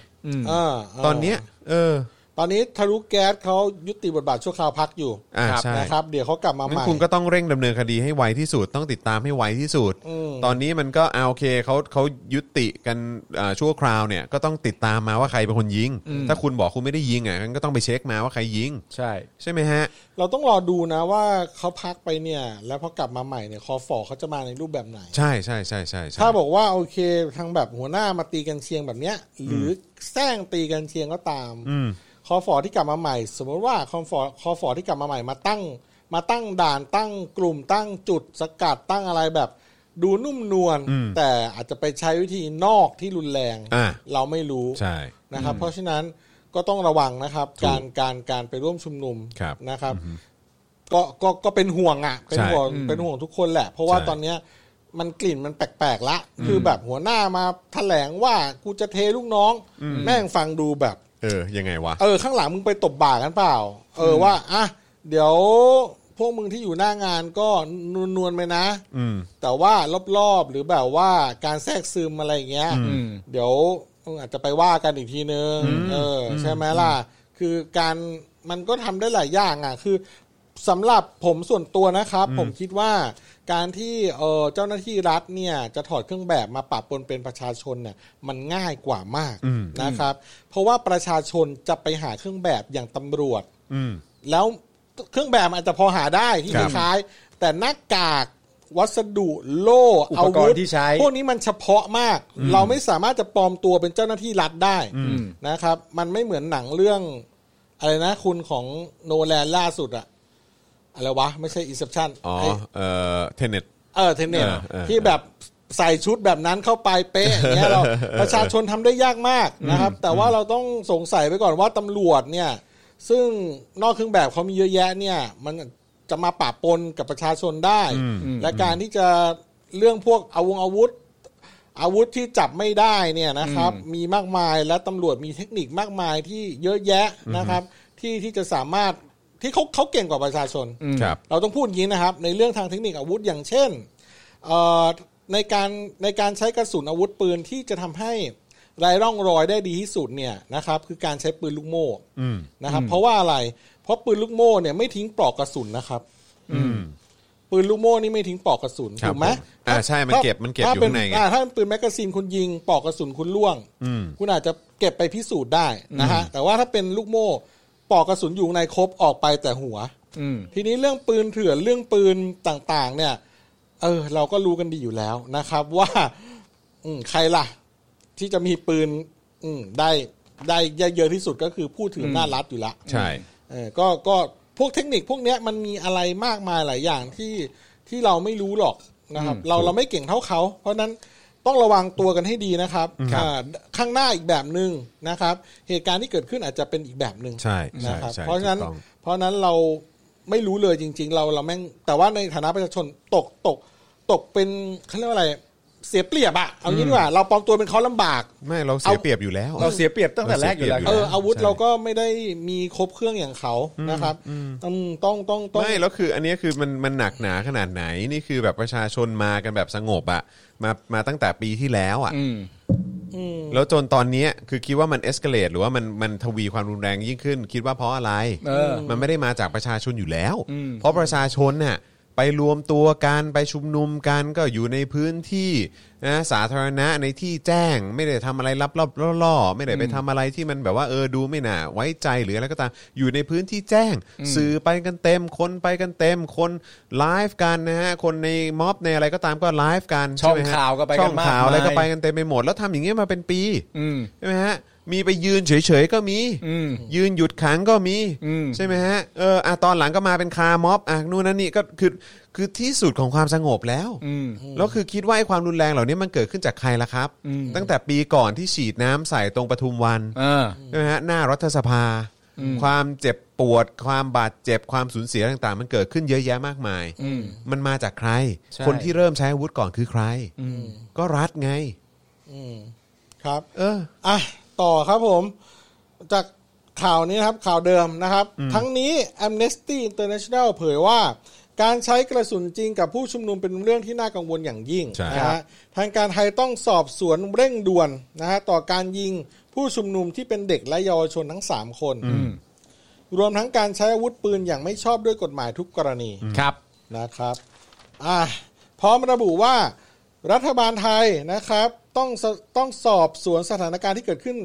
S1: อ่าา
S3: ตอนเนี้ยเออ
S1: ตอนนี้ทะลุแก๊สเขายุติบทบาทชั่วคราวพักอยู่
S3: อ่าใช่
S1: นะครับ เดี๋ยวเขากลับมาให
S3: นั้น
S1: ม่
S3: คุณก็ต้องเร่งดำเนินคดีให้ไวที่สุด ต้องติดตามให้ไวที่สุด
S1: อืม
S3: ตอนนี้มันก็เอาโอเคเขาเขายุติกันอ่าชั่วคราวเนี่ยก็ต้องติดตามมาว่าใครเป็นคนยิง ถ้าคุณบอกคุณไม่ได้ยิงอ่ะงั้นก็ต้องไปเช็คมาว่าใครยิง
S4: ใช่
S3: ใช่ไหมฮะ
S1: เราต้องรอดูนะว่าเขาพักไปเนี่ย แล้วพอกลับมาใหม่เนี่ยคอฟอเขาจะมาในรูปแบบไหน
S3: ใช่ใช่ใช่ใช่ใช่
S1: ถ้าบอกว่าโอเคทางแบบหัวหน้ามาตีกันเชียงแบบเนี้ย หรือแซงตีกันเชียงก็ตาม
S3: อืม
S1: คอฟอที่กลับมาใหม่ สมมติว่าคอฟอคอฟอที่กลับมาใหม่มาตั้ง มาตั้งด่านตั้งกลุ่มตั้งจุดสกัดตั้งอะไรแบบ ดูนุ่มนวล
S3: อืม
S1: แต่อาจจะไปใช้วิธีนอกที่รุนแรง
S3: อ่า
S1: เราไม่รู้
S3: ใช่
S1: นะครับเพราะฉะนั้นก็ต้องระวังนะครับ
S3: ถูก
S1: การการการไปร่วมชุมนุม
S3: ครับ
S1: นะครับ ก็ก็ก็เป็นห่วงอ่ะเป็น
S3: ใช่
S1: ห่วงเป็นห่วงทุกคนแหละ เพราะว่า
S3: ใช่
S1: ตอนเนี้ยมันกลิ่นมันแปลกๆละคือแบบหัวหน้ามาแถลงว่ากูจะเทลูกน้อง แม่งฟังดูแบบ
S3: เออยังไงวะ
S1: เออข้างหลังมึงไปตบบ่ากันเปล่า เออว่าอ่ะเดี๋ยวพวกมึงที่อยู่หน้างานก็นวลๆไปนะ
S3: อืม
S1: แต่ว่ารอบๆหรือแบบว่าการแทรกซึมอะไรอย่างเงี้ย
S4: อืม
S1: เดี๋ยวอาจจะไปว่ากันอีกทีนึงเอออใช่ไหมล่ะ คือการมันก็ทำได้หลายอย่างอ่ะ คือสำหรับผมส่วนตัวนะครับ ผมคิดว่าการที่เออเจ้าหน้าที่รัฐเนี่ยจะถอดเครื่องแบบมาปะปนเป็นประชาชนเนี่ยมันง่ายกว่ามาก
S3: อืม
S1: นะครับ เพราะว่าประชาชนจะไปหาเครื่องแบบอย่างตำรวจ
S3: อืม
S1: แล้วเครื่องแบบอาจจะพอหาได้ที่
S3: ค
S1: ครับ ล้ายๆแต่หน้ากากวัสดุโล่
S4: อุ
S1: อา
S4: ปก
S1: วุ
S4: ร
S1: ธ
S4: ณ์ที่ใช้
S1: พวกนี้มันเฉพาะมาก เราไม่สามารถจะปลอมตัวเป็นเจ้าหน้าที่รัฐได้นะครับ มันไม่เหมือนหนังเรื่อง อะไรนะ คุณของโนแลนล่าสุดอะอะไรวะ ไม่ใช่อิส p ชัน
S3: อ๋อเออเทเน็ต
S1: เออเทนเนต
S3: เออเออ
S1: ที่แบบใส่ชุดแบบนั้นเข้าไปเป๊ะอย่างเงี้ยเราประชาชนทำได้ยากมากนะครับ แต่ว่าเราต้องสงสัยไปก่อนว่าตำรวจเนี่ย ซึ่งนอกเครื่องแบบเขามีเยอะแยะเนี่ย มันจะมาปะปนกับประชาชนได้ และการที่จะเรื่องพวกอาวงอาวุธ อาวุธที่จับไม่ได้เนี่ยนะครับ มีมากมายและตำรวจมีเทคนิคมากมายที่เยอะแยะนะครับ ที่ที่จะสามารถที่เขาเขาเก่งกว่าประชาชน
S3: ครับ
S1: เราต้องพูดอย่างนี้นะครับ ในเรื่องทางเทคนิคอาวุธอย่างเช่นเอ่อในการในการใช้กระสุนอาวุธปืนที่จะทำให้ไร้ร่องรอยได้ดีที่สุดเนี่ยนะครับคือการใช้ปืนลูกโม่
S3: อืม
S1: นะครับ เพราะว่าอะไร เพราะปืนลูกโม่เนี่ยไม่ทิ้งปลอกกระสุนนะครับ
S3: อืม
S1: ปืนลูกโม่นี่ไม่ทิ้งปลอกกระสุน
S3: ครับ
S1: ถูกไหม
S3: ผมอ่าใช่มันเก็บมันเก็บ
S1: ถ้
S3: อยู่
S1: ป็
S3: ข้างในไง
S1: อ่ถ้าเป็นปืนแมกกาซีนคุณยิงปลอกกระสุนคุณล่วง
S3: อืม
S1: คุณอาจจะเก็บไปพิสูจน์ได้นะฮะแต่ว่าถ้าเป็นลูกโม่ปลอกกระสุนอยู่ในครบออกไปแต่หัว
S4: อืม
S1: ทีนี้เรื่องปืนเถื่อนเรื่องปืนต่างๆ เนี่ย เออ เราก็รู้กันดีอยู่แล้วนะครับ ว่าอืมใครล่ะ ที่จะมีปืน อืมได้ได้เยอะๆที่สุดก็คือผู้ถืออำนาจรัฐอยู่ละ
S3: ใช่
S1: เออก็ก็พวกเทคนิคพวกเนี้ยมันมีอะไรมากมายหลายอย่างที่ที่เราไม่รู้หรอกนะครับ เราเราไม่เก่งเท่าเขา เพราะฉะนั้นต้องระวังตัวกันให้ดีนะครับ
S3: ครับ
S1: อ่าข้างหน้าอีกแบบหนึ่งนะครับ เหตุการณ์ที่เกิดขึ้นอาจจะเป็นอีกแบบหนึ่ง
S3: ใช่ใช่
S1: นะครับ
S3: ใช่
S1: เพราะฉะนั้น
S3: ถูกต้อง
S1: เพราะฉะนั้นเราไม่รู้เลยจริง ๆ เราเราแม่งแต่ว่าในฐานะประชาชนตกตกตกเป็นเขาเรียกว่าอะไร เสียเปรียบอะเอางี้ดีกว่าเราปลอมตัวเป็นเขาลำบาก
S3: ไม่เราเสีย
S1: เอา
S3: เปรียบอยู่แล้ว
S4: เราเสียเปรียบตั้งแต่แรกอยู่แล้ว
S1: เอออาวุธ
S3: ใช่
S1: เราก็ไม่ได้มีครบเครื่องอย่างเขานะครับอืมต้องต้องต้อง
S3: ไม่แล้วคืออันเนี้ยคือมันมันหนักหนาขนาดไหนนี่คือแบบประชาชนมากันแบบสงบอะมามาตั้งแต่ปีที่แล้วอะ
S4: อืม
S3: แล้วจนตอนเนี้ยคือคิดว่ามันเอ็กซ์เเลหรือว่ามันมันทวีความรุนแรงยิ่งขึ้น คิดว่าเพราะอะไร
S4: เออ
S3: มันไม่ได้มาจากประชาชนอยู่แล้ว
S4: อืม
S3: เพราะประชาชนน่ะไปรวมตัวกันไปชุมนุมกันก็อยู่ในพื้นที่นะสาธารณะในที่แจ้งไม่ได้ทำอะไรลับๆล่อๆไม่ได้ไปทำอะไรที่มันแบบว่าเออดูไม่น่าไว้ใจหรืออะไรก็ตามอยู่ในพื้นที่แจ้ง สื่อไปกันเต็ม คนไปกันเต็ม คนไลฟ์กันนะฮะคนในม็อบในอะไรก็ตามก็ไลฟ์กัน
S4: ช่อง
S3: ใไหมฮะ
S4: ข่าวก็ไปกัน
S3: ช่องข่าว
S4: มากมาย
S3: อะไรก็ไปกันเต็มไปหมด แล้วทำอย่างเงี้ยมาเป็นปี
S4: อืม
S3: ใช่ไหมฮะ มีไปยืนเฉยๆก็มี
S4: อืม
S3: ยืนหยุดขังก็มี
S4: อืม
S3: ใช่ไหมฮะ เอออ่ะตอนหลังก็มาเป็นคาร์ม็อบอ่ะนู่นนั่นนี่ก็คือ คือที่สุดของความสงบแล้ว
S4: อืม
S3: แล้วคือคิดว่าไอ้ความรุนแรงเหล่านี้มันเกิดขึ้นจากใครล่ะครับ ตั้งแต่ปีก่อนที่ฉีดน้ำใส่ตรงปทุมวัน
S4: เออ
S3: ใช่ไหมฮะ หน้ารัฐสภา ความเจ็บปวด ความบาดเจ็บความสูญเสียต่างๆ มันเกิดขึ้นเยอะแยะมากมาย
S4: อืม
S3: มันมาจากใคร
S4: ใช่
S3: คนที่เริ่มใช้อาวุธก่อนคือใคร
S4: อืม
S3: ก็รัฐไง
S1: อืมครับ
S3: เออ
S1: อ่ะต่อครับผม จากข่าวนี้นะครับข่าวเดิมนะครับ ทั้งนี้ Amnesty International เผยว่า การใช้กระสุนจริงกับผู้ชุมนุมเป็นเรื่องที่น่ากังวลอย่างยิ่ง
S3: ใช่
S1: นะฮะทางการไทยต้องสอบสวนเร่งด่วนนะฮะต่อการยิงผู้ชุมนุมที่เป็นเด็กและเยาวชนทั้ง 3 คน รวมทั้งการใช้อาวุธปืนอย่างไม่ชอบด้วยกฎหมายทุกกรณี
S4: ครับ
S1: นะครับอ่ะพร้อมระบุว่ารัฐบาลไทยนะครับต้องสต้องสอบสวนสถานการณ์ที่เกิดขึ้น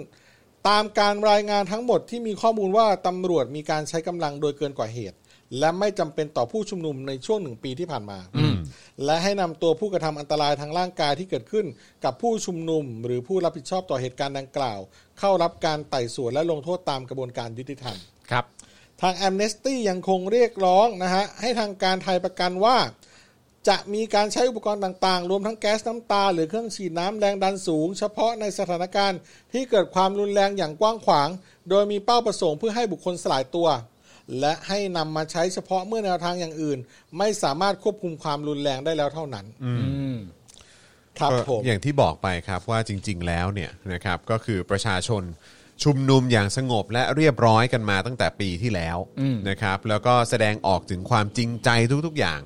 S1: ตามการรายงานทั้งหมดที่มีข้อมูลว่าตำรวจมีการใช้กำลังโดยเกินกว่าเหตุ และไม่จำเป็นต่อผู้ชุมนุมในช่วงหนึ่งปีที่ผ่านมา และให้นำตัวผู้กระทำอันตรายทางร่างกายที่เกิดขึ้น กับผู้ชุมนุม หรือผู้รับผิดชอบต่อเหตุการณ์ดังกล่าว เข้ารับการไต่สวนและลงโทษตามกระบวนการยุติธรรม
S4: ครับ
S1: ทางแอมเนสตี้ยังคงเรียกร้องนะฮะให้ทางการไทยประกันว่า จะมีการใช้อุปกรณ์ต่างๆ รวมทั้งแก๊สน้ำตา หรือเครื่องฉีดน้ำแรงดันสูง เฉพาะในสถานการณ์ที่เกิดความรุนแรงอย่างกว้างขวาง โดยมีเป้าประสงค์เพื่อให้บุคคลสลายตัว และให้นำมาใช้เฉพาะเมื่อแนวทางอย่างอื่น ไม่สามารถควบคุมความรุนแรงได้แล้วเท่านั้น
S4: อืม
S1: ครับ
S3: ก็
S1: ผม
S3: อย่างที่บอกไปครับว่าจริง ๆ แล้วเนี่ยนะครับก็คือประชาชนชุมนุมอย่างสงบและเรียบร้อยกันมาตั้งแต่ปีที่แล้วนะครับแล้วก็แสดงออกถึงความจริงใจทุกๆอย่าง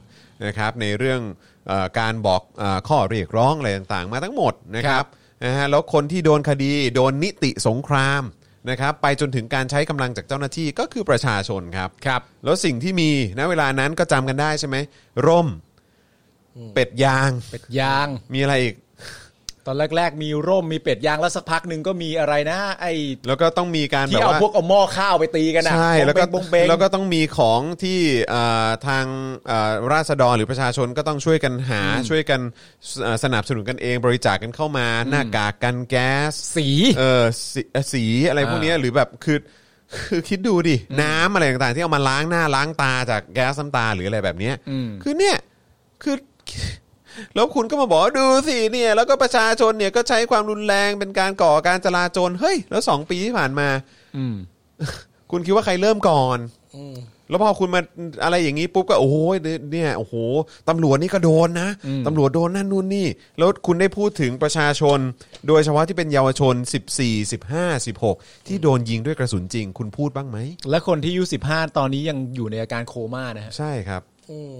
S3: นะครับในเรื่องเออการบอกเออข้อเรียกร้องอะไรต่างๆ มาทั้งหมดนะครับนะฮะแล้วคนที่โดนคดีโดนนิติสงครามนะครับไปจนถึงการใช้กำลังจากเจ้าหน้าที่ก็คือประชาชนครับ
S4: ครับ
S3: แล้วสิ่งที่มีณเวลานั้นก็จำกันได้ใช่ไหมร่มเป็ดยาง
S4: เป็ดยาง
S3: มีอะไรอีก
S4: ตอนแรก ๆ มีร่มมีเป็ดยางแล้วสักพักหนึ่งก็มีอะไรนะ ไอ้
S3: แล้วก็ต้องมีการแบ
S4: ที่
S3: บ
S4: เอา
S3: ว่า
S4: พวกเอาหม้อข้าวไปตีกันอะ
S3: ใช่
S4: บงเบง
S3: แล้วก็
S4: บงเบง
S3: แล้วก็ต้องมีของที่เอ่อทางเอ่อราษฎรหรือประชาชนก็ต้องช่วยกันหาช่วยกันสเอ่อสนับสนุนกันเองบริจาคกันเข้ามา หน้ากากกันแก๊ส
S4: สี
S3: เออสีเอ่อสีอะไรพวกเนี้ยหรือแบบคือคือคิดดูดิ น้ำอะไรต่างๆ ที่เอามาล้างหน้าล้างตาจากแก๊สน้ำตาหรืออะไรแบบเนี้ย
S4: อืม
S3: คือเนี่ยคือ แล้วคุณก็มาบอกว่าดูสิเนี่ยแล้วก็ประชาชนเนี่ยก็ใช้ความรุนแรงเป็นการก่อการจลาจลเฮ้ยแล้วสองปีที่ผ่านมา
S4: อืม
S3: คุณคิดว่าใครเริ่มก่อน
S1: อืม
S3: แล้วพอคุณมาอะไรอย่างนี้ปุ๊บก็โอ้โหเนี่ยโอ้โหตำรวจนี่ก็โดนนะตำรวจโดนนั่นนู่นนี่ แล้วคุณได้พูดถึงประชาชน โดยเฉพาะที่เป็นเยาวชน 14 15 16 ที่โดนยิงด้วยกระสุนจริง คุณพูดบ้างไหม
S4: และคนที่อายุสิบห้าตอนนี้ยังอยู่ในอาการโคม่านะฮะ
S3: ใช่ครับ
S1: อืม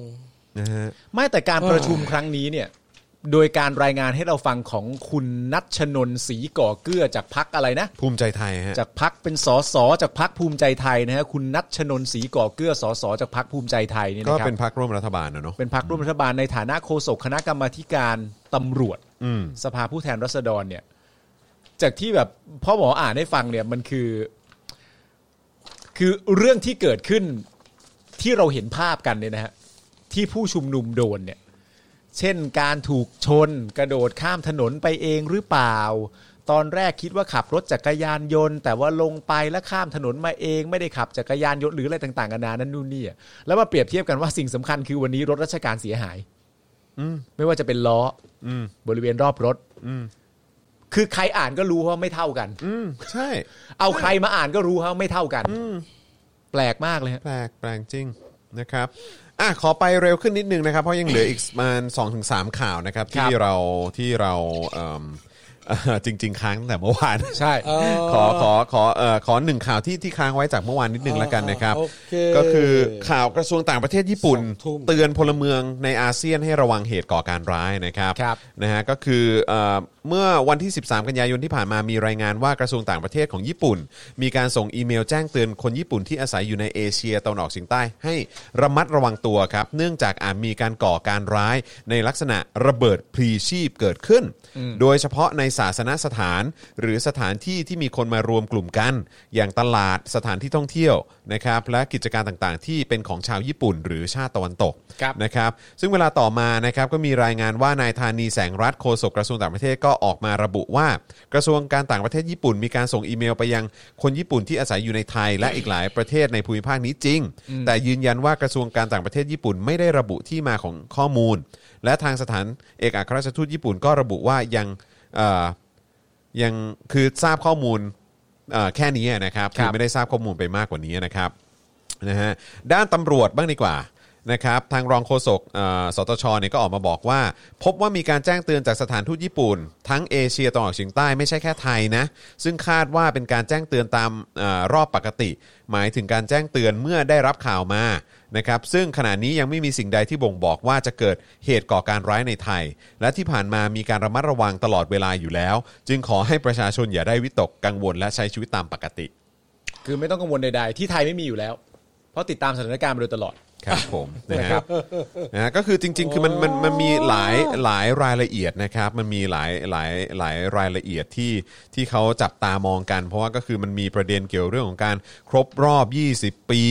S3: นะฮะ
S4: ไม่แต่การประชุมครั้งนี้เนี่ย โดยการรายงานให้เราฟังของคุณนัชนนศรีก่อเกื้อจากพักอะไรนะ
S3: ภูมิใจไทยฮะ
S4: จากพักเป็นสสจากพักภูมิใจไทยนะฮะคุณนัชนนศรีก่อเกื้อสสจากพักภูมิใจไทยเนี่ย
S3: ก็
S4: นะครับ
S3: เป็นพักร่วมรัฐบาลนะเนาะ
S4: เป็นพักร่วมรัฐบาลในฐานะโฆษกคณะกรรมาธิการตำรวจ
S3: อืม
S4: สภาผู้แทนราษฎรเนี่ย จากที่แบบพ่อหมออ่านให้ฟังเนี่ยมันคือ คือเรื่องที่เกิดขึ้นที่เราเห็นภาพกันเนี่ยนะฮะที่ผู้ชุมนุมโดนเนี่ย เช่นการถูกชนกระโดดข้ามถนนไปเองหรือเปล่า ตอนแรกคิดว่าขับรถจักรยานยนต์ แต่ว่าลงไปแล้วข้ามถนนมาเอง ไม่ได้ขับจักรยานยนต์หรืออะไรต่างๆกันานานั่นนู่นนี่อะแล้วมาเปรียบเทียบกันว่าสิ่งสำคัญคือวันนี้รถราชการเสียหาย
S3: อืม
S4: ไม่ว่าจะเป็นล้อ
S3: อืม
S4: บริเวณรอบรถ
S3: อืม
S4: คือใครอ่านก็รู้ว่าไม่เท่ากัน
S3: อืมใช่
S4: เอาใครมาอ่านก็รู้ว่าไม่เท่ากัน แปลกมากเลยฮะ
S3: แปลกแปลกจริงนะครับอ่ะขอไปเร็วขึ้นนิดนึงนะครับ เพราะยังเหลืออีกประมาณสองถึงสามข่าวนะครับ ที่เราที่เราเอิ่ม เอ่อจริง ๆ ค้างตั้งแต่เมื่อวาน
S4: ใช่
S3: ขอขอขอเอ่อขอหนึ่งข่าวที่ที่ค้างไว้จากเมื่อวานนิดนึงแล้วกันนะครับ
S1: โอเค
S3: ก็คือข่าวกระทรวงต่างประเทศญี่ปุ่น
S1: สองทุ่ม
S3: เตือนพลเมืองในอาเซียนให้ระวังเหตุก่อการร้ายนะครับ
S4: ครับ
S3: นะฮะก็คือเอ่อเมื่อวันที่ 13 กันยายนที่ผ่านมามีรายงานว่ากระทรวงต่างประเทศของญี่ปุ่น มีการส่งอีเมลแจ้งเตือนคนญี่ปุ่นที่อาศัยอยู่ในเอเชียตะวันออกเฉียงใต้ให้ระมัดระวังตัวครับเนื่องจากอาจมีการก่อการร้ายในลักษณะระเบิดพลีชีพเกิดขึ้น โดยเฉพาะในศาสนสถาน หรือสถานที่ที่มีคนมารวมกลุ่มกัน อย่างตลาดสถานที่ท่องเที่ยวนะครับและกิจการต่างๆ ที่เป็นของชาวญี่ปุ่น หรือชาติตะวันตก
S4: ครับ
S3: นะครับซึ่งเวลาต่อมานะครับก็มีรายงานว่านายธานีแสงรัฐโฆษกกระทรวงต่างประเทศก็ออกมาระบุว่า กระทรวงการต่างประเทศญี่ปุ่น มีการส่งอีเมลไปยังคนญี่ปุ่นที่อาศัยอยู่ในไทย และอีกหลายประเทศในภูมิภาคนี้จริง แต่ยืนยันว่ากระทรวงการต่างประเทศญี่ปุ่นไม่ได้ระบุที่มาของข้อมูล และทางสถานเอกอัครราชทูตญี่ปุ่นก็ระบุว่ายังเอ่อยังคือทราบข้อมูล เอ่อแค่นี้นะครับ
S4: ครับ
S3: อไม่ได้ทราบข้อมูลไปมากกว่านี้นะครับนะฮะด้านตำรวจบ้างดีกว่านะครับทางรองโฆษกเอ่อสตชเนี่ยก็ออกมาบอกว่า พบว่ามีการแจ้งเตือนจากสถานทูตญี่ปุ่น ทั้งเอเชียตะวันออกเฉียงใต้ไม่ใช่แค่ไทยนะซึ่งคาดว่าเป็นการแจ้งเตือนตามเออรอบปกติ หมายถึงการแจ้งเตือนเมื่อได้รับข่าวมา นะครับซึ่งขณะนี้ยังไม่มีสิ่งใดที่บ่งบอกว่าจะเกิดเหตุก่อการร้ายในไทย และที่ผ่านมามีการระมัดระวังตลอดเวลาอยู่แล้ว จึงขอให้ประชาชนอย่าได้วิตกกังวลและใช้ชีวิตตามปกติ
S4: คือไม่ต้องกังวลใดๆ ที่ไทยไม่มีอยู่แล้ว เพราะติดตามสถานการณ์มาโดยตลอด
S3: ครับผม นะครับนะฮะก็คือจริง ๆ คือมันมันมันมีหลายหลายรายละเอียดนะครับ มันมีหลายหลายหลายรายละเอียดที่ที่เขาจับตามองกัน เพราะว่าก็คือมันมีประเด็นเกี่ยวเรื่องของการครบรอบ 20 ปี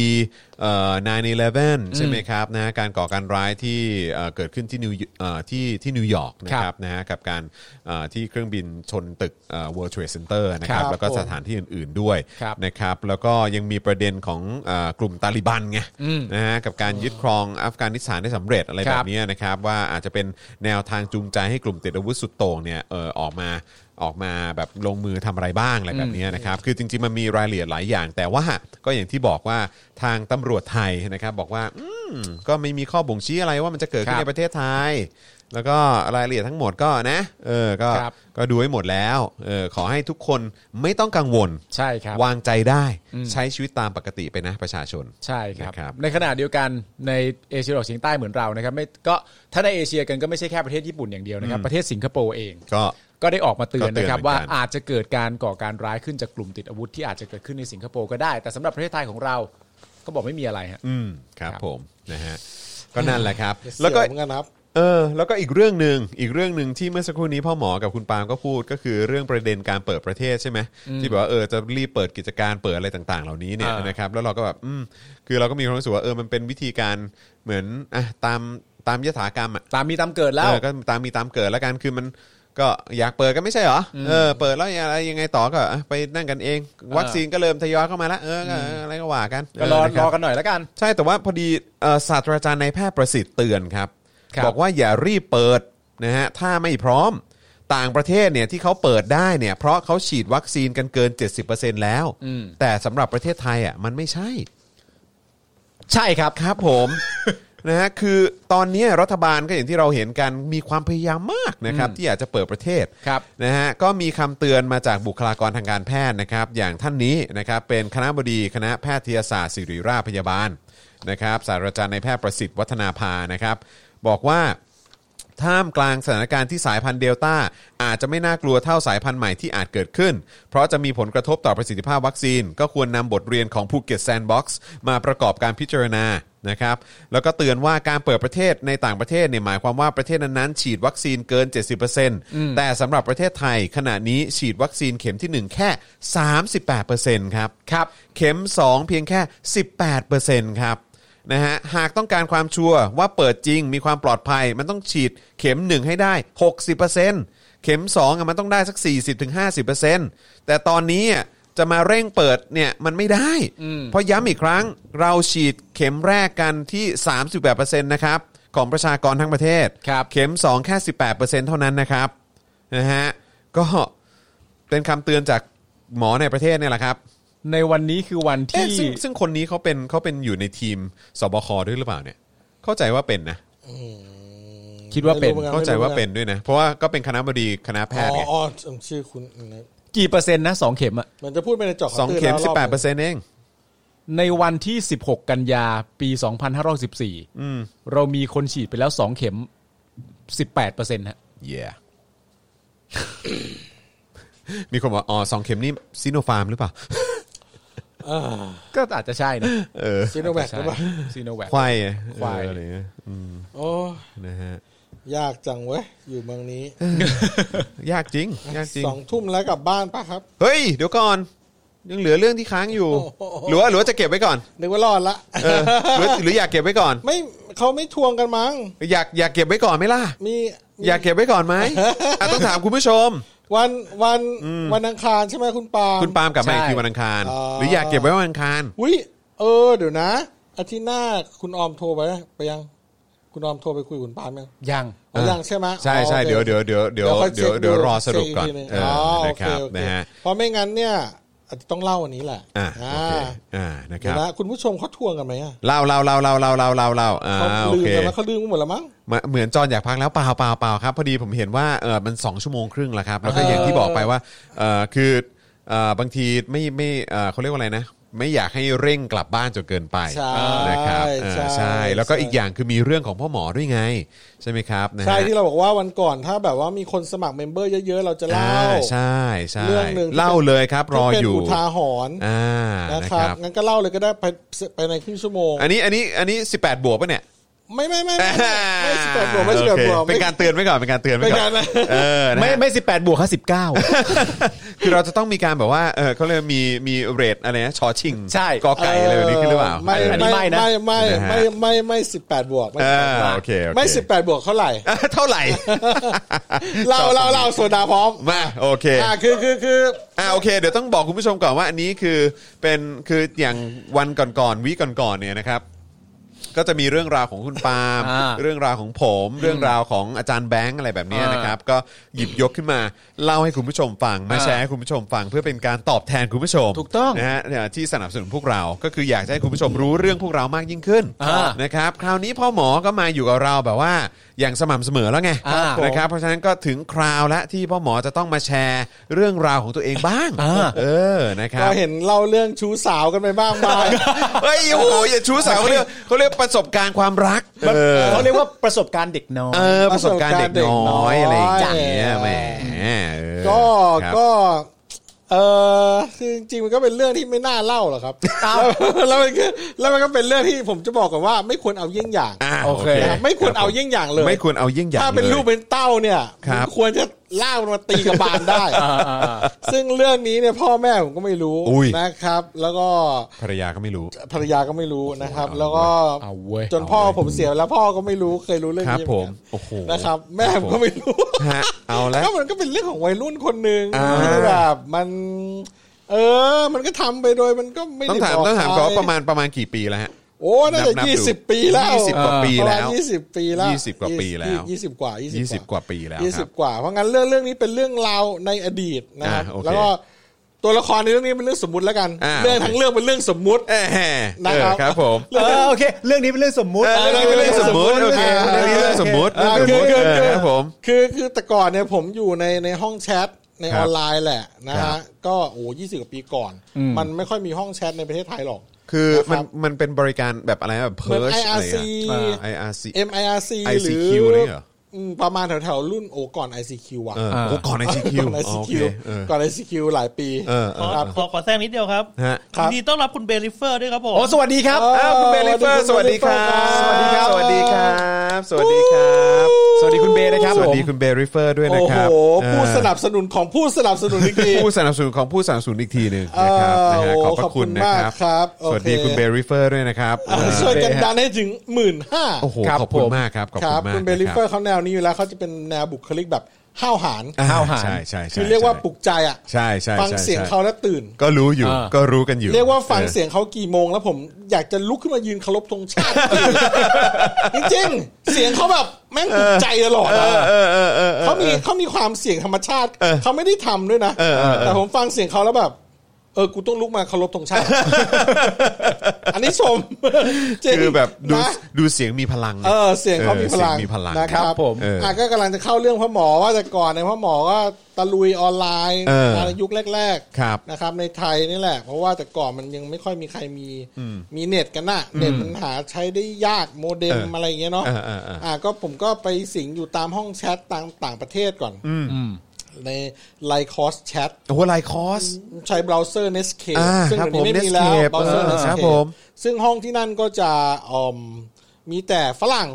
S3: เอ่อนายนเลเวนใช่ไหมครับนะฮะการก่อการร้ายที่เอ่อเกิดขึ้นที่นิวเอ่อที่ที่นิวยอร์กนะค
S4: ครั
S3: รับบ นะฮะกับการเอ่อที่เครื่องบินชนตึกเอ่อ World Trade Center นะครั
S1: ค
S3: บ
S1: รับ
S3: แล้วก็
S1: ผม
S3: สถานที่อื่น ๆ ด้วย
S4: ครับ
S3: นะครับแล้วก็ยังมีประเด็นของเอ่อกลุ่มตาลิบันไง นะฮะกับการยึดครองอัฟกานิสถานได้สำเร็จอะไร
S4: ค
S3: แบ
S4: รั
S3: บบ เนี้ยนะครับว่าอาจจะเป็นแนวทางจูงใจให้กลุ่มติดอาวุธสุดโต่งเนี่ยเออออกมาออกมาแบบลงมือทำอะไรบ้างอะไรแบบเนี้ยนะครับคือจริงๆมันมีรายละเอียดหลายอย่าง แต่ว่าก็อย่างที่บอกว่าทางตำรวจไทยนะครับบอกว่าอืมก็ไม่มีข้อบ่งชี้อะไรว่ามันจะเกิดขึ้นในประเทศไทย แล้วก็รายละเอียดทั้งหมดก็นะเออก็
S4: ครับ
S3: ก็ดูให้หมดแล้วเออขอให้ทุกคนไม่ต้องกังวล
S4: ใช่ครับ
S3: วางใจได้
S4: อืม
S3: ใช้ชีวิตตามปกติไปนะประชาชน
S4: ใช่ครับ
S3: นะครับ
S4: ในขณะเดียวกันในเอเชียตะวันออกเฉียงใต้เหมือนเรานะครับไม่ก็ถ้าในเอเชียกันก็ไม่ใช่แค่ประเทศญี่ปุ่นอย่างเดียวนะครับประเทศสิงคโปร์เอง
S3: ก็
S4: ก็ได้ออกมาเตือ
S3: ก็
S4: น
S3: เตือน
S4: นะครับ
S3: เหมือนกัน
S4: ว่าอาจจะเกิดการก่อการร้ายขึ้นจากกลุ่มติดอาวุธที่อาจจะเกิดขึ้นในสิงคโปร์ก็ได้ แต่สำหรับประเทศไทยของเราก็บอกไม่มีอะไรฮะ
S3: อืมครับ
S4: ครับ
S3: ผมนะฮะก็นั่นแหละครับ
S1: เสียว
S3: แล้วก็
S1: เหมือนกันครับ
S3: เออแล้วก็อีกเรื่องหนึ่งอีกเรื่องหนึ่งที่เมื่อสักครู่นี้พ่อหมอกับคุณปาล์มก็พูดก็คือเรื่องประเด็นการเปิดประเทศใช่ไหมที่แบบว่าเออจะรีบเปิดกิจการเปิดอะไรต่าง ๆ เหล่านี้เนี่ย
S4: อ่าน
S3: นะครับแล้วเราก็แบบอืมคือเราก็มีความรู้สึกว่าเออมันเป็นวิธีการเหมือนอ่ะตามตามยถากรรมอ่ะ
S4: ตามมีตามเกิดแล้ว
S3: เออก็ตามมีตามเกิดแล้วกันคือมันก็อยากเปิดก็ไม่ใช่เหรออเออเปิดแล้วอะไรยังไงต่อก็อ่ะไปนั่งกันเอง วัคซีนก็เริ่มทยอยเข้ามาแล้วเออก็อะไรก็ว่ากัน
S4: ก็รอ
S3: เะค
S4: ร
S3: บ
S4: อกันหน่อยแล้วกัน
S3: ใช่แต่ว่าพอดีเอ่อศาสตราจารย์นายแพทย์ประสิทธิ์เตือนครับ
S4: ครับ
S3: บอกว่าอย่ารีบเปิดนะฮะถ้าไม่พร้อมต่างประเทศเนี่ยที่เขาเปิดได้เนี่ยเพราะเขาฉีดวัคซีนกันเกิน 70%แล้ว
S4: อืม
S3: แต่สำหรับประเทศไทยอ่ะมันไม่ใช่
S4: ใช่ครับ
S3: ครับผม นะฮะคือตอนนี้รัฐบาลก็อย่างที่เราเห็นกันมีความพยายามมากนะครับ
S4: อืม
S3: ที่อยากจะเปิดประเทศ
S4: ครับ
S3: นะฮะก็มีคำเตือนมาจากบุคลากรทางการแพทย์นะครับ อย่างท่านนี้นะครับเป็นคณะบดีคณะแพทยศาสตร์ศิริราชพยาบาลนะครับศาสตราจารย์นายแพทย์ประสิทธิ์วัฒนาภานะครับ บอกว่า ท่ามกลางสถานการณ์ที่สายพันธุ์เดลต้าอาจจะไม่น่ากลัวเท่าสายพันธุ์ใหม่ที่อาจเกิดขึ้น เพราะจะมีผลกระทบต่อประสิทธิภาพวัคซีน ก็ควรนำบทเรียนของภูเก็ตแซนด์บ็อกซ์มาประกอบการพิจารณานะครับแล้วก็เตือนว่าการเปิดประเทศในต่างประเทศเนี่ยหมายความว่าประเทศนั้นๆฉีดวัคซีนเกิน 70%แต่สำหรับประเทศไทยขณะนี้ฉีดวัคซีนเข็มทีหนึ่งแค่ 38%ครับ
S4: ครับ
S3: เข็มสองเพียงแค่ 18%ครับ นะฮะหากต้องการความชัวร์ว่าเปิดจริงมีความปลอดภัย มันต้องฉีดเข็ม 1 ให้ได้ 60%เข็ม2อ่ะมันต้องได้สัก 40-50%แต่ตอนนี้อ่ะจะมาเร่งเปิดเนี่ยมันไม่ได้ เพราะย้ำอีกครั้งเราฉีดเข็มแรกกันที่ 38%นะครับ ของประชากรทั้งประเทศ
S4: ครับ
S3: เข็ม 2 แค่ 18%เท่านั้นนะครับนะฮะก็เป็นคำเตือนจากหมอในประเทศเนี่ยแหละครับ
S4: ในวันนี้คือวัน
S3: เอ๊ะ
S4: ที่
S3: ซึ่งซึ่งคนนี้เขาเป็นเขาเป็นอยู่ในทีมสบคด้วยหรือเปล่าเนี่ย เข้าใจว่าเป็นนะ
S4: คิดว่าเป็น
S1: ไม่รู้หมือกั
S3: เข้าใจว่าเป็นด้วยนะ เพราะว่าก็เป็นคณะบดีคณะแพ
S1: อ๋
S3: ทย์
S1: อ
S3: ไง
S1: อ๋อจำชื่อคุณนะ
S4: กี่เปอร์เซ็นต์นะสองเข็มอะ
S1: เหมันจะพูดไปในเจาะข่า
S3: ส
S1: ว
S3: อง
S1: ตื่น
S3: เข็ม
S1: แล้ว
S3: สิบแปด
S1: บ
S3: เปอร์เซ็นต์เอง
S4: ในวันที่ 16 กันยาปี 2514
S3: อืม
S4: เรามีคนฉีดไปแล้วสองเข็ม 18เปอร์เซ็นต์ฮะ
S3: เย่ มีคนบอกอ๋อสองเข็มนี่ซิโนฟาร์มหรือเปล่า
S1: อ่า
S4: ก็อาจจะใช่นะ
S3: เออ
S1: ซีโนแวคหรือเปล่า
S4: ซีโนแวค
S3: ควายไง
S4: ควาย
S3: เอออะไรเงี้ยอืม
S1: โอ้
S3: นะฮะ
S1: ยากจังเว้ยอยู่เมืองนี้
S3: ยากจริง ยากจริง
S1: สองทุ่มแล้วกลับบ้านปะครับ
S3: เฮ้ย เดี๋ยวก่อน ยังเหลือเรื่องที่ค้างอยู่
S1: โอ้โห
S3: หรือว่าหรือว่าจะเก็บไว้ก่อน
S1: นึกว่ารอดละ
S3: เออหรือหรืออยากเก็บไว้ก่อน
S1: ไม่เขาไม่ทวงกันมั้ง
S3: อยากอยากเก็บไว้ก่อนไหมล่ะ
S1: มี
S3: อยากเก็บไว้ก่อนไหม อ่ะต้องถามคุณผู้ชม
S1: วันวันวันอังคารใช่ไหมคุณปาล์ม
S3: คุณปาล์มกลับมาอีกที
S4: ใช่
S3: วันอังคาร
S1: อ๋อ
S3: หรืออยากเก็บไว้วันอังคาร
S1: อุ้ยเออเดี๋ยวนะ อาทิตย์หน้าคุณออมโทรไปไปยัง คุณออมโทรไปคุยกับคุณปาล์มยัง
S4: ยัง
S1: อ๋อยังใช่ไหม
S3: ใช่ใช่
S1: อ๋อโอค
S3: เดี๋ยวเดี๋ยวเดี๋ยวเดี๋ยว
S1: ค่อ
S3: เดี๋ยว
S1: ช็ค
S3: เดี๋ยวรอสรุปก่อน
S1: เช็คกทีหง
S3: เออ
S1: อ
S3: นะครับ
S1: โอเโอเค
S3: นะฮะ
S1: เพราะไม่งั้นเนี่ย อาจจะต้องเล่าอันนี้แหละ
S3: อ่า
S1: อ่า
S3: โอเคอ่านะค
S1: เดี๋ยว
S3: รับ
S1: นะคุณผู้ชมเขาทวงกันไหมอะ
S3: เล่าเล่าเล่าเล่าเล่าเล่าเล่าเล่าอ่า
S1: เขา
S3: โอ
S1: ลืม
S3: เค
S1: กันแล้วเขาลืมกันหมดแล้วมั้ง
S3: มาเหมือนจอนอยากพักแล้วเปล่าเปล่าเปล่าครับ พอดีผมเห็นว่าเออมัน2ชั่วโมงครึ่งแล้วครับ แล้วก็อย่างที่บอกไปว่าเออคือเออบางทีไม่ไม่เออเขาเรียกว่าอะไรนะ ไม่อยากให้เร่งกลับบ้านจนเกินไป
S1: ใช่
S3: นะครับเออ
S1: ใช่
S3: ใช่แล้วก็
S1: ใช่
S3: อีกอย่างคือมีเรื่องของพ่อหมอด้วยไง ใช่ไหมครับนะฮะ
S1: ใช่ที่เราบอกว่าวันก่อนถ้าแบบว่ามีคนสมัครเมมเบอร์เยอะๆ เราจะ
S3: อ่
S1: เล่า
S3: ใช่ใช่
S1: เรื่องหนึ่ง
S3: เล่าเลยครับรอ
S1: ที่เป็น
S3: อยู่
S1: อุทาหรณ์
S3: อ่า
S1: นะ
S3: นะ
S1: ครั
S3: ค
S1: บ
S3: รับ
S1: งั้นก็เล่าเลยก็ได้ไปไปในครึ่งชั่วโมง
S3: อันนี้อันนี้อันนี้18 บวกป่ะเนี่ย
S1: ไม่ไม่ไม่ไม่ไม่ไม่สิบแปดบวกไม่สิบแปดบวก
S3: โอเคเป็นการเตือนไว้ก่อนเป็นการเตือนไว้ก่อน
S1: เป็นการ
S3: เออนะ
S4: ไม่
S3: ฮะ
S4: ไม่สิบแปดบวกห้าสิบเก้า
S3: คือเราจะต้องมีการแบบว่าเออเขาเรียกมีมีเรทอะไรนะชอชิง
S4: ใช่
S3: กอไก่อะไรแบบนี้ขึ้นหรือเปล่า
S1: ไม่
S4: อันนี้ไม่
S1: ไม่
S4: นะ
S1: ไม่ไม่
S3: นะฮะ
S1: ไม่ไม่ไม่สิบแปดบวกไม่18
S3: อ่า
S1: บวก
S3: โอเคโอเค
S1: ไม่สิบแปดบวกเท่าไหร่
S3: เออเท่าไหร่
S1: เล่าเล่าเล่าโซดาพร้อม
S3: มาโอเค
S1: อ่าคือคือคือ
S3: อ่าโอเคเดี๋ยวต้องบอกคุณผู้ชมก่อนว่าอันนี้คือเป็นคืออย่างวันก่อนๆวีคก่อนๆเนี่ยนะครับ ก็จะมีเรื่องราวของคุณปาล์ม
S4: อ่า
S3: เรื่องราวของผม เรื่องราวของอาจารย์แบงค์อะไรแบบเนี้ย
S4: อ่าน
S3: นะครับ ก็หยิบยกขึ้นมาเล่าให้คุณผู้ชมฟังมา
S4: อ่า
S3: แชร์ให้คุณผู้ชมฟังเพื่อเป็นการตอบแทนคุณผู้ชม
S4: ถูกต้อง
S3: นะฮะเนี่ยที่สนับสนุนพวกเรา ก็คืออยากจะให้คุณผู้ชมรู้เรื่องพวกเรามากยิ่งขึ้น
S4: อ่า
S3: นะครับ คราวนี้พ่อหมอก็มาอยู่กับเราแบบว่าอย่างสม่ำเสมอแล้วไง
S4: อ่าน
S3: นะครับ เพราะฉะนั้นก็ถึงคราวแล้วที่พ่อหมอจะต้องมาแชร์เรื่องราวของตัวเองบ้าง
S4: อ่า
S3: เออ นะครับ
S1: เราเห็นเล่าเรื่องชู้สาวกันไปบ้างมาย
S3: เฮ้ย โอ้โหอย่าชู้สาวเขาเรียกเขาเรียกประสบการณ์ความรัก เออ
S4: เขาเรียกว่าประสบการณ์เด็กน้อย
S3: เออ ประสบการณ์เด็กน้อยอะไรอย่างเงี้ย
S1: จ้ะ
S3: แหมเออ
S1: ก็
S3: ครับ
S1: ก็ เออคือจริงๆมันก็เป็นเรื่องที่ไม่น่าเล่าหรอกครับแล้ว แล้วมันก็แล้วมันก็เป็นเรื่องที่ผมจะบอกก่อนว่าไม่ควรเอาเยี่ยงอย่าง
S3: อ่ะ
S4: โอเค
S1: นะครับไม่ควรเอาเยี่ยงอย่างเลย
S3: ไม่ควรเอาเยี่ยงอย่าง
S1: ถ้าเป็น
S3: ลย
S1: รูปเป็นเต้าเนี่ย
S3: ครับ
S1: ควรจะล่ากมันมาตีกับบานได้ ซึ่งเรื่องนี้เนี่ยพ่อแม่ผมก็ไม่รู้
S3: อุ้ย
S1: นะครับ แล้วก็
S3: ภรรยาก็ไม่รู้
S1: ภรรยาก็ไม่รู้นะครับ แล้วก็
S4: เอาเว้ย
S1: จนพ่อผมเสียแล้วพ่อก็ไม่รู้เคยรู้เรื่อง
S3: ครับ
S1: นี้
S3: ผม
S1: เหอนกัน
S3: โอ้โห
S1: นะครับ แม่ผมก็ไม่รู้
S3: ฮะเอาแล้ว
S1: ก็มันก็เป็นเรื่องของวัยรุ่นคนหนึ่ง
S3: อ่า
S1: ที่แบบมัน เออ มันก็ทำไปโดยมันก็ไม่
S3: ต้อง
S1: ได้
S3: ถาม
S1: บก
S3: ต้องถามเขา
S1: ใค
S3: ประมาณประมาณกี่ปีแล้วฮะ
S1: โอ้น่าจะ
S3: นับๆดู
S1: ยี่สิบปีแล้ว
S3: ยี่สิบกว่าปีแล้ว
S1: ยี่สิบปีแล้ว
S3: ยี่สิบกว่าปีแล้ว
S1: ยี่สิบกว่า
S3: ยี่
S1: ยี่
S3: สิบกว่าปีแล้ว
S1: ยี่
S3: ค
S1: สิ
S3: รั
S1: บบ กว่า เพราะงั้นเรื่องเรื่องนี้เป็นเรื่องราวในอดีตนะครับ
S3: อ่าโอเค
S1: แล้วก็ตัวละครในเรื่องนี้เป็นเรื่องสมมุติแล้วกัน
S3: อ่า
S1: เรื่องทั้งเรื่องเป็นเรื่องสมมุติ
S3: เออเออครับผม
S4: เออโอเค เรื่องนี้เป็นเรื่องสมมุติ
S3: เออเรื่องนี้เป็นเรื่องสมมติโอเคเรื่องนี้เรื่องสมมติเรื่องสมมติเออครับผม
S1: คือคือแต่ก่อนเนี่ยผมอยู่ในในห้องแชทใน
S3: ค
S1: อ
S3: รับ
S1: อนไลน์แหละนะครับ ฮะก็โอ้ยี่สิบกว่าปีก่อน มันไม่ค่อยมีห้องแชทในประเทศไทยหรอก
S3: คือมั
S1: นะค
S3: น
S1: รับ
S3: มันเป็นบริการแบบอะไรนะแบบ
S1: เหมือน
S3: เพิร์ชอะไร
S1: IRC
S3: อะ IRC
S1: MIRC หรือ
S3: ICQ อะไรเหรอ
S1: มประมาณแถวๆรุ่นโอก่อน ICQ อ่ะ
S3: เออโอ้ก่อน ICQ
S1: ก่อน
S3: อ๋อโอ
S1: ICQ
S3: เคเออ
S1: ก่อน ICQ หลายปี
S3: เออเอ
S6: ขอ
S3: อ
S6: ขอขอแซงนิดเดียวครับ
S3: ฮะ
S6: ยินดีต้อนรับคุณเบลิเฟอร์ด้วยครับผม
S4: โอ้ สวัสดีครับ
S3: อ้าวคุณเบลิเฟอร์สวัสดีครับ
S4: สวัสดีครับ
S3: สวัสดีครับสวัสดีครับ
S4: สวัสดีคุณเบย์นะครับ
S3: สวัสดี
S4: ผม
S3: คุณเบลิเฟอร์ด้วยนะ
S1: โอ้โห
S3: ครับเออ
S1: ผู้สนับสนุนของผู้สนับสนุนจริงๆ
S3: ผู้สนับสนุนของผู้สนับสนุนอีกทีหนึ่งนะครับนะฮะ
S1: เออ
S3: ข
S1: โอ้
S3: อบพระคุณนะค
S1: ขอ
S3: รั
S1: บคุณมา
S3: บ
S1: กครับโอเค
S3: สวัสดีคุณเบลิเฟอร์ด้วยนะครับ
S1: อ่ะช่วยกันดันให้ถึงหมื่นห้า
S3: โอ้โห
S4: ครับ
S3: ขอบคุ
S4: ผ
S3: ณ
S4: ม
S3: มากครับขอบ
S1: ค
S3: คุ
S1: รับ
S3: ณมาก
S1: คุณเบลิเฟอร์เขาแนวนี้อยู่แล้วเขาจะเป็นแนวบุคลิกแบบห้าวหาญ
S3: อ่
S4: ห้าวหาญ
S3: ใช่ใช่ใช่
S1: คือเรียกว่าปลุกใจอ่ะ
S3: ใช่ใช่
S1: ฟัง
S3: ใช่
S1: เสียง
S3: ใช่
S1: เขาแล้วตื่น
S3: ก็รู้อยู่
S4: อ่า
S3: ก็รู้กันอยู่
S1: เรียกว่าฟัง
S3: ออ
S1: เสียงเขากี่โมงแล้วผมอยากจะลุกขึ้นมายืนเคารพธง ชาติ จริงๆเสียงเขาแบบแม่งปลุกใจตลอดอะเขามีเขามีความเสียงธรรมชาติเขาไม่ได้ทำด้วยนะ
S3: เออเออเออ
S1: แต่ผมฟังเสียงเขาแล้วแบบ เออกูต้องลุกมาเคารพธงชาติ อันนี้ชมจริง
S3: คือแบบดู
S1: นะ
S3: ดูเสียงมีพลัง
S1: เออเสียงเขามีพลัง
S3: เออเสียงมีพลัง
S1: นะครับ
S3: ครับผมเอออ่
S1: ะก็กำลังจะเข้าเรื่องพ่อหมอว่าแต่ก่อนในยพ่อหมอก็ตะลุยออนไลน์
S3: เออ
S1: ในยุคแรก
S3: ครับ
S1: นะครับ ในไทยนี่แหละ เพราะว่าแต่ก่อนมันยังไม่ค่อยมีใครมีมีเน็ตกันนะเน็ตมันหาใช้ได้ยากโมเด็ม
S3: เอออ
S1: อะไรอย่างเงี้ยเนาะ
S3: เออเออเอออ่
S1: ะก็ผมก็ไปสิงอยู่ตามห้องแชทต่างต่างประเทศก่อนในไลคอสแชท
S3: โอ้โหไลคอส
S1: ใช้เบราว์เซอร์ Netscape
S3: อ่า
S1: ซึ่ง
S3: ครับ
S1: เดี๋ยวนี้ไม่มี
S3: ผม
S1: แล้ว
S3: Netscape
S1: เบราว์เซอร์
S3: เออครับผม
S1: Netscape ซึ่งห้องที่นั่นก็จะอมมีแต่ฝรั่ง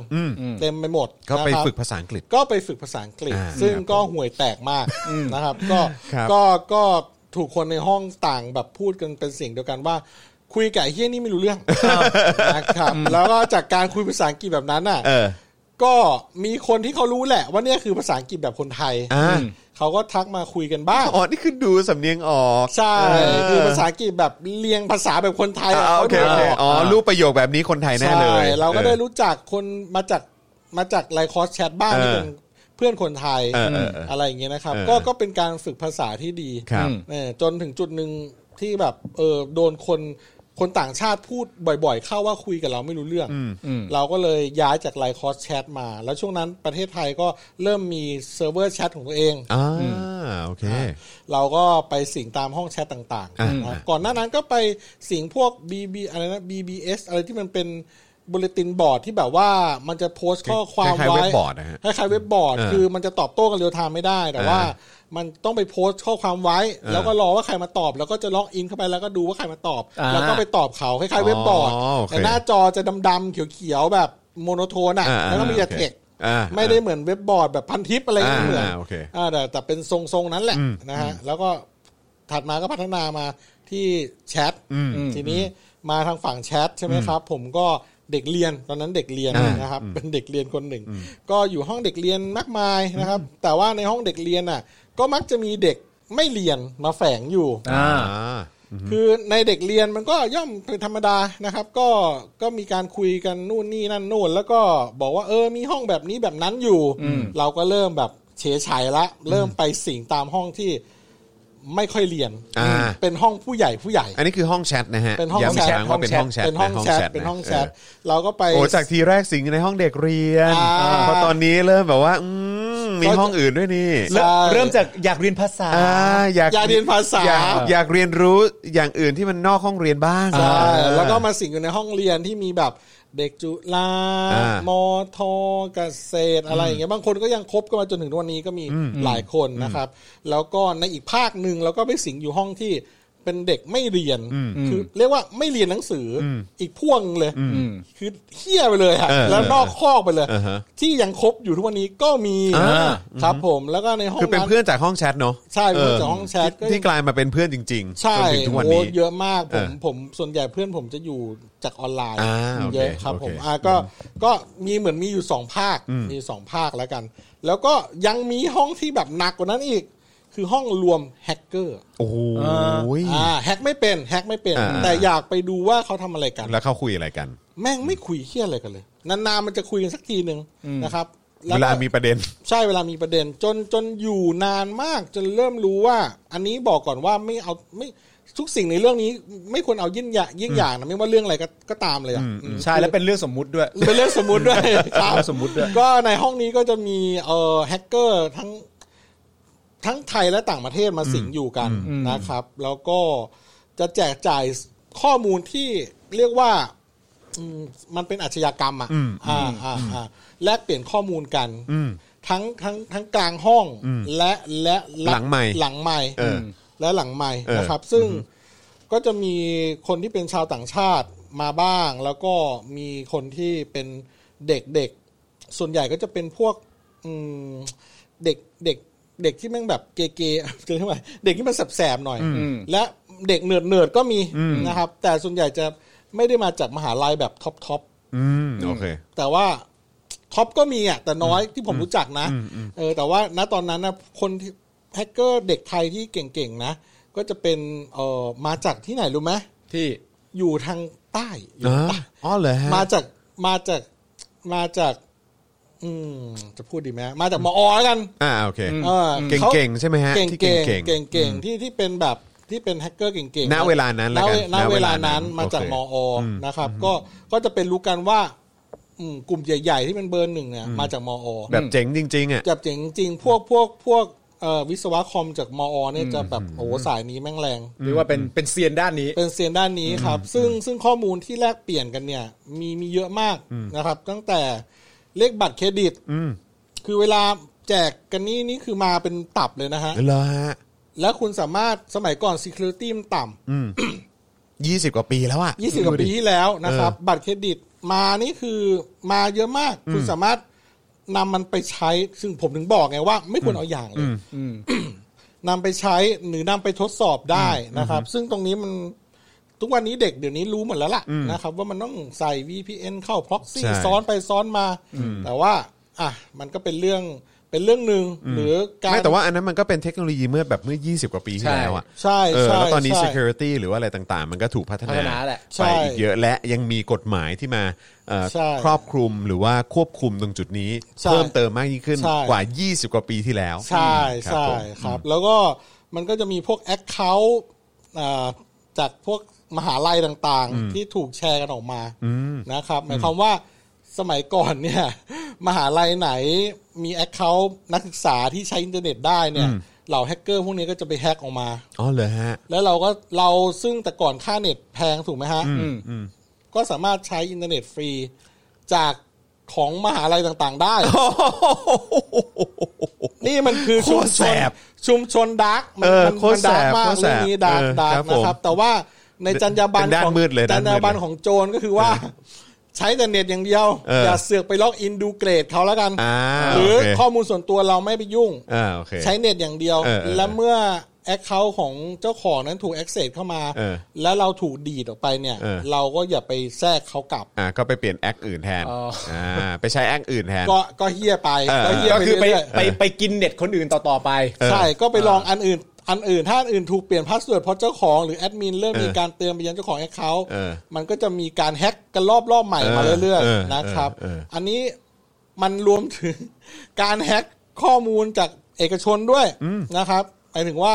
S1: เต็มไปหมด
S3: ก็ไป
S1: นะครับ
S3: ฝึกภาษาอังกฤษ
S1: ก็ไปฝึกภาษาอังกฤษ
S3: อ่า
S1: ซึ่ง
S3: ครับ
S1: ก็ห่วยแตกมากนะครับ ก็
S3: ครับ
S1: ก็ก็ถูกคนในห้องต่างแบบพูดกันเป็นเสียงเดียวกันว่า คุยกับไอ้เฮี้ยนี่ไม่รู้เรื่องนะครับแล้วก็จากการคุยภาษาอังกฤษแบบนั้นน่ะ
S3: เออ
S1: ก็มีคนที่เขารู้แหละว่าเนี่ยคือภาษาอังกฤษแบบคนไทย
S3: อ่า
S1: เขาก็ทักมาคุยกันบ้าง
S3: อ๋อนี่คือดูสำเนียงออก
S1: ใช่
S3: เ
S1: คือภาษาอังกฤษแบบเรียงภาษาแบบคนไทยะ
S3: อ่าโอเคโอเคอ๋อรูปประโยคแบบนี้คนไทยแน่
S1: ใช่
S3: เลย
S1: เราก็ได้
S3: ออ
S1: รู้จักคนมาจากมาจากไลน์คอสแชทบ้าง
S3: เออ
S1: ที่เป็นเพื่อนคนไทย
S3: เออเออเอออ
S1: อะไรอย่างเงี้ยนะครับ
S3: เออ
S1: ก็
S3: เออ
S1: ก็เป็นการฝึกภาษาที่ดี
S3: ครับ
S1: เออจนถึงจุดหนึ่ง ที่แบบเออโดนคนคนต่างชาติพูดบ่อยๆ เข้าว่าคุยกับเราไม่รู้เรื่อง เราก็เลยย้ายจากไลน์คอสแชทมา แล้วช่วงนั้นประเทศไทยก็เริ่มมีเซิร์ฟเวอร์แชทของตัวเอง
S3: อ่าโอเค
S1: เราก็ไปสิงตามห้องแชทต่าง
S3: อ่า
S1: ๆนะครับก่อนหน้านั้นก็ไปสิงพวก BB อะไรนะ BBS อะไรที่มันเป็นบ l l e t ตินบอร์ดที่แบบว่ามันจะโพสต์ข้อความ
S3: คล้ายๆ
S1: ไว้
S3: เว็บบอร์ดนะฮะ
S1: คล้ายๆเว็บบอร์ด
S3: อ่า
S1: คือมันจะตอบโต้กันเรียลไทม์ไม่ได้ แต่ว่า
S3: อ่า
S1: มันต้องไปโพสต์ข้อความไว้
S3: อ่า
S1: แล้วก็รอว่าใครมาตอบ แล้วก็จะล็อกอินเข้าไปแล้วก็ดูว่าใครมาตอบ
S4: อ่า
S1: แล้วก็ไปตอบเขาคล้ายๆเว็บบอร์ด
S3: อ๋อโอเค
S1: แต่หน้าจอจะดำๆเขียวๆแบบโมโนโทนอ่ะ
S3: อ่า
S1: แล้วก็มีแต่
S3: โอเค
S1: เทค
S3: อ่า
S1: ไม่ได้เหมือนเว็บบอร์ดแบบพันทิปอะไรอย่างเงี้ยเหมือน
S3: อ่าโอเค
S1: อ่าแต่แต่เป็นทรงๆนั้นแหละนะฮะแล้วก็ถัดมาก็พัฒนามาที่แชททีนี้มาทางฝั่งแชทใช่ไหมครับ ผมก็เด็กเรียนตอนนั้นเด็กเรียน
S3: อ่าน
S1: นะครับเป็นเด็กเรียนคนหนึ่ง ก็อยู่ห้องเด็กเรียนมากมายนะครับ แต่ว่าในห้องเด็กเรียนน่ะ ก็มักจะมีเด็กไม่เรียนมาแฝงอยู่
S4: อ่า
S3: อ่า
S1: คือในเด็กเรียนมันก็ย่อมเป็นธรรมดานะครับ ก็ก็มีการคุยกันนู่นนี่นั่นนู่น แล้วก็บอกว่าเออมีห้องแบบนี้แบบนั้นอยู่ เราก็เริ่มแบบเฉยฉายละ เริ่มไปสิงตามห้องที่ไม่ค่อยเรียน
S3: อ่า
S1: เป็นห้องผู้ใหญ่ผู้ใหญ่
S3: อันนี้คือห้องแชทนะฮะ
S1: เป็นห้อง
S3: ย้ำอีก
S1: แชท
S3: ครั้งว่าเป็นห้องแชท
S1: เป็นห้องแชท
S3: ะ
S1: เป็นห้องแชท
S3: ะ
S1: เราก็ไป
S3: โอ้จากทีแรกสิงอยู่ในห้องเด็กเรียน
S1: อ่า
S3: เพอตอนนี้เริ่มแบบว่าอืมมีห้องอื่นด้วยนี่
S1: ใช่
S4: เริ่มจากอยากเรียนภาษา
S3: อ่าอยาก
S1: อยากเรียนภาษา
S3: อยกอยากเรียนรู้อย่างอื่นที่มันนอกห้องเรียนบ้าง
S1: ใช่แล้วก็มาสิงอยู่ในห้องเรียนที่มีแบบเด็กจุฬา
S3: อ่าม
S1: อทอเกษตรอะไรอย่างเงี้ยบางคนก็ยังคบกันมาจนถึงทุกวันนี้ก็มีหลายคนนะครับ แล้วก็ในอีกภาคหนึ่งเราก็ไปสิงอยู่ห้องที่เป็นเด็กไม่เรียนคือเรียกว่าไม่เรียนหนังสือออีกพวกหนึ่งเลยคือเฮี้ยไปเลยฮะ
S3: เออ
S1: แล้วนอกข้อกไปเลย
S3: อ่าฮะ
S1: ที่ยังคบอยู่ทุกวันนี้ก็มี
S3: อ่า
S1: ครับผมแล้วก็ในห้อง
S3: คือเป็น
S1: นั้น
S3: เพื่อนจากห้องแชทเนาะ
S1: ใช่เพื่อนจากห้องแชทก็ยัง
S3: เที่กลายมาเป็นเพื่อนจริงๆ
S1: ใช่
S3: จนถึงทุกวันนี้
S1: โอ้เยอะมากผม
S3: เออ
S1: ผมส่วนใหญ่เพื่อนผมจะอยู่จากออนไลน์
S3: อ่าโอเค
S1: เยอะครับ
S3: โอเค
S1: ผมอ่าก็ก็มีเหมือนมีอยู่สองภาคมีสองภาคแล้วกัน แล้วก็ยังมีห้องที่แบบหนักกว่านั้นอีก คือห้องรวมแฮกเกอร์
S3: โอ้โห
S1: อ่าแฮกไม่เป็นแฮกไม่เป็น
S3: อ่า
S1: แต่อยากไปดูว่าเขาทำอะไรกัน
S3: แล้วเขาคุยอะไรกัน
S1: แม่งไม่คุยเฮี้ยอะไรกันเลย นานๆมันจะคุยกันสักทีหนึ่งนะครับแก็
S3: เวลามีประเด็น
S1: ใช่เวลามีประเด็นจนจนอยู่นานมาก จนเริ่มรู้ว่า อันนี้บอกก่อนว่าไม่เอาไม่ทุกสิ่งในเรื่องนี้ ไม่ควรเอายิ่งอย่ายิ่งอย่างนะไม่ว่าเรื่องอะไรก็ก็ตามเลยอ่ะอืม
S4: ใช่แล้วเป็นเรื่องสมมุติด้วย
S1: เป็นเรื่องสมมุติด้วย ครับ
S4: เรื่องสมมุติด้วย
S1: ก็ในห้องนี้ก็จะมีเอ่อแฮกเกอร์ทั้งทั้งไทยและต่างประเทศมาสิงอยู่กันนะครับ แล้วก็จะแจกจ่ายข้อมูลที่เรียกว่า อืมมันเป็นอาชญากรรมอ่ะ อ่าอ่าอ่าแลกเปลี่ยนข้อมูลกัน ทั้งทั้งทั้งกลางห้องและและะ
S3: หลังไมค์
S1: หลังใหม่
S3: เออ
S1: และหลังใหม่
S3: เออ
S1: นะครับ ซึ่งก็จะมีคนที่เป็นชาวต่างชาติมาบ้าง แล้วก็มีคนที่เป็นเด็กเด็กๆส่วนใหญ่ก็จะเป็นพวกอืมเด็กเด็กเด็กที่แม่งแบบเกเกเกิน ไปเด็กที่มันแสบๆหน่อย และเด็กเนิร์ดเนิร์ดๆก็มีนะครับ แต่ส่วนใหญ่จะไม่ได้มาจากมหาลัยแบบท็อปท็อป
S3: อืมโอเค
S1: แต่ว่าท็อปก็มีอ่ะแต่น้อยที่ผมรู้จักนะเออแต่ว่าณตอนนั้นนะคนที่แฮกเกอร์เด็กไทยที่เก่งๆนะ ก็จะเป็นเออมาจากที่ไหนรู้ไหม
S4: ที่
S1: อยู่ทางใต้อยู่
S3: อ๋อ
S1: ทางใต้
S3: อ๋อเหรอฮะ
S1: มาจากมาจากมาจาก อืมจะพูดดีไหมมาจากมอแล้วกัน
S3: อ่าโอเค
S1: เออ
S3: เก่งๆใช่ไหมฮะ
S1: เก่ง
S3: ที่
S1: เก่ง
S3: เก่งๆ
S1: เก่งเก่งๆที่ที่เป็นแบบที่เป็นแฮกเกอร์เก่ง
S3: ณเวลานั้นแล้วกัน
S1: ณ
S3: ณ
S1: เว
S3: เว
S1: ลา
S3: ลานั้
S1: นั้น นมาจาก
S3: โอเค
S1: มอนะครับ ก็ก็จะเป็นรู้กันว่าอืมกลุ่มใหญ่ ๆ ที่เป็นเบอร์หนึ่งเนี่ยมาจากมอ
S3: แบบเจ๋งจริงๆอ่ะ
S1: จับจริงจริงๆพวกพวกพวกเอ่อวิศวะคอมจากมอเนี่ยจะแบบโอ้โหสายนี้แม่งแรง
S4: หรือว่าเป็นเป็นเซียนด้านนี้
S1: เป็นเซียนด้านนี้ครับ ซึ่งซึ่งข้อมูลที่แลกเปลี่ยนกันเนี่ยมีมีเยอะมากนะครับ ตั้งแต่เลขบัตรเครดิต
S3: อืม
S1: คือเวลาแจกกันนี่นี่คือมาเป็นตับเลยนะฮะ
S3: เหรอฮะ
S1: แล้วคุณสามารถสมัยก่อน Security มันต่ำ
S3: ยี่สิบกว่าปีแล้วอ่ะ
S1: 20กว่าปีที่แล้วนะครับ บัตรเครดิตมานี่คือมาเยอะมาก คุณสามารถนำมันไปใช้ ซึ่งผมถึงบอกไงว่า ไม่ควรเอาอย่างเลยนำไปใช้หรือนำไปทดสอบได้นะครับ ซึ่งตรงนี้มันทุกวันนี้เด็กเดี๋ยวนี้รู้หมดแล้วล่ะนะครับ ว่ามันต้องใส่ VPN เข้า proxy
S3: ใช่
S1: ซ้อนไปซ้อนมา แต่ว่า อ่ะมันก็เป็นเรื่องเป็นเรื่องหนึ่งหรือการ
S3: ไม่แต่ว่าอันนั้นมันก็เป็นเทคโนโลยีเมื่อแบบเมื่อ 20 กว่าปีที่แล้วอ่ะ
S1: ใช่
S3: เออ
S1: ใช่
S3: แล้วตอนนี้
S1: ใช่
S3: security หรือว่าอะไรต่างๆ มันก็ถูกพัฒ
S4: พัฒนาแหละ
S1: ใช่
S3: ไปอีกเยอะและยังมีกฎหมายที่มาเอ่อ
S1: ใช่
S3: ครอบคลุมหรือว่าควบคุมตรงจุดนี้
S1: ใช่
S3: เพิ่มเติมมากยิ่งขึ้น
S1: ใช่
S3: กว่า 20 กว่าปีที่แล้ว
S1: ใช่
S3: ครับ
S1: ใช่
S3: ผม
S1: ครับ แล้วก็มันก็จะมีพวก Account อ่า จากพวกมหาลัยต่างๆ ที่ถูกแชร์กันออกมานะครับหมายความว่าสมัยก่อนเนี่ย มหาลัยไหนมีแอคเคาท์นักศึกษาที่ใช้อินเทอร์เน็ตได้เนี่ยเหล่าแฮกเกอร์พวกนี้ก็จะไปแฮกออกมา
S3: อ๋อเหรอ ฮะ
S1: แล้วเราก็เราซึ่งแต่ก่อนค่าเน็ตแพงถูกไหมฮะก็สามารถใช้อินเทอร์เน็ตฟรี จากของมหาลัยต่างๆ ได้ นี่มันคือ
S3: โค
S1: ชุม
S3: ตร
S1: ช
S3: แส
S1: น
S3: บ
S1: ชุมชนดาร์กมั
S3: เออ
S1: มั
S3: โค
S1: มั
S3: ตร
S1: ดาร์ก
S3: แสบ
S1: มาก
S3: โคตรแสบ
S1: เรื่องนี้ดาร์ก
S3: เออ
S1: ดาร์
S3: ครั
S1: ก
S3: บ
S1: นะครับ แต่ว่าในจรรยาบรรณ
S3: เป็นด้าน
S1: ของ
S3: มืดเลย
S1: จร
S3: ด้าน
S1: ร
S3: มืดเลย
S1: ยาบรรณของโจรก็คือว่า ใช้แต่เน็ตอย่างเดียว
S3: เอออ
S1: อย่าเสือกไปล็อกอินดูเกรดเขาแล้วกัน
S3: อ่า
S1: หรือ
S3: โอเค
S1: ข้อมูลส่วนตัวเราไม่ไปยุ่ง
S3: อ่าโอเค
S1: ใช้เน็ตอย่างเดียว
S3: เออเออ
S1: และเมื่อแอคเคาท์ของเจ้าของนั้นถูกแอคเซสเข้ามา
S3: เออ
S1: แล้วเราถูกดีดออกไปเนี่ย
S3: เออ
S1: เราก็อย่าไปแทรกเขากลับ
S3: อ่าก็ไปเปลี่ยนแอคอื่นแทน
S4: อ๋อ
S3: อ่าไปใช้แอคอื่นแทน
S1: ก็ก็เฮี้ยไป
S3: เออ
S1: ก็เฮี้ย
S4: ก็
S1: ไป
S4: คือไป
S1: เรื่อย
S4: ไปไปกินเน็ตคนอื่นต่อๆไป
S3: เอ
S1: ๆ
S3: อ
S1: ใช่ก็ไปลองอันอื่น อันอื่นถ้าอันอื่นถูกเปลี่ยนพาสเวิร์ดเพราะเจ้าของหรือแอดมินเริ่ม
S3: เออ
S1: มีการเตือนไปยังเจ้าของแอคเคาท์
S3: เออ
S1: มันก็จะมีการแฮ็กกันรอบรอบใหม่มา
S3: เออ
S1: เรื่อย
S3: เออ
S1: ๆนะครับ
S3: เออเอออั
S1: อันนี้มันรวมถึง การแฮ็กข้อมูลจากเอกชนด้วยนะครับหมายถึงว่า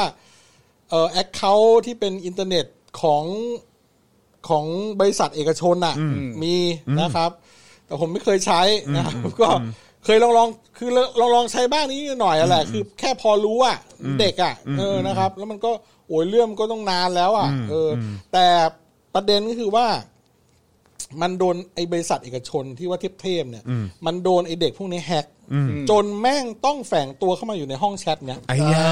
S1: เอ่อแอคเคาท์ที่เป็นอินเทอร์เน็ตของของบริษัทเอกชนอ่ะมีนะครับ แต่ผมไม่เคยใช้นะครับก็เคยลองลองคือลองลองใช้บ้างนี้หน่อยอะแหละคือแค่พอรู้อ่ะเด็กอ่ะเออนะครับ แล้วมันก็โอ้ยเรื่องมันก็ต้องนานแล้วอ่ะเอออแต่ประเด็นก็คือว่า มันโดนไอ้บริษัทเอกชนที่ว่าเทพเทพๆเนี่ย มันโดนไอ้เด็กพวกนี้แฮกจนแม่งต้องแฝงตัวเข้ามาอยู่ในห้องแชทเนี่ย
S3: ไอ้ยา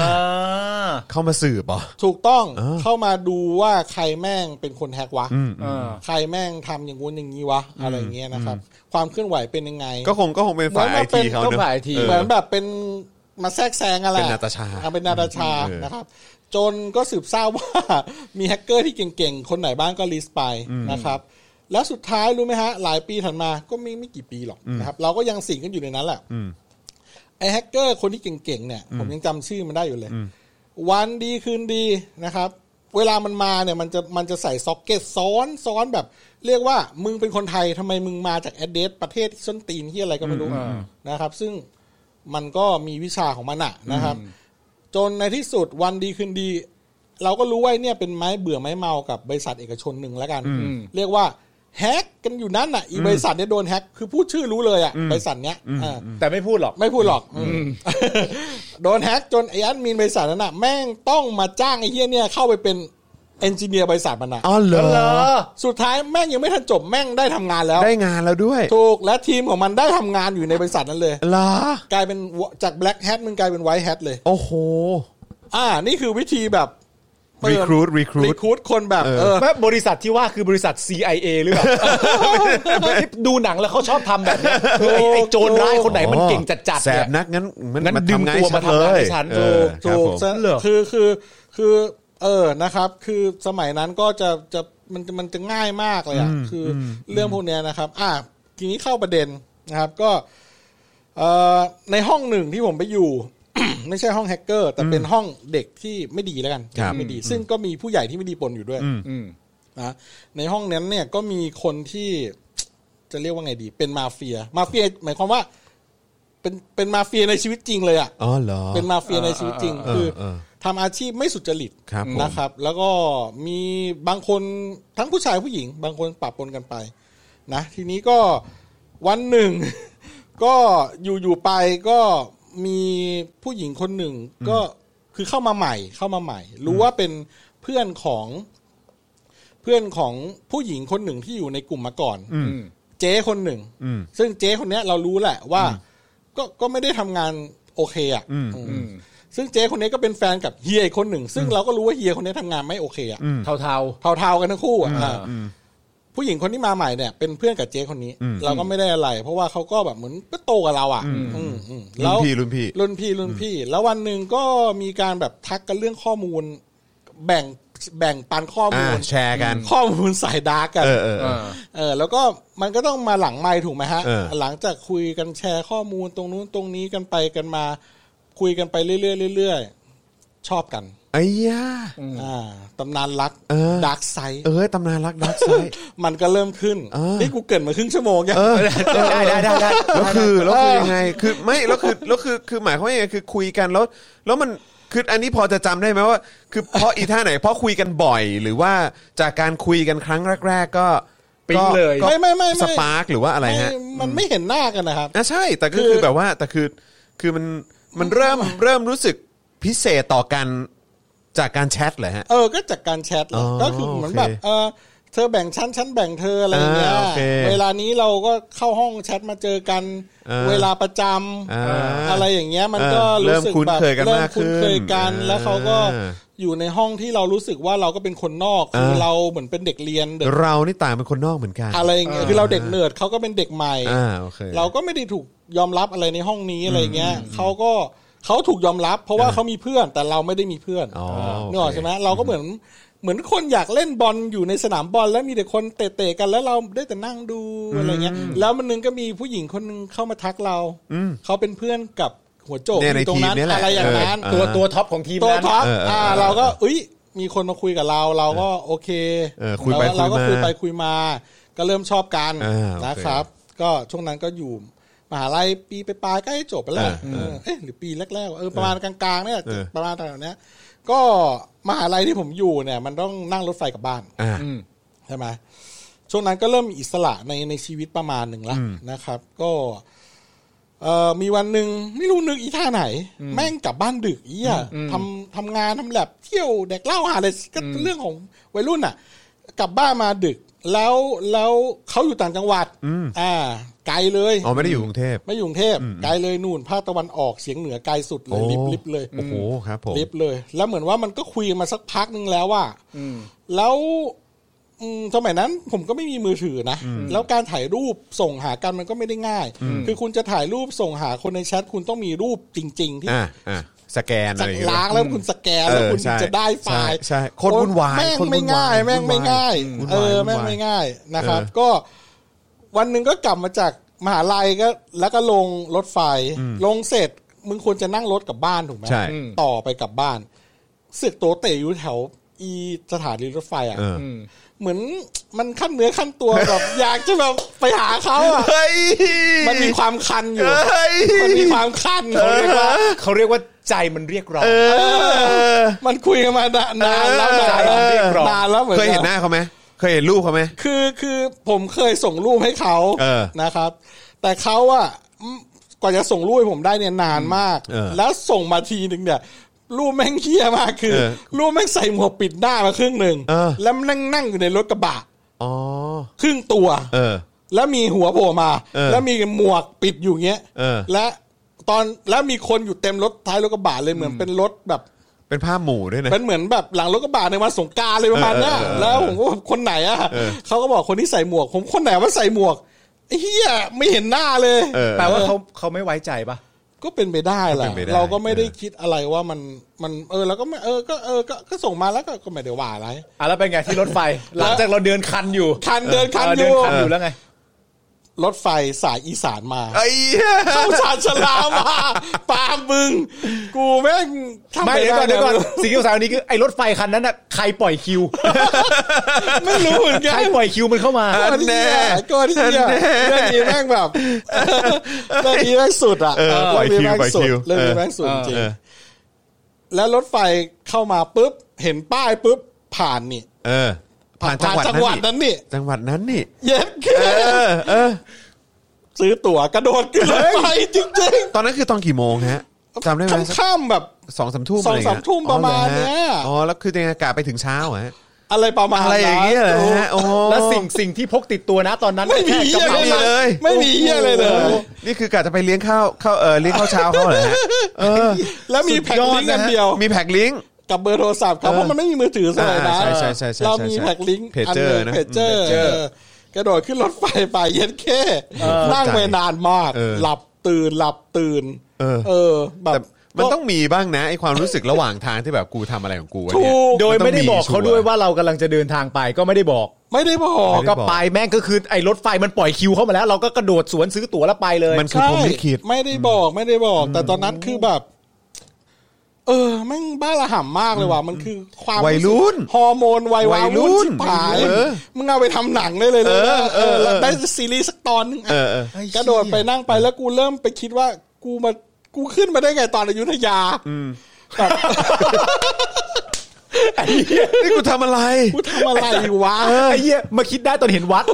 S3: เข้ามาสืบเหรอ
S1: ถูกต้อง
S3: เออ
S1: เข้ามาดูว่าใครแม่งเป็นคนแฮกวะ
S3: อืม
S4: เออ
S1: ใครแม่งทำอย่างงู้นอย่างนี้วะ อะไรเงี้ยนะครับ ความเคลื่อนไหวเป็นยังไง
S3: ก็คงก็คงเป็นฝ่าย
S1: เหมื
S3: ไอ
S1: อนว่าเป็
S3: ที
S1: น
S3: เขา
S4: ก็
S3: เนอะ
S4: ฝ่าย IT
S3: เออ
S1: เหมือนแบบเป็นมาแทรกแซงอะไร
S3: เป็นนาตาชา
S1: อ่ะเป็นนาตาชา
S3: เออ
S1: นะครับ จนก็สืบทราบว่า มีแฮกเกอร์ที่เก่งๆ คนไหนบ้างก็ลิสต์ไปนะครับ แล้วสุดท้ายรู้ไหมฮะ หลายปีถัดมาก็ไม่ไม่กี่ปีหรอกนะครับ เราก็ยังสิงกันอยู่ในนั้นแหละ
S3: อืม
S1: ไอ้แฮกเกอร์คนที่เก่งๆเนี่ยผมยังจำชื่อมันได้อยู่เลย วันดีคืนดีนะครับ เวลามันมาเนี่ยมันจะมันจะใส่ซ็อกเก็ตซ้อนซ้อนแบบ เรียกว่ามึงเป็นคนไทยทำไมมึงมาจากแอดเดสประเทศส้นตีนที่อะไรก็ไม่รู้
S4: อืม
S1: นะครับ ซึ่งมันก็มีวิชาของมันอะนะครับ จนในที่สุดวันดีคืนดี เราก็รู้ว่าไอ้เนี่ยเป็นไม้เบื่อไม้เมากับบริษัทเอกชนหนึ่งแล้วกัน เรียกว่าแฮกกันอยู่นั่นอ่ะอีบริษัทเนี่ยโดนแฮกคือพูดชื่อรู้เลยอ่ะบริษัทเนี้ยอ่า
S4: แต่ไม่พูดหรอก
S1: ไม่ พูดหรอกโดนแฮกจนไอ้แอดมินบริษัทนั้นน่ะแม่งต้องมาจ้างไอ้เฮี้ยเนี่ยเข้าไปเป็นเอนจิเนียร์บริษัทมันน่ะ
S3: อ๋อเหรอ
S1: สุดท้ายแม่งยังไม่ทันจบแม่งได้ทำงานแล้ว
S3: ได้งานแล้วด้วย
S1: ถูกและทีมของมันได้ทำงานอยู่ในบริษัทนั้นเลย
S3: เหรอก
S1: ลายเป็นจากแบล็กแฮทมึงกลายเป็นไวท์แฮทเลย
S3: โอ้โห
S1: อ่า นี่คือวิธีแบบเปิด
S3: Recruit Recruit
S1: รีครูดคนแบบเออ
S4: แม่บริษัทที่ว่าคือบริษัท CIA หรือเปล่า ที่ดูหนังแล้วเขาชอบทำแบบเนี้ยคือไอ้ไอ้โจรร้ายคนไหนมันเก่งจัดๆ
S3: แสบ
S4: เนี่ย
S3: นักงั้นมัน
S4: งั้น
S3: มัน
S4: ดึง
S3: ทำงาน
S4: ตัว
S3: ให้ฉัเลย
S4: มาน ทำงานให้ฉัน
S3: เอ
S1: ถูถูก
S3: อกครับผม
S1: ซะคือคือคือเออนะครับ คือสมัยนั้นก็จะจะมันมันจะง่ายมากเลยอ่ะคืออเรื่องพวกเนี้ยนะครับ อ่ะทีนี้เข้าประเด็นนะครับก็เอ่อในห้องหนึ่งที่ผมไปอยู่ ไม่ใช่ห้องแฮกเกอร์ แต่เป็นห้องเด็กที่ไม่ดีแล้วกัน
S3: ครับ
S1: ไม่ดี ซึ่งก็มีผู้ใหญ่ที่ไม่ดีปนอยู่ด้วย
S4: อืม
S1: นะในห้องนั้นเนี่ยก็มีคนที่ จะเรียกว่าไงดี เป็นมาเฟีย มาเฟีย หมายความว่า เป็นเป็นมาเฟียในชีวิตจริงเลยอ่ะ
S3: อ๋อเหรอ
S1: เป็นมาเฟียในชีวิตจริง
S3: เออ
S1: คือ
S3: เออ
S1: ทำอาชีพไม่สุจริต
S3: ครับผม
S1: นะครับ แล้วก็มีบางคนทั้งผู้ชายผู้หญิง บางคนปะปนกันไปนะ ทีนี้ก็วันหนึ่ง ก็อยู่ๆไปก็มีผู้หญิงคนหนึ่ง ก็คือเข้ามาใหม่เข้ามาใหม่ รู้ว่าเป็นเพื่อนของเพื่อนของผู้หญิงคนหนึ่งที่อยู่ในกลุ่มมาก่อน เจ๊คนหนึ่ง
S3: อืม
S1: ซึ่งเจ๊คนเนี้ยเรารู้แหละว่า ก็ก็ไม่ได้ทำงานโอเคอ่ะ
S3: อืม
S1: อืมซึ่งเจ๊คนนี้ก็เป็นแฟนกับเฮียอีกคนหนึ่ง ซึ่งเราก็รู้ว่าเฮียคนนี้ทำงานไม่โอเคอ่ะ
S4: เทา
S1: เทาๆกันทั้งคู่อ่ะอ่า
S3: อืม
S1: ผู้หญิงคนที่มาใหม่เนี่ยเป็นเพื่อนกับเจ๊คนนี้
S3: อืม
S1: เราก็ไม่ได้อะไร เพราะว่าเขาก็แบบเหมือนก็โตกับเราอ่ะอืมอืม
S3: รุ่
S1: แล้
S3: น
S1: ว
S3: พี่รุ่นพี่
S1: รุ่นพี่รุ่นพี่ แล้ววันหนึ่งก็มีการแบบทักกันเรื่องข้อมูล แบ่งแบ่งปันข้อมูล
S3: อ่าแชร์กัน
S1: ข้อมูลสายดาร์กกัน
S3: เออเออเออ
S1: เออแล้วก็มันก็ต้องมาหลังไมค์ถูกไหมฮะ
S3: เออ
S1: หลังจากคุยกันแชร์ข้อมูลตรงนู้นตรงนี้กันไปกันมา คุยกันไปเรื่อยๆเรื่อยๆชอบกัน
S3: ไอ้ยา
S1: อ่าตำนานรัก
S3: เออ
S1: ดาร์กไซ
S3: เออตำนานรักดักไซ
S1: มันก็เริ่มขึ้น
S3: เออ
S1: นี่กูเกรินมาครึ่งชั่วโมงยัง
S3: เออ
S4: ได้ได้ได้ได้
S3: แล้วคือแล้วคือยังไง คือไม่แล้วคือแล้วคือคือหมายความว่ายังไงคือคุยกันแล้ว แล้วมัน คืออันนี้พอจะจำได้ไหมว่า คือเพราะอีท่าไหนเพราะคุยกันบ่อย หรือว่าจากการคุยกันครั้งแรก ๆ ก็
S4: ปิ๊งเลย
S3: ก็
S1: ไม่ไม่ไม่ไม่
S3: สปาร์กหรือว่าอะไรฮะ
S1: ม่มันไม่เห็นหน้ากันนะครับ
S3: อ่ะใช่แต่ก็
S1: คื
S3: คือ
S1: อ
S3: แบบว่าแต่คือคือมันมันเริ่มเริ่มรู้สึกพิเศษต่อกันจากการแชทเหรอฮะ
S1: เออ ก็จากการแชทแหละ
S3: อ๋อ
S1: ก็คือเหมือนแบบ
S3: โอเค
S1: เออเธอแบ่งชั้นชั้นแบ่งเธออะไรอย่างเงี้ย
S3: อ่าโอเค
S1: เวลานี้เราก็เข้าห้องแชทมาเจอกัน
S3: อ่า
S1: เวลาประจ
S3: อ่า
S1: ำอะไรอย่างเงี้ย มันก็
S3: อ่ารู้
S1: รู้สึก
S3: เริ่มคุ้น
S1: แบบ
S3: เคยกัน
S1: เริ่ม
S3: มากขึ้น
S1: คุ้นเคยกัน
S3: อ่า
S1: แล้วเขาก็อยู่ในห้องที่เรารู้สึกว่าเราก็เป็นคนนอก คืออา เราเหมือนเป็นเด็กเรียนเด็ก
S3: เรานี่ต่างเป็นคนนอกเหมือนกัน
S1: อะไรอย่างเงี้ย คือเราเด็กเนิร์ดเขาก็เป็นเด็กใหม่
S3: อ่าโอเค
S1: เราก็ไม่ได้ถูกยอมรับอะไรในห้องนี้อะไรเงี้ยเขาก็เขาถูกยอมรับ เพราะว่าเขามีเพื่อนแต่เราไม่ได้มีเพื่อน
S3: อ๋อโอเค
S1: นึกออกใช่ไหมเราก็เหมือนเหมือนคนอยากเล่นบอลอยู่ในสนามบอลแล้วมีแต่คนเตะๆกันแล้วเราได้แต่นั่งดูอะไรเงี้ย แล้วมันนึงก็มีผู้หญิงคนนึงเข้ามาทักเราเขาเป็นเพื่อนกับหัวโจก
S3: เนี่ยใน
S1: อยู่ตร
S3: ที
S1: ง
S3: ม
S1: นั้น
S3: เนี่ยแหละ
S1: อะไรอย่างนั้น
S3: เออ
S4: ตัวตัวท็อปของทีม
S1: ตัว
S4: นั้น
S1: ท็อป
S3: เออเออ
S1: อ่า
S3: เออ
S1: เราก็เอ้ย มีคนมาคุยกับเรา เราก็โอเค
S3: เออคุยไป
S1: เราเราก็
S3: คุ
S1: คุ
S3: ย
S1: ย
S3: มา
S1: ไปคุยมา ก็เริ่มชอบกัน
S3: อ่าโอเค
S1: นะครับ ก็ช่วงนั้นก็อยู่มหาลัยปีไปปลายๆใกล้จบไปแล้ว
S3: เออเออ
S1: เอ๊ะหรือปีแรกๆวะเออประมาณกลางๆเนี่ย
S3: เออ
S1: ประมาณแถวเนี้ยก็มหาลัยที่ผมอยู่เนี่ย มันต้องนั่งรถไฟกลับบ้าน
S3: อ่า
S1: ใช่ไหมช่วงนั้นก็เริ่มมีอิสระในในชีวิตประมาณหนึ่งแล้วนะครับ ก็เอ่อมีวันหนึ่งไม่รู้นึกอีท่าไหน แม่งกลับบ้านดึกเอี้ยทำทำงานทำแลบเที่ยวแดกเหล้าหาอะไรก็เรื่องของวัยรุ่นอ่ะ กลับบ้านมาดึก แล้วแล้วเขาอยู่ต่างจังหวัด
S3: อืม
S1: อ่า ไกลเลย
S3: อ๋อไม่ได้อยู่กรุงเทพ
S1: ไม่อยู่กรุงเทพไกลเลยนู่นภาคตะวันออกเฉียงเหนือไกลสุดเลย
S3: โอ้
S1: ลิบลิบเลย
S3: โอ้โหครับผม
S1: ลิฟต์เลย แล้วเหมือนว่ามันก็คุยกันมาสักพักนึงแล้วว่าแล้วอืมสมัยนั้นผมก็ไม่มีมือถือนะ แล้วการถ่ายรูปส่งหากันมันก็ไม่ได้ง่าย คือคุณจะถ่ายรูปส่งหาคนในแชทคุณต้องมีรูปจริง ๆ ที่
S3: อ่าอ่าสแกนอะ
S1: สั
S3: ไร
S1: ก
S3: อย่างเงี้ย
S1: ล้างแล้วคุณสแกน แล้ว
S3: เออ
S1: คุณ
S3: ใช่
S1: จะได้ไฟล์
S3: ใช่ใช่โคตรวุ่นวาย
S1: แม่ง
S3: โคตรวุ่
S1: ไม่
S3: นวาย
S1: ง่าย แม่งไม่ง่าย
S3: วุ่นวาย
S1: เออ
S3: วุ่นวาย
S1: แม่งไม่ง่ายนะครับ
S3: เออ
S1: ก็วันหนึ่งก็กลับมาจากมหาลัยก็ แล้วก็ลงรถไฟลงเสร็จมึงควรจะนั่งรถกลับบ้านถูกไหม
S3: ใช่
S1: ต่อไปกลับบ้านเสึกโตเตะอยู่แถวอีสถานีรถไฟอ่ะ
S3: เออ
S1: เหมือนมันขั้นเนื้อขั้นตัว แบบ อยากจะแบบไปหาเขาอ่ะ
S3: เฮ้ย
S1: มันมีความคันอยู่
S3: เฮ้ย
S1: มันมีความคันเขาเรียกว่า
S4: เขาเรียกว่าใจมันเรียกร้อง
S3: เออ
S1: มันคุยกันมานานแล้วนานแล้ว
S4: เรียกร้อง
S1: นานแล้วเหมือน
S3: เค
S1: กั
S3: ยเห็นหน้าเขาไหมเคยเห็นรูปเขาไหม
S1: คือคือผมเคยส่งรูปให้เขา
S3: เออ
S1: นะครับ แต่เขาอ่ะอืมกว่าจะส่งรูปให้ผมได้เนี่ยนานมาก
S3: เออ
S1: แล้วส่งมาทีหนึ่งเนี่ย รูปแม่งเฮี้ยมากคือ
S3: เออ
S1: รูปแม่งใส่หมวกปิดหน้ามาครึ่งหนึ่ง
S3: เออ
S1: แล้วนั่งนั่งอยู่ในรถกระบะ
S3: อ๋อ
S1: ครึ่งตัว
S3: เออ
S1: แล้วมีหัวโผล่มา
S3: เออ
S1: แล้วมีหมวกปิดอยู่เงี้ย
S3: เออ
S1: และตอนแล้วมีคนอยู่เต็มรถท้ายรถกระบะเลยเหมือนเป็นรถแบบ
S3: เป็นภาพหมู่ด้วยนะ
S1: เป็น เหมือนแบบหลังรถกระบะในวันสงกรารเลยประมาณเนี้ย
S3: เออเออเออ
S1: แล้วผมก็แบบคนไหนอ่ะเขาก็บอกคนที่ใส่หมวก ผมคนไหนว่าใส่หมวกไอ้เฮียไม่เห็นหน้าเลย
S3: เออ
S4: แปลว่าเขาเขาไม่ไว้ใจปะ
S1: ก็เป็นไปได้แห
S3: ก็
S1: ละ
S3: เป็นไปได้
S1: เราก็ไม่ได้
S3: เออ
S1: คิดอะไรว่ามันมันเออแล้วก็ไม่เออก็เออก็ก็ส่งมาแล้วก็ก็ไม่ได้ว่าอะไร
S4: อ่ะแล้วเป็นไงที่รถไฟ หลังจากเราเดินคันอยู่
S1: คันเดินคัน
S4: เออ
S1: อ
S4: เดิน
S1: ยู่
S4: คันอยู่แล้วไง
S1: รถไฟสายอีสานมา
S3: ไอ้เหี้ย
S1: เข้าชาญชาลามาปามึง กูแม่งทำ
S4: ไม่เดี๋ยวก่อนเดี๋ยวก่อน
S1: ไ
S4: สิ่งที่สงสารวันนี้คือไอ้รถไฟคันนั้นน่ะใครปล่อยคิว
S1: ไม่รู้เหมือนกั
S4: ใคน รปล่อยคิวมันเข้ามา
S1: ก็ที่เนี่ยก็ที่เนี่ยเรื่องนี้แม่ง แบบเรื่องนี้แม่งสุดอ่ะ
S3: เออปล่อยคิวปล่อยคิว
S1: เรื่องนี้แม่งสุด
S3: เอ
S1: เรื่องนี้แม่งสุดจ
S3: อ
S1: ริง
S3: เออ
S1: แล้วรถไฟเข้ามาปุ๊บ เห็นป้ายปุ๊บผ่านนี่
S3: เออ ผ่านจังหวัด
S1: จังหวัด
S3: นั้น
S1: นั้นนี่
S3: นี่จังหวัดนั้นนี่
S1: เย็นขึ้น
S3: เออเออ
S1: ซื้อตั๋วกระโดดขึ้นรถไฟจริง
S3: ตอนนั้นคือตอนกี่โมงฮะ
S1: ๆ
S3: จำได้ไหม
S1: ค่ำๆแบบ
S3: สองสามทุ่ม
S1: สองสาม
S3: ะไเย
S1: ทุ่มประมาณเนี้ย
S3: อ๋อเหรอฮะอ๋อแล้วคือในอากาศไปถึงเช้าเหรอฮะ
S1: อะไรประมาณ
S3: อะไรอย่างเงี้ยเหรอฮะโอ้
S4: แล้วสิ่งสิ่งที่พกติดตัวนะตอนนั้น
S1: ไม่ มี
S4: แค่
S1: เหี้ย
S4: กระ
S1: อะไร
S4: เป๋าตัง
S1: เล
S4: ค์
S1: ย ไม่มีเหี้ยอะไรเลย
S3: นี่คือกะจะไปเลี้ยงข้าวข้าวเออเลี้ยงข้าวเช้าเขาเหรอฮะเออ
S1: แล้วมีแพ็คลิงก์อันเดียว
S3: มีแพ็คลิงก์
S1: กับเบอร์โทรศัพท์ครับ
S3: เออ
S1: เพราะมันไม่มีมือถือสมัยนั้น
S3: อ่าใช่ใช่ใช่ใช่
S1: เรามี
S3: ใช่
S1: แพ็กลิงก์
S3: เพจเจอร์
S1: นหนึ่ง
S3: นะ
S1: เพจเจอร์
S3: เพจเจอร์
S1: เออกระโดดขึ้นรถไฟไปเย็นแค่นั่งไปนานมาก
S3: เออ
S1: หลับตื่นหลับตื่น
S3: เออ
S1: เออแบ
S3: แต่
S1: บ
S3: มันต้องมีบ้างนะไอความรู้สึกระหว่างทางที่แบบกูทำอะไรของกูวะ
S1: ถู
S3: เนี่ย
S1: ก
S4: โดยไม่ได้บอก
S3: มันต้องมีชัวร์
S4: เขาด้วยว่าเรากำลังจะเดินทางไปก็ไม่ได้บอก
S1: ไม่ได้บอก
S3: ไม่ได้
S4: ก็
S3: บอก
S4: ไปแม่งก็คือไอ้รถไฟมันปล่อยคิวเข้ามาแล้ว เราก็กระโดดสวนซื้อตั๋วแล้วไปเลย
S3: มันคือผมลิขิต
S1: ไม่ได้บอกไม่ได้บอก แต่ตอนนั้นคือแบบ เออแม่งบ้าระห่ำมากเลยว่ะมันคือความ
S3: วัยรุ่น
S1: ฮอร์โมนวัยวา
S3: วัยรุ่
S1: วุ่
S3: น
S1: นชิบหาย
S3: เออ
S1: มึงเอาไปทำหนังได้เลย
S3: เอ
S1: นะ
S3: อเออ
S1: แล้ว
S3: เออ
S1: ได้ซีรีส์สักตอนหนึงอะ
S3: เออเออ
S1: กระโดดไปนั่งไปแล้วกูเริ่มไปคิดว่ากูมากูขึ้นมาได้ไงตอนอยุธยา แบบ
S3: นี่กูทำอะไร
S1: กูทำอะไรวะ
S4: ไอ้เหี้ยมาคิดได้ตอนเห็นวัด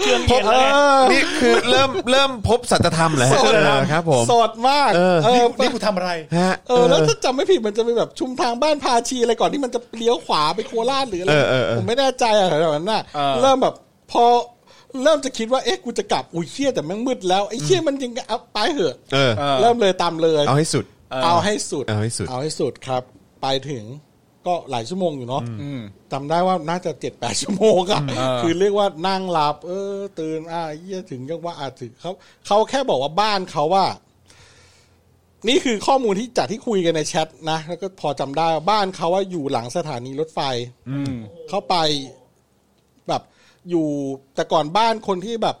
S6: เครื่องเย็นแล้วไง
S3: นี่คือเริ่มเริ่มพบสัจธรรมแล้ว
S1: สัจธรรม
S3: เออครับผม
S1: สดมาก
S3: เออ
S1: เออ
S4: นี่กูทำอะไร
S3: ฮะ
S1: เออแล้วถ้าจำไม่ผิดมันจะเป็นแบบชุมทางบ้านพาชีอะไรก่อนที่มันจะเลี้ยวขวาไปโคราชหรืออะไร
S3: เออเออเออ
S1: ผมไม่แน่ใจอะไรแบบนั้นน่ะ
S4: เออ
S1: เริ่มแบบพอเริ่มจะคิดว่าเอ๊ะกูจะกลับอุ้ยเชี่ยแต่แม่งมืดแล้วไอ้เชี่ยมันยังเอาไปเหอะ
S3: เออ
S4: อ
S1: เริ่มเลยตามเลย
S3: เอาให้สุด
S1: เอาให้สุด
S3: เอาให้สุด
S1: เอาให้สุดครับ ไปถึงก็หลายชั่วโมงอยู่เนาะจำได้ว่าน่าจะเจ็ดแปดชั่วโมงอะคือเรียกว่านั่งหลับ เออ ตื่นอ่ะเยี่ยถึงยังว่าอาจถึงเขาเขาแค่บอกว่าบ้านเขาว่า นี่คือข้อมูลที่จากที่คุยกันในแชทนะ แล้วก็พอจำได้ว่าบ้านเขาว่าอยู่หลังสถานีรถไฟเข้าไปแบบอยู่แต่ก่อนบ้านคนที่แบบ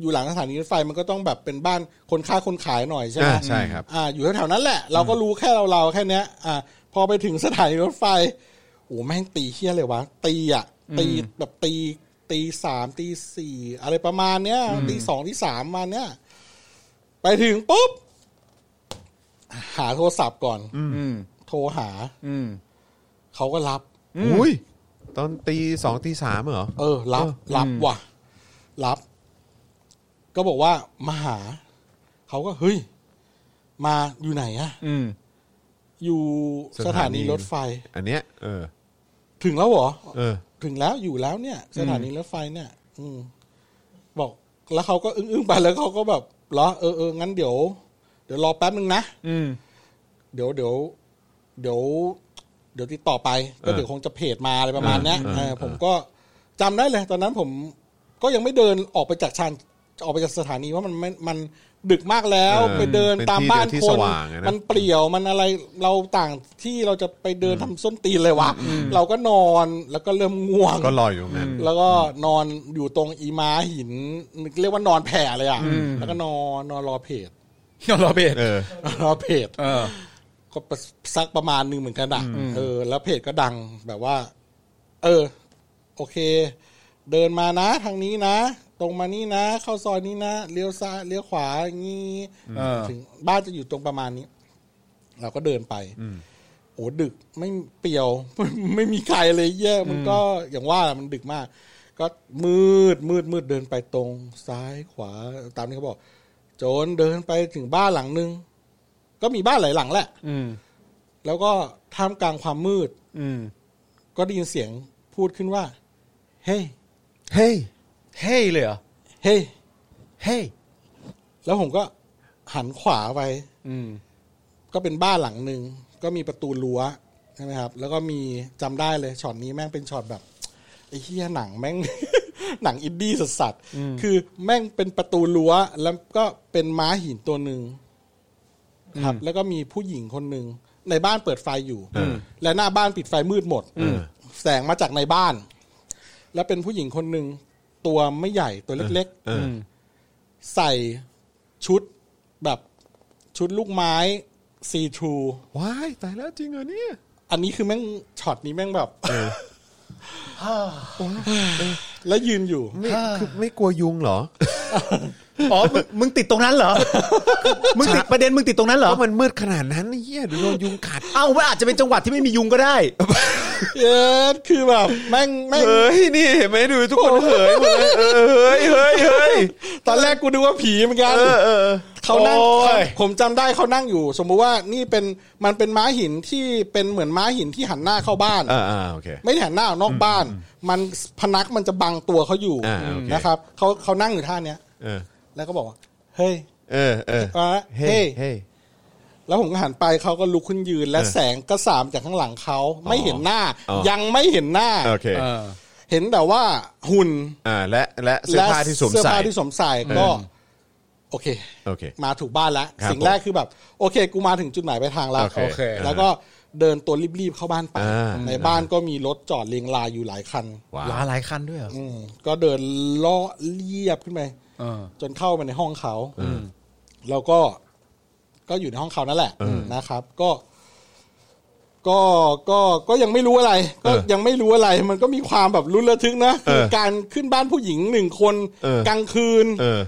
S1: อยู่หลังสถานีรถไฟมันก็ต้องแบบเป็นบ้านคนค้าคนขายหน่อยใช่ไหม
S3: อ่าใช่ครับ
S1: อ่า อยู่แถวๆนั้นแหละ เราก็รู้แค่เราเราๆแค่เนี้ย อ่า พอไปถึงสถานีรถไฟโอ้แม่งตีเฮี้ยเลยวะตีอ่ะ ตีแบบตี ตีสามตีสี่อะไรประมาณเนี้ยตีสองตีสามมาเนี้ยไปถึงปุ๊บ หาโทรศัพท์ก่อน
S4: อืม
S1: โทรหา
S4: อืม
S1: เขาก็รับ
S3: อุ้ยตอนตีสองตีสามเหรอ
S1: เออ รับ
S3: เออ
S1: รับว่ะ รับ ก็บอกว่ามาหา เขาก็เฮ้ย มาอยู่ไหนอะ
S4: อืม
S1: อยู่สถานีรถไฟ
S3: อันเนี้ยเออ
S1: ถึงแล้วเหรอ
S3: เออ
S1: ถึงแล้วอยู่แล้วเนี่ย สถานีรถไฟเนี่ย อืม บอก แล้วเขาก็อึ้งๆไปแล้วเขาก็แบบเหรอเออเอองั้นเดี๋ยว เดี๋ยวรอแป๊บนึงนะ
S4: อืม
S1: เดี๋ยวเดี๋ยวเดี๋ยวเดี๋ยวติดต่อไป ก็เดี๋ยวคงจะเพจมาอะไรประมาณเนี้ย
S3: เอ
S1: เอ
S3: อเออ
S1: อ
S3: เออ
S1: ผมก็จำได้เลย ตอนนั้นผมก็ยังไม่เดินออกไปจากชานออกไปจากสถานีว่าะมันมันมันดึกมากแล้ว
S3: เออ
S1: ไปเดิน
S3: เป็น
S1: ตาม
S3: ที่
S1: บ้าน
S3: เดียวที่
S1: ค
S3: ส
S1: น
S3: ว่างอะนะ
S1: มันเปลี่ยวมันอะไรเราต่างที่เราจะไปเดินทำส้นตีนเลยวะเราก็นอนแล้วก็เริ่มง่วง
S3: ก็รออยู่ตรงนั้น
S1: แล้วก็นอนอยู่ตรงอีม้าหิน เรียกว่านอนแผ่เลยอ่ะแล้วก็นอนนอนรอเพจ
S4: รอเบส
S3: เออ
S1: รอเพจ
S4: เออ
S1: ก็สักประมาณหนึ่งเหมือนกันอะเออ แล้วเพจก็ดังแบบว่า เออ โอเค เดินมานะ ทางนี้นะ ตรงมานี่นะ เข้าซอยนี้นะเลี้ยวซ้ายเลี้ยวขวาอย่างนี้
S4: เออ
S1: ถึงบ้านจะอยู่ตรงประมาณนี้ เราก็เดินไปโอ้ดึกไม่เปลี่ยว ไม่มีใครเลยเหี้ยมันก็อย่างว่าแหละมันดึกมาก ก็มืดมืดมืดเดินไปตรงซ้ายขวา ตามที่เขาบอก โจนเดินไปถึงบ้านหลังนึง ก็มีบ้านหลายหลังแหละ
S4: อืม
S1: แล้วก็ท่ามกลางความมืด
S4: อืม
S1: ก็ได้ยินเสียงพูดขึ้นว่า เฮ้ย
S3: เฮ้ย
S4: เฮ้ยเลยเหรอ
S1: เฮ้ย
S4: เฮ้ย
S1: แล้วผมก็หันขวาไป
S4: อืม
S1: ก็เป็นบ้านหลังหนึ่งก็มีประตูรั้วใช่ไหมครับ แล้วก็มีจำได้เลยช็อตนี้แม่งเป็นช็อตแบบไอ้เฮียหนังแม่ง หนังอินดี้สัสๆคือแม่งเป็นประตูรั้วแล้วก็เป็นม้าหินตัวหนึ่งครับ แล้วก็มีผู้หญิงคนหนึ่งในบ้านเปิดไฟอยู่
S3: อืม
S1: และหน้าบ้านปิดไฟมืดหมดแสงมาจากในบ้าน แล้วเป็นผู้หญิงคนหนึ่งตัวไม่ใหญ่ตัวเล็ก ๆ
S3: เออ
S1: ใส่ชุดแบบชุดลูกไม้ซีทรู
S3: ว้ายตายแล้วจริงเหรอเนี่ย
S1: อันนี้คือแม่งช็อตนี้แม่งแบบ แล้วยืนอยู่
S3: ไม่คือไม่กลัวยุงเหรอ
S4: อ๋อ มึงมึงติดตรงนั้นเหรอ มึงติดประเด็นมึงติดตรงนั้นเหรอ
S3: เพราะมันมืดขนาดนั้นไอ้เฮียเดี๋ยวโดนยุงกัด
S4: เอ้ามันอาจจะเป็นจังหวัดที่ไม่มียุงก็ ได้
S1: เอ็ดคือแบบแม่งแม่ง
S3: เฮ้ยนี่เห็นไหมดูทุกคนเฮ้ยหมดเลยเออเฮ้ยเฮ้ยเฮ้ย
S1: ตอนแรกกูดูว่าผีเหมือนกัน
S3: เออเออ
S1: เขานั่ง
S3: โอ้ย
S1: ผมจำได้เขานั่งอยู่ สมมุติว่านี่เป็นมันเป็นม้าหินที่เป็นเหมือนม้าหินที่หันหน้าเข้าบ้าน
S3: อ่าอ่าโอเค
S1: ไม่ได้หันหน้าออกนอกบ้าน มันพนักมันจะบังตัวเขาอยู่
S3: อ่าโอเค
S1: นะครับเขาเขานั่งอยู่ท่าเนี้ย
S3: เออ
S1: แล้วก็บอกว่าเฮ้ย
S3: เออเออ
S1: อ่ะ
S3: เฮ้
S1: เฮ้
S3: ย
S1: ย
S3: เฮ้ย
S1: แล้วผมก็หันไปเขาก็ลุกขึ้นยืน และ
S3: เออ
S1: แสงก็สามจากข้างหลังเขาไม่เห็นหน้า
S3: อ๋อ
S1: ยังไม่เห็นหน้า
S3: โอเค
S1: เห็นแต่ว่าหุ่น
S3: อ่าและและเสื้อ
S1: และ
S3: ผ้าที่สวม
S1: เสื้อ
S3: ใส่
S1: ผ้าที่สวมใส่ก็
S3: เออ
S1: โอเค
S3: โอเค
S1: มาถูกบ้านแล้ว
S3: ครับ
S1: สิ่งแรกคือแบบ โอเค กูมาถึงจุดหมายปลายทางแล้ว
S3: โอเคโอเค
S1: แล้วก็เดินตัวรีบๆเข้าบ้านไป
S3: อ่า
S1: ในบ้านก็มีรถจอดเรียงรายอยู่หลายคัน
S3: ว้า
S4: ลาว หลายคันด้วยเหรอ
S1: อืมก็เดินเล่อเรียบขึ้นไป
S4: เออ
S1: จนเข้ามาในห้องเขาแล้วก็ก็อยู่ในห้องเขานั่นแหละนะครับ ก็ ก็ก็ก็ยังไม่รู้อะไร ก็
S3: เออ
S1: ยังไม่รู้อะไร มันก็มีความแบบลุ้นระทึกนะคือการขึ้นบ้านผู้หญิงหนึ่งคน
S3: เออ
S1: กลางคืน
S3: เออ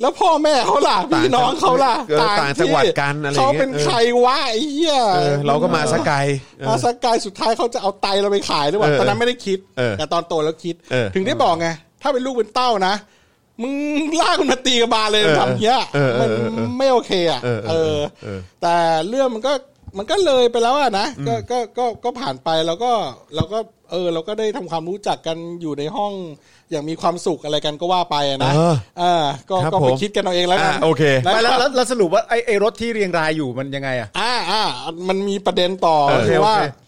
S1: แล้วพ่อแม่เขาล่ะ
S3: ต่าง
S1: พี่น้องเขาล่ะ
S3: เออต่างจังหวัดกันอะไรอย่างเงี้ย
S1: เขาเป็นใครวะไอ้เหี้ย
S3: เออเราก็มาสกไกลเออ
S1: อาสกายสุดท้ายเขาจะเอาไตเราไปขายหรือเปล่า
S3: เออ
S1: ตอนนั้นไม่ได้คิด
S3: เออ
S1: แต่ตอนโตแล้วคิด
S3: เออ
S1: ถึงได้บอกไง ถ้าเป็นลูกเป็นเต้านะ มึงลากมันมาตีกับบาลเลย
S3: เออ
S1: ทำเงี้ย
S3: เออเอ
S1: มัน
S3: อเออเออ
S1: ไม่โอเคอ่ะ
S3: เออเออเออ
S1: แต่เรื่องมันก็มันก็เลยไปแล้วอะนะก็ก็ก็ก็ผ่านไปแล้วก็เราก็เออ เราก็ได้ทำความรู้จักกันอยู่ในห้อง อย่างมีความสุขอะไรกันก็ว่าไปอะนะ
S3: เออ
S1: เออก็
S3: ครับ
S1: ก็ไป
S3: ผม
S1: คิดกันเอาเองแล้วกัน
S3: อ่ะโอเค
S1: นะ
S4: ไป
S1: ค
S4: แล้ว
S1: รับ
S4: แล้วแล้วสรุปว่าไอ้ไอ้รถที่เรียงรายอยู่มันยังไงอ่ะ
S1: อ่าอ่ามันมีประเด็นต่อ
S3: เออ
S1: คือว่า
S3: โอเค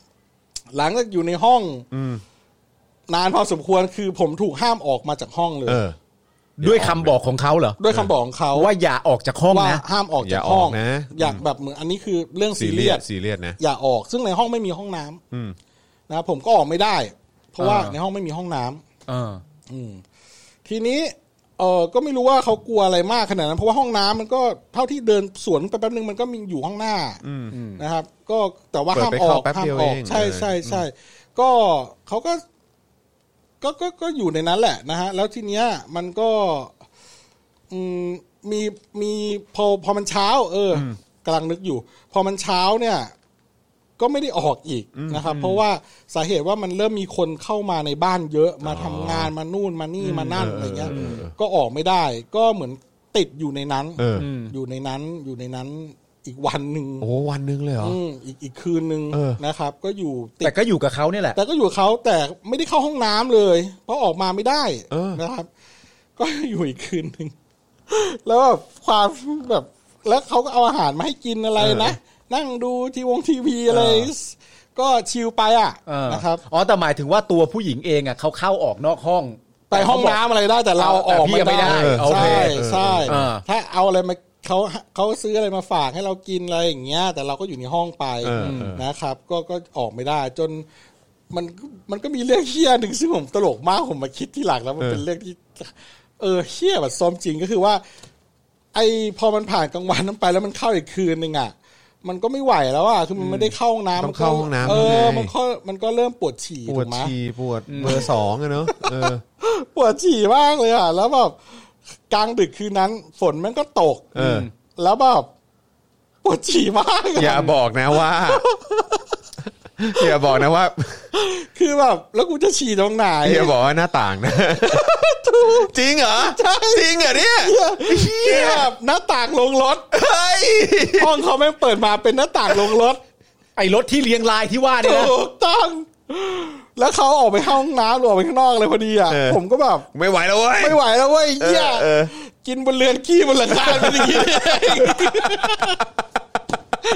S1: หลังจากอยู่ในห้องนานพอสมควรคือผมถูกห้ามออกมาจากห้องเลย
S3: เออ
S4: ด้วยคำบอกของเขาเหรอ
S1: ด้วยคำบอกของเขา
S4: ว่าอย่าออกจากห้อง
S1: ว่า
S4: นะ
S1: ห้ามออก
S3: อ
S1: จา
S3: ย่าก อ
S1: ห้
S3: อ
S1: อก ง
S3: นะ
S1: อยากแบบเหมือนอันนี้คือเรื่อง
S3: ซี
S1: ซี
S3: เรี
S1: เรี
S3: ย
S1: ย
S3: ส
S1: ส
S3: ซีเรียสนะ
S1: อย่าออก ซึ่งในห้องไม่มีห้องน้ำ
S3: อืม
S1: นะผมก็ออกไม่ได้ เพราะว่า
S4: อ่า
S1: ในห้องไม่มีห้องน้ำ
S4: เออ
S1: อืมทีนี้เออก็ไม่รู้ว่าเขากลัวอะไรมากขนาดนั้น เพราะว่าห้องน้ำมันก็เท่าที่เดินสวนไปแป๊บนึงมันก็มีอยู่ห้องหน้านะครับ ก็แต่ว่า
S3: เปิด
S1: ห้าม
S3: ไป
S1: อ
S3: เข้า
S1: อก
S3: แป๊บ
S1: ห้า
S3: เดี
S1: ม
S3: ยว
S1: ออก
S3: เอง
S1: ใช่
S3: เออ
S1: ใช่ใช่ก็เขาก็ก็ก็ก็อยู่ในนั้นแหละนะฮะ แล้วทีเนี้ยมันก็อืมมีมีพอพอมันเช้า เออกำลังนึกอยู่ พอมันเช้าเนี่ย ก็ไม่ได้ออกอีกนะครับ เพราะว่าสาเหตุว่ามันเริ่มมีคนเข้ามาในบ้านเยอะมาทำงานมานู่นมานี่มานั่น
S3: เออ
S1: อะ
S3: อ
S1: ไรเงี้ย
S3: เออเออ
S1: ก็ออกไม่ได้ ก็เหมือนติดอยู่ในนั้น
S3: เออ
S4: ม
S1: อยู่ในนั้นอยู่ในนั้นอีกวันหนึ่ง
S3: โอ้วันหนึงเลยเหรอ
S1: อืมอีกอีกคืนหนึ่ง
S3: เออ
S1: นะครับ ก็อยู่ติ
S4: แต่
S1: ด
S4: ก็อยู่กับเขาเนี่ยแหละ
S1: แต่ก็อยู่กับเขาแต่ไม่ได้เข้าห้องน้ำเลย เพราะออกมาไม่ได้
S3: เออ
S1: นะครับ ก็อยู่อีกคืนหนึ่งแล้วแบบความแบบ แล้วเขาก็เอาอาหารมาให้กินอะไรนะนั่งดูทีวงทีวีอะไร
S4: เออ
S1: ก็ชิลไปอ่ะ
S4: เออ
S1: นะครับ
S4: อ๋อแต่หมายถึงว่าตัวผู้หญิงเองอ่ะเขาเข้าออกนอกห้อง
S1: ไปห้องน้ำอะไรได้แต่เราอ
S4: แต่
S1: อก
S4: พี่
S1: ไม่
S4: ไม่ได้
S1: ได้
S4: โอเค
S1: ใช่ใช่
S4: เออ
S1: ถ้าเอาอะไรมาเขาเขาซื้ออะไรมาฝากให้เรากินอะไรอย่างเงี้ย แต่เราก็อยู่ในห้องไป
S3: เออเออ
S1: นะครับ ก็ก็ออกไม่ได้ จนมันมันก็มีเรื่องเฮี้ยหนึ่งซึ่งผมตลกมากผมมาคิดที่หลังแล้วมันเป็นเรื่องที่ เออเฮี้ยแบบซ้อมจริงก็คือว่า ไอพอมันผ่านกลางวันนั้นไปแล้วมันเข้าอีกคืนหนึ่งอ่ะ มันก็ไม่ไหวแล้วอ่ะคือมันไม่ได้เข้าห้องน้ำ
S3: ต้อ
S1: มั
S3: ง
S1: ก็
S3: เข้าห้องน้ำ
S1: เอ
S3: แล้ว
S1: อ
S3: ไง
S1: มันก็มันก็เริ่มปวดฉี่
S3: ป
S1: ถู
S3: วด
S1: กไหม
S3: ฉี่ปวดเบอร์สองอะเนาะเออ
S1: ปวดฉี่มากเลยอ่ะ แล้วแบบกลางดึกคืนนั้น ฝนมันก็ตก
S3: เออ
S1: แล้วแบบปวดฉี่มากะ
S3: อย่าบอกนะว่า อย่าบอกนะว่า
S1: คือแบบแล้วกูจะฉี่ตรงไหน
S3: อย่าบอกว่าหน้าต่างนะ จริงเหรอ
S1: ใช่
S3: จริงเหรอเนี่ย
S1: คือแบบหน้าต่างลงรถ
S3: เฮ้ย
S1: ห้องเขาแม่งเปิดมาเป็นหน้าต่างลงรถ
S4: ไอ้รถที่เรียงรายที่ว่าเนี่ยนะ
S1: ถูกต้อง แล้วเขาออกไปเข้าห้องน้ำหรือออกไปข้างนอกอะไรพอดีอ่ะผมก็แบบ
S3: ไม่ไหวแล้วเว้ย
S1: ไม่ไหวแล้วเว้ยเหี้ย
S3: เออเออ
S1: กินบนเรือนขี้บนหลังคาเป็นอย่างนี้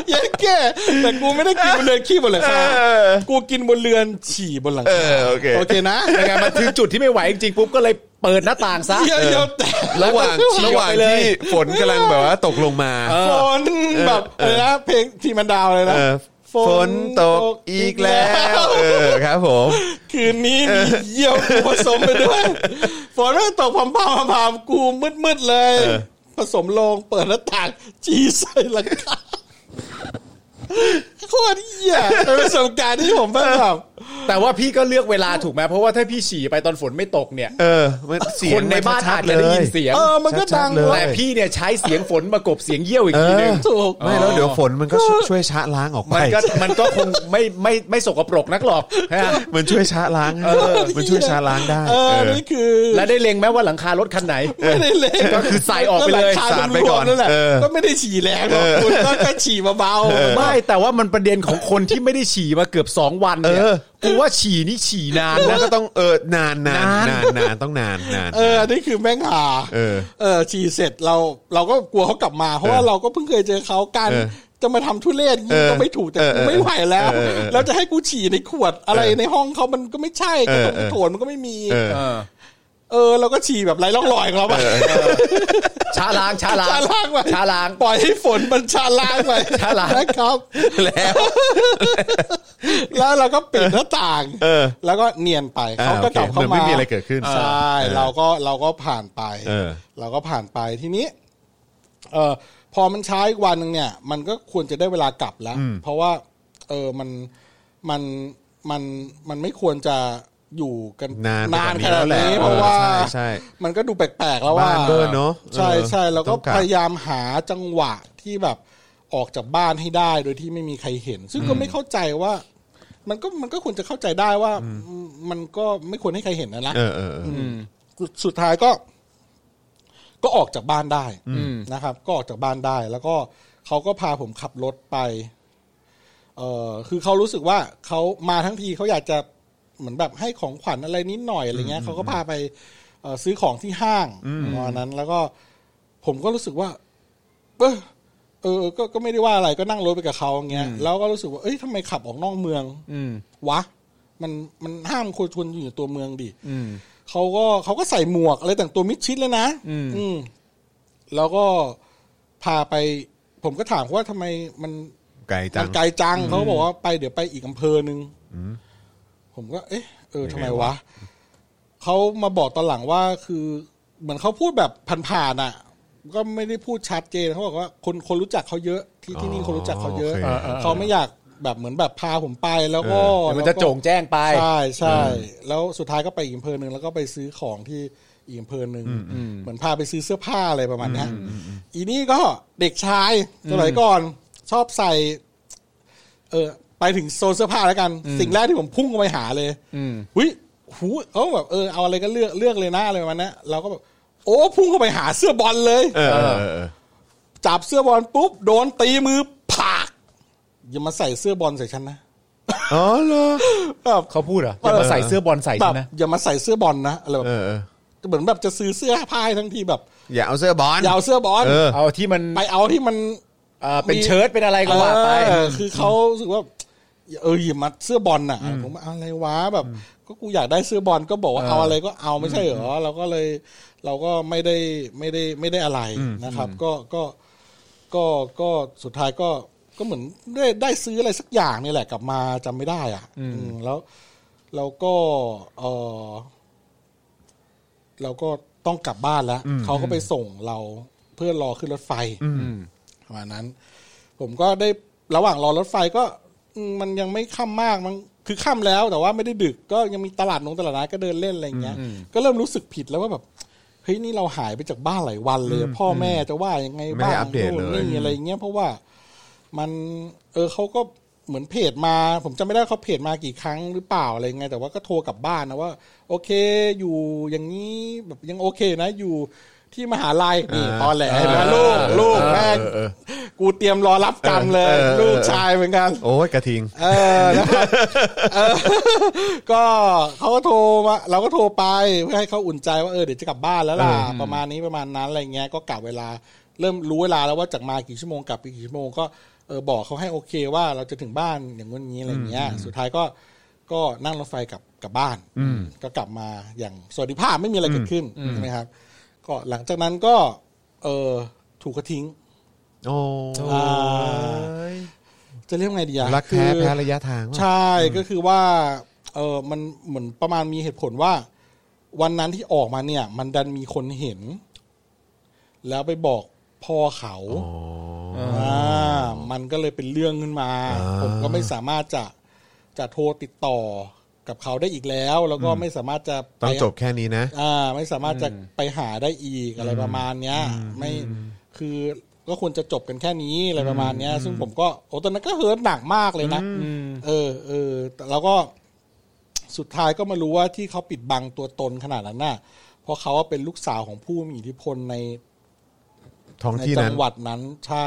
S1: เยันแก่แต่กูไม่ได้กินบนเรือนขี้บนหลัง
S3: เอ
S1: คา
S3: อ
S1: กูกินบนเรือนฉี่บนหลัง
S3: เอ
S1: คา
S3: อโอเค
S1: โอเคนะ
S4: ยังไงมาถึงจุดที่ไม่ไหวจริงๆปุ๊บก็เลยเปิดหน้าต่างซะ
S1: เยี่ยมเยี่ยมแต่
S3: ระหว่าง
S4: ฉี่ออกไประ
S3: หว่าง
S4: เลย
S3: ที่ฝนกำลังแบบว่าตกลงมา
S1: ฝนแบบเออนะเพลงทีมันดาวเลยนะ
S3: เออ ฝนตกอีกแล้ว เออครับผม
S1: คืนนี้มีเยี่ยวกูผสมไปด้วย ฝนไม่งตกพามพามพามๆกูมืดมืดๆเลย
S3: เออ
S1: ผสมลงเปิดหน้าต่างจีใส่หลังคาโคตรเหี้ยเป็นประสบการณ์ที่ผมแบบ
S4: แต่ว่าพี่ก็เลือกเวลาถูกไหมเพราะว่าถ้าพี่ฉี่ไปตอนฝนไม่ตกเนี่ย
S3: เออมันเสีย
S4: ค
S3: ง
S4: นในบ้าน
S3: มัชั
S4: อาจ
S3: เล
S4: จะ
S3: ย
S4: ได้ยินเสียง
S1: เออมันก็ดัง
S3: ชัดๆเลย
S1: วะ
S4: แต่พี่เนี่ยใช้เสียงฝนมากลบเสียงเยี่ยวอีกทีหนึง
S1: ถูก
S3: ไม่แล้วเดี๋ยวฝนมันก็ช่วยช่วยชะล้างออกไป
S4: มันก็มันก็คงไม่ไม่ไม่สกปรกนักหรอกฮะ
S3: มันช่วยชะล้างให้
S4: เออ
S3: มันช่วยชะล้างได้
S1: เออ
S3: เออ
S1: นี่คือ
S4: แล้วได้เล็งไหมว่าหลังคารถคันไหน
S1: ไม่ได้เล่น
S4: ก็คือใส่ออกไปเลย
S1: หงค
S3: สาดไปก่อน
S1: รวมๆนั่นแหละ
S3: เออ
S1: ก็ไม่ได้ฉี่แรงหรอกคุณก็แค่ฉี่เบา
S4: ไม่แต่ว่ามันประเด็นของคนที่ไม่ได้ฉี่มาเกือบ 2 วันเนี่ย
S3: เออ
S4: กูว่าฉี่นี่ฉี่นาน
S3: แล้ว
S4: นะ
S3: ก็ต้องเออนานนานนาน
S4: าน น
S3: นานต้องนานนาน
S1: ๆเออนี่คือแม่งหา
S3: เออ
S1: เออฉี่เสร็จเราเราก็กลัวเขากลับมา เพราะว่า
S3: เออ
S1: เราก็เพิ่งเคยเจอเขากัน
S3: เออ
S1: จะมาทำทุเรศ
S3: เอ
S1: งี้
S3: อ
S1: ก็ไม่ถูกแต่
S3: เอ
S1: กู
S3: อ
S1: ไม่ไหวแล้ว
S3: เออเออ
S1: แล้วจะให้กูฉี่ในขวดอะไร
S3: เออ
S1: ในห้องเขามันก็ไม่ใช่กระตรง
S3: เออเอ
S1: ก
S3: อ
S1: ระโถนมันก็ไม่มี
S3: เออ
S4: เออ
S1: เออเราก็ฉี่แบบไร้ร่องรอยของเราไป
S4: ช้าล้างช้าล้าง
S1: ช้าล้างไว้
S4: ช้าล้าง
S1: ปล่อยให้ฝนมันชาล้างไป
S4: ชะล้าง
S1: นะครับ
S3: แล้ว
S1: แล้วเราก็ปิดหน้าต่าง
S3: เออ
S1: แล้วก็เนียนไป
S3: อ่า
S1: เขาก็กลับ
S3: โอเค
S1: เข้า
S3: เหมือน
S1: มา
S3: ไม่มีอะไรเกิดขึ้น
S1: ใช่
S3: เออ
S1: เราก็เราก็ผ่านไป
S3: เออ
S1: เราก็ผ่านไปทีนี้ เออพอมันใช้าอีกวันหนึ่งเนี่ย มันก็ควรจะได้เวลากลับแล้ว เพราะว่า เออมันมันมันมันไม่ควรจะ อยู่กัน
S3: นานไปก
S1: ขนาด
S3: แหละ
S1: นี้เพราะว่า
S3: ใช่ใช่
S1: มันก็ดูแปลกๆแล้วว่า
S3: บ้านด้วยเนอะ
S1: ใช่
S3: เออ
S1: ใช่แล้วก็
S3: ต้องกลั
S1: พ
S3: บ
S1: ยายามหาจังหวะที่แบบออกจากบ้านให้ได้โดยที่ไม่มีใครเห็น ซึ่งก็ไม่เข้าใจว่า มันก็มันก็ควรจะเข้าใจได้ว่ามันก็ไม่ควรให้ใครเห็นนะนะ
S3: เออเออเออ
S1: อืมสุดท้ายก็ ก็ออกจากบ้านได้นะครับ ก็ออกจากบ้านได้ แล้วก็เขาก็พาผมขับรถไป เออคือเขารู้สึกว่าเขามาทั้งทีเขาอยากจะเหมือนแบบให้ของขวัญอะไรนิดหน่อยอะไรเงี้ยเขาก็พาไปเอ่อซื้อของที่ห้างประมาณนั้น แล้วก็ผมก็รู้สึกว่า เออเออก็ก็ไม่ได้ว่าอะไรก็นั่งรถไปกับเขาอย่างเงี้ยแล้วก็รู้สึกว่าเอ้ยทำไมขับออกนอกเมืองวะ มันมันห้ามคนชวนอยู่ในตัวเมืองดิเขาก็เขาก็ใส่หมวกอะไรแต่งตัวมิดชิดเลยนะอืมแล้วก็พาไป ผมก็ถามเขาว่าทำไมมัน
S3: ไกลจั
S1: มั
S3: ง
S1: นไกลจังเขาบอกว่าไปเดี๋ยวไปอีกอำเภอหนึ่งผมก็ เอ๊ะเออทำไม
S3: ยังไง
S1: วะ
S3: วะ
S1: เขามาบอกตอนหลังว่าคือเหมือนเขาพูดแบบผ่านๆอ่ะ ก็ไม่ได้พูดชัดเจนเขาบอกว่าคนคนรู้จักเขาเยอะที่ที่นี่คนรู้จักเขาเยอะ
S3: โค
S1: เขาไม่อยากแบบเหมือนแบบพาผมไปแล้วก็
S6: เดี๋ยวมันจะโจงแจ้งไป
S1: ใช่ใช่แล้วสุดท้ายก็ไปอีกอำเภอหนึ่งแล้วก็ไปซื้อของที่อีกอำเภอหนึ่งเหมือนพาไปซื้อเสื้อผ้าอะไรประมาณเนี้ยอีนี่ก็เด็กชายสมัยก่อนชอบใส่ เออไปถึงโซนเสื้อผ้าแล้วกัน สิ่งแรกที่ผมพุ่งเข้าไปหาเลยหุ้ยหูเขาแบบเออเอาอะไรก็เลือกเลือกเลยนะอะไรประมาณเนี้ยเราก็แบบโอ้พุ่งเข้าไปหาเสื้อบอลเลย
S3: เออเออเออเออ
S1: จับเสื้อบอลปุ๊บโดนตีมือผากอย่ามาใส่เสื้อบอลใส่ฉันนะ
S3: อ๋อเหรอ
S1: แบบ
S4: เขาพูดเหรอจะมาใส่เสื้อบอลใส่
S1: แบ
S4: ใช่
S1: บ
S4: ไหม
S1: อย่ามาใส่เสื้อบอลนะอะไรแบบ
S3: เออเออ
S1: เหมือนแบบจะซื้อเสื้อผ้าให้ทั้งทีแบบ
S3: อย่าเอาเสื้อบอล
S1: อยาวเสื้อบอล
S3: เออ
S4: เอาที่มัน
S1: ไปเอาที่มัน
S4: เอ่อเป็น
S1: มี
S4: เชิ้ตเป็นอะไรก็ว่าไป
S1: เออคือเขารู้สึกว่า เออหยิบมาเสื้อบอลน่ะ ผมว่าอะไรวะแบบ ก็กูอยากได้เสื้อบอลก็บอกว่าเอาอะไรก็เอาไม่ใช่เหรอเราก็เลย เราก็ไม่ได้ไม่ได้ไม่ได้อะไรนะครับ ก็ก็ก็ก็สุดท้ายก็ก็เหมือนได้ได้ซื้ออะไรสักอย่างนี่แหละกลับมาจำไม่ได้ อ่ะ อืมแล้วเราก็เออเราก็ต้องกลับบ้านแล้วเขาก็ไปส่งเราเพื่อรอขึ้นรถไฟประมาณนั้น ผมก็ได้ระหว่างรอรถไฟก็อืมมันยังไม่ค่ำมากมันคือค่ำแล้วแต่ว่าไม่ได้ดึกก็ยังมีตลาดนงตลาดนัดก็เดินเล่นอะไรอย่างเงี้ย ก็เริ่มรู้สึกผิดแล้วว่าแบบเฮ้ยนี่เราหายไปจากบ้านหลายวันเลย พ่อแม่จะว่ายังไง
S3: ไม่ได้
S1: บ้าง
S3: อัปเดต
S1: นู่น
S3: เลย
S1: นี่อะไรอย่างเงี้ยเพราะว่ามัน เออเขาก็เหมือนเพจมา ผมจำไม่ได้เขาเพจมากี่ครั้งหรือเปล่าอะไรยังไงแต่ว่าก็โทรกลับบ้านนะว่า โอเคอยู่อย่างนี้แบบยังโอเคนะอยู่ที่มหาลัยนี่ตอนแหลเห็นไหมลูกลูกแม่
S3: เออเออ
S1: กูเตรียมรอรับกรรมเลย
S3: เออ
S1: ลูกชายเหมือนกัน
S3: โอ้ยกระทิง
S1: เออนะครับเออ ก็เขาก็โทรมาเราก็โทรไปเพื่อให้เขาอุ่นใจว่าเออเดี๋ยวจะกลับบ้านแล้วล่ะประมาณนี้ประมาณนั้นอะไรเงี้ยก็กะเวลา เริ่มรู้เวลาแล้วว่าจากมากี่ชั่วโมงกลับกี่ชั่วโมงก็เออบอกเขาให้โอเคว่าเราจะถึงบ้านอย่างนู้นอย่างนี้อะไรเงี้ย สุดท้ายก็ก็นั่งรถไฟกลับกลับบ้านก็กลับมาอย่างสวัสดิภาพไม่มีอะไรเกิดขึ้นใช่ไหมครับ ก็หลังจากนั้นก็ เออถูกกระทิ้ง
S3: โอ้
S1: อ่า
S3: ย
S1: จะเรียกว่าไงดีอะ
S3: รักแท้
S1: คือ
S3: แพ้ระยะทางวะ
S1: ใช่ ก็คือว่า เออมันเหมือนประมาณมีเหตุผลว่า วันนั้นที่ออกมาเนี่ย มันดันมีคนเห็น แล้วไปบอกพ่อเขา่ามันก็เลยเป็นเรื่องขึ้นมา
S3: อ่า
S1: ผมก็ไม่สามารถจะจะโทรติดต่อกับเขาได้อีกแล้ว แล้วก็ไม่สามารถจะไป
S3: ต้องจบแค่นี้นะ
S1: อ่าไม่สามารถจะไปหาได้อีกอะไรประมาณเนี้ย ไม่คือก็ควรจะจบกันแค่นี้อะไรประมาณเนี้ย ซึ่งผมก็โอ้ตอนนั้นก็เฮิร์ตหนักมากเลยนะเออเออแต่แล้วก็สุดท้ายก็มารู้ว่าที่เขาปิดบังตัวตนขนาดนั้นน่ะเพราะเขาว่าเป็นลูกสาวของผู้มีอิทธิพลใน
S3: ท้อง
S1: ใน
S3: ที่
S1: จั
S3: นั้
S1: ง
S3: น
S1: หวัดนั้นใช่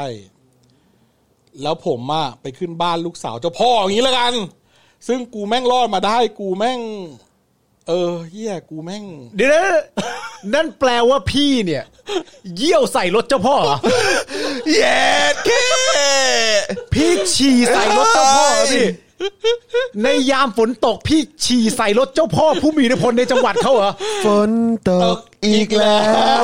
S1: แล้วผมอะไปขึ้นบ้านลูกสาวเจ้าพ่ออย่างนี้ละกัน ซึ่งกูแม่งรอดมาได้ กูแม่ง เออเฮียกูแม่ง
S4: เดี๋ยวนะนั่นแปลว่าพี่เนี่ย เยี่ยวใส่รถเจ้าพ่อเหรอ
S3: เย็ดเค
S4: พี่ฉี่ใส่รถเจ้าพ่อเหรอพี่ ในยามฝนตกพี่ฉี่ใส่รถเจ้าพ่อ ผู้มีอิทธิพลในจังหวัดเขาเหรอ
S3: ฝนตกอีกแล้ว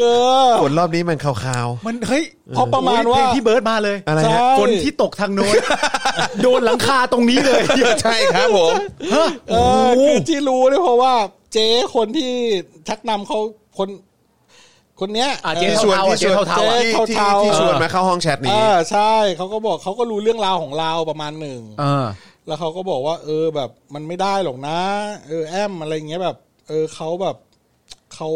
S1: เออ
S3: ฝนรอบนี้มันขาว
S4: มันเฮ้ย
S1: เพราะประมาณว่า
S4: เพลงพี่เบิร์ดมาเลย
S3: อะไรฮะ
S1: ใช่
S4: ฝนที่ตกทางโน้น โดนหลังคาตรงนี้ เลย
S3: ๆ ใช่ครับผม
S1: เออคือที่รู้เนี่ยเพราะว่า เจ๊คนที่ชักนำเขาคน คนเนี้ย
S4: อ่ะเจ๊
S3: ที่ชวน
S4: เทาๆอ่ะ
S3: ที่ชวน
S4: เทาๆอ่ะ
S1: เทาๆ
S3: ที่ที่ที่ชวนมาเข้าห้องแชท
S1: เอ
S3: นี้
S1: อใช่เขาก็บอกเขาก็รู้เรื่องราวของเราประมาณหนึ่ง
S4: เออ
S1: แล้วเขาก็บอกว่า เออแบบมันไม่ได้หรอกนะ เออแอมอะไรเงี้ยแบบ เออเขาแบบเขา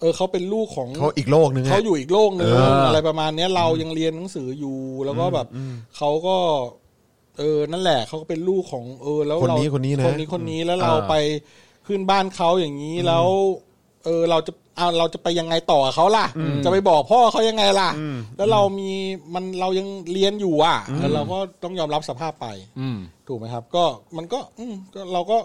S1: เออเขาเป็นลูกของ
S3: เขาอีกโลกนึง
S1: เขา
S3: อะ
S1: อยู่อีกโลกหนึ่ง
S3: เอออ
S1: อะไรประมาณเนี้ยเรายังเรียนหนังสืออยู่ แล้วก็แบบเขาก็ เออนั่นแหละเขาก็เป็นลูกของ เออ แล้วเรา
S3: คนนี้คนนี้นะ
S1: คนนี้คนนี้แล้วเรา
S4: อ่า
S1: ไปขึ้นบ้านเขาอย่างนี้แล้ว เออเราจะเอาเราจะไปยังไงต่อกับเขาล่ะ จะไปบอกพ่อเขายังไงล่ะ แล้วเรามีมันเรายังเรียนอยู่อ่ะแล้วเราก็ต้องยอมรับสภาพไป
S4: อืม
S1: ถูกไหมครับ ก็มันก็ อืมก็เราก็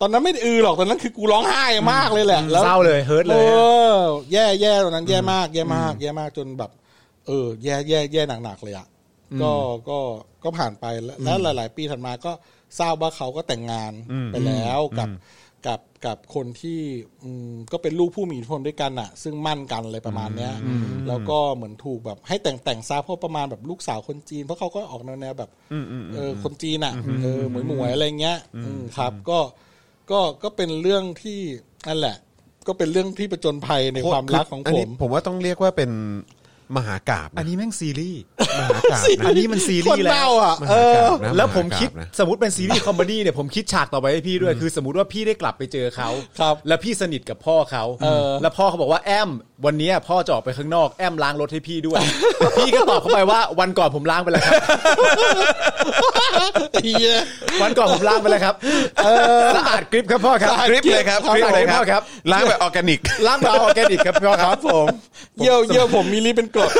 S1: ตอนนั้นไม่ได้อือหรอกตอนนั้นคือกูร้องไห้มากเลยแหละแล้ว
S4: เศร้าเลยเฮิร์ตเล
S1: เอย อแย่แย่ตอนนั้นแย่มากแย่มาก แย่มากจนแบบ เออ แย่แย่แย่หนักๆเลยอ่ะก็ก็ก็ผ่านไปแล้วแล้วหลาย ๆ ปีถัดมาก็ทราบว่าเขาก็แต่งงานไปแล้วกับกับกับคนที่อืมก็เป็นลูกผู้มีอิทธิพลด้วยกันอ่ะ ซึ่งมั่นกันเลยประมาณเนี้ยแล้วก็เหมือนถูกแบบให้แต่งแต่งซาเพราะประมาณแบบลูกสาวคนจีนเพราะเขาก็ออกแนวแนวแบบเออคนจีนอ่ะเออหมวยหมวยๆอะไรเงี้ยอืมครับก็ก็ก็เป็นเรื่องที่นั่นแหละ ก็เป็นเรื่องที่ประจนภัยในความรักของ
S3: น
S1: ผ
S3: นี้
S1: ม
S3: ผมว่าต้องเรียกว่าเป็นมหากราบ
S4: อัน
S3: นะ
S4: นี้แม่งซีรีส์
S3: มหากราบนะ
S4: อันนี้มันซีรี
S1: คน
S4: ส์แล้
S1: เล่าว อ่ะ
S3: ม
S1: เอ
S3: ห
S1: อ
S3: ากราบนะ
S4: แล้วผมคิด
S3: หากราบนะ
S4: สมมติเป็นซีรีส์คอมเมดี้เนี่ยผมคิดฉากต่อไปให้พี่ด้วย คือสมมติว่าพี่ได้กลับไปเจอเขา
S1: ครับ
S4: แล้วพี่สนิทกับพ่อเขา
S1: เออ
S4: แล้วพ่อเขาบอกว่าแอม วันเนี้ยพ่อจะออกไปข้างนอกแอมล้างรถให้พี่ด้วย พี่ก็ตอบเข้าไปว่าวันก่อนผมล้างไปแล้วครับ
S1: เหี้ย
S4: วันก่อนผมล้างไปแล้วครับสะอาดกริบครับพ่อครับ
S3: กริปเลยครับ
S4: สะ
S3: กริป
S4: อาด
S3: เลย
S4: ก
S3: ค
S4: พ่
S3: รั
S4: อบ ครับ
S3: ล้างแบบออร์แกนิก
S4: ล้างแบบออร์แกนิกครับพ่อครับผม
S1: เยี่ยวเยี่ยวผมมีรีเป็นกรด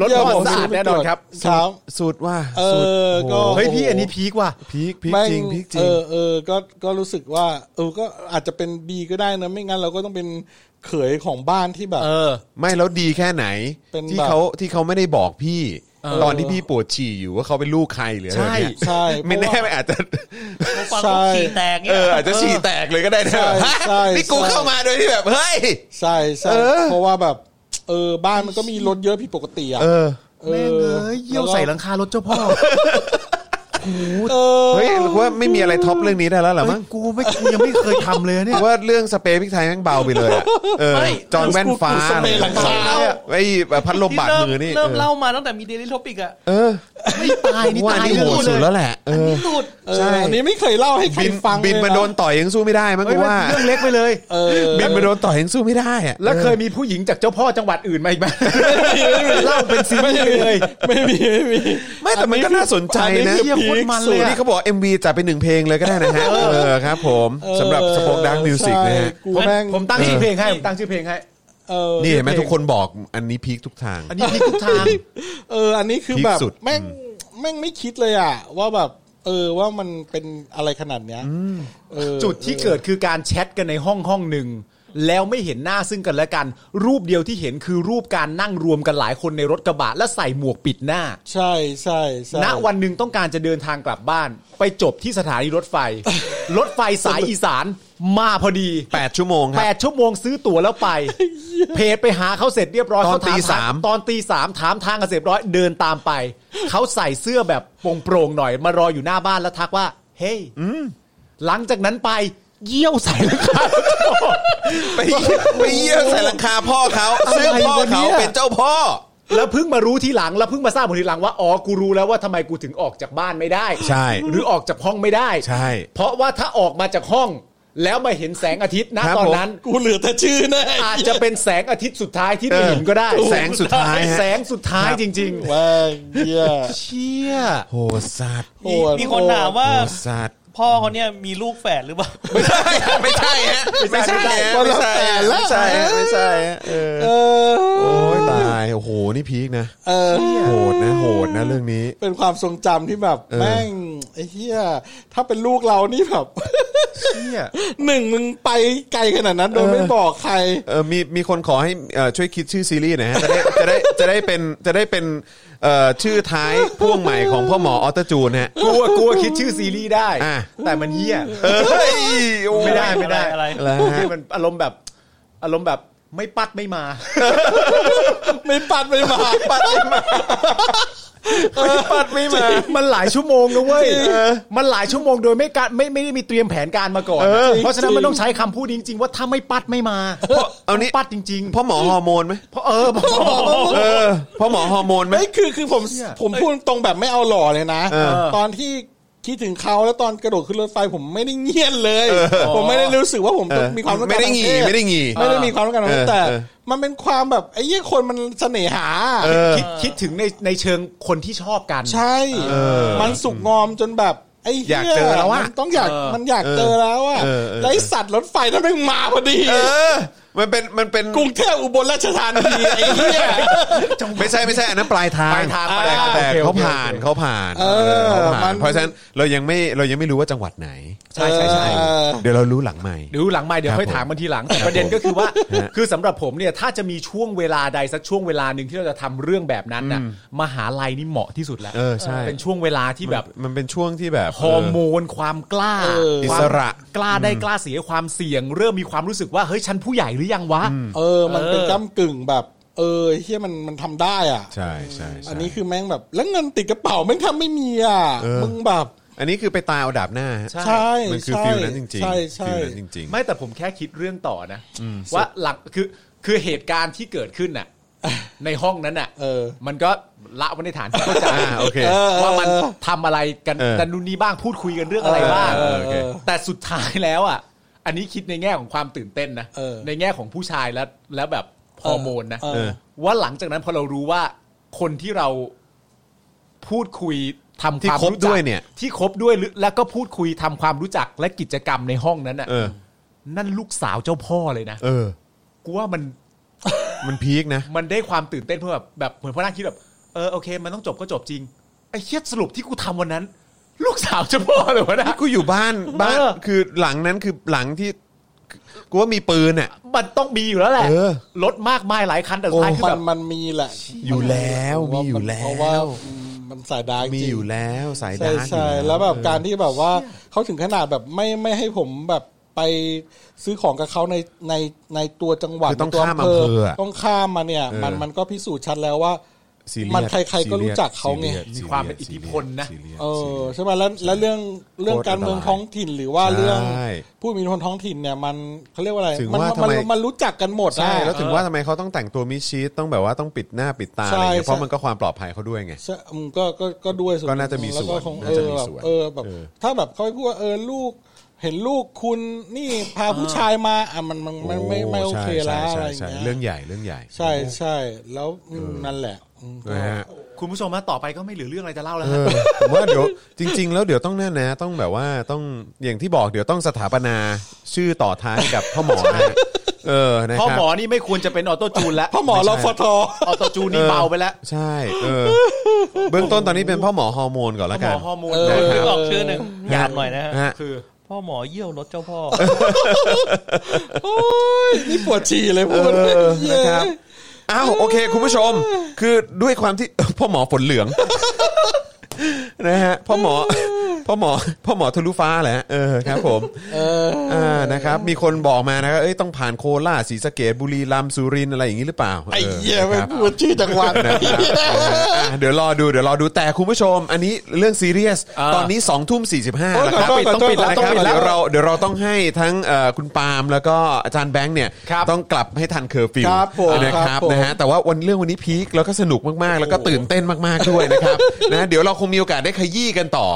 S4: รถพ่อสะอาดแน่นอนครับ
S1: ครับ
S3: สุดว่า
S1: เออ
S3: สุดโห
S1: ก็
S4: เฮ้ยพี่อันนี้พีกว่ะ
S3: พีคพีค
S1: แม่
S3: จริงพีคจริ
S1: เอง อเออก็ก็รู้สึกว่า เออก็อาจจะเป็นดีก็ได้นะไม่งั้นเราก็ต้องเป็นเขยของบ้านที่แบบ
S4: เออ
S3: ไม่แล้วดีแค่ไหน
S1: เป็นแบบ
S3: ที่เขาที่เขาไม่ได้บอกพี่
S4: เออ
S3: ตอนที่พี่ปวดฉี่อยู่ว่าเขาเป็นลูกใครหรืออะไร
S4: ใช่
S3: เนี่ย
S1: ใช่
S3: ไม่แน่
S1: เพราะว่า
S3: ไม่อาจจะ
S6: เขาฟังเขาขี่แตกเนี่
S3: เอย ออาจจะฉี่แตกเลยก็ได้นะ
S1: ใช่
S3: แบบฮะ
S1: ใช่
S3: นี่กู
S1: ใช่
S3: เข้ามาโดยที่แบบเฮ้ย
S1: ใช่ใช่
S3: เออ
S1: เพราะว่าแบบ เออบ้านมันก็มีรถเยอะผิดปกติอ่ะ
S3: เออ
S1: เออ
S4: แม่งเอ้ยเยี่ยวใส่หลังคารถเจ้าพ่อ
S1: เออ
S3: เฮ้ยว่าไม่มีอะไรท็อปเรื่องนี้ได้แล้วเหรอมั้ง
S4: เฮ้ยกูไม่กูยังไม่เคยทำเลยเนี่ย
S3: ว่าเรื่องสเปรย์พริกไทยแม่งเบาไปเลยอะเออจอห์นแว่นฟ้า
S1: สเปรย์หลังคาอะ
S3: ไอ้พัดลมบาดมือนี่
S6: เริ่มเล่า
S3: ออ
S6: มาตั้งแต่มีเดลิทอปิกอ่ะ
S3: เออ
S4: ไม่ตายนี่
S3: ว่า
S4: ตาย
S3: นี่โหด
S4: คู่
S3: สุด
S4: เลย
S3: แล้วแหละเอ
S6: อั
S3: อ
S6: นนี้สุด
S1: เอ
S3: ใช่
S1: ออันนี้ไม่เคยเล่าให้ใคร
S3: บิน
S1: ฟังเลยะ
S3: บินมาโดนต่อยยังสู้ไม่ได้มั้งกู
S4: เฮ้ยมัน
S3: ว่า
S4: เรื่องเล็กไปเลย
S1: เออ
S3: บินมาโดนต่อยยังสู้ไม่ได้อะ
S4: แล้วเคยมีผู้หญิงจากเจ้าพ่อจังหวัดอื่นมาอีกไหม เล่าเป็นซี
S1: ไม่
S4: รีส์
S1: มี
S4: เลย
S1: ไม่มีไม่มี
S3: ไม่แต่มันก็น่าสนใจนะ
S1: อันนี้คือ
S3: โตร
S1: พีคสุด
S3: นี่เขาบอก MV จัดเป็นหนึ่งเพลงเลยก็ได้นะฮะ เออครับผมสำหรับสปอคดังมิวสิก
S1: เออ
S3: นะฮะ
S1: ใช่กูแม่ง
S4: ผมตั้งชื่อเพลงให้ผมตั้งชื่อเพลงให้
S1: เออ
S3: นี่เห็นไหมทุกคนบอกอันนี้พีคทุกทาง
S4: อันนี้พี่ทุกทาง
S1: เออ อันนี้คือ
S3: พีค
S1: แบบ
S3: สุด
S1: แม่งแม่งไม่คิดเลยอ่ะ ว่าแบบ เออว่ามันเป็นอะไรขนาดเนี้ยเออ
S4: จุดที่เกิดคือการแชทกันในห้องห้องหนึ่ง แล้วไม่เห็นหน้าซึ่งกันและกัน รูปเดียวที่เห็นคือรูปการนั่งรวมกันหลายคนในรถกระบะและใส่หมวกปิดหน้า
S1: ใช่ใช่ใช่
S4: ณวันหนึ่งต้องการจะเดินทางกลับบ้าน ไปจบที่สถานีรถ ไฟ รถไฟสายอีสานมาพอดี
S3: 8 ชั่วโมงค
S4: แป
S3: รับ
S4: ดชั่วโมงซื้อตั๋วแล้วไป เพจไปหาเขาเสร็จเรียบร้อย
S3: ตอน
S4: เขถ
S3: ตีสาม
S4: ทงตอนตีสามถามทางกันเสร็จเรียบร้อยเดินตามไป เขาใส่เสื้อแบบโปร่งๆหน่อย มารออยู่หน้าบ้านแล้วทักว่า เฮ้ยหลังจากนั้นไปเยี่ยวใส่หลังคา
S3: ไปไปเยี่ยมใส่หลังคาพ่อเขาซึ่งพ่อเขาเป็นเจ้าพ่อ
S4: แล้วเพิ่งมารู้ทีหลังแล้วเพิ่งมาทราบผลทีหลังว่าอ๋อกูรู้แล้วว่าทำไมกูถึงออกจากบ้านไม่ได้
S3: ใช่
S4: หรือออกจากห้องไม่ได้
S3: ใช่
S4: เพราะว่าถ้าออกมาจากห้อง แล้วมาเห็นแสงอาทิตย์นะครับ ตอนนั้น
S1: กูเหลือแต่ชื่อแน่
S4: อาจจะเป็นแสงอาทิตย์สุดท้ายที่ได้เห็นก็ได้
S3: แสงสุดท้ายฮะ
S4: แสงสุดท้ายจริง
S1: แม่งเหี้ย
S4: ๆ เชี่ย
S3: โหดสัตว์
S1: โหด
S6: มีคนถามว่า
S3: โหดสัตว์
S6: พ่อเขาเนี่ยมีลูกแฝดหรือเปล่า
S3: ไม่ใช่ไม่ใช่ฮะไม่ใช่ฮะไม่ใช่ฮะไม่ใช่ฮะไม่ใช่ฮะเออ
S1: เออ
S3: โอ้ยตายโอ้โหนี่พีคนะ
S1: เออ
S3: โหดนะโหดนะเรื่องนี้
S1: เป็นความทรงจำที่แบบ
S3: เออ
S1: แม่งไอ้เหี้ยถ้าเป็นลูกเรานี่แบบ
S4: เชี่ย
S1: หนึ่งมึงไปไกลขนาดนั้นโดยไม่บอกใคร
S3: เออมีมีคนขอให้เอ่อช่วยคิดชื่อซีรีส์หน่อยฮะ จะได้จะได้จะได้เป็นจะได้เป็นเอ่อชื่อท้ายพ่วงใหม่ของพ่อหมอออตจูนฮะ
S4: กลัวกลัวคิดชื่อซีรีส์ได้
S3: อ่ะ
S4: แต่มันเหี้ย
S3: เอ้ยโอ้ย
S4: ไม่ได้ไม่ได้
S6: อะไรอะไร
S4: คือมันอารมณ์แบบอารมณ์แบบไม่ปัดไม่มา
S1: ไม่ปัดไม่มา
S3: ปัดไม่มาปัดไม่มา
S4: มันหลายชั่วโมงนะเว้ย
S3: จริงเออ
S4: มันหลายชั่วโมงโดยไม่การไม่ไม่ได้มีเตรียมแผนการมาก่อน เพราะฉะนั้นมันต้องใช้คำพูดนี้จริง ๆ ว่าถ้าไม่ปัดไม่มา
S3: เอานี้
S4: ต้งปัดจริง ๆ เพ
S3: พ่
S4: ราะ
S3: อหมอฮอร์โมนไหม
S4: เพราะเออเพราะ
S3: เออพ่อหมอฮอร์โมนไหม
S1: ไม่คือคือผมผมพูดตรงแบบไม่เอาหล่อเลยนะ
S3: เออ
S1: ตอนที่ คิดถึงเขาแล้วตอนกระโดดขึ้นรถไฟผมไม่ได้เงียนเลย ผมไม่ได้รู้สึกว่าผมต้องมีความต้องการ
S3: ไม่ได้
S1: ทาง
S3: งี
S1: เพศ
S3: ไม่ได้งี
S1: ไม่ได้มีความต้องการทางเพศ
S3: เออ
S1: แต่
S3: เออ
S1: มันเป็นความแบบไอ้ยี่คนมันเสน่หา
S3: เออ
S4: คิดคิดถึงในในเชิงคนที่ชอบกัน
S1: ใช่ มันสุกงอมจนแบบไอ้
S3: อ
S1: หี้
S3: ยากเจอแล้วอะ
S1: มันต้องอยาก
S4: เออ
S1: มันอยากเจอแล้วอะ
S3: เออเออ
S1: แล้วไอ้สัตว์รถไฟนั่นแม่งมาพอดี
S3: เออ มันเป็นมันเป็น
S1: กรุงเทพอุบลราชธานีไอ้เหี้ย
S3: ไม่ใช่ไม่ใช่อันนั้นปลายทาง
S4: ปลายทาง
S3: แต่
S4: ปลายทาง
S3: แต่
S4: โอเคโอเค
S3: เขาผ่านเขาผ่าน
S1: เออ
S3: เขา
S1: มั
S3: ผ่าน
S1: น
S3: เพราะฉะนั้นเรายังไม่เรายังไม่รู้ว่าจังหวัดไหน
S4: ใช่ใช่ใช่
S1: เออ
S3: เดี๋ยวเรารู้หลังใหม่
S4: เดี๋ยวหลังไม่เดี๋ยวค่อย
S3: ครับผม
S4: ถามกันทีหลังแต่ประเด็นก็คือว่า
S3: ฮะ
S4: คือสำหรับผมเนี่ยถ้าจะมีช่วงเวลาใดสักช่วงเวลาหนึ่งที่เราจะทำเรื่องแบบนั้นน่ะมหาลัยนี่เหมาะที่สุดแล้ว
S3: เออใช่
S4: เป็นช่วงเวลาที่แบบ
S3: มันเป็นช่วงที่แบบ
S4: ฮอร์โมนความกล้า
S1: เออ
S4: ค
S3: อิ
S4: วาม
S3: สระ
S4: กล้าได้กล้าเสียความเสี่ยง เริ่มมีความรู้สึกว่าเฮ้ยฉันผู้ใหญ่หรือยังวะ
S1: เออ มันเป็น
S4: เออ
S1: ก้ากึ่งแบบ เออเฮียมันมันทำได้อ่ะ
S3: ใช่ใช่ใช่
S1: อันนี้คือแม่งแบบ แล้วเงินติดกระเป๋าแม่งทำไม่มีอ่ะ มึงแบบ
S3: อันนี้คือไปตายเอาดาบหน้าฮะ
S1: ใช่
S3: มันคือ
S1: ใช่
S3: ฟิลนั้นจริงๆ
S1: ใช่ใช่
S3: ฟิลนั้นจริงๆ
S4: ไม่แต่ผมแค่คิดเรื่องต่อนะ ว่าหลักคือคือเหตุการณ์ที่เกิดขึ้นน่ะในห้องนั้นน่ะ
S1: เออ
S4: มันก็ละไว้ในฐานที่เข้าใจ
S3: อ่าโอเค
S4: ว่ามันทำอะไรกัน
S3: เออ
S4: กันนู่นนี่บ้างพูดคุยกันเรื่องอะไรบ้าง
S3: เออโอเค
S4: แต่สุดท้ายแล้วอ่ะ อันนี้คิดในแง่ของความตื่นเต้นนะ
S1: เออ
S4: ในแง่ของผู้ชายแล้วแล้วแบบฮอร์โมนนะ
S1: เออ
S4: ว่าหลังจากนั้นพอเรารู้ว่าคนที่เราพูดคุยทำ
S3: ที่
S4: ความ
S3: คบ
S4: รู้จั
S3: ด้วยเนี่ย
S4: ที่คบด้วยหรือแล้วก็พูดคุยทำความรู้จักและกิจกรรมในห้องนั้นอ่ะ
S3: เออ
S4: นั่นลูกสาวเจ้าพ่อเลยนะ
S3: เออ
S4: กูว่ามัน
S3: มันพีคนะ
S4: มันได้ความตื่นเต้นเพื่อแบบแบบเหมือนพอนั่งคิดแบบเออโอเค มันต้องจบก็จบจริงไอ้เคียสรุปที่กูทำวันนั้น ลูกสาวเจ้าพ่อเลยวะนะ
S3: กูอยู่บ้านบ้าน
S4: เออ
S3: คือหลังนั้นคือหลังที่กูว่ามีปืนอ่ะ
S4: มันต้องมีอยู่แล้วแหละ
S3: เออ
S4: รถมากมายหลายคันแต่สุด
S1: โอ้
S4: ท้ายคือ
S1: มั
S4: แบ
S1: น
S4: บ
S1: มันมีแหละ
S3: อยู่แล้วมีอยู่แล้
S1: เพ
S3: ว
S1: ราะว่ามันสายดาร์กจริง
S3: มีอยู่แล้วสาย
S1: ใช่
S3: ดาร์ก
S1: ใช่
S3: อยู่
S1: แล้วแบบการที่แบบว่าเขาถึงขนาดแบบไม่ไม่ให้ผมแบบไปซื้อของกับเขาในในในตัวจังหวัด
S3: คือต้อง
S1: ในว
S3: ข้ามอำเภออะ
S1: ต้องข้ามมาเนี่ย
S3: เออ
S1: มันมันก็พิสูจน์ชัดแล้วว่า
S3: ซีเยส
S1: มันใครๆก็รู้จักเขาไง
S3: ซีรียส
S4: มีความเป็นอิทธิพลนะ
S3: ซีเรียส
S1: เอ
S3: ซี
S1: อ
S3: เรียส
S1: ใช่ไหมแล้วแล้วเรื่องเรื่องการเมืองท้องถิ่นหรือว่าเรื่อง
S3: ใช่
S1: ผู้มีอิทธิพลท้องถิ่นเนี่ยมันเขาเรียกว่าอะไร
S3: ถึง
S1: มั
S3: ว่าทำ
S1: มั
S3: ไม
S1: มันรู้จักกันหมดอะ
S3: ใช่แล้วถึงว่าทำไมเขาต้องแต่งตัวมิดชีสต้องแบบว่าต้องปิดหน้าปิดตาอะไรอย่างเงี้ย
S1: ใช่
S3: เพราะมันก็ความปลอดภัยเขาด้วยไง
S1: ใช่อืมก็ก็ก็ด้วย
S3: ก็น่าจะมีส่วน
S1: แล้วก็คง
S3: น่า
S1: เอ
S3: จะ
S1: อ
S3: มี
S1: แบบ
S3: ส่วน
S1: เออแบบ
S3: เออ
S1: ถ้าแบบเขาไปพูดว่าเออลูก เห็นลูกคุณนี่พาผู้ชายมาอ่ะมันมันมันไม่ไม่ไม่โอเคแล้ว
S3: ใช่
S1: อะไรอย่าง
S3: ใช่ใช่เรื่
S1: เงี้
S3: อง
S1: ย
S3: ใหญ่เรื่องใหญ่
S1: ใช่ใช่แล้วอืมนั่นแหละอืมก็
S3: นะฮะ
S4: คุณผู้ชมมาต่อไปก็ไม่เหลือเรื่องอะไรจะเล่าแล้ว
S3: เอ
S4: ฮะ
S3: อผมว่าเดี๋ยวจริง ๆ แล้วเดี๋ยวต้องนั่นนะ ต้องแบบว่าต้องอย่างที่บอกเดี๋ยวต้องสถาปนาชื่อต่อท้ายกับพ่อหมอนะฮะเออนะ
S4: พ่อ
S3: ครับ
S4: หมอนี่ไม่ควรจะเป็นออโต้จูนแล้ว
S1: พ่อหมอ
S3: ไม่ใช่
S1: รอฟท
S4: ออโต้จูนนี่เบาไปแล้ว
S3: ใช่เออ เบื้องต้นตอนนี้เป็นพ่อหมอฮอร์โมนก่อน
S4: พ่อ
S3: ละ
S4: หม
S3: กั
S4: อน ฮอร์โมน
S1: เอ
S6: เออ
S3: ครับ
S6: นึกออกชื่อหนึ่งหยาบหน่อยนะฮะ
S3: ฮะ
S4: คือ
S6: พ่อหมอเยี่ยวรถเจ้าพ่อ
S1: โอ้ยนี่ปวดฉี่เลย
S3: เอ
S1: พูด
S3: อ
S1: เย้
S3: นะครับอ้าวโอเค คุณผู้ชม คือด้วยความที่ พ่อหมอฝน เหลือง นะฮะพ่อหมอ พ่อหมอพ่อหมอทะลุฟ้าแหละเออครับผม
S1: เออ
S3: อ่านะครับ มีคนบอกมานะครับเอ้ย ต้องผ่านโคราชศรีสะเกดบุรีรัมย์สุรินทร์อะไรอย่างนี้หรือเปล่า
S1: ไอ้เหี้ย
S3: ออ
S1: ไม่
S3: นะครับ
S1: พูดชื่อจังหวัดนะ
S3: อ่ะเดี๋ยวรอดู เดี๋ยวรอดู แต่คุณผู้ชม อันนี้เรื่องซีเรียส
S4: อ่า
S3: ตอนนี้2องทุ่มสี่สิบห้า
S1: โอ้ย
S3: แล้วครับ
S1: ขอโทษ
S4: ต้องปิด
S1: ขอ
S4: แล้ว
S1: โทษ
S4: ต้องปิดแล้
S1: ขอโทษ
S4: ว
S3: เดี๋ยวเราเดี๋ยวเราต้องให้ทั้งเอ่อคุณปาล์มแล้วก็อาจารย์แบงค์เนี่ย
S4: ครับ
S3: ต้องกลับให้ทันเคอร์ฟิว
S1: ครับผม
S3: นะค
S1: ครั
S3: รับบ
S1: ผม
S3: นะฮะแต่ว่าวันเรื่องวันนี้พีคแล้วก็สนุกมากๆ แล้วก็ตื่นเต้นมากๆด้วยนะครับ นะเดี๋ยวเราคงมีโอกาสได้ขยี้กันต่อ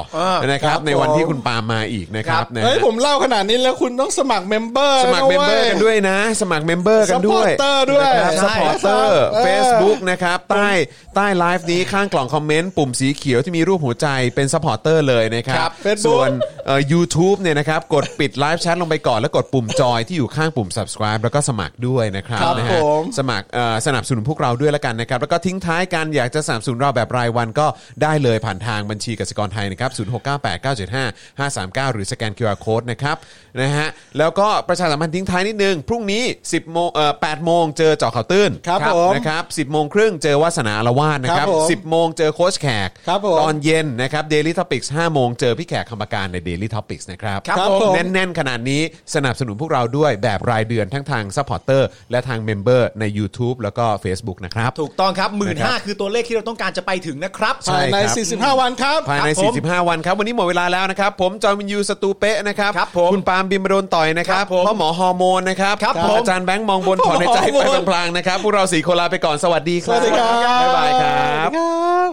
S3: นะครับ ในวันที่คุณปาล์มมาอีกนะครับ
S4: ครับ
S3: นะ
S1: เฮ้ย
S3: ฮะ
S1: ผมเล่าขนาดนี้แล้วคุณต้องสมัครเมมเบอร์
S3: สมัครเมมเบอร์กันด้วยนะ สมัครเมมเบอร์
S1: ส
S3: กัน
S1: ปอ
S3: ด้ว
S1: ร์
S3: ย
S1: เตอร์ด้วย
S3: นะครับสปอร์เตอร์
S1: ใช่
S3: Facebook นะครับใต้ใต้ไลฟ์นี้ข้างกล่องคอมเมนต์ปุ่มสีเขียวที่มีรูปหัวใจเป็นสปอร์เตอร์เลยนะครั
S1: ครับ บ Facebook
S3: ส่วน เอ่อ YouTube เนี่ยนะครับ กดปิดไลฟ์แชทลงไปก่อน แล้วกดปุ่มจอยที่อยู่ข้างปุ่ม subscribe แล้วก็สมัครด้วยนะครับ
S1: ครับ
S3: นะฮะ
S1: ผม
S3: สมัครเอ่อสนับสนุนพวกเราด้วยละกันนะครับ แล้วก็ทิ้งท้ายการอยากจะสนับสนุนเราแบบรายวันก็ได้เลยผ่านทางบัญชีกสิกรไทยนะครับ 0698975539 หรือสแกน QR Code นะครับนะฮะแล้วก็ประชาสัมพันธ์ทิ้งท้ายนิดนึง พรุ่งนี้ 10โมงเอ่อ8โมงเจอเจอข่าวตื้น
S1: ครับผม
S3: นะครับ10โมงครึ่งเจอวาสนาละวาดนะครับ
S1: ครับผม
S3: สิบโมงเจอโค้ชแขก
S1: ครับผม
S3: ตอน เย็นนะครับ Daily Topics 5 โมงเจอพี่แขกคำปการใน Daily Topics นะครับ
S1: ครับผม
S3: แน่นๆ ขนาดนี้สนับสนุนพวกเราด้วยแบบรายเดือนทั้งทางซัพพอร์เตอร์และทางเมมเบอร์ใน YouTube แล้วก็ Facebook นะครับ
S4: ถูกต้องครับหมื่น
S3: นะครั
S4: ห้า
S3: บ
S4: คือตัวเลขที่เราต้องการจะไปถึงนะครับ
S3: ใช่ครับ
S1: ใน 45 วันครับ
S3: ภายใน
S4: ครับผม
S3: 45 วันครับ วันนี้หมดเวลาแล้วนะครับ ผมจอมินยูสตูเปะนะครับ
S4: ครับผม
S3: คุณปาล์มบิมบดนต่อยนะครับ
S4: ครับผม
S3: พ่อหมอฮอร์โมนนะครับ
S4: ครับผม
S3: อาจารย์แบงค์มองบนถอนในใจไปพลางๆนะครับ พวกเราสี่คนลาไปก่อนสวัสดีค
S1: ส
S3: รั
S1: วัสดีครับ
S3: บ๊ายบายครับ
S1: ครับ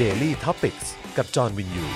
S3: Daily Topics กับจอห์นวินยู